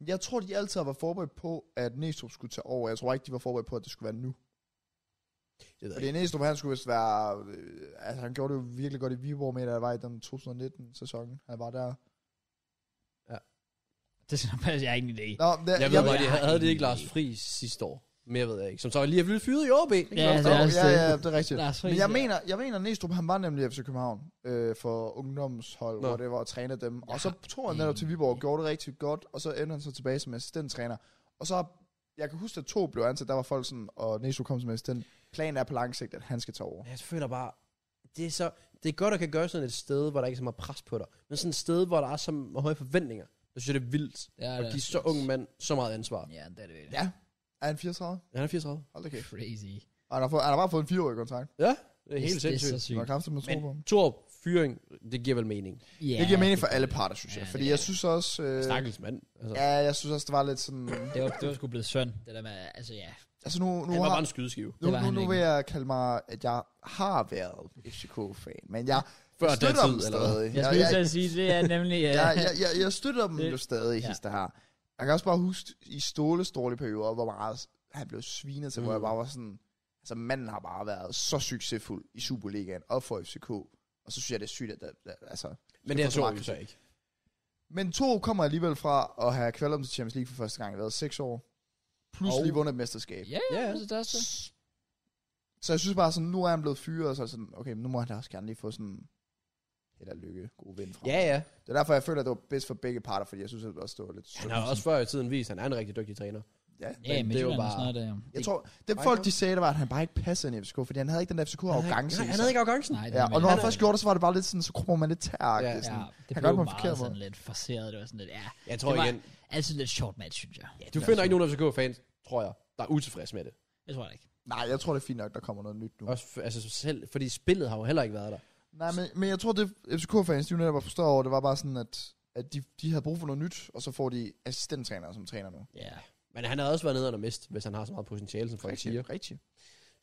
B: Mm.
C: Jeg tror, de altid har været forberedt på, at Næstrup skulle tage over. Jeg tror ikke, de var forberedt på, at det skulle være nu.
B: Det ved jeg
C: Fordi Næstrup, han skulle vist være... Øh, altså, han gjorde det jo virkelig godt i Viborg med, da jeg var i den 2019-sæson. Han var der.
A: Det er sådan, at jeg har ingen idé.
C: Nå, det,
B: Jeg ved
A: Jeg-
B: bare,
A: jeg
B: de
A: har
B: havde det
A: ingen
B: ikke Lars
A: idé.
B: Friis sidste år. Mere ved jeg ikke. Som så lige er blevet fyret i OB.
A: Ja,
C: Nå,
A: det er også
C: ja,
A: det.
C: ja, det er rigtigt.
A: Lars Friis,
C: Men jeg
A: ja.
C: mener, jeg mener, Næstrup, han var nemlig i FC København øh, for ungdomshold,
B: Nå.
C: Nå. hvor det var at træne dem.
A: Jeg
C: Og så
A: har
C: tog han netop til Viborg og
A: ingen-
C: gjorde det rigtig godt, og så endte han så tilbage som assistenttræner. Og så, jeg kan huske, at to blev ansat, der var folk sådan, og Næstrup kom som assistent. Planen er på lang sigt, at han skal tage over.
B: Jeg føler bare, det er, så, det er godt at kan gøre sådan et sted, hvor der ikke er så meget pres på dig. Men sådan et sted, hvor der er så høje forventninger. Jeg synes, jeg, det er vildt
A: Ja,
B: at
A: det er
B: give så ung mand så meget ansvar.
A: Ja, det er det.
C: Ja. Er han 34?
B: Han er 34.
C: Hold da kæft.
A: Crazy.
C: Og han har, fået, han har bare fået en fireårig kontrakt.
B: Ja, det er helt
A: det, det er så
B: sindssygt.
C: Det var
A: sygt.
C: kraftigt med tro på ham.
B: Men Thor, fyring, det giver vel mening.
A: Ja,
C: Det giver mening
A: det
C: for
A: gør
C: alle
A: det.
C: parter, synes jeg.
A: Ja,
C: Fordi
A: det
C: jeg
A: gør
C: synes også... Øh,
B: Stakkels mand. Altså,
C: ja, jeg synes også, det var lidt sådan...
A: Det var, det var sgu blevet synd, det der med, altså ja.
C: Altså nu, nu
B: han var
C: har,
B: bare en skydeskive.
C: Nu,
A: Det var
C: nu,
A: han
C: nu
A: ikke.
C: vil jeg kalde mig, at jeg har været FCK-fan, men jeg
B: Før den
C: støtter dem
B: tid, eller hvad?
C: stadig.
A: Jeg
C: Jeg,
A: skulle
C: jeg,
A: lige til
C: jeg,
A: at sige, det er nemlig... øh, Ja,
C: jeg, jeg, jeg, jeg støtter dem
A: Det-
C: jo stadig,
A: ja.
C: ja. hister her. Jeg kan også bare huske i stålestrålige perioder, hvor meget han blev svinet til, mm. hvor
B: Mm.
C: jeg bare var sådan, Altså manden har bare været så succesfuld i Superligaen og for FCK. Og så synes jeg, det er sygt, at der, der, altså...
B: Men det
C: får
B: her
C: så
B: tror
C: meget
B: vi så ikke.
C: Men to kommer alligevel fra at have kvalget om til Champions League for første gang i været seks år. Plus
B: Og-
C: lige vundet et mesterskab.
A: Ja, ja,
B: Ja, ja.
A: altså, det er også det.
C: Så jeg synes bare sådan, nu er han blevet fyret, og så er jeg sådan, okay, men nu må han da også gerne lige få sådan held og lykke, god ven fra.
B: Ja, ja.
C: Det er derfor, jeg føler, at det var bedst for begge parter, fordi jeg synes, at det også det var lidt
B: Han
C: synd.
B: har også før i tiden vist, at han er en rigtig dygtig træner.
C: Ja.
A: Ja, men det er jo bare... Snart, ja.
C: Jeg tror, det folk de sagde, det var, at han bare ikke passede ind i FCK, fordi han havde ikke den der FCK-arrogance.
B: Nej, han havde ikke arrogancen.
A: Nej, det
C: Ja,
A: er
C: og når
A: mere-
C: han først gjorde det, så var det bare lidt sådan, så krummer man lidt tær.
B: Ja.
C: Ja,
A: Ja,
C: ja.
A: det
C: Han
A: blev
C: gør det på en
A: meget
C: forkert
A: sådan
C: måde.
A: lidt forseret. Det var sådan lidt, ja.
B: Jeg tror
A: Det var-
B: igen,
A: Altid lidt short match, synes jeg.
B: du finder ikke nogen FCK-fans, tror jeg, der er utilfredse med det.
A: Jeg tror det ikke.
C: Nej, jeg tror, det er fint nok, der kommer noget nyt nu.
B: Også for, altså selv, fordi spillet har jo heller ikke været der.
C: Nej, men, men jeg tror, det FCK-fans, de jo netop var forstået over, det var bare sådan, at, at de, de havde brug for noget nyt, og så får de assistenttrænere som træner nu.
A: Ja.
B: Men han har også været nede og mist, hvis han har så meget potentiale, som folk siger.
C: Rigtigt, rigtigt.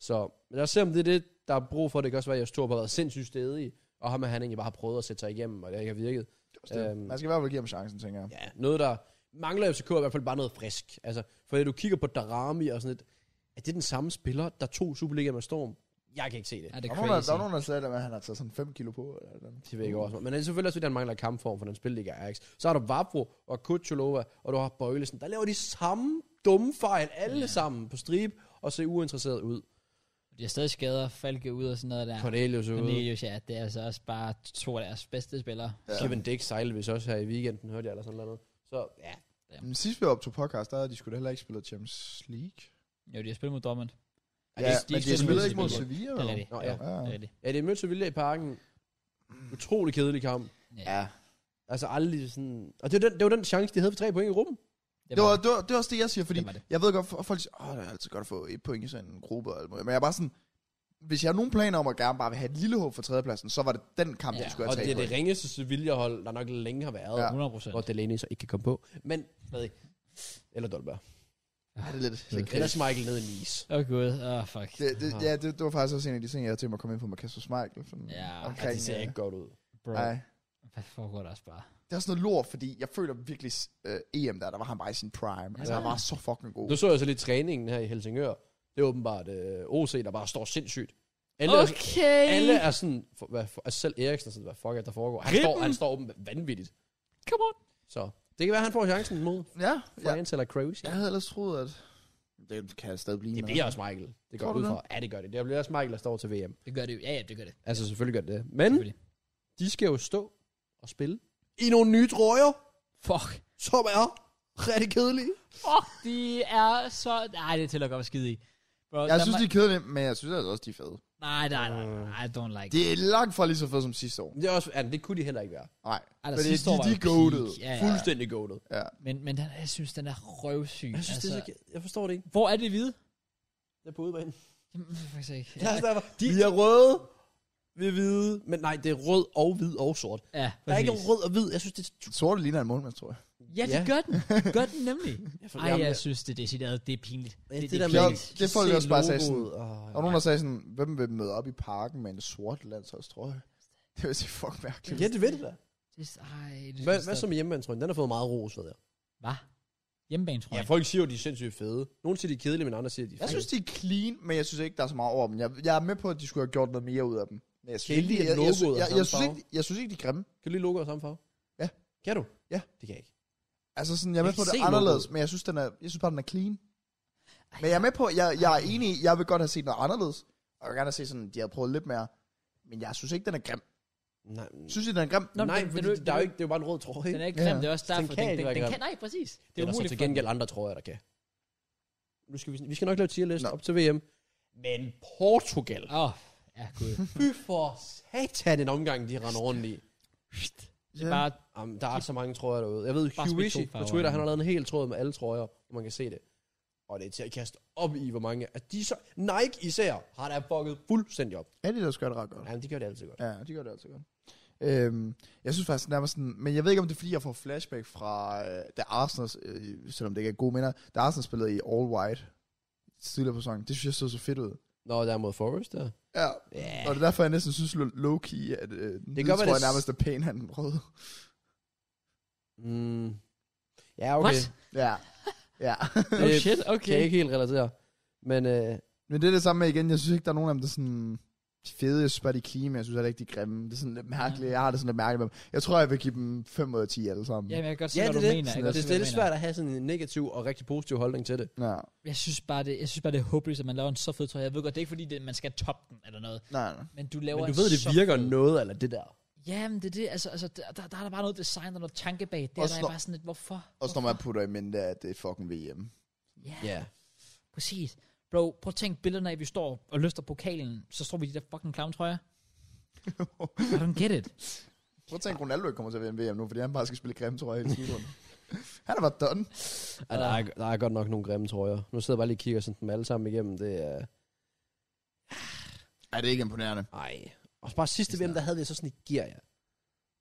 B: Så men lad os se, om det er det, der er brug for. Det kan også være, at Jesper har været sindssygt stedig, og ham og han egentlig bare har prøvet at sætte sig igennem, og det ikke har virket.
C: Det var sådan.
B: Øhm.
C: Man skal i hvert fald give ham chancen, tænker jeg.
B: Ja, noget, der mangler i FCK, er i hvert fald bare noget frisk. Altså, for du kigger på Darami og sådan lidt, er det den samme spiller, der tog Superliga med Storm? Jeg kan ikke se det.
A: Er det
C: Der
A: er
C: var, nogen, der,
A: crazy?
C: der var nogen, der sagde, at han har taget sådan 5 kilo på. Eller sådan.
B: Det vil jeg ikke også. Men det er selvfølgelig også, fordi han mangler kampform for den spilliga Ajax. Så har du Vapro og Kutsulova, og du har Bøjlesen. Der laver de samme dumme fejl, alle
A: Ja.
B: ja. sammen på strip, og ser uinteresseret ud.
A: De har stadig skader, Falke ud og sådan noget der.
B: Cornelius er ude.
A: Cornelius, ja, det er altså også bare to af deres bedste spillere.
C: Ja.
B: Kevin Dix sejlede vist også her i weekenden, hørte jeg, eller sådan noget. Så ja,
C: Men sidst vi var op til podcast, der havde de sgu da heller ikke spillet Champions League.
A: Jo, de har spillet mod Dortmund.
B: Ja,
C: Ja,
B: de-
C: ja
B: de
C: men de
A: spillede
C: spillede
A: mod
C: ikke mod
A: Sevilla.
C: Sevilla,
A: Det er
C: vel?
A: rigtigt.
B: Nå,
A: Jo,
B: ja.
A: det er rigtigt.
B: ja det mødte Sevilla i parken. Utrolig kedelig kamp.
A: Ja.
B: Altså aldrig sådan... Og det var den, det var den chance, de havde for tre point i rummet.
C: Det var, det, var, det var også det, jeg siger, fordi
A: Det var det.
C: det jeg ved godt, for- folk siger, åh, det er altid godt at få et point i sådan en gruppe, og alt muligt." men jeg er bare sådan, hvis jeg har nogen planer om at gerne bare vil have et lille håb for tredjepladsen, så var det den kamp, ja,
A: Ja,
C: jeg skulle
B: Og
C: have
B: det er
C: taget
B: det
C: det,
B: ringeste Sevilla-hold, der nok længe har været.
C: Ja.
B: Ja.
A: 100 procent.
B: Hvor Delaney så ikke kan komme på. Men, ved ikke. Eller Dolberg.
C: ja, det er lidt,
A: Ja.
C: lidt
B: Ellers
C: kritisk.
B: Michael ned i Nice.
A: Åh, gud. Åh, fuck.
C: det, det, ja, det, det, var faktisk også en af de ting, jeg havde tænkt mig at komme ind på med Kasper Schmeichel. Sådan,
A: Ja, og
B: Ja, det ser
C: øh,
B: ikke godt ud.
A: Bro,
C: Nej,
A: hvad foregår der også bare?
C: det er også noget lort, fordi jeg føler virkelig øh, EM der, der var han bare i sin prime. Altså,
A: Ja.
C: han var så fucking god.
B: Nu så jeg så lidt træningen her i Helsingør. Det er åbenbart øh, OC, der bare står sindssygt. Alle, okay.
A: Okay.
B: alle er sådan... For, hvad, for, altså selv Eriksen er sådan, hvad fuck er det, der foregår? Han
A: Ribben.
B: står, han står åbenbart vanvittigt.
A: Come on.
B: Så det kan være, han får chancen mod
C: Ja, ja,
B: France ja. eller Croatia.
C: jeg havde ellers troet, at det kan jeg stadig blive.
B: Det
C: men-
B: bliver også Michael. Det går
C: Tror
B: jeg
C: du
B: ud
C: det?
B: fra. Ja, det gør det. Det bliver også Michael, der står til VM.
A: Det gør det jo. Ja, ja, det gør det.
B: Altså, selvfølgelig gør det det. Men
A: Selvfølgelig.
B: de skal jo stå og spille i nogle nye trøjer,
A: Fuck.
B: som er rigtig kedelige.
A: Fuck, de er så... Nej, det er til at gøre skide i. Bro,
C: Jeg
A: der
C: synes,
A: må-
C: de er kedelige, men jeg synes altså også, de er fede.
A: Nej, nej, nej,
B: Øh.
A: nej. I don't like
C: Det er langt fra lige så fede som sidste år.
B: Det, er også, ja, det kunne de heller ikke være.
C: Nej,
A: Ej, der
C: men det-
A: sidste
C: de-
A: år var
C: de
A: jo
C: er goated.
A: peak. Ja, ja.
B: Fuldstændig goated.
C: ja.
A: Men, men den, jeg synes, den er røvsyg.
B: Jeg synes, altså, det er så, ked- jeg forstår det ikke.
A: Hvor er det hvide?
B: Det er på udbanen.
A: Jamen, det er faktisk ikke.
B: Ja, altså, de... Vi er røde, vi er hvide, men nej, det er rød og hvid og sort.
A: Ja,
B: Der er ikke
A: præcis.
B: rød og hvid, jeg synes, det er...
C: Sorte ligner en målmand, tror jeg.
A: Ja, det
B: Ja.
A: gør den. Det gør den nemlig.
B: Jeg
A: Ej, jeg synes, det er decideret. Det er pinligt.
B: det, det,
A: det
B: der
A: er
B: med,
A: klart.
B: at
C: Det er folk
B: se
C: også bare sagde sådan,
B: logoet, åh,
C: Der var nogen, der sagde sådan, hvem vil møde op i parken med en sort landsholdstrøje? Det vil sige fucking mærkeligt.
B: Ja, det ved det da.
A: Det er, ej, det
B: Hvad,
A: synes
B: hvad
A: jeg-
B: så med hjemmebandsrøjen? Den har fået meget ros, ved jeg.
A: Hvad? Hjemmebane, tror
B: Ja,
A: jeg.
B: folk siger jo, de er sindssygt fede. Nogle siger, de er kedelige, men andre siger, de er
C: Jeg synes, de er clean, men jeg synes ikke, der er så meget over dem. Jeg, jeg er med på, at de skulle have gjort noget mere ud af dem. Men jeg synes,
B: Heldig,
C: ikke,
B: at
C: jeg, jeg,
B: logoet
C: sy-
B: er
C: jeg,
B: samme
C: jeg, synes
B: farve.
C: ikke, jeg synes ikke, de er grimme.
B: Kan du lige logoet af samme farve?
C: Ja.
B: Kan du?
C: Ja.
B: Det kan jeg ikke.
C: Altså sådan, jeg er
B: Jeg
C: med på,
B: kan
C: at det
B: se
C: er anderledes,
B: logoet.
C: men jeg synes, den er, jeg synes bare, den er clean. Men jeg er med på, jeg, jeg er enig i, jeg vil godt have set noget anderledes. Og jeg vil gerne have set sådan, de har prøvet lidt mere. Men jeg synes ikke, den er grim.
B: Nej,
C: Synes I, den er grim?
A: Nå,
B: Nå, nej
A: men
B: fordi
A: den-
B: det,
A: den-
B: der er jo ikke, det er jo bare en rød trøje.
A: Den er ikke
C: Ja.
A: grim, det er også
B: Den
A: derfor. Den
B: kan
A: kan,
B: ikke
A: den,
B: være
A: den,
B: grim.
A: kan, nej, præcis. Det er
B: Det er der så
A: umuligt
B: til
A: for den.
B: gengæld andre trøjer, der kan. Nu skal vi, vi skal nok lave tierlist
C: Nå.
B: op til VM. Men Portugal.
A: Åh, oh, ja, gud.
B: Fy for satan en omgang, de render rundt i.
A: Det er bare,
B: Jamen, der er så mange trøjer derude. Jeg ved,
A: Bare
B: Hugh
A: spil
B: Ritchie
A: to farver.
B: på Twitter, han har lavet en hel tråd med alle trøjer, og man kan se det. Og det er til at kaste op i, hvor mange... At de så, Nike især har da fucket fuldstændig op.
C: Ja, det der gør det ret godt.
B: Jamen, de gør det altid godt.
C: Ja, de gør det altså godt. Øhm, jeg synes faktisk nærmest sådan, men jeg ved ikke, om det er, fordi jeg får flashback fra, øh, da Arsenal, øh, selvom det ikke er gode minder, da Arsenal spillede i All White tidligere på sæsonen. Det synes jeg så så fedt ud.
B: Nå, der er mod Forest der.
C: Ja,
B: Ja.
C: og det er derfor, jeg næsten synes lo- low-key, at øh, det
B: godt
C: gør,
B: være,
C: tror jeg
B: det s-
C: nærmest er pænere end den røde.
B: Mm. Ja, okay.
A: what?
C: Ja, ja.
A: Oh shit,
B: Kan
A: okay.
B: jeg ikke helt relatere. Men øh,
C: Men det er det samme med igen, jeg synes ikke, der er nogen af dem, der er sådan de fede, jeg synes bare, de er clean, men jeg synes heller ikke, de er grimme. Det er sådan lidt mærkeligt, jeg har det sådan lidt mærkeligt med dem. Jeg tror, jeg vil give dem 5 ud af 10 alle sammen.
A: Ja, men jeg kan godt se,
B: Ja,
A: hvad
B: det
A: du
B: er det.
A: mener. Jeg kan
B: Det,
A: godt
B: det,
A: se,
B: det er
A: hvad
B: lidt
A: du mener.
B: svært at have sådan en negativ og rigtig positiv holdning til det.
C: Ja.
A: Jeg synes bare, det, jeg synes bare, det er håbløst, at man laver en så fed trøje. Jeg ved godt, det er ikke fordi, det, man skal toppe den eller noget.
C: Nej, nej.
A: Men du laver
B: Men du
A: en
B: ved, det
A: så
B: virker
A: fed-
B: noget, eller det der.
A: Jamen, det er det. Altså, altså der, der, der, er der bare noget design og noget tanke bag. Det er
C: Også
A: der er
C: når-
A: bare sådan lidt, hvorfor?
C: Også når man putter i mente, at det er fucking VM.
A: Ja,
B: Ja.
A: præcis. Bro, prøv at tænke billederne af, vi står og løfter pokalen, så står vi i de der fucking clown-trøjer. I don't get it.
C: Prøv at tænke, Ronaldo ikke kommer til at vinde VM nu, fordi han bare skal spille grimme, tror jeg, hele tiden. han er bare done.
B: Ja, der, er, der er godt nok nogle grimme trøjer. Nu sidder jeg bare lige og kigger sådan dem alle sammen igennem. Det er...
C: Ej, det er ikke imponerende.
B: Ej. Og bare sidste VM, der havde vi så sådan Nigeria.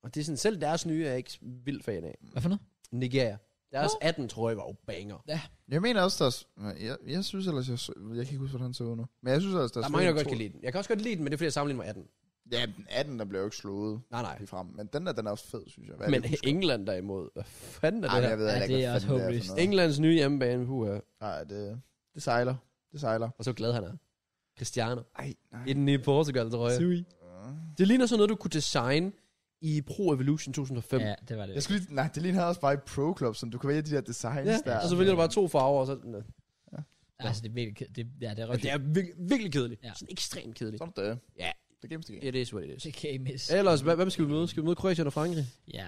B: Og det er sådan, selv deres nye er jeg ikke vild fan af.
A: Hvad for noget?
B: Nigeria. Deres 18 trøje var jo banger.
C: Jeg mener også, der... s- Jeg, jeg synes ellers, jeg, så- jeg kan ikke huske, hvordan han så ud nu. Men jeg synes ellers, der,
B: Der
C: er
B: er mange, der
C: to-
B: godt kan lide den. Jeg kan også godt lide den, men det er fordi, jeg sammenligner med 18.
C: Ja, den 18, der blev jo ikke slået
B: Nej, nej.
C: lige frem. Men den der, den er også fed, synes jeg. Hvad er
B: Men
C: det, du-
B: England derimod. Hvad fanden er
C: Ej,
B: det
C: jeg
B: her?
C: ved
A: Ja,
C: heller ikke,
A: det
C: hvad
A: er også
C: fanden det er
A: håbløst.
C: for noget.
B: Englands nye hjemmebane, puha.
C: Nej, det, det sejler. Det sejler.
B: Og så glad han er. Cristiano.
C: Ej, nej.
B: I den nye Portugal-trøje.
A: Sui.
B: Det ligner sådan noget, du kunne designe i Pro Evolution 2005.
A: Ja, det var det.
C: Jeg skulle lige, nej, det ligner også bare i Pro Club, som du kan vælge de der designs
B: Ja,
C: der.
B: og så vælger du bare to farver, og så... Nå.
A: Altså, det er virkelig ked- det, ja, det er
B: Og Altså, det
A: rigtig
B: er virkelig, virkelig kedeligt.
A: Ja.
B: Ja. Sådan ekstremt kedeligt.
C: Sådan det.
B: Ja.
C: Det gemmes det
B: It is what it is.
A: det kan miss.
B: Ellers, hvad, hvem skal vi møde? Skal vi møde Kroatien og Frankrig?
A: Ja,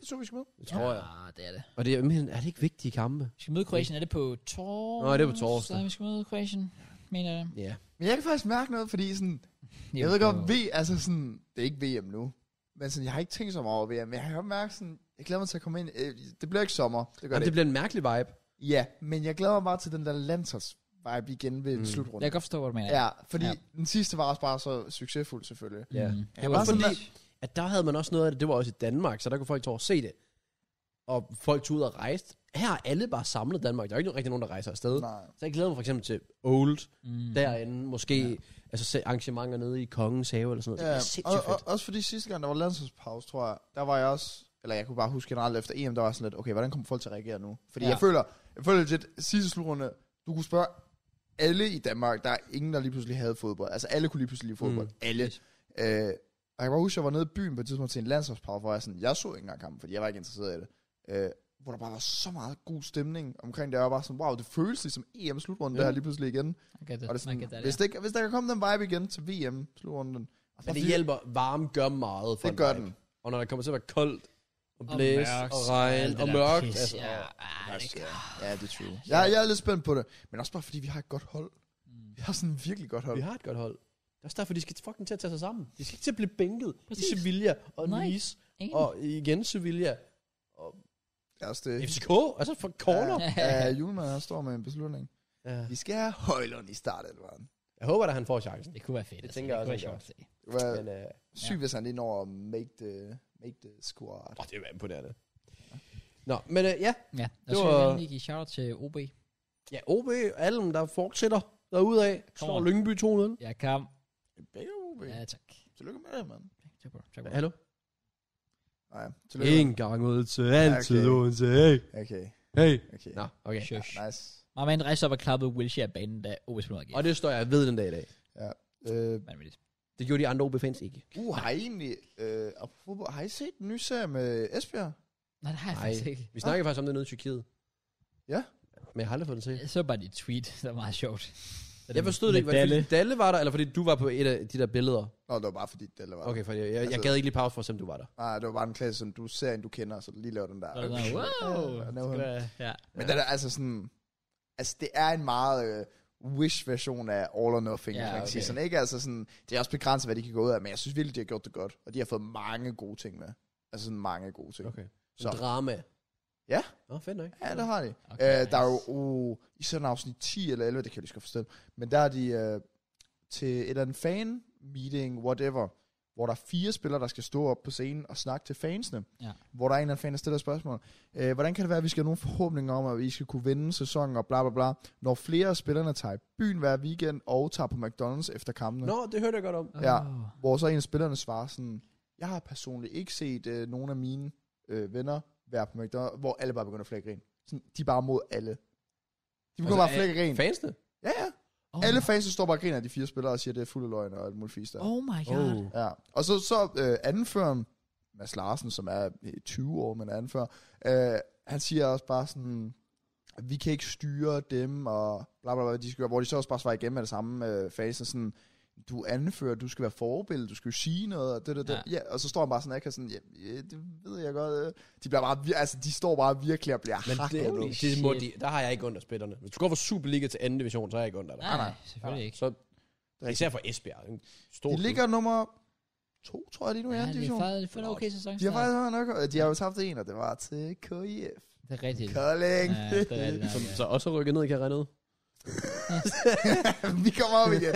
C: Det så vi skal med.
B: Det tror
A: ja,
B: jeg.
A: det er det.
B: Og det er, men er det ikke vigtige kampe?
A: Vi skal møde Kroatien, er det på torsdag?
B: Nå, det er på torsdag.
A: Så vi skal møde Kroatien, mener jeg.
B: Ja.
C: Men jeg kan faktisk mærke noget, fordi sådan, jeg ved godt, v, altså sådan, det er ikke VM nu. Men sådan, jeg har ikke tænkt så meget over VM, men jeg kan godt mærke sådan, jeg glæder mig til at komme ind. Øh, Det bliver ikke sommer, det gør
B: Jamen,
C: det,
B: det
C: ikke.
B: bliver en mærkelig vibe.
C: Ja, men jeg glæder mig bare til den der landsholds vibe igen ved mm.
A: Jeg
C: slutrunden.
A: kan godt forstå, hvad du mener. Mm.
C: Ja, fordi
A: Ja.
C: ja. den sidste var også bare så succesfuld selvfølgelig.
B: Ja.
A: Mm.
B: Det
C: bare
B: var
C: sådan
B: fordi, at der havde man også noget af det. Det var også i Danmark, så der kunne folk tage over og se det. Og folk tog ud og rejste. Her er alle bare samlet Danmark. Der er ikke rigtig nogen, der rejser afsted.
C: Nej.
B: Så jeg glæder mig for eksempel til Old
A: Mm.
B: derinde. Måske altså, se arrangementer nede i Kongens Have eller sådan noget.
C: Ja,
B: Det er
C: og,
B: sindssygt
C: og,
B: fedt.
C: også fordi sidste gang, der var landsholdspause, tror jeg, der var jeg også, eller jeg kunne bare huske generelt efter EM, der var jeg sådan lidt, okay, hvordan kommer folk til at reagere nu? Fordi
B: Ja.
C: ja. jeg føler, jeg føler lidt, sidste slutrunde, du kunne spørge alle i Danmark, der er ingen, der lige pludselig havde fodbold. Altså alle kunne lige pludselig lide fodbold.
B: Mm.
A: Mhm.
C: Mm. Alle. Øh, og jeg kan bare huske, jeg var nede i byen på et tidspunkt til en landsholdspause, hvor jeg sådan, jeg så ikke engang kampen, fordi jeg var ikke interesseret i det. Øh, hvor der bare var så meget god stemning omkring det, og jeg var bare sådan, wow, det føles ligesom EM-slutrunden,
B: Ja.
C: ja. der her lige pludselig igen.
A: I get it.
C: Og det er
A: I
C: sådan,
A: get that,
C: hvis, det, ikke- hvis der kan komme den vibe igen til VM-slutrunden,
B: Men det hjælper. Varme gør meget for
C: det
B: en
C: gør
B: vibe.
C: den.
B: Og når der kommer til at være koldt, og
A: Og
B: blæst, og,
A: mørkt, alt
B: regn,
A: det
B: og
A: der
B: mørkt.
A: pis.
B: Altså,
A: ja,
B: ja.
A: ah, det er
C: Ja, det er true. Jeg, jeg er lidt spændt på det. Men også bare fordi, vi har et godt hold.
A: Mm.
C: Vi har sådan et virkelig godt hold.
B: Vi har et godt hold. Det er også derfor, de skal fucking til at tage sig sammen. De skal ikke til at blive bænket
A: Præcis.
B: i Sevilla og
A: Nej.
B: Nice.
A: Enig.
B: Og igen Sevilla.
C: Ja, også det.
B: FCK, altså for corner. Ja.
C: Ja, Julemand han står med en beslutning.
B: Ja.
C: Vi skal have Højlund i startelveren.
B: Jeg håber, at han får chancen.
A: Det kunne være fedt. altså.
B: Det tænker jeg
A: det kunne
B: også,
A: være
B: han
A: sjovt at se.
C: Det var
B: Men øh,
C: sygt, hvis han lige når at make the, make the squad.
B: åh, det er imponerende. Nå, men øh, ja.
A: Ja, og
B: Det
A: så
B: var-
A: vil jeg gerne lige give shout til OB.
B: Ja, OB, alle dem, der fortsætter derude af, slår
A: on.
B: Lyngby 2-0.
A: Ja, kom.
C: Begge OB.
A: Ja, tak.
C: Tillykke med det, mand.
A: Tak, bro. Tak, bro.
B: Hallo?
C: Nej, tillykke.
B: En gang ud til altid
C: altid
B: okay. ud til. Hey,
C: Okay,
B: hey.
C: okay.
B: Nå, okay.
A: Shush.
C: Nice.
A: Meget man rejste op og klappede Wilshere af banen, da OB spillede igen.
B: Og det står jeg ved den dag i dag.
C: Øh,
A: Vanvittigt.
B: Det gjorde de andre OB-fans ikke.
C: uh, har I egentlig... Øh, apropos, fodbold, har I set den nye serie med Esbjerg?
A: Nej, det har jeg
B: Nej.
A: faktisk ikke.
B: Vi snakkede faktisk om det nede i Tyrkiet.
C: Ja.
B: Men jeg har aldrig fået den til.
A: Jeg så bare dit tweet, det var meget sjovt.
B: Jeg forstod det ikke, var det
A: Medalje.
B: fordi Dalle var der, eller fordi du var på et af de der billeder?
C: Nå, det var bare fordi, det var...
B: Okay, fordi jeg, jeg, jeg
C: Altså-
B: gad ikke lige pause for at se, om du var der.
C: Nej, Ah, det var bare en klasse, som du ser en, du kender, så du lige laver den der.
A: Så var det sådan, Wow!
C: Ja, og laver
A: Det
C: den.
A: var- Ja.
C: Men den er altså sådan... Altså, det er en meget øh, wish-version af All or Nothing,
A: Ja,
C: ja, man kan sige.
A: okay.
C: Sådan, ikke? Altså, sådan, det er også begrænset, hvad de kan gå ud af, men jeg synes virkelig, de har gjort det godt. Og de har fået mange gode ting med. Altså sådan mange gode ting. Okay.
B: Okay. Så.
C: Så.
B: Drama.
C: Ja.
B: Nå, fedt nok.
C: Ja, det har de.
A: Okay,
C: Okay, øh, der er jo,
A: nice.
C: oh, især den afsnit 10 eller 11, det kan jeg lige skal forstå. Men der er de øh, til et eller andet fan-meeting, whatever, hvor der er fire spillere, der skal stå op på scenen og snakke til fansene.
A: Ja.
C: Hvor der er en eller anden fan, der stiller spørgsmål. Øh, hvordan kan det være, at vi skal have nogle forhåbninger om, at vi skal kunne vinde sæsonen og bla bla bla, når flere af spillerne tager i byen hver weekend og tager på McDonald's efter kampene?
B: Nå, det hørte jeg godt om.
C: Ja.
A: Åh.
C: Hvor så en af spillerne svarer sådan, jeg har personligt ikke set øh, nogen af mine øh, venner være på McDonald's, hvor alle bare begynder at flække grin. Sådan, de er bare mod alle. De begynder
B: Altså,
C: altså, bare at
B: er-
C: flække grin.
B: Fansene?
C: Ja, ja.
A: Åh,
C: Alle fans der står bare og griner af de fire spillere og siger, at det er fuld af løgn og alt muligt fisk der.
A: Oh my god.
B: Oh.
C: Ja. Og så, så øh, anføreren, Mads Larsen, som er øh, 20 år, men anfører, øh, han siger også bare sådan, at vi kan ikke styre dem, og bla bla bla, de skal gøre, hvor de så også bare svarer igen med det samme øh, fase, sådan, du er anfører, du skal være forbillede, du skal jo sige noget, og det, det, det. Ja. ja. og så står han bare sådan, og sådan, ja, ja, det ved jeg godt, øh. de bliver bare, vir- altså, de står bare virkelig og bliver
B: Men
C: hakket
B: det,
C: nu.
B: det må de,
A: shit.
B: der har jeg ikke under spillerne. Hvis du går fra Superliga til anden division, så har jeg ikke under dig.
A: Nej, nej, selvfølgelig ikke.
B: Så, især for Esbjerg. En stor
C: De
B: klub.
C: ligger nummer to, tror jeg lige nu i
A: Ja,
C: anden
A: det er
C: division.
A: faktisk for en okay sæson.
C: De har faktisk hørt nok, de har jo tabt en, og det var til KIF.
A: Det er rigtigt.
C: Kolding.
A: Ja, det er rigtigt. nok,
B: Som
A: ja.
B: så også har rykket ned, kan jeg regne ud.
C: vi kommer op igen.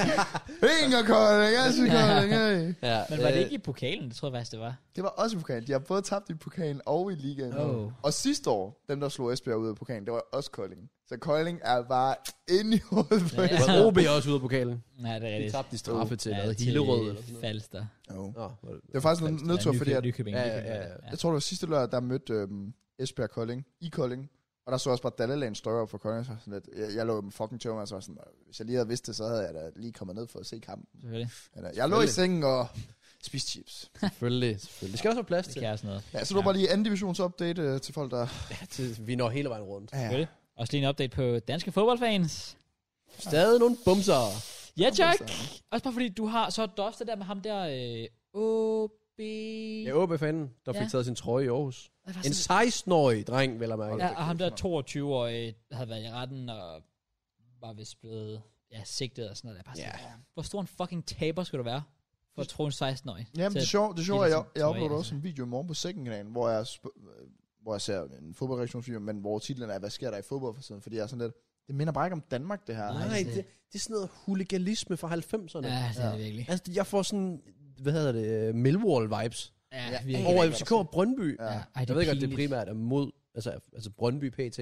C: Inger Kolding, Asby Kolding, hey.
B: Ja, øh,
A: Men var det ikke i pokalen, det tror jeg faktisk, det var.
C: Det var også i pokalen. De har både tabt i pokalen og i ligaen.
A: Oh.
C: Og sidste år, dem der slog Esbjerg ud af pokalen, det var også Kolding. Så Kolding er bare inde i hovedet på
A: Ja,
C: ja.
A: ja.
B: Var OB også ude af pokalen?
A: Nej, det er
B: De
A: rigtigt.
B: tabte i straffe til
A: Ja,
B: hvad?
A: til
B: Hillerød eller sådan noget.
A: Falster.
C: oh.
B: Nå, var det-
C: Det var faktisk en nedtur, fordi at,
A: Nykøbing,
B: Ja, ja,
A: Nykøbing,
B: ja,
A: var det.
B: ja.
C: jeg tror det var sidste lørdag, der mødte øhm, Esbjerg Kolding i Kolding. Og der så også bare Dallaland større op for Kolding. Så var jeg sådan lidt, jeg, jeg lå med fucking tømmer, og så var jeg sådan, hvis jeg lige havde vidst det, så havde jeg da lige kommet ned for at se kampen.
A: Selvfølgelig.
C: Eller, jeg lå i sengen og spiste chips.
B: Selvfølgelig, selvfølgelig. Det skal også være plads
A: Det
B: til.
A: kan også noget.
C: Ja, så det var
A: Ja.
C: bare lige anden divisionsupdate øh, til folk, der...
B: Ja, til- Vi når hele vejen rundt.
C: Ja,
A: Selvfølgelig. Også lige en update på danske fodboldfans.
B: Stadig nogle bumser.
A: Ja, Jack.
C: bumser.
A: Også bare fordi du har så er der også det der med ham der... Øh, OB...
B: Ja, OB-fanden, der fik
A: Ja.
B: taget sin trøje i Aarhus.
A: Hvad var
B: En
A: sådan-
B: 16-årig dreng, vel at mærke.
A: Ja, og ham der 22-årige havde været i retten og var vist blevet ja, sigtet og sådan noget. Jeg er Bare
B: Ja.
A: yeah. sådan, hvor stor en fucking taber skulle du være for at tro en 16-årig?
C: Jamen,
A: til
C: det
A: at-
C: sjove, det sjove er,
A: give
C: at
A: det sådan
C: jeg, jeg
A: en trøje,
C: uploader
A: altså.
C: også en video i morgen på Second-kanalen, hvor jeg, sp- øh, hvor jeg ser en fodboldreaktionsvideo, men hvor titlen er, hvad sker der i fodbold for tiden? Fordi jeg er sådan lidt, det minder bare ikke om Danmark, det her.
A: Nej.
B: Nej, det, det er sådan noget huligalisme fra 90'erne.
A: Ja, det er
C: Ja.
A: det virkelig.
B: Altså, jeg får sådan, hvad hedder det, øh, Millwall-vibes
A: Ja,
C: Ja,
A: virkelig.
B: over
C: ikke, hvad
B: FCK
C: der
B: og Brøndby.
A: Ja.
C: Ja.
A: Ej,
B: Jeg ved godt, det
A: pinligt.
B: primært er mod, altså, altså Brøndby PT,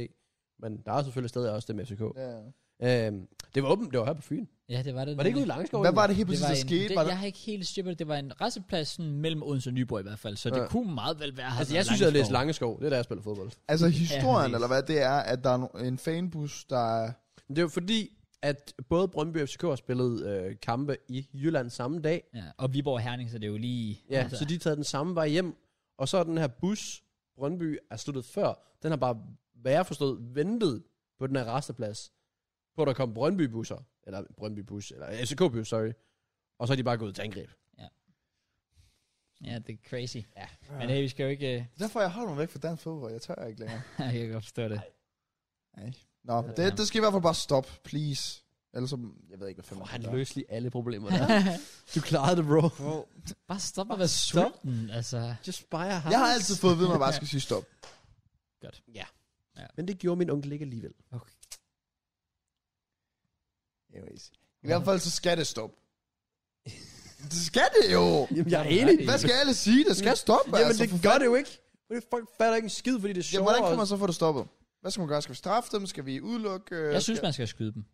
B: men der er selvfølgelig stadig også det med FCK.
C: Ja.
B: Øhm, det var åbent, det var her på Fyn.
A: Ja, det var det.
B: Var det ikke ude i
A: nemlig.
B: Langskov?
C: Hvad var det helt
A: det
C: præcis,
A: var
C: der
A: en,
C: skete?
A: det,
C: Var
A: jeg
C: det,
A: har ikke helt styr på det. Det var en resteplads sådan, mellem Odense og Nyborg i hvert fald, så det
B: Ja.
A: kunne meget vel være...
B: Altså,
A: har
B: jeg
A: været
B: synes, jeg havde læst
A: Langeskov.
B: Langeskov. Det er da, jeg spiller fodbold.
C: altså
A: Ja,
C: historien,
A: præcis.
C: eller hvad det er, at der er no- en fanbus, der er...
B: Men det var fordi, at både Brøndby og FCK har spillet øh, kampe i Jylland samme dag.
A: Ja, og Viborg og Herning, så det er jo lige...
B: Ja, altså. så de har taget den samme vej hjem. Og så er den her bus, Brøndby er sluttet før, den har bare, hvad jeg forstod, ventet på den her resteplads. På at der kom Brøndby-busser, eller Brøndby-bus, eller FCK-bus, sorry. Og så er de bare gået til angreb.
A: Ja, det er crazy. Ja. Men hey, vi skal jo ikke... øh,
C: Derfor jeg holder mig væk fra dansk fodbold, jeg tør ikke længere.
A: jeg kan godt forstå det.
C: Nej. Nå, det, det skal i hvert fald bare stoppe, please. Ellers så, jeg ved ikke, hvad
B: For
C: fanden
B: han
C: man gør.
B: løste lige alle problemer der. du klarede det, bro.
A: Bare stop med at være
B: stop.
A: sulten, altså.
B: Just buy a house.
C: Jeg har altid fået at vide, at man bare skal sige stop.
B: Men det gjorde min onkel ikke alligevel.
C: Anyways. I hvert fald så skal det stoppe. det skal det jo!
B: Jamen, jeg er
A: Hvad
B: enig.
C: Hvad skal alle sige? Det skal stoppe,
B: Jamen,
C: altså.
B: det gør det jo ikke. Fordi folk fatter ikke en skid, fordi det er
C: Ja,
B: sjovere.
C: hvordan kan man så få det stoppet? Hvad skal man gøre? Skal vi straffe dem? Skal vi udelukke? øh,
A: Jeg synes,
C: skal...
A: man skal skyde dem.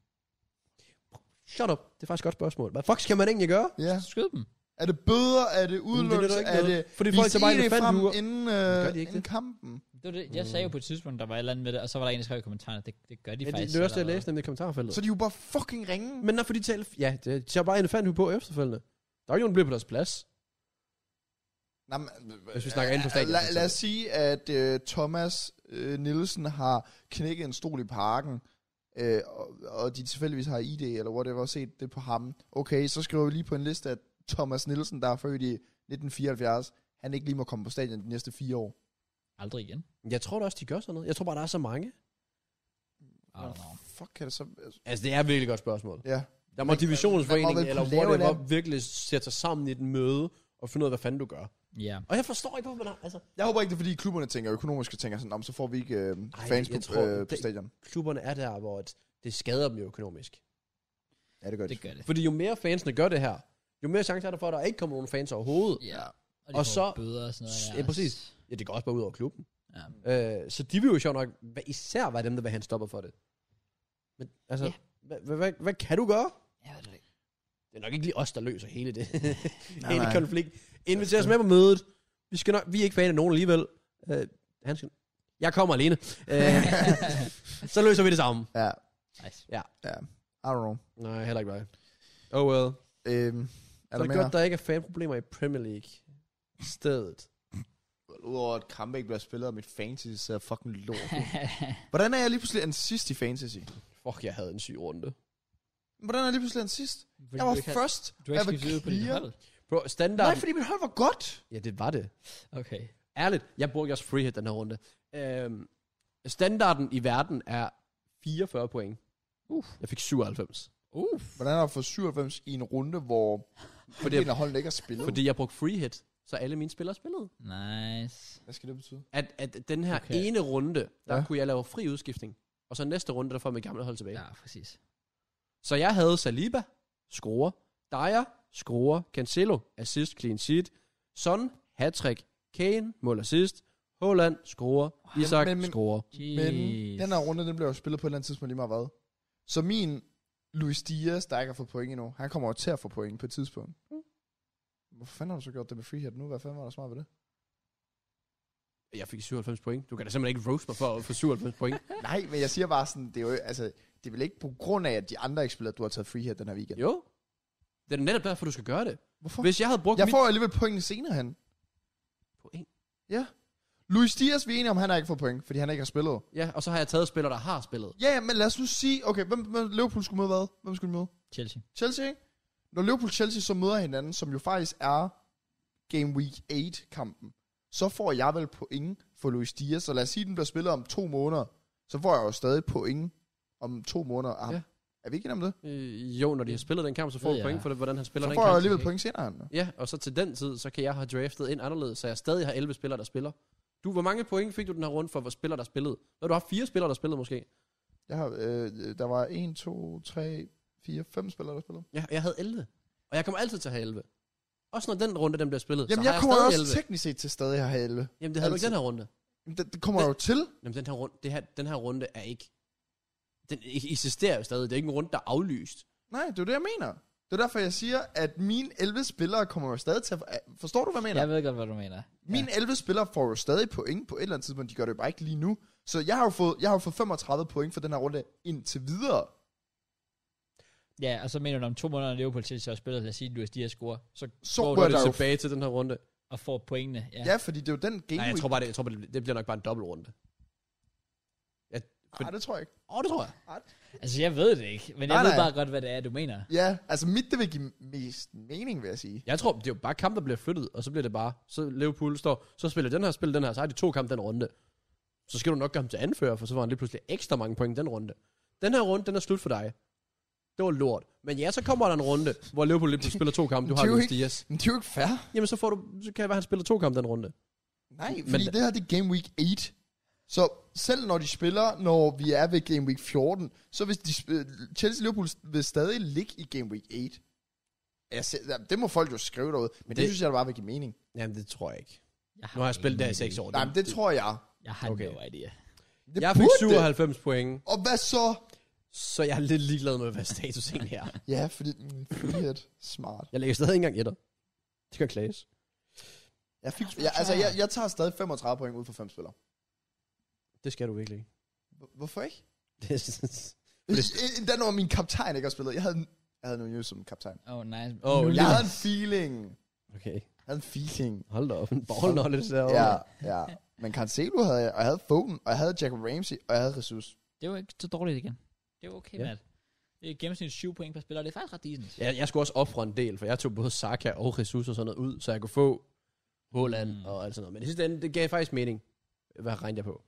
B: Shut up. Det er faktisk et godt spørgsmål. Hvad fuck skal man egentlig gøre?
C: Ja.
A: Skyde dem.
C: Er det bøder? Er det
B: Men det
C: udelukkelse?
B: nytter ikke
C: Er
B: noget.
C: det...
B: Fordi
C: Vis
B: folk tager bare en
C: ID
B: elefant
C: frem
B: i huger.
C: inden,
B: Gør
C: øh,
B: de ikke
C: inden kampen.
A: Det var det. Jeg sagde jo på et tidspunkt, der var et eller andet med det, og så var der en, der skrev i kommentarerne, at det, det gør de
B: Ja, det
A: faktisk.
B: er det jeg
A: allerede.
B: læste nemlig i kommentarfeltet.
C: Så er de jo bare fucking ringe.
B: Men når for de tager... Ja, det, de tager bare en elefant på efterfølgende. Der er jo ikke nogen, der bliver på deres plads.
C: Nej, men,
B: Hvis vi snakker inde på stadion,
C: Lad,
B: for
C: lad
B: eksempel.
C: os sige, at øh, Thomas øh, Nielsen har knækket en stol i parken, øh, og, og de tilfældigvis har ID, eller whatever, og set det på ham. Okay, så skriver vi lige på en liste, at Thomas Nielsen, der er født i 1974, han ikke lige må komme på stadion de næste fire år.
A: Aldrig igen.
B: Men Jeg tror da også, de gør sådan noget. Jeg tror bare, der er så mange.
A: I
B: Ah,
A: don't know.
C: Fuck, kan det så... altså,
B: Altså, det er et virkelig godt spørgsmål.
C: Ja.
B: Der må divisionsforeningen
C: man må vel
B: eller
C: kunne
B: hvor
C: lave
B: det
C: et
B: var
C: eller
B: virkelig sætte sig sammen i et møde og finde ud af, hvad fanden du gør.
A: Ja.
B: Og jeg forstår ikke, hvorfor man har... Altså,
C: Jeg håber ikke, det er fordi klubberne tænker økonomisk og tænker sådan, om så får vi ikke øh, fans
B: jeg
C: på,
B: tror,
C: øh, på
B: det-
C: stadion.
B: klubberne er der, hvor et, det skader dem jo økonomisk.
C: Ja, det gør
A: Det
C: det.
A: gør det.
B: Fordi jo mere fansene gør det her, jo mere chance er der for, at der ikke kommer nogen fans overhovedet.
A: Ja. Og, de
B: Og
A: får
B: så-
A: Bøder og sådan noget. der.
B: Ja, præcis. Ja, det går også bare ud over klubben.
A: Ja.
B: Øh, så de vil jo sjovt nok hvad, især være dem, der vil have en stopper for det. Men altså,
A: Ja.
B: ja. hvad, hvad, hvad, hvad kan du gøre?
A: Ja, det er det.
B: Det er nok ikke lige os, der løser hele det. hele
C: nej.
B: konflikt. Inviter os med på mødet. Vi, skal nok, vi er ikke fan af nogen alligevel. Øh, han skal, jeg kommer alene. Øh, så løser vi det sammen.
C: Ja.
A: Nice.
C: Ja. I don't know.
B: Nej, heller ikke mig. Oh well.
C: Øhm,
B: Er
C: er
B: det
C: der
B: er
C: mere?
B: godt, der ikke er fanproblemer i Premier League. I Stedet.
C: Udover at kampe ikke bliver spillet, og mit fantasy ser fucking lort. ud. Hvordan er jeg lige pludselig en sidst i fantasy?
B: Fuck, jeg havde en syg runde.
C: Hvordan er jeg lige pludselig en sidst?
A: Fordi
C: Jeg
A: du
C: var
A: ikke havde-
C: først.
A: Du har ikke
C: jeg var
A: skiftet ud på dit
C: clear.
A: hold.
B: Bro, standard...
C: Nej, fordi mit hold var godt.
B: Ja, det var det.
A: Okay.
B: Ærligt, jeg brugte også free hit den her runde. Øhm, standarden i verden er 44 point. Uh. Jeg fik 97.
A: Uff.
C: Hvordan har du fået 97 i en runde, hvor
B: Fordi,
C: en af holdene ikke har spillet?
B: fordi jeg brugte free hit, så alle mine spillere spillede.
A: Nice.
C: Hvad skal det betyde?
B: At, at den her
A: Okay.
B: okay. ene runde, der
C: Ja.
B: ja. kunne jeg lave fri udskiftning. Og så næste runde, der får jeg mit gamle hold tilbage.
A: Ja, præcis.
B: Så jeg havde Saliba, score, Dyer, score, Cancelo, assist, clean sheet, Son, hat Kane, mål assist, Haaland, score, Isak,
C: men- men-
B: score.
A: Jeez.
C: Men den her runde, den bliver jo spillet på et eller andet tidspunkt lige meget hvad. Så min Luis Diaz, der ikke har fået point endnu, han kommer jo til at få point på et tidspunkt. Hvor fanden har du så gjort det med free hit nu? Hvad fanden var der smart ved det?
B: Jeg fik 97 point. Du kan da simpelthen ikke roast mig for at få 97 point.
C: Nej, men jeg siger bare sådan, det er jo altså, det er vel ikke på grund af, at de andre ikke spiller, at du har taget free hit den her weekend.
B: Jo. Det er netop derfor, du skal gøre det.
C: Hvorfor?
B: Hvis jeg havde brugt
C: Jeg
B: mit
C: får alligevel pointene senere hen.
B: point,
C: Luis Diaz, vi er enige om, han har ikke fået point, fordi han ikke har spillet.
B: ja, og så har jeg taget spillere, der har spillet.
C: Ja, ja, men lad os nu sige, okay, hvem, hvem Liverpool skulle møde hvad? Hvem skulle de møde?
A: Chelsea.
C: Chelsea, ikke? Når Liverpool og Chelsea så møder hinanden, som jo faktisk er Game Week 8-kampen, så får jeg vel point for Luis Diaz, og lad os sige, at den bliver spillet om to måneder, så får jeg jo stadig point om to måneder af ham.
B: Ja.
C: Ja. Er vi ikke enige om det?
B: Øh, jo, når de har spillet den kamp, så får
A: Ja,
B: du
A: ja.
B: point for, det, hvordan han spiller
C: så
B: den
C: får jeg
B: kamp.
C: alligevel
A: ikke?
C: point senere. Anna.
B: Ja, og så til den tid, så kan jeg have draftet ind anderledes, så jeg stadig har 11 spillere, der spiller. Du, hvor mange point fik du den her runde for, hvor spillere, der spillede? Når du har fire spillere, der spillede måske.
C: Jeg har, øh, der var 1, 2, 3, 4, 5 spillere, der spillede.
B: Ja, jeg havde 11. Og jeg kommer altid til at have 11. Også når den runde, den bliver spillet,
C: Jamen,
B: så
C: jeg,
B: har
C: kommer jo
B: jeg
C: også
B: stadig 11.
C: teknisk set til stadig at have 11.
B: Jamen, det havde du ikke
C: altid.
B: den her runde.
C: Jamen, det, det kommer jeg jo til.
B: Jamen, den her runde, det her, den her runde er ikke... Den ikke- eksisterer jo stadig. Det er ikke en runde, der er aflyst.
C: Nej, det er jo det, jeg mener. Det er derfor, jeg siger, at mine 11 spillere kommer jo stadig til at... Forstår du, hvad jeg mener?
A: Jeg ved godt, hvad du mener.
C: Mine 11 spillere får jo stadig point på et eller andet tidspunkt. De gør det bare ikke lige nu. Så jeg har jo fået, jeg har jo fået 35 point for den her runde indtil videre.
A: Ja, og så mener du, om to måneder, når Liverpool Chelsea har spillet, lad os sige, at Luis Diaz scorer, så
C: Så
A: Hvor
C: går
A: er
B: Går
C: jeg
B: du
C: der jo...
B: tilbage til den her runde?
A: og får pointene. Ja.
C: Ja, fordi det er jo den game
B: Nej, jeg
C: week.
B: tror bare, det, jeg tror, bare, det, det bliver nok bare en dobbeltrunde.
C: Nej, Ah, det tror jeg ikke.
B: Åh, oh, det tror jeg.
A: Altså, jeg ved det ikke, men jeg
C: Nej,
A: ved
C: nej.
A: bare godt, hvad det er, du mener.
C: Ja, altså mit, det vil give mest mening, vil jeg sige.
B: Jeg tror, det er jo bare kampe, der bliver flyttet, og så bliver det bare, så Liverpool står, så spiller den her, spiller den her, så har de to kampe den runde. Så skal du nok gøre ham til anfører, for så får han lige pludselig ekstra mange point den runde. Den her runde, den er slut for dig. Det var lort. Men ja, så kommer der en runde, hvor Liverpool lige pludselig spiller to kampe. Du har
C: Det er jo
B: Luis
C: ikke-
B: Diaz.
C: Men det er jo ikke fair.
B: Jamen, så, får du, så kan det være, han spiller to kampe den runde.
C: Nej,
B: Men-
C: fordi Men... det her, det er game week 8. Så selv når de spiller, når vi er ved game week 14, så hvis de, sp- Chelsea Liverpool vil stadig ligge i game week 8. Jeg ser, det må folk jo skrive derude, men det, det
B: Det-
C: synes jeg da bare vil give mening.
B: Jamen, det tror jeg ikke.
A: Jeg
B: Nu har jeg spillet der i
A: ingen
B: seks
A: idé.
B: år.
C: Nej, men det tror jeg.
A: Jeg har
B: Okay.
A: no idea.
C: Det
B: Jeg fik
C: burde det.
B: 97 point,
C: Og hvad så?
B: så jeg er lidt ligeglad med, hvad status egentlig er.
C: Ja, fordi mm, frihed, smart.
B: Jeg lægger stadig ikke engang etter. Det kan klages.
C: Jeg, fik, jeg, altså, jeg, jeg tager stadig 35 point ud for fem spillere.
B: Det skal du virkelig ikke.
C: Hvor- Hvorfor ikke?
B: Men
C: Øh, Den var min kaptajn ikke har spillet. Jeg havde, en- jeg havde Nunez som kaptajn.
A: Oh, nice.
B: Åh,
A: Nu-
C: Jeg havde en feeling.
B: okay.
C: Jeg havde en feeling.
B: Hold da op, en ballknowledge derovre.
C: Ja, ja. Men Cancelo havde jeg, og jeg havde Foden, og jeg havde Jack Ramsey, og jeg havde Jesus.
A: Det var ikke så dårligt igen. Det var okay,
B: Ja.
A: ja. Matt. Det er gennemsnit 7 point per spiller, og det er faktisk ret decent.
B: Jeg, jeg skulle også ofre en del, for jeg tog både Saka og Jesus og sådan noget ud, så jeg kunne få Holland
A: Mm.
B: mm. og alt sådan noget. Men det sidste ende, det gav faktisk mening. Hvad regnede jeg på?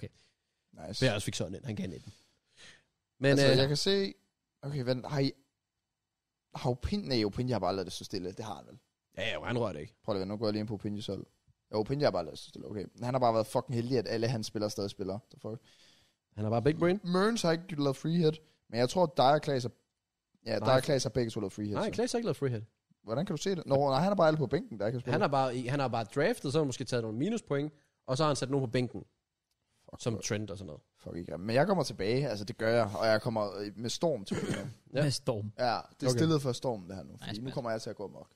C: Nice.
B: Så jeg også fik sådan ind. Han gav 19. Men
C: altså,
B: øh,
C: jeg kan se... Okay, vent. Har I... Har Opinje... Nej, Opinje har bare lavet det så stille. Det har han vel.
B: ja, ja, han rørte ikke.
C: Prøv lige at vente, nu går jeg lige ind på Opinje selv. Ja, Opinje har bare lavet det så stille. Okay. Han har bare været fucking heldig, at alle hans spillere stadig spiller. The fuck.
B: Han er bare big brain.
C: Mørens har ikke lavet free hit, men jeg tror, at dig og Klaas er... Ja,
B: Nej.
C: dig og Klaas har begge to lavet free hit.
B: Nej,
C: så.
B: Klaas har ikke lavet free hit.
C: Hvordan kan du se det? Nå, nej, han er bare alle på bænken, der ikke kan spille.
B: Han har bare, han har bare draftet, så har han måske taget nogle minuspoint, og så har han sat nogen på bænken,
C: Fuck,
B: som
C: hvor-
B: trend og sådan noget.
C: Fuck ikke. Men jeg kommer tilbage, altså det gør jeg, og jeg kommer øh, med storm til.
A: Ja. Med storm.
C: ja, det er
B: Okay.
C: stillet for storm, det her nu. Fordi
A: Nice,
C: nu
A: man.
C: kommer jeg til at gå amok.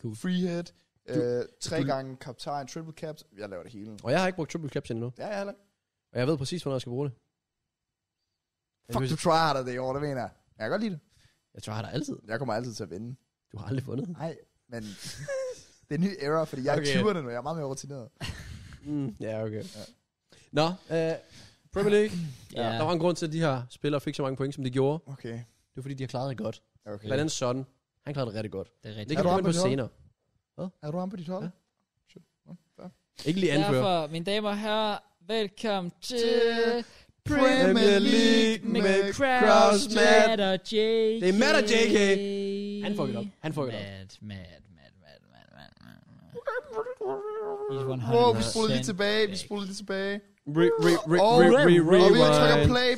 A: Cool.
C: Free hit, øh, tre
B: du-
C: gange kaptajn, triple caps. Jeg laver det hele.
B: Og jeg har ikke brugt triple caption endnu,
C: Ja, jeg heller. ikke.
B: og jeg ved præcis, hvornår jeg skal bruge det.
C: Fuck, du tryharder det i år, det mener jeg. Jeg kan godt lide det.
B: Jeg tror, jeg har dig altid.
C: Jeg kommer altid til at vinde.
B: Du har aldrig fundet.
C: Nej, men det er en ny era, fordi jeg
B: Okay.
C: okay. er 20'erne nu. Jeg er meget mere rutineret.
B: Mm, ja, okay. Ja. Nå, øh, Premier League. ja. Der var en grund til, at de her spillere fik så mange point, som de gjorde.
C: Okay.
B: Det var, fordi de har klaret det godt.
C: okay.
B: Blandt andet Son. Han klarede det rigtig godt.
A: Det er
B: Det
A: rigtigt.
B: kan vi
C: Er du
B: komme ind
C: oppe
B: på
C: på
B: senere.
C: Er du ham på dit hold?
B: Ja.
C: Ja.
B: Ikke lige anføre.
A: Derfor, mine damer og herrer, velkommen til
C: Til
B: Premier League med Kraus, Matt.
A: og JK.
B: Det er Matt og JK. Han fuckede op. Han fuckede op.
A: Mad, mad, mad, mad, mad, mad, mad.
C: Wow, vi spoler lige tilbage, vi spoler lige tilbage.
B: Re, re, re,
C: Og-
B: re, re,
C: Og vi trykker
B: rewind.
C: play.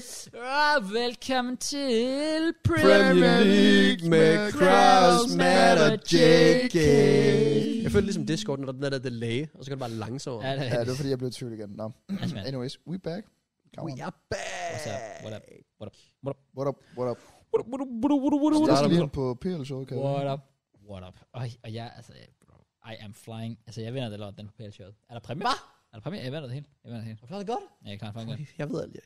A: Ah, velkommen til
B: Premier League med Kraus, Matt og JK.
C: JK.
B: Jeg følte ligesom Discord, når der er den der delay, og så kan det bare langsommere.
A: Ja, det
C: Ja,
A: er
C: det var
A: det.
C: fordi, jeg blev i tvivl igen. Nå.
A: Altså, man.
C: Anyways, we back. Come
B: We
C: on.
B: are
A: What's up? Altså, What up?
B: back.
A: What up?
C: What up, what up?
B: What
C: Jeg
B: up?
C: skal lige ind på PL Show, kan
A: What up? What up? Og, og jeg, altså, jeg- I am flying. Altså, jeg vinder det lort, den på PL showet. Er der præmie? Hvad? Er der præmie? Jeg vinder det hele. Jeg vinder det hele.
B: Har du klaret det godt?
A: Ja, jeg er klar for en gang.
B: Jeg ved aldrig.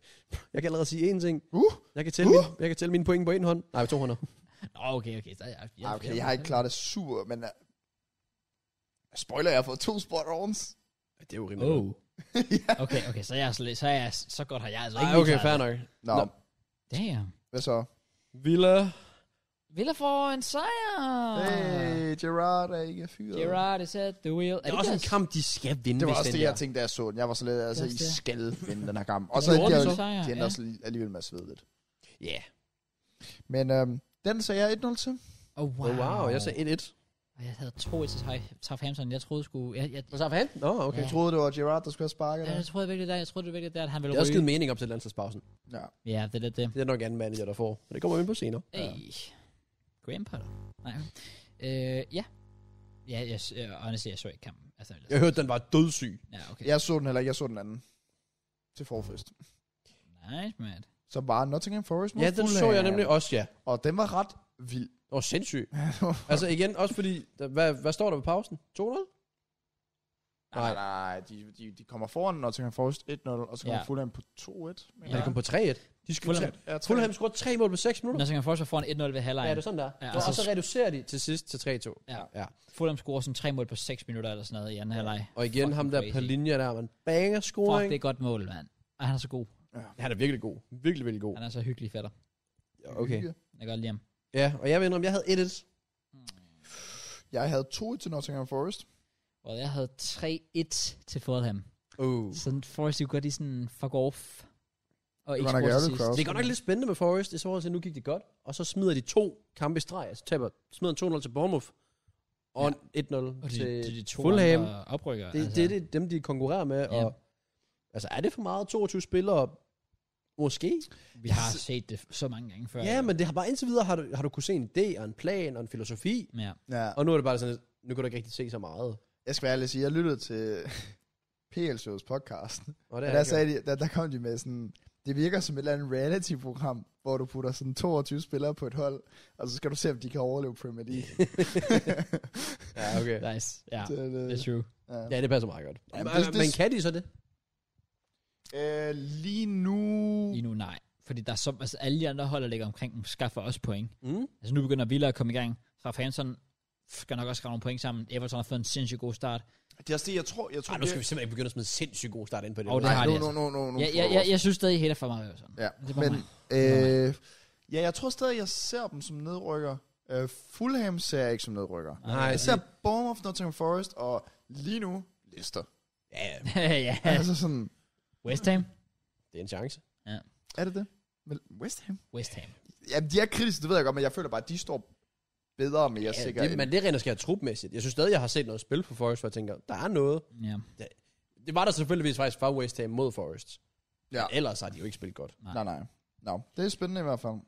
B: Jeg kan allerede sige én ting.
C: Uh.
B: Jeg kan tælle, uh. mine, jeg kan tælle mine point på en hånd. Nej, på to hånder.
A: Nå, okay, okay. Så er jeg,
C: Ah, okay, jeg har ikke klaret det super, men... Uh, spoiler, jeg har fået to spot ons.
B: Det er jo rimeligt.
A: Oh. Okay, okay, så, er jeg, slet- så, er jeg, så godt har jeg altså ikke
B: Ej, okay, fair
A: nok.
B: nok.
C: Nå,
B: Nå.
A: Damn.
C: hvad så?
B: Villa.
A: Villa får en sejr.
C: Hey, Gerard er ikke fyret.
A: Ah. Gerard is at the wheel.
B: Det er også en kamp, de skal vinde,
C: Det var
B: hvis
C: også
B: den
C: det, jeg
B: der-
C: tænkte, da jeg så den. Jeg var så lidt, altså,
A: Det er
C: I
A: også det.
C: skal vinde den her kamp. Og så
A: Gjorde
C: endte jeg
A: de
C: jo
A: så?
C: de endte
A: Ja.
C: også alligevel med at svede lidt.
B: Ja.
C: Men øhm, den sagde jeg 1-0 til.
A: Oh, wow.
B: Oh, wow, jeg sagde 1-1.
A: Og jeg havde troet til Southampton- Southampton. Jeg troede sgu... Jeg, jeg,
B: Hvad så han? Nå, okay.
C: Jeg troede, det var Gerard, der skulle have sparket.
A: jeg,
C: Ja.
A: jeg troede virkelig der, jeg troede det virkelig der, at han ville
B: Det er også
A: ryge.
B: givet mening op til landsholdspausen.
C: ja.
A: Ja, det er lidt det.
B: Det er nok anden manager, der får. Men det kommer vi ind på senere.
A: Ej. Graham Potter. Nej. Øh, ja. Ja, jeg, s- øh, honestly, jeg så ikke kampen. Altså, jeg,
B: Jeg hørte, den var dødssyg.
A: ja, okay.
C: Jeg så den heller ikke, jeg så den anden. Til forfest.
A: Nice, man.
C: Så var Nottingham Forest mod
B: Ja, den så jeg
C: Fulham.
B: nemlig også, ja.
C: Og den var ret vild.
B: Åh, sindssyg. Altså igen, også fordi, der- hvad, hvad står der ved pausen? 2-0?
C: nej, nej, de, de, de kommer foran Nottingham Forest 1-0, og så kommer
A: Ja.
C: ja. Fulham på 2-1.
B: Ja, det kom på 3-1. De skal
A: Fulham.
B: tage- Fulham scorede tre mål på 6 minutter.
A: Nottingham Forest var foran 1-0 ved halvlejen.
B: Ja, det er sådan der.
A: Ja,
B: Ja,
A: og
B: og,
A: så-
B: og så reducerer de til sidst til 3-2.
A: Ja.
B: ja.
A: Fulham scorer sådan tre mål på 6 minutter eller sådan noget i anden halvleg.
B: Og igen
A: Fucking
B: ham der
A: crazy.
B: på linje der, man banger
A: Fuck,
B: scoring.
A: det er et godt mål, mand. Ej, han er så god.
B: Han er virkelig god. Virkelig, virkelig god.
A: Han er så hyggelig fætter.
B: Okay.
A: Jeg kan godt lide ham.
B: Ja, og jeg vil indrømme, jeg havde 1-1.
C: Jeg havde 2 til Nottingham Forest.
A: Og jeg havde 3-1 til Fulham.
C: Uh.
B: Oh.
A: Så Forest, de kunne godt i sådan fuck off. Og
C: Det
A: ikke
C: var nok
A: score til
C: ærgerligt,
A: sidst.
C: Kraus.
B: Det er godt nok lidt spændende med Forrest. I forhold til, at nu gik det godt. Og så smider de to kampe i streg. Altså taber, smider en 2-0 til Bournemouth. Og ja. 1-0
A: Og de,
B: til
A: de, de to
B: Fulham.
A: andre altså, oprykker.
B: Det, det, det er dem, de konkurrerer med. Ja. Og, altså, er det for meget? 22 spillere? Måske.
A: Vi har set det f- så mange gange før.
B: Altså- Ja, men det har bare indtil videre, har du, har du kunne se en idé og en plan og en filosofi.
A: Ja.
C: Ja.
B: Og nu er det bare sådan, lidt, nu kan du ikke rigtig se så meget.
C: Jeg skal være ærlig og sige, jeg lyttede til PL Shows podcast.
B: Og det er
C: Ja, der,
B: ikke-
C: sagde de, der, der kom de med sådan, det virker som et eller andet reality-program, hvor du putter sådan 22 spillere på et hold, og så skal du se, om de kan overleve Premier League.
B: Ja, okay.
A: Nice. Ja,
C: Det er det.
A: det er true.
C: Ja.
B: Ja, det passer meget godt.
C: Jamen,
B: men,
C: det- det-
B: men kan de så det?
C: Øh, lige nu...
A: Lige nu nej. Fordi der er så, altså, alle de andre hold, der ligger omkring dem, skaffer også point.
B: Mm.
A: Altså nu begynder Villa at komme i gang. Southampton skal nok også skrave nogle point sammen. Everton har fået en sindssygt god start.
C: Det er også det, jeg tror... Jeg tror
B: Ej, nu skal vi simpelthen ikke begynde at smide sindssygt god start ind på det.
A: Og det har
C: Nej,
A: de
C: nu,
A: altså.
C: nu, nu, nu, nu.
A: Ja, ja, ja, jeg synes stadig, at for meget Everton.
C: ja.
A: Det var
C: Men,
A: mig.
C: øh, ja, jeg tror stadig, jeg ser dem som nedrykker. Uh, Fulham ser jeg ikke som nedrykker.
B: Nej, altså,
C: Jeg ser Bournemouth, Nottingham Forest, og lige nu, Leicester.
B: ja, ja,
A: ja.
C: altså sådan,
A: West Ham.
B: det er en chance.
C: er det det? Men West Ham?
A: West Ham.
C: Ja, de er kritiske, det ved jeg godt, men jeg føler bare, at de står bedre og mere ja, sikkert.
B: det, men det rent skal trupmæssigt. Jeg synes stadig, jeg har set noget spil på Forest, hvor jeg tænker, der er noget.
A: Ja.
B: Det var der selvfølgelig faktisk fra West Ham mod Forest.
C: Ja.
B: Men ellers har de jo ikke spillet godt.
C: Nej, nej. No. Det er spændende i hvert fald. Øh,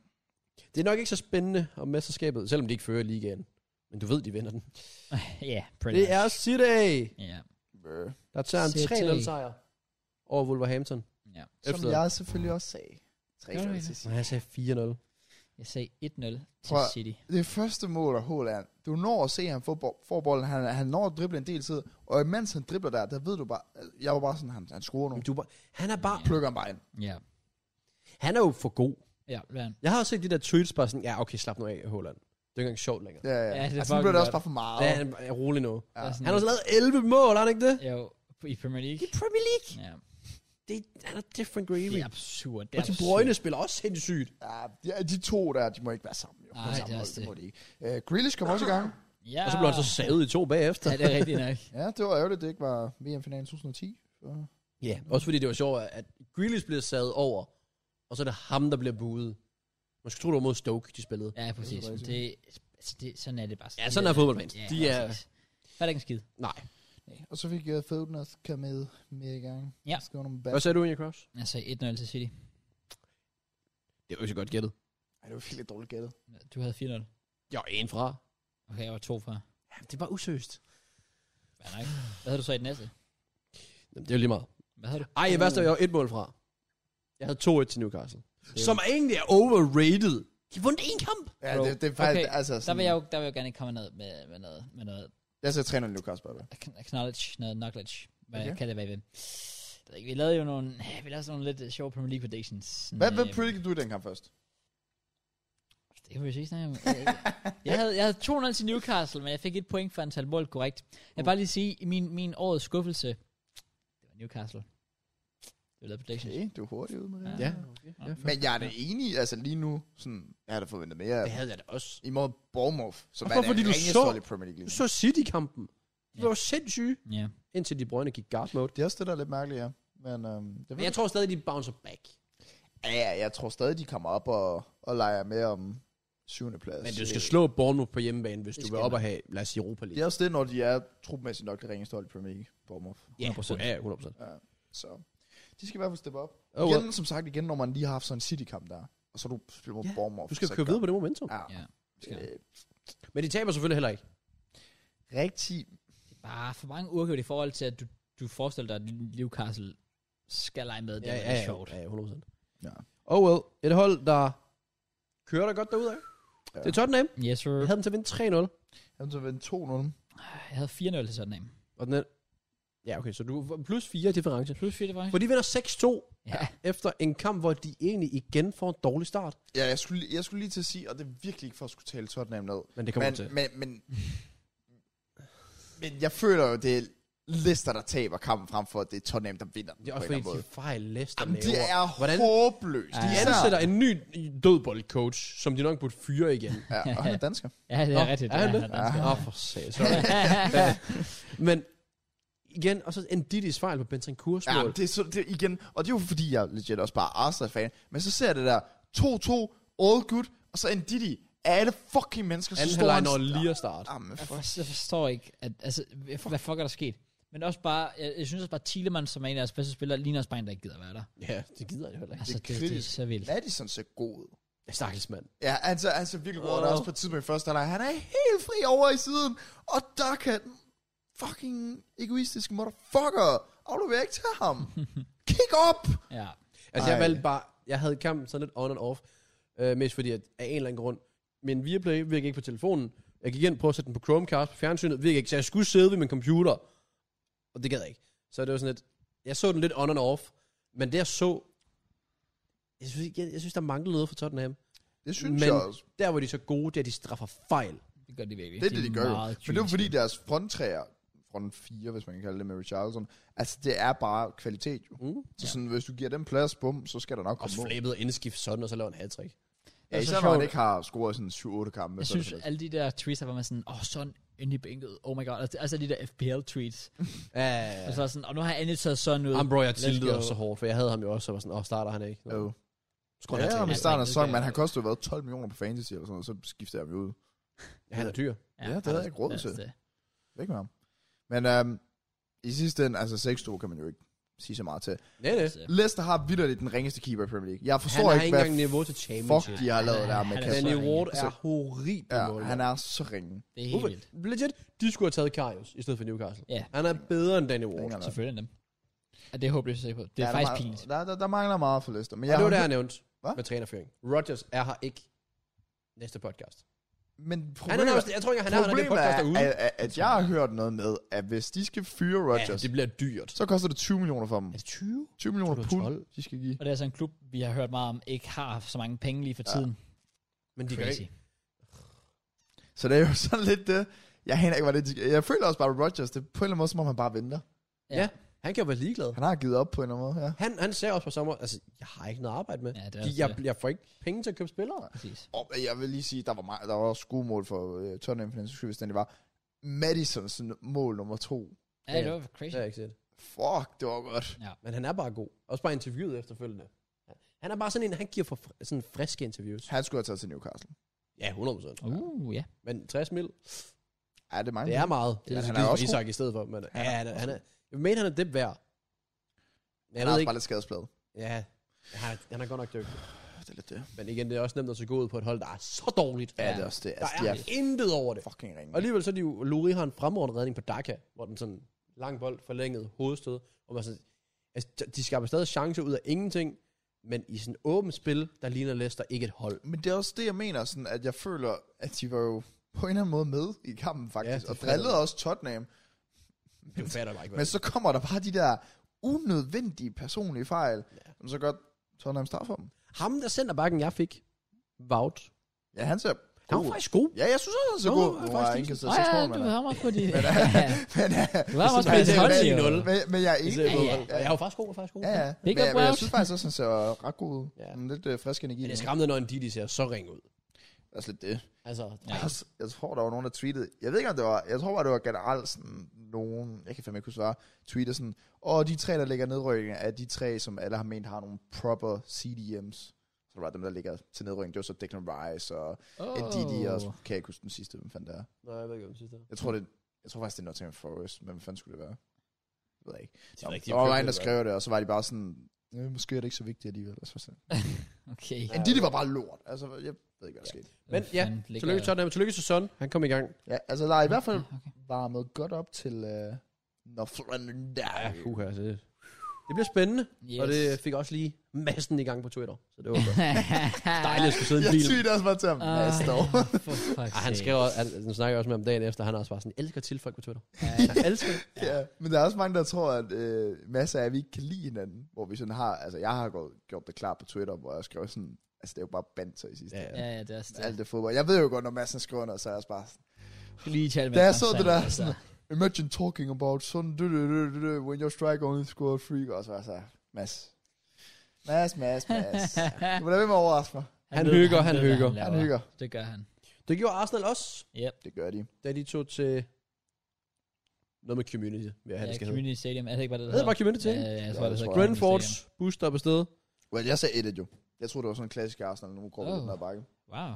B: Det er nok ikke så spændende om mesterskabet, selvom de ikke fører ligaen. Men du ved, de vinder den.
A: Ja, pretty
B: Det
A: much.
B: er City,
A: Ja.
C: Øh,
B: der tager en
A: City.
B: 3-0 sejr over Wolverhampton.
A: ja.
C: Som jeg selvfølgelig også sagde. Tre
A: Gør du
C: gange
A: det?
C: til
B: Nej,
C: sidst.
B: jeg sagde 4-0.
A: Jeg sagde 1-0 til
C: Prøv at-
A: City.
C: Det første mål af Håland, du når at se, at han får, bo- får bolden, han, han når at drible en del tid, og imens han dribler der, der ved du bare, jeg var bare sådan, han, han scorer nu.
B: Men Du, er bare- han, er bare,
C: Plukker han bare ind.
A: Ja.
B: han er jo for god.
A: Ja, det er han.
B: Jeg har også set de der tweets bare sådan, ja, okay, slap nu af, Holland. Det er ikke engang sjovt længere.
C: Ja, ja.
A: Ja, det er
C: altså, nu
A: fucking
C: blev det også
A: godt.
C: bare for meget.
B: Ja, han er rolig nu.
A: Ja. Sådan,
B: Han har også lavet 11 mål, har han ikke det?
A: Jo, i Premier League.
B: I Premier League.
A: Ja,
B: Det er, han er different
A: det
B: gravy.
A: er absurd. Det er
B: Og de brøgne spiller også sindssygt.
C: Ja, de, de to der, de må ikke være sammen. Jo,
A: Nej, det er også
C: det.
A: det.
C: Må de ikke. Uh, Grealish kom også i gang.
A: absurd. Ja.
B: Og så blev han så savet i to bagefter.
A: Ja, det er rigtigt nok.
C: Ja, det var ærgerligt, det ikke var VM-finalen 2010. Så.
B: Ja, også fordi det var sjovt, at Grealish bliver savet over, og så er det ham, der bliver buet. Man skulle tro, det var mod Stoke, de spillede.
A: Ja, præcis.
C: Det er
A: Det, altså, det, sådan er det bare.
B: Ja, sådan er fodboldfans.
A: Ja,
B: De er-
A: præcis. Der er ikke en skid.
B: Nej.
C: Ja. Og så fik uh, Foden også kommet med, med i gang.
A: Ja.
C: Skrev nogle
B: Hvad
C: bad.
B: sagde du, Ian Cross?
A: Altså 1-0 til City.
B: Det var jo så godt gættet.
C: Ej, det var virkelig dårligt gættet.
A: Du havde 4-0.
B: Jeg er en fra.
A: Okay, jeg var to fra.
B: Ja, det var usøst.
A: Hvad nok. Hvad havde du så i den næste?
B: Jamen, det er jo lige meget.
A: Hvad havde du?
B: Ej, jeg værste, jeg var et mål fra. Jeg havde 2-1 til Newcastle.
A: Det-
B: Som egentlig er overrated. De har vundet én kamp.
C: Ja,
A: Bro.
C: det, det er faktisk,
A: Okay,
C: okay. altså...
A: Der
C: Sådan,
A: vil jeg jo, der vil jeg jo gerne komme ned med, med noget, med noget
C: Jeg sagde 3-0 Lukas, bare.
A: kn- knowledge, noget knowledge. Hvad okay.
C: Okay.
A: kan det være ved? Det ved jeg ikke. Vi lavede jo nogle, vi lavede sådan nogle lidt sjove Premier League predictions. Sådan,
C: Hvad, hvad
A: øhm,
C: predicted du i den kamp først?
A: Det kan vi jo sige snakke om. Jeg- Jeg havde, jeg havde 2-0 til Newcastle, men jeg fik et point for antal mål korrekt. Jeg
B: Uh.
A: vil bare lige sige, i min, min årets skuffelse, det var Newcastle. Det var lavet predictions.
C: Okay, du er hurtig ud med det.
A: Ja.
B: okay.
A: Ja.
C: Men jeg er da enig, altså lige nu, sådan, jeg har da forventet mere.
B: Det havde jeg da også.
C: imod Bournemouth, som
B: Og
C: er
B: hvorfor
C: den
B: fordi du
C: ringeste
B: så-
C: hold i Premier League.
B: Du
C: lige
B: så
C: nu.
B: City-kampen. Det
A: Ja.
B: var jo sindssyge,
A: Ja.
B: indtil de brøgne gik guard mode.
C: Det er også det, der er lidt mærkeligt, ja. Men, øhm, det
B: Men jeg tror stadig, de bouncer back.
C: ja, ja, jeg tror stadig, de kommer op og, og leger med om syvende plads.
B: Men du skal
C: Det-
B: slå Bournemouth på hjemmebane, hvis
A: Det
B: du
A: skal
B: vil op
A: man.
B: og have, lad os sige, Europa
C: Det
B: League.
C: er også det, når de er trupmæssigt nok det ringeste hold i Premier League, Bournemouth.
B: Ja,
A: 100%.
B: Ja, 100%.
C: Så de skal i hvert fald steppe op.
B: Oh, well.
C: Igen, som sagt, igen, når man lige har haft sådan en City-kamp der, og så du spiller mod
B: Ja,
C: Bournemouth.
B: Du skal
C: så
B: køre
C: gør-
B: videre på det momentum.
C: Ja.
A: Ja,
C: Øh,
B: Men de taber selvfølgelig heller ikke.
C: rigtig
A: Bare for mange uafgjort i forhold til, at du, du forestiller dig, at Newcastle skal lege med. Det
B: Ja,
A: ja,
B: ja,
A: er
B: ja,
A: sjovt.
B: Ja, 100%.
C: Ja.
B: Oh well, et hold, der kører der godt derudad.
C: Ja.
B: Det er Tottenham.
A: Yes, sir.
B: Jeg havde dem til at vinde 3-0.
C: Han så vandt 2-0.
A: Jeg havde 4-0 til sådan en.
B: Og den er... Ja, okay, så du plus 4 difference.
A: Plus 4, det var
B: For de vinder 6-2
A: Ja.
B: efter en kamp, hvor de egentlig igen får en dårlig start.
C: Ja, jeg skulle, jeg skulle lige til at sige, og det er virkelig ikke for at skulle tale Tottenham ned,
B: Men det kommer
C: men,
B: til.
C: Men, men, men jeg føler jo, det er Leicester, der taber kampen frem for, at det er Tottenham, der vinder den
B: Det er
C: på
B: også
C: en eller
B: fordi,
C: anden måde.
B: de fejl Leicester
C: Jamen, det
B: laver.
C: er
B: Hvordan
C: håbløst.
A: Ja.
B: de
A: Især-
B: ansætter en ny dødboldcoach, som de nok burde fyre igen.
C: Ja, og han er dansker.
A: Ja, det er
B: Nå,
A: rigtigt.
B: Er han det?
A: er dansk.
B: Åh, for satan. sorry. Men igen, og så en Didis fejl på Bentancurs
C: Ja,
B: mål.
C: men det er så, det, er igen, og det er jo fordi, jeg er legit også bare Arsenal-fan, men så ser jeg det der 2-2, all good, og så en Didi af alle fucking mennesker, så
B: Anden
C: står
B: halvleg
C: han...
B: når lige at starte.
C: Jamen,
A: Jeg
C: fuck.
A: for- Jeg forstår ikke, at, altså, hvad fuck er der sket? Men også bare, jeg, jeg synes også bare, Thielemann, som er en af deres bedste spillere, ligner også bare en, der ikke gider være der.
B: Ja, det gider jeg heller ikke.
A: Altså, det, det, det er
C: kritisk.
A: så vildt.
C: Madison ser god ud.
B: Stakkels mand.
C: Ja, altså, altså virkelig god. Og der er
B: Åh.
C: også på et tidspunkt i første halvleg, han er helt fri over i siden, og der kan den fucking egoistiske motherfucker afleverer ikke til ham. Kig op!
A: Ja.
B: Altså, jeg
C: Ej.
B: valgte bare... Jeg havde kampen sådan lidt on and off. Øh, mest fordi, at af en eller anden grund... Min Viaplay virkede ikke på telefonen. Jeg gik ind, prøvede at sætte den på Chromecast på fjernsynet. Virkede ikke, så jeg skulle sidde ved min computer. Og det gad jeg ikke. Så det var sådan lidt... Jeg så den lidt on and off. Men det, jeg så... Jeg synes, ikke- jeg, jeg synes der manglede noget for Tottenham.
C: Det synes
B: Men-
C: Men, jeg også.
B: Der, hvor de er så gode, det er, at de straffer fejl.
A: Det gør de virkelig.
C: Det er det, de gør jo.
A: meget
C: Men det er jo
A: kyniske.
C: fordi deres fronttræer, front 4, hvis man kan kalde det med Richarlison, altså det er bare kvalitet jo.
B: Mm.
C: Så
A: Uh, Ja.
C: sådan, hvis du giver dem plads, bum, så skal der nok
B: Også
C: komme mål.
B: flæbet og indskift sådan, og så laver en hat
C: Ja,
A: Det er så
C: især når han
A: altså, sjovt.
C: ikke har scoret sådan 7-8 kampe.
A: Jeg
C: så er det
A: synes,
C: fedt.
A: alle de der tweets, der var man sådan, åh, oh, sådan endelig bænket, oh my god, altså, altså de der FPL-tweets.
B: Ja,
A: Og så sådan, og nu har jeg endelig taget sådan ud.
B: Jamen bro, jeg
A: Let's
B: tiltede
A: go.
B: også så hårdt, for jeg havde ham jo også, så var sådan, åh, starter han ikke?
C: Jo.
B: Skru
C: Ja,
B: ja,
C: om i
A: det.
C: starten af
A: Ja,
C: sæsonen,
A: det-
C: men han kostede jo hvad, 12 millioner på fantasy eller sådan noget, så skiftede jeg ham jo ud.
B: Han er dyr.
C: Ja, det havde jeg ikke råd
A: altså,
C: til. Væk med ham. Men øhm, i sidste ende, altså 6-2 kan man jo ikke sige så meget til.
B: Ja, det.
A: altså,
C: Leicester har vidderligt den ringeste keeper i Premier League. Jeg
B: Han
C: forstår
B: har
C: ikke,
B: ikke
C: hvad
B: engang niveau til
C: fuck
B: championship.
C: de har lavet
A: Han er-
C: der med
A: han er
C: Kasper.
B: Danny
A: så
B: Ward
A: ringe.
B: er horribel
C: Ja,
B: målmand.
C: han er så ringe.
A: Det er helt
B: Hvorfor-
A: vildt.
B: Legit, de skulle have taget Karius i stedet for Newcastle.
A: Ja.
B: Han er bedre end Danny Ward.
C: Ringerne.
A: Selvfølgelig end dem. Ja, det er håbløst at se på. Det er
C: Ja,
A: ja, faktisk
C: der,
A: pinligt.
C: Der, der, der, mangler meget for Leicester. Men
B: Og
C: jeg
B: det var
C: har
B: det,
C: hørt-
B: jeg nævnte
C: Hva?
B: med trænerføring. Rodgers er her ikke næste podcast.
C: Men
B: Han er
C: problemet,
B: nærmest, jeg tror ikke, han er her, når det
C: problemet
B: podcast
C: er,
B: derude.
C: at, at, at jeg har hørt noget med, at hvis de skal fyre
B: Ja,
C: Rodgers,
B: det bliver dyrt.
C: så koster det 20 millioner for dem.
B: Er det 20?
C: 20 millioner
B: det var
C: pund,
B: 12.
C: de skal give.
A: Og det er altså en klub, vi har hørt meget om, ikke har så mange penge lige for
C: Ja.
A: tiden.
B: Men de kan
A: Crazy.
B: ikke.
C: Så det er jo sådan lidt det. Jeg hænder ikke, hvad det de- Jeg føler også bare, at Rodgers, det er på en eller anden måde, som om han bare venter.
B: Han kan jo være ligeglad.
C: Han har givet op på en eller anden måde, ja.
B: Han, han sagde også på sommer, altså, jeg har ikke noget arbejde med.
A: Ja, det er
B: De,
A: også
B: jeg,
A: det.
B: jeg får ikke penge til at købe spillere.
A: Præcis.
C: Og jeg vil lige sige, der var, meget, der var også gode mål for uh, Tottenham for den skyld, hvis den var. Madisons mål nummer to.
A: Ja,
B: Ja,
A: det var crazy.
B: Det har jeg ikke set.
C: Fuck, det var godt.
B: Men han er bare god. Også bare interviewet efterfølgende. Han er bare sådan en, han giver for fr- sådan friske interviews.
C: Han skulle have taget til Newcastle.
B: Ja, 100%.
A: Uh, ja.
B: Men 60 mil,
C: Ja, det er mange.
B: det er meget. Det
C: han
B: er,
C: er
B: han er
C: også
B: også Isak i stedet for. Men, ja, han er, han er, jeg mener, han er det værd. Men jeg
C: han er
B: ved
C: også
B: ikke.
C: bare lidt skadespladet.
B: Ja, han er, han er godt nok dygtig.
C: Det er lidt det.
B: Men igen, det er også nemt at se god ud på et hold, der er så dårligt.
C: Ja, det er også det.
B: Der
C: Altså, de
B: er
C: er
B: intet over det.
C: fucking ringe.
B: Og alligevel så er de jo, Luri har en fremragende redning på Daka, hvor den sådan lang bold, forlænget, hovedstød, og man sådan, altså, de- de skaber stadig chancer ud af ingenting, men i sådan åbent spil, der ligner Leicester ikke et hold.
C: Men det er også det, jeg mener, sådan, at jeg føler, at de var jo på en eller anden måde med i kampen
B: Ja,
C: faktisk,
B: det
C: og
B: fatter
C: drillede
B: jeg.
C: også Tottenham.
B: Du fatter bare ikke, hvad
C: Men så kommer der bare de der unødvendige personlige fejl,
B: Ja.
C: ja. som så godt Tottenham straf for dem.
B: Ham, der sender bakken, jeg fik, Vaut,
C: Ja, han ser
B: han
C: god.
B: var faktisk god.
C: Ja, jeg synes også, han ser
B: Nå,
C: god.
B: han er faktisk
C: Nu har jeg
B: decent.
C: ikke så
A: Nå, ja,
C: tror,
A: du
C: man. er.
A: har også på de...
C: Men, øh,
A: Du har også
B: er
A: på de
B: det,
A: hold,
B: det er
A: jo.
B: nul.
C: men, men jeg
B: Jeg
C: er enig.
B: sidder på,
A: ja,
B: ja, Jeg var faktisk god, jeg var faktisk god.
C: Ja, ja. Men,
A: Pick up
C: jeg, men jeg
A: Wout.
C: synes faktisk også, han ser ret god ud.
B: Ja.
C: Ja. Lidt øh, frisk energi.
B: Men det
C: i ham.
B: skræmmende, når en Didi ser så ring ud.
C: Altså lidt det.
B: Altså,
A: Ja.
C: Jeg, jeg tror, der var nogen, der tweetede, jeg ved ikke, om det var, jeg tror bare, det var generelt sådan nogen, jeg kan fandme ikke huske, hvad det var, tweetede sådan, og de tre, der ligger nedrykning, er de tre, som alle har ment har nogle proper CDM's. Så det var dem, der ligger til nedrykning, det var så Declan Rice og oh. Ndidi, og så kan jeg ikke huske den sidste, hvem fanden det er.
B: nej, jeg ved ikke, om det sidste er.
C: Jeg tror, det, jeg tror faktisk, det er Nottingham Forest, men hvem fanden skulle det være? Det ved jeg ikke.
B: Det
C: Nå,
B: er rigtigt,
C: der var
B: jeg købte
C: en, der
B: det,
C: skrev det, og så var de bare sådan, øh, måske er det ikke så vigtigt alligevel. Og så var sådan,
A: Okay.
B: Ja.
C: Ndidi var bare lort, altså jeg ved ikke, hvad der skete.
B: Men ja,
A: Han ligger-
B: Tillykke til Tottenham, tillykke til Son. Han kom i gang.
C: Ja, altså der er i hvert fald
A: Okay.
C: varmet godt op til øh, Northlander.
B: Ja, uha, så det, det bliver spændende.
A: Yes.
B: Yes. Og det fik også lige massen i gang på Twitter. Så det var godt. Dejligt at skulle sidde i en
C: Jeg
B: bil.
C: tweeter også bare til ham
A: Ah,
C: næste år.
A: for fuck's
B: Ej, han
A: sake.
B: skrev også, han, han snakker jeg også med om dagen efter, han er også bare sådan, elsker til folk på Twitter. Han elsker det.
C: ja. Men der er også mange, der tror, at øh, masser af, at vi ikke kan lide hinanden. Hvor vi sådan har, altså jeg har gået, gjort det klart på Twitter, hvor jeg skrev sådan, altså det er jo bare banter i sidste
B: Ja,
C: ja,
A: Ja, ja, det er også det.
C: Alt det fodbold. Jeg ved jo godt, når Madsen skriver noget, så er jeg også bare sådan,
A: Skal lige tale med
C: Da jeg
A: ham
C: så det
A: sammen,
C: der,
A: altså.
C: sådan, imagine talking about sådan, du, du, du, du, du, when your strike only scored three, og så er jeg så, Mads. Mads, Mads, Mads. Du må da ved med at overraske mig.
B: Han
A: ved-
B: hygger, han
A: ved, hvad
B: hygger.
C: Han
A: laver.
C: hygger.
A: Det gør han.
B: Det gjorde Arsenal også,
A: Yep.
C: Det gør de.
B: da de tog til noget med community, vil jeg
A: Ja,
B: have, det skal hedde.
A: Community Stadium. Er det ikke, hvad det
B: Det hedder bare community.
A: Ja, ja, jeg tror,
C: Ja,
A: det
C: det
A: hedder
C: tror jeg.
A: Community
B: Brentfords
A: Stadium.
B: bus, der er på stedet.
C: Well, jeg sagde et jo. Jeg tror det var sådan en klassisk Arsenal, nu går vi
A: Oh.
C: lidt ned ad bakke.
A: Wow.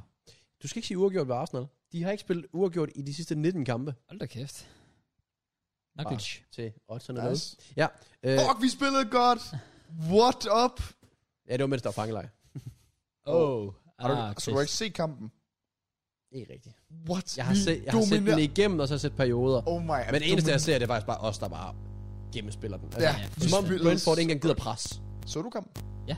B: Du skal ikke sige uafgjort ved Arsenal. De har ikke spillet uafgjort i de sidste 19 kampe
A: Hold da kæft. Knockage.
B: til oddserne.
C: Nice.
B: Nice. Øh,
C: Fuck, vi spillede godt. What up?
B: Ah, ja, det var mens der var fangeleje.
A: Oh.
C: Har du,
A: Ah,
C: så du har ikke se kampen?
B: Ikke rigtigt.
C: What?
B: Jeg har, set, jeg har set den igennem, og så har jeg set perioder.
C: Oh my.
B: Men det eneste, jeg ser, det er faktisk bare os, der bare gennemspiller den. Altså,
C: Ja.
A: Ja,
B: Som om Brentford ikke engang gider pres.
C: Så du kampen?
A: Ja,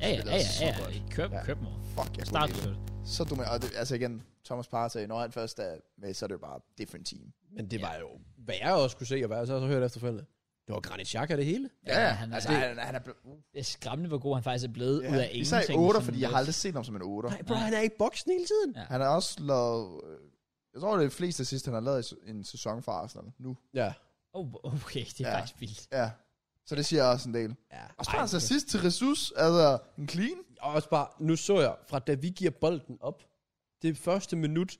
A: ja, ja, ja,
C: så
A: ja.
C: godt.
A: Køb,
B: Ja.
A: køb mig.
C: Fuck, jeg kunne
A: Start
C: ikke.
A: til slut.
C: Så du Og det, altså igen, Thomas Parr sagde, når han først er med, så er det jo bare different team.
B: Men det var jo, hvad jeg også kunne se, og hvad jeg så også har hørt efterfølgende. Det var Granit Xhaka det hele.
C: Ja, ja.
A: han er-
C: altså, han, han er blevet...
A: Det er skræmmende, hvor god han faktisk er blevet ud af
C: Ja,
A: ingenting.
C: især i 8,
A: sådan
C: fordi jeg
A: lidt.
C: har aldrig set ham som en 8.
B: Nej, bro, han er i boksen hele tiden.
A: Ja.
C: Han har også lavet... øh, Jeg tror, det er de fleste sidste, han har lavet i s- en sæson for Arsenal nu.
B: Ja.
A: Oh, okay, det er
C: Ja.
A: faktisk vildt.
C: Ja. Så det siger også en del.
B: ja.
C: Og så har han så sidst til Jesus, altså en clean.
B: Og også bare, nu så jeg, fra da vi giver bolden op, det første minut,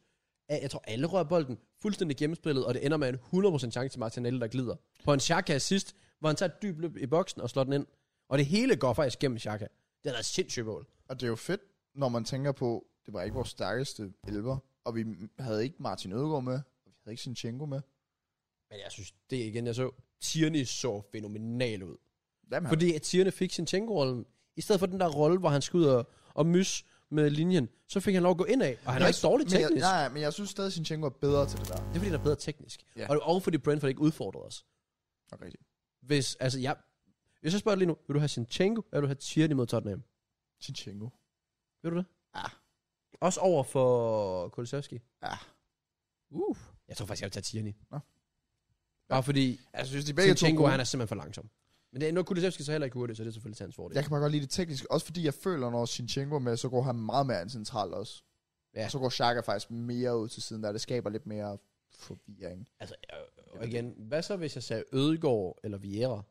B: at jeg tror alle rører bolden, fuldstændig gennemspillet, og det ender med en 100% chance til Martinelli, der glider. På en Xhaka sidst, hvor han tager et dybt løb i boksen og slår den ind. Og det hele går faktisk gennem Xhaka. Det er da et sindssygt mål.
C: Og det er jo fedt, når man tænker på, det var ikke vores stærkeste elver, og vi m- havde ikke Martin Ødegaard med, og vi havde ikke Sinchenko med.
B: Men jeg synes, det igen, jeg så, Tierney så fænomenal ud.
C: Jamen, Fordi...
B: Fordi at Tierne fik sin rollen I stedet for den der rolle, hvor han skulle ud og, og mys med linjen, så fik han lov at gå ind af. Og han er
C: Jeg
B: ikke dårlig
C: men jeg,
B: teknisk.
C: nej, men jeg synes stadig, Sinchenko er bedre til det der.
B: Det er fordi, han er bedre teknisk.
C: Ja.
B: Og, og fordi Brentford ikke udfordrede os.
C: Okay.
B: Hvis, altså, jeg, hvis jeg spørger dig lige nu, vil du have Sinchenko, eller vil du have Tierney mod Tottenham?
C: Sinchenko.
B: Vil du det?
C: Ja.
B: Også over for Kulisevski.
C: Ja.
B: Uh. Jeg tror faktisk, jeg vil tage Tierney.
C: Nå.
B: Bare fordi
C: Jeg synes, de er begge to
B: Sinchenko,
C: gode.
B: han er simpelthen for langsom. Men det er nok Kulisevski så heller ikke hurtigt, så det er selvfølgelig til hans fordel.
C: Jeg kan bare godt lide det tekniske, også fordi jeg føler, når Shinchenko er med, så går han meget mere ind centralt også.
B: Ja.
C: Ja. Og så går Shaka faktisk mere ud til siden der, det skaber lidt mere forvirring.
B: Altså, øh, og igen, hvad så hvis jeg sagde Ødegaard eller Vieira?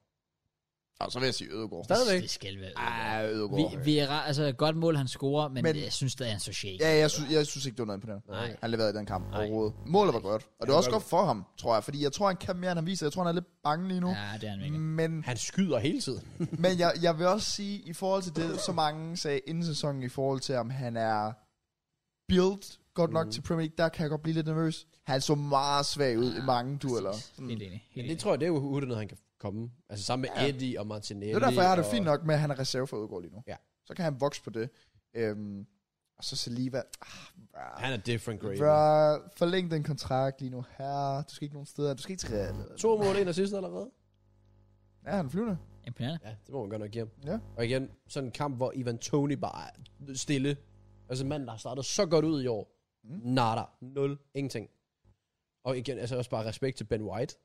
C: Og så vil jeg sige Ødegård.
B: Stadigvæk.
A: Det skal være.
C: Ej,
A: Vi,
C: Ødegård.
A: vi er, ra- altså et godt mål, han scorer, men, men
C: Men-
A: jeg synes, det er en så shake.
C: Ja, jeg synes, jeg synes ikke, det var noget imponerende.
A: Nej.
C: Han leverede i den kamp
A: Nej.
C: overhovedet. Målet var godt. Og det var
B: var
C: også
B: godt.
C: godt for ham, tror jeg. Fordi jeg tror, han kan mere, end han viser. Jeg tror, han er lidt bange lige nu.
A: Ja, det er han virkelig.
C: Men,
B: Han skyder hele tiden.
C: men jeg, jeg vil også sige, i forhold til det, så mange sagde inden sæsonen, i forhold til om han er built godt nok
B: Mm.
C: mm. til Premier League, der kan jeg godt blive lidt nervøs. Han så meget svag ud ja, i
A: Ja,
C: mange dueller.
A: Præcis. Helt enig. Helt
C: Mm.
B: Men
A: enig.
B: det tror jeg, det er jo hurtigt noget, han kan komme. Altså sammen med ja.
C: Ja.
B: Eddie og Martinelli.
C: Det er derfor, jeg har det
B: og-
C: fint nok med, at han er reserve for udgår lige nu.
B: Ja.
C: Så kan han vokse på det. Øhm, og så Saliba. Ah,
B: Han er different grade.
C: Bra, forlæng den kontrakt lige nu her. Du skal ikke nogen steder. Du skal ikke til Real.
B: To mål, en assist allerede.
C: Ja, han er flyvende.
A: Imponerende.
B: Ja, det må man godt nok give ham.
C: Ja.
B: Og igen, sådan en kamp, hvor Ivan Toni bare er stille. Altså manden, der har startet så godt ud i år. Mm.
C: Mm.
B: Nada. Nul. Ingenting. Og igen, altså også bare respekt til Ben White.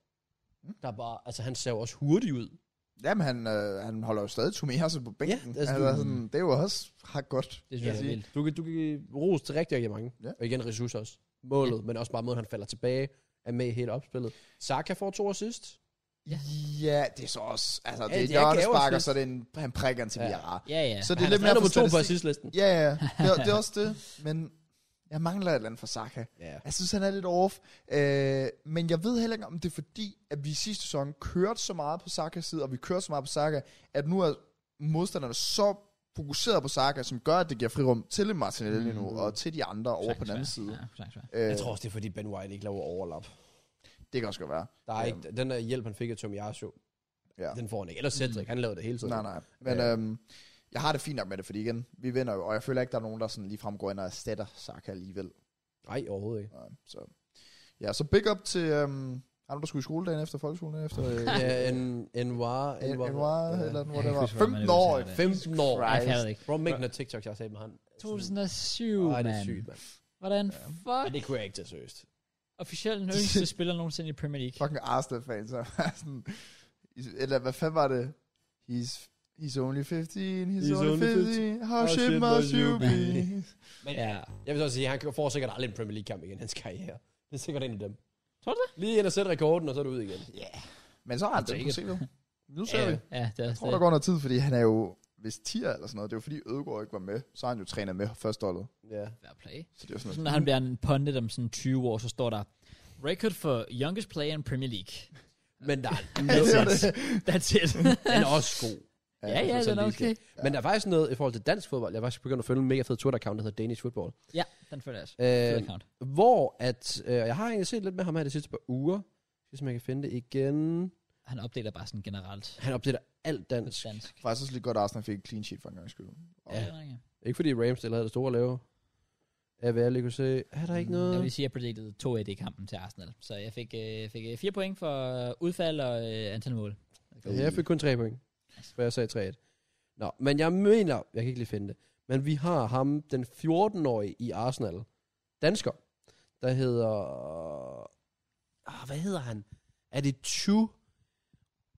B: Mm.
C: Mm.
B: Der er bare, altså han ser jo også hurtig ud.
C: Jamen, han, øh, han holder jo stadig Tomiasen på bænken.
B: Ja,
C: Ja,
B: altså,
C: altså,
B: du-
C: altså, sådan, det er jo også ret godt.
A: Det synes
B: Ja.
A: jeg er vildt.
B: Du kan, du kan give ros til rigtig, rigtig mange.
C: Ja.
B: Og igen, Jesus også. Målet, men også bare måden, han falder tilbage, er med i hele opspillet. Saka får to assist.
A: Ja.
C: Ja, ja det er så også... Altså, det
B: Ja,
C: er
B: det er
C: Jørgen, der
B: gaver
C: sparker,
B: sidst.
C: så det er en, han prikker den til
B: Ja.
C: ja. Villarreal.
A: Ja, ja.
C: Så det er
B: han
C: lidt
B: er
C: mere
B: nummer to på
C: statistik.
B: assistlisten.
C: Ja, ja, det, er- det er også det. Men jeg mangler et eller andet fra Saka.
B: Ja.
C: Jeg synes, han er lidt off. Øh, men jeg ved heller ikke, om det er fordi, at vi i sidste sæson kørte så meget på Sakas side, og vi kørte så meget på Saka, at nu er modstanderne så fokuseret på Saka, som gør, at det giver frirum til Martinelli nu, og til de andre over på den anden side.
A: Ja, sagtens være.
C: Øh,
B: Jeg tror også, det er, fordi Ben White ikke laver overlap.
C: Det kan også godt være.
B: Der er
C: Ja.
B: ikke, den der hjælp, han fik af Tomiasio,
C: Ja.
B: den får han ikke. Ellers Cedric, han lavede det hele tiden.
C: Nej, nej. Men
B: Ja.
C: øhm, jeg har det fint nok med det, fordi igen, vi vinder jo, og jeg føler ikke, der er nogen, der sådan ligefrem går ind og erstatter Saka alligevel.
B: Nej, overhovedet ikke.
C: Nej, Så. Ja, så big up til øhm, ham, der skulle i skole dagen efter, folkeskolen dagen efter. Øh,
B: ja, en, en Noir.
C: en, en var, ja. eller hvor
A: Jeg
C: det
A: kan
C: var.
A: ikke huske, hvordan man
C: 15 år.
A: udtaler det.
B: 15 år.
A: Ej, jeg
C: Christ.
A: havde det ikke.
B: Bro, make noget TikTok, jeg sagde med han.
A: 2007,
B: Ej, det er
A: mand.
B: sygt, mand.
A: Hvordan
B: Ej,
A: fuck?
B: det kunne jeg ikke tage seriøst.
A: Officielt den yngste spiller nogensinde i Premier League.
C: Fucking Arsenal-fan, så er sådan... Eller hvad fanden var det? He's, he's only 15, he's, he's only 15, how shit must you be?
B: Men
A: Ja.
B: jeg vil så sige, han får sikkert aldrig en Premier League-kamp igen i hans karriere. Det er sikkert en af dem.
A: Tror du
B: det? Lige ind og sætte rekorden, og så er du ud igen.
C: Men så har han
A: Take
C: det på
A: it.
C: CV. Nu ser
B: Ja,
C: vi.
B: ja.
C: Jeg
A: Ja, det er også
C: tror, der
A: det.
C: går noget tid, fordi han er jo... Hvis tier eller sådan noget, det var fordi Ødegaard ikke var med, så har han jo trænet med førsteholdet.
B: Ja.
A: Fair play.
C: Så det er jo sådan
A: Sådan,
C: noget.
A: når han bliver en pundit om sådan 20 år, så står der, record for youngest player in Premier League.
B: Men der er,
A: That's
B: noget,
A: it. That's it.
B: den er også god.
A: ja, ja,
B: synes,
A: den
B: han
A: er
B: lige
A: okay.
B: Men der er faktisk noget i forhold til dansk fodbold. Jeg har faktisk begyndt at følge en mega fed Twitter-account, der hedder Danish Football.
A: Ja, den føler jeg også.
B: Øh,
A: Fed account.
B: hvor at, øh, jeg har egentlig set lidt med ham her de sidste par uger. Jeg synes, man kan finde det igen.
A: Han opdater bare sådan generelt.
B: Han opdater alt
A: på
B: dansk.
A: Dansk.
C: Faktisk også lidt godt, at Arsenal fik en clean sheet for en gang skyld.
A: Ja.
B: Ja. Ikke fordi Ramsdale havde det store at lave. Af hvad jeg lige kunne se. Er der ikke
A: Jeg
B: noget?
A: vil lige sige, at jeg predicted 2-1 i kampen til Arsenal. Så jeg fik, øh, fik øh, fire point for udfald og øh, antal mål.
B: Ja, jeg fik kun tre point. For jeg sagde 3-1. Nå, men jeg mener, jeg kan ikke lige finde det. Men vi har ham, den 14-årige i Arsenal. Dansker. Der hedder... Ah, hvad hedder han? Er det Chu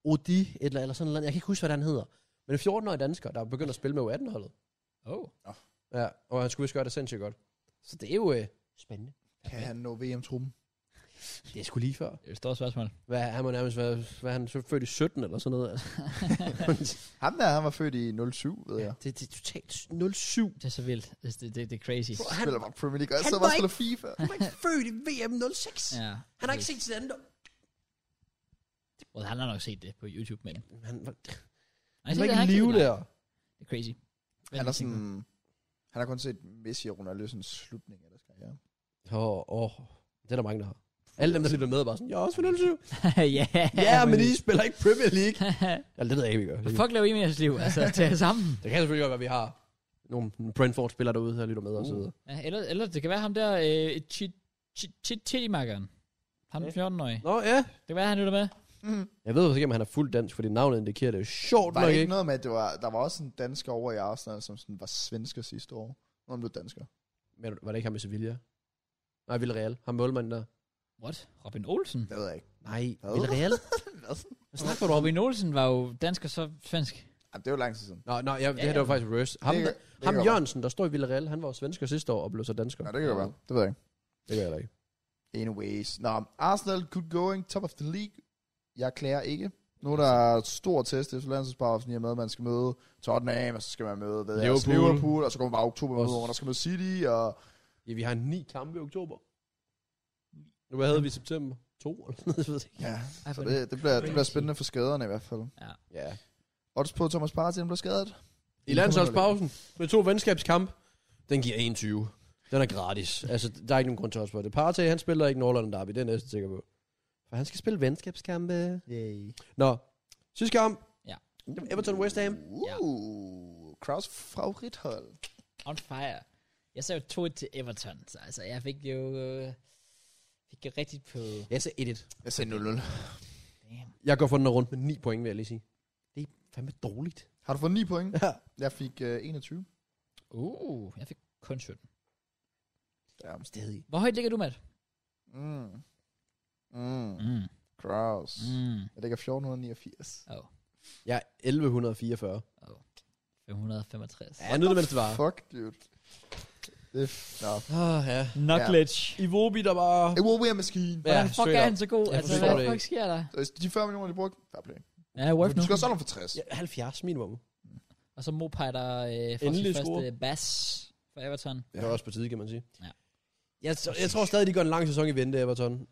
B: Odi? Eller, eller sådan noget. Jeg kan ikke huske, hvad han hedder. Men en 14-årig dansker, der er begyndt at spille med U18-holdet.
A: Oh.
B: Ja, og han skulle vist gøre det sindssygt godt. Så det er jo øh, spændende.
C: Kan han nå VM-truppen?
B: Det er sgu lige før.
A: Det er et stort spørgsmål.
B: Hvad, han må nærmest være, hvad er han så født i 17 eller sådan noget. Altså.
C: Ham der, han var født i 07, ved jeg.
B: det, det er totalt 07.
A: Det er så vildt. Det, det, det, det er crazy.
B: Bro,
C: Han
B: han,
C: spiller bare Premier League, og
B: han
C: så
B: var
C: bare spiller FIFA.
B: han var ikke født i VM 06.
A: Ja.
B: Han har ikke set sit andet.
A: Well, han har nok set det på YouTube, men...
B: Han var,
A: Han,
B: var ikke live der.
A: Det er crazy. Hvad er
C: Han er
A: det, du tænker?
C: sådan... Han har kun set Messi og Ronaldo sådan slutning af deres karriere.
B: Åh, oh, oh. det er der mange, der har. Alle dem, der lige blev med, er bare sådan, jeg er også for 07.
A: ja,
B: Ja, men I spiller ikke Premier League. Eller det ved jeg ikke, vi gør.
A: Hvad fuck laver I med jeres liv? Altså, tag jer sammen.
B: Det kan selvfølgelig godt være, vi har nogle Brentford-spillere derude, der lytter med og så videre.
A: Ja, eller, eller det kan være ham der, øh, Chitty-makkeren. Ham
B: Ja.
A: 14-årige.
B: Nå, ja.
A: Det kan være, han lytter med.
C: Mm.
B: Jeg ved faktisk ikke, om han er fuldt dansk, fordi navnet indikerer det jo sjovt
C: Var
B: nok
C: det ikke
B: ikke.
C: noget med, at det var, der var også en dansker over i Arsenal, som sådan var svensker sidste år? Når han blev dansker.
B: Men var det ikke ham i Sevilla? Nej, Villarreal. Ham målmanden der.
A: What? Robin Olsen?
C: Det ved jeg ikke.
B: Nej,
C: Hvad?
B: Villarreal?
C: Hvad?
B: Hvad snakker du om?
A: Robin Olsen var jo dansk og så svensk.
C: Jamen, det er jo lang tid siden.
B: Nå, nå, ja, det her
A: Ja,
B: det
A: ja.
B: var faktisk reverse. Ham,
C: det,
B: det,
C: kan- det
B: ham
C: kan godt være.
B: Jørgensen, der står i Villarreal, han var jo svensker sidste år og blev så dansker.
C: Nå, det kan godt være. Det ved jeg ikke.
B: Det gør jeg da ikke.
C: Anyways. Nå, Arsenal good going, top of the league. Jeg klager ikke. Nu er der et stort test efter landsholdspausen i og med, at man skal møde Tottenham, og så skal man møde ved jeg,
B: Liverpool.
C: Liverpool, og så kommer man bare oktober
B: Og
C: med,
B: s-
C: hvor der skal møde City, og
B: Ja, vi har ni kampe i oktober. Nu hvad havde vi i september? To eller sådan noget, jeg ved det ikke.
C: ja,
A: Ej,
C: så det, det, bliver, det bliver spændende for skaderne i hvert fald.
B: Ja.
C: Odds på at Thomas Partey, han blev skadet.
B: I landsholdspausen med to venskabskamp, den giver 21. Den er gratis. Altså, der er ikke nogen grund til at spørge det. Partey, han spiller ikke Norrland Derby, det er jeg næsten sikker på. For han skal spille venskabskampe.
C: Yay.
B: Nå, sidste kamp.
A: Ja.
B: Everton West Ham.
C: Uh, Kraus favorithold.
A: On fire. Jeg sagde jo 2-1 til Everton, så altså jeg fik jo... Øh, fik jo rigtigt på...
B: Jeg sagde 1
C: Jeg sagde 0-0.
A: Damn.
B: Jeg går for den her rundt med 9 point, vil jeg lige sige. Det er fandme dårligt.
C: Har du fået 9 point?
B: Ja.
C: Jeg fik øh, 21.
A: Uh, jeg fik kun 17.
C: Ja.
B: Stadig.
A: Hvor højt ligger du, Matt?
C: Mm. Mm.
A: Mm.
C: Kraus. Mm.
A: Mm.
C: Jeg ligger 1489.
A: Oh.
B: Jeg er 1144.
A: 565.
B: Ja, nu det, mens det var.
C: Fuck, dude. Det er... Nå.
B: Åh, Ah, ja.
A: Knowledge.
B: I Vobi, der var...
C: It will be a machine.
A: Hvordan fuck
B: straight
A: er
B: up.
A: han så god?
B: Jeg
A: altså,
B: forstår
A: hvad
B: det
A: fuck sker der?
C: Så De 40 millioner, de brugte, fair play.
A: Ja, worth
C: Du
A: no.
C: skal også have dem for 60.
B: Ja, 70 minimum.
A: Og så Mopai, der øh, får
B: Endelig
A: sin første
B: score.
A: bass for Everton.
B: Ja. Det var også på tide, kan man sige.
A: Ja.
B: Jeg, t- jeg tror stadig, de går en lang sæson i vente, Everton.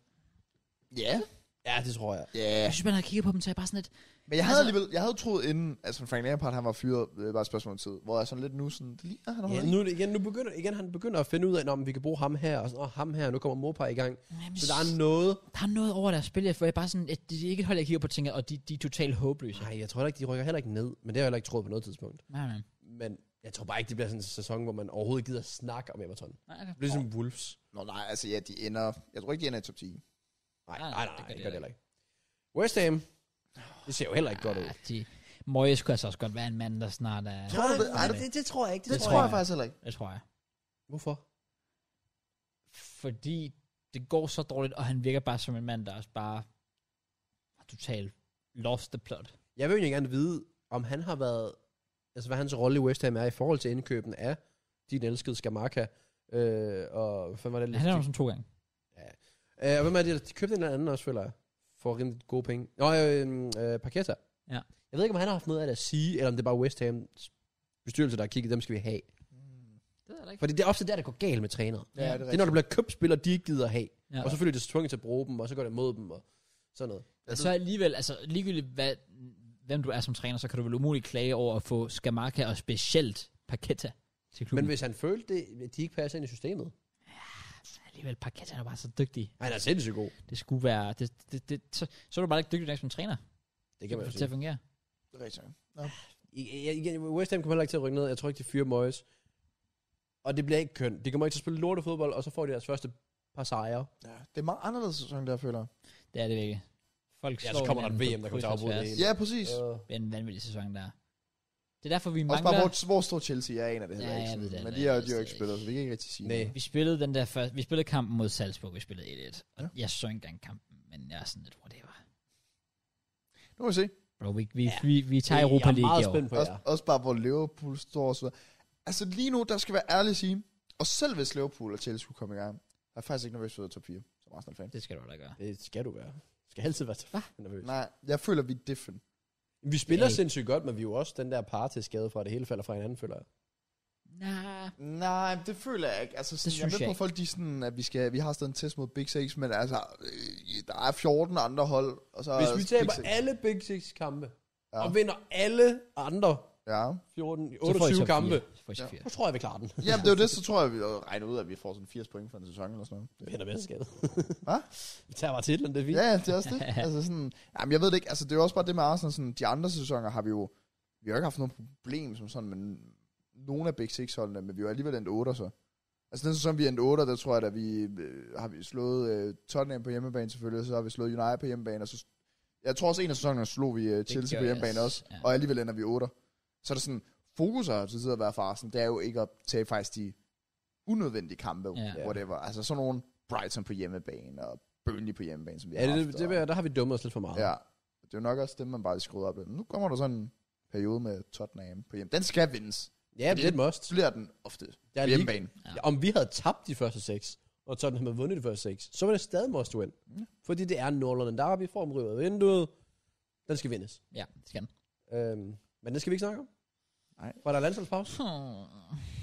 C: Ja.
B: Ja, det tror jeg.
C: Ja.
A: Jeg synes, man har kigget på dem, så er jeg bare sådan lidt...
C: Men jeg havde
A: Altså-
C: alligevel, jeg havde troet inden, altså Frank Lampard, han var fyret, øh, bare et spørgsmål om tid, hvor jeg sådan lidt nu sådan, det ligner han
B: Ja,
C: overhovedet
B: nu, er det igen, nu begynder, igen, han begynder at finde ud af, om vi kan bruge ham her, og, sådan, og ham her, nu kommer Mopar i gang.
A: Jamen,
B: Så der er noget...
A: der er noget over deres spil, jeg- hvor jeg bare sådan... At det er ikke et hold, jeg kigger på og tænker, og de, de er totalt håbløse.
B: Nej, jeg tror ikke, de rykker heller ikke ned, men det har jeg heller ikke troet på noget tidspunkt.
A: Nej, nej.
B: Men jeg tror bare ikke, det bliver sådan en sæson, hvor man overhovedet gider snakke om Everton.
A: Nej, okay.
B: Det bliver ligesom Wolves.
C: ikke. Nå nej, altså ja, de ender, jeg tror ikke, de ender i top 10.
B: Nej,
A: Nej, nej,
B: nej, nej,
A: det
B: nej
A: gør
B: det
A: de
B: gør det heller ikke. West Ham, det ser jo heller ikke godt ud.
A: Ah, de, Moyes kunne altså også godt være en mand, der snart er...
C: Tror du det? Ej, det-
B: det tror jeg ikke.
C: Det, det tror jeg, jeg faktisk heller ikke.
A: Det tror jeg.
B: Hvorfor?
A: Fordi det går så dårligt, og han virker bare som en mand, der også bare... har totalt lost the plot.
B: Jeg vil egentlig gerne vide, om han har været... Altså, hvad hans rolle i West Ham er i forhold til indkøben af din elskede Skamaka. Øh, og hvad fanden var det?
A: Han er jo sådan to gange.
B: Øh, og hvem er det? ellers? De købte en eller anden også, føler jeg. For rimelig gode penge. Nå, øh, øh, Parketta.
A: Ja.
B: Jeg ved ikke, om han har haft noget af det at sige, eller om det er bare West Ham's bestyrelse, der har kigget, dem skal vi have.
C: Mm.
A: Det er der ikke.
B: Fordi det er ofte der, der går galt med trænere.
A: Ja,
C: Ja,
A: det er
C: det er
B: Det er, når der bliver købt spillere, de ikke gider at have.
A: Ja.
B: Ja. Og så føler de sig tvunget til at bruge dem, og så går det mod dem, og sådan noget.
A: Men så alligevel, altså ligegyldigt hvad, hvem du er som træner, så kan du vel umuligt klage over at få Skamaka og specielt Paqueta til klubben.
B: Men
A: Men
B: hvis han følte, det, at de ikke passer ind i systemet,
A: alligevel, Paqueta er bare så dygtig.
B: han er sindssygt god.
A: Det skulle være, det, det, det, så, så er du bare ikke dygtig nok som træner.
B: Det
A: Det
B: kan man
A: kan
B: jo
A: til at
B: sige.
A: fungere.
C: Det er rigtigt.
B: I- i- igen, West Ham kommer heller ikke til at rykke ned. Jeg tror ikke, de fyrer Moyes. Og det bliver ikke kønt. De kommer ikke til at spille lortefodbold, og så får de deres første par sejre.
C: Ja, det er meget anderledes sæson, der jeg føler.
A: Det er det virkelig. Folk
B: Ja,
A: slår
B: så kommer der et
A: hinanden
B: VM,
A: på
B: der kommer
A: kryds
B: til at
A: og
B: afbryde det
A: tværs.
B: hele.
C: Ja, præcis.
B: Øh,
A: Det er en vanvittig sæson, der er. Det er derfor, vi
C: Også bare,
A: mangler...
C: hvor, hvor stor Chelsea er en af det heller
A: Ja,
C: ikke.
A: jeg ved det
C: Sådan. Men
A: heller
C: de har jo
A: ikke.
C: de har jo ikke spillet, så vi kan ikke rigtig sige.
B: Nej.
C: noget.
A: Vi spillede den der første, vi spillede kampen mod Salzburg, vi spillede 1-1. Og
C: Ja.
A: jeg så ikke engang kampen, men jeg er sådan lidt, whatever.
C: Nu må vi se.
A: Bro, vi, vi, ja. vi, vi tager Europa League i
B: Jeg er meget
A: år.
B: spændt på
C: Også,
B: jer.
C: også bare, hvor Liverpool står og så videre. Altså lige nu, der skal være ærlig at sige, og selv hvis Liverpool og Chelsea skulle komme i gang, er jeg faktisk ikke nervøs for at top 4 som Arsenal-fan.
A: Det skal du da gøre.
B: Det skal du være. Du skal altid være nervøs.
C: Nej, jeg føler, vi er different.
B: Vi spiller
A: Ja.
B: sindssygt godt, men vi er jo også den der par til skade fra, at det hele falder fra hinanden, føler jeg.
A: Nah.
C: Nej, det føler jeg ikke. Altså, sådan,
A: Det
C: jeg er
A: synes jeg
C: med
A: ikke.
C: på, at folk de er sådan, at vi, skal, vi har stadig en test mod Big Six, men altså, øh, der er 14 andre hold, og så er
B: Hvis vi
C: Big
B: taber
C: Six.
B: alle Big Six kampe,
C: Ja.
B: ja. og vinder alle andre
C: Ja.
B: 14,
A: Så får I
B: 28
A: top
B: kampe,
A: fire. Så får I top
C: Ja.
A: fire.
B: så tror jeg, vi klarer den.
C: Jamen, det er jo det, så tror jeg, vi regner ud, at vi får sådan 80 point for en sæson eller sådan noget.
B: Vi vinder mesterskabet.
C: Hvad?
B: Vi tager bare titlen, det er fint.
C: Ja, ja, det er også det. altså sådan, jamen, jeg ved det ikke. Altså, det er jo også bare det med Arsenal. Sådan, de andre sæsoner har vi jo... Vi har jo ikke haft nogen problem som sådan, men nogle af Big Six-holdene, men vi var alligevel endt 8 så. Altså den sæson, vi endte 8, der tror jeg, at vi øh, har vi slået øh, Tottenham på hjemmebane selvfølgelig, og så har vi slået United på hjemmebane, og så... Jeg tror også, en af sæsonerne slog vi øh, Chelsea
A: gjorde
C: på
A: jeg
C: hjemmebane
A: også,
C: også,
A: ja.
C: ja. og alligevel ender vi 8. Så er der sådan, fokus har til at være for Arsenal, det er jo ikke at tage faktisk de unødvendige kampe,
A: Ja.
C: yeah. whatever. Altså sådan nogle Brighton på hjemmebane, og Burnley på hjemmebane, som vi
B: Ja,
C: har
B: det,
C: haft,
B: det, det,
C: og-
B: vil jeg- der har vi dummet os lidt for meget.
C: Ja. Det er jo nok også dem, man bare skruede op. lidt. Nu kommer der sådan en periode med Tottenham på hjem. Den skal vindes.
B: ja det er et must.
C: Så bliver den ofte
B: Jeg
C: på
B: er lige,
C: hjemmebane.
B: ja. Om vi havde tabt de første seks, og Tottenham havde vundet de første seks, så var det stadig must win.
C: Ja.
B: Fordi det er Northern Derby, form ryger ud af vinduet. Den skal vindes.
A: Ja, det skal den.
B: Øhm, men den skal vi ikke snakke om.
C: Nej.
B: For der er landsholdspause,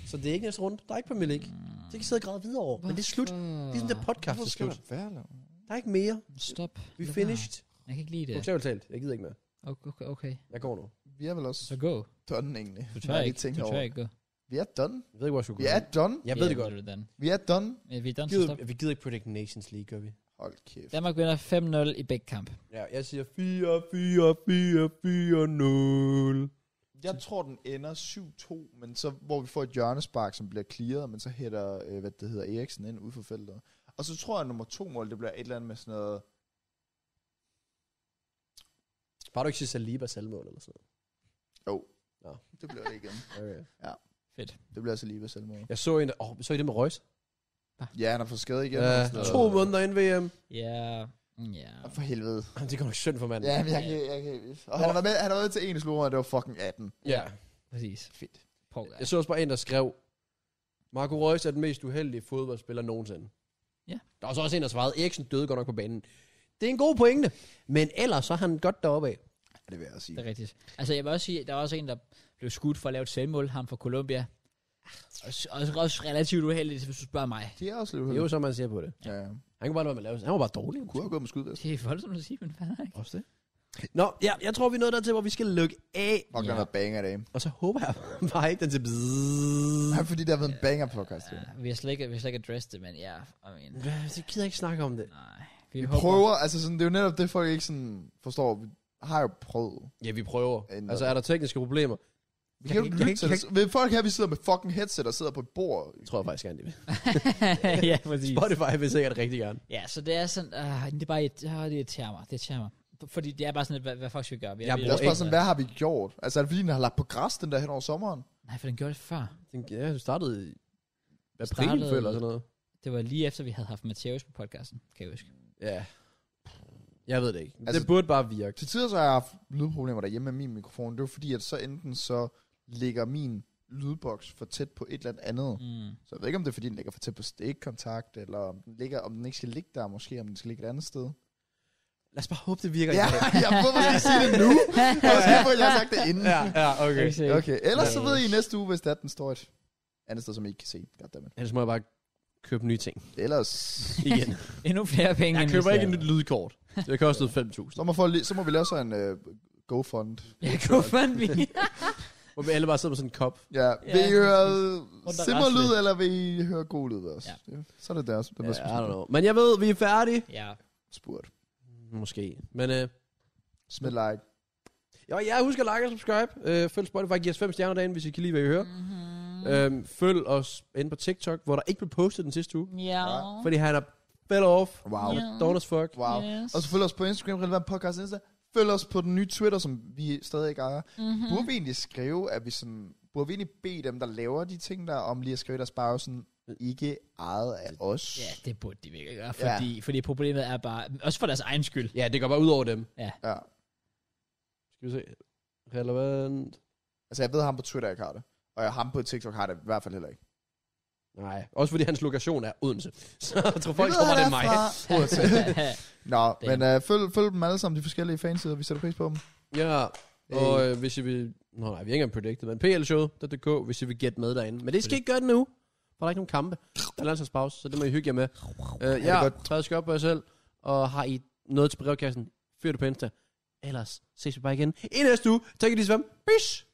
B: så det er ikke næste runde. Der er ikke Premier League. Det kan I sidde og græde videre over. Men det er slut. Det er sådan der podcast,
C: Hvorfor
B: er
C: skal
B: slut.
C: der være lavet?
B: Der er ikke mere.
A: Stop.
B: Vi
A: Lad være.
B: finished.
A: Jeg kan ikke lide det.
B: Bogstaveligt talt. Jeg gider ikke mere.
A: Okay, okay. okay.
B: Jeg går nu.
C: Vi er vel også
A: Så gå.
C: done egentlig.
A: Du
C: Når
A: tør
C: jeg
A: ikke.
C: tænker
A: Du tør
C: over.
A: ikke gå.
C: Vi er done.
B: Jeg ved ikke, hvor jeg skulle
C: Vi
B: gå.
C: er done.
B: Jeg ved det godt.
A: Den.
C: Vi er done.
A: Ja, vi er done, så
B: Gider,
A: stop.
B: vi gider ikke Predict Nations League, gør vi?
C: Hold kæft.
A: Danmark vinder 5-0 i begge kamp.
B: Ja, jeg siger 4, 4, 4, 4, 0.
C: Jeg tror, den ender 7-2, men så, hvor vi får et hjørnespark, som bliver clearet, men så hætter, øh, hvad det hedder, Eriksen ind ud for feltet. Og så tror jeg, at nummer to mål, det bliver et eller andet med sådan noget...
B: Bare du ikke siger Saliba selvmål eller sådan noget.
C: Det bliver det igen.
B: Okay.
C: Det bliver altså lige ved selvmål.
B: Jeg så en, åh, oh, så I det med Reus?
C: Ja, han er for skadet igen.
B: Ja,
C: og sådan noget.
B: to måneder inden VM.
A: Ja. Ja.
C: Og For helvede.
B: Jamen, Ah, Det går nok synd for manden.
C: Ja, men jeg kan, jeg kan Og han var med, han var med til en slår, og det var fucking 18.
B: ja.
A: Præcis.
C: Fedt.
A: Paul,
B: Jeg så også bare en, der skrev, Marco Reus er den mest uheldige fodboldspiller nogensinde.
A: Ja.
B: Der var så også en, der svarede, Eriksen døde godt nok på banen. Det er en god pointe, men ellers så er han godt deroppe af.
C: Ja, det vil jeg sige.
A: Det er rigtigt. Altså, jeg vil også sige, der var også en, der blev skudt for at lave et selvmål, ham fra Colombia. Ah, Også, også, også relativt uheldigt, hvis du spørger mig.
C: Det er også lidt
B: Det er jo
C: uheldigt.
B: så, man ser på det.
C: Ja, ja.
B: Han kunne bare lade være med at lave sådan. Han var bare dårlig.
C: Du kunne have gået med skudvest.
A: Det er voldsomt at sige, men fanden ikke.
B: Også det. Nå, ja, jeg tror, vi er nået dertil, hvor vi skal lukke af.
C: Fuck,
A: Ja.
C: den var banger i dag.
B: Og så håber jeg bare ikke, den til...
C: Nej, fordi det har været en banger podcast. Ja.
A: Ja, vi har slet ikke, vi har slet ikke addressed det, men ja, I mean,
B: Det gider jeg ikke snakke om det.
A: nej. Vi,
C: Vi
A: håber-
C: prøver, altså sådan, det er jo netop det, folk ikke sådan forstår. Vi har jo prøvet.
B: Ja, vi prøver.
C: Ændret.
B: Altså, er der tekniske problemer?
C: Vi kan jo
B: ikke-
C: ikke
B: jeg
C: lytte
B: kan
C: til det. Vil folk her, vi sidder med fucking headset og sidder på et bord.
B: Tror jeg faktisk gerne, det vil.
A: ja, præcis.
B: Spotify vil sikkert rigtig gerne.
A: Ja, så det er sådan, uh, det er bare, et, uh, det irriterer mig, det irriterer mig. Fordi det er bare sådan, lidt, hvad, hvad fuck skal vi gøre? Vi
B: Jeg
A: vi
C: Det er også bare sådan, hvad har vi gjort? Altså, er det fordi, den har lagt på græs, den der hen over sommeren?
A: Nej, for den gjorde det før.
B: Den- Ja, du startede i april,
A: Startede-
B: startede... eller sådan noget.
A: Det var lige efter, vi havde haft Matheus på podcasten, kan jeg huske.
B: Ja. Jeg ved det ikke. Altså,
C: Altså-
B: det burde bare virke.
C: Til tider så har jeg haft lydproblemer derhjemme med min mikrofon. Det var fordi, at så enten så ligger min lydboks for tæt på et eller andet.
A: Mm.
C: Så jeg ved ikke, om det er fordi, den ligger for tæt på stikkontakt, eller om den, ligger, om den ikke skal ligge der, måske om den skal ligge et andet sted.
B: Lad os bare håbe, det virker.
C: Ja, jeg hvorfor skal jeg sige det nu? Jeg var sikker på, at jeg har sagt det inden.
B: ja, ja, okay.
C: Okay, ellers så ved I næste uge, hvis det er, at den står et andet sted, som I ikke kan se. Goddammit.
B: Ellers må jeg bare købe nye ting.
C: Ellers,
B: Igen.
A: Endnu flere penge.
B: jeg
A: end
B: køber
A: hvis
B: ikke
A: det er-
B: et nyt lydkort. Det kostede 5.000.
C: så må, for, så må vi lave så en uh, GoFund.
A: Jeg køber fandme.
B: Hvor vi alle bare sidder med sådan en kop.
C: Ja, vil I
A: Ja.
C: høre
A: Rundt og
C: simmerlyd,
A: rasle.
C: eller vil I høre god lyd også?
A: Ja.
C: Ja. Så er det deres, dem,
B: Ja,
C: der
B: I don't
C: yeah,
B: know. Men jeg ved, vi er færdige.
A: ja.
C: spurgt.
B: Måske. Men øh,
C: Smid like.
B: Jo, ja, husk at like og subscribe. Øh, følg Spotify. Giv os fem stjerner derinde, hvis I kan lide, hvad
C: Øh,
B: I hører.
A: Øhm,
B: Mm-hmm. Øh, følg os inde på TikTok, hvor der ikke blev postet den sidste uge.
A: Ja.
B: Fordi han er fell off.
C: Wow.
A: Ja.
B: Yeah. Down as fuck.
C: Wow.
A: Yes.
C: Og så følg os på Instagram, relevant podcast Insta. Følg os på den nye Twitter, som vi stadig ikke ejer.
A: Mhm.
C: Mm-hmm. Burde vi egentlig skrive, at vi sådan... Burde vi egentlig bede dem, der laver de ting der, om lige at skrive deres bare sådan, ikke ejet af os?
A: Ja, det burde de virkelig gøre, fordi, ja. fordi problemet er bare, også for deres egen skyld.
B: Ja, det går bare ud over dem.
C: ja.
B: Skal vi se. Relevant.
C: Altså, jeg ved, at ham på Twitter ikke har det. Og ham på TikTok har det i hvert fald heller ikke.
B: Nej. Også fordi hans lokation er Odense. Så jeg tror folk tror bare, det er mig.
C: mig. Nå,
A: Damn.
C: men øh, følg, følg dem alle sammen, de forskellige fansider. Vi sætter pris på dem.
B: Ja. Og øh, hvis I vil... Nå nej, vi har ikke engang predicted, men plshow.dk, hvis I vil gætte med derinde. Men det skal I ikke gøre det nu. For der er ikke nogen kampe. Der er landsholdspause, så det må I hygge jer med. Øh,
C: det er
B: ja,
C: godt.
B: træd skal op på jer selv. Og har I noget til brevkassen, fyr det på Insta. Ellers ses vi bare igen i næste uge. Tak i lige så meget. Peace!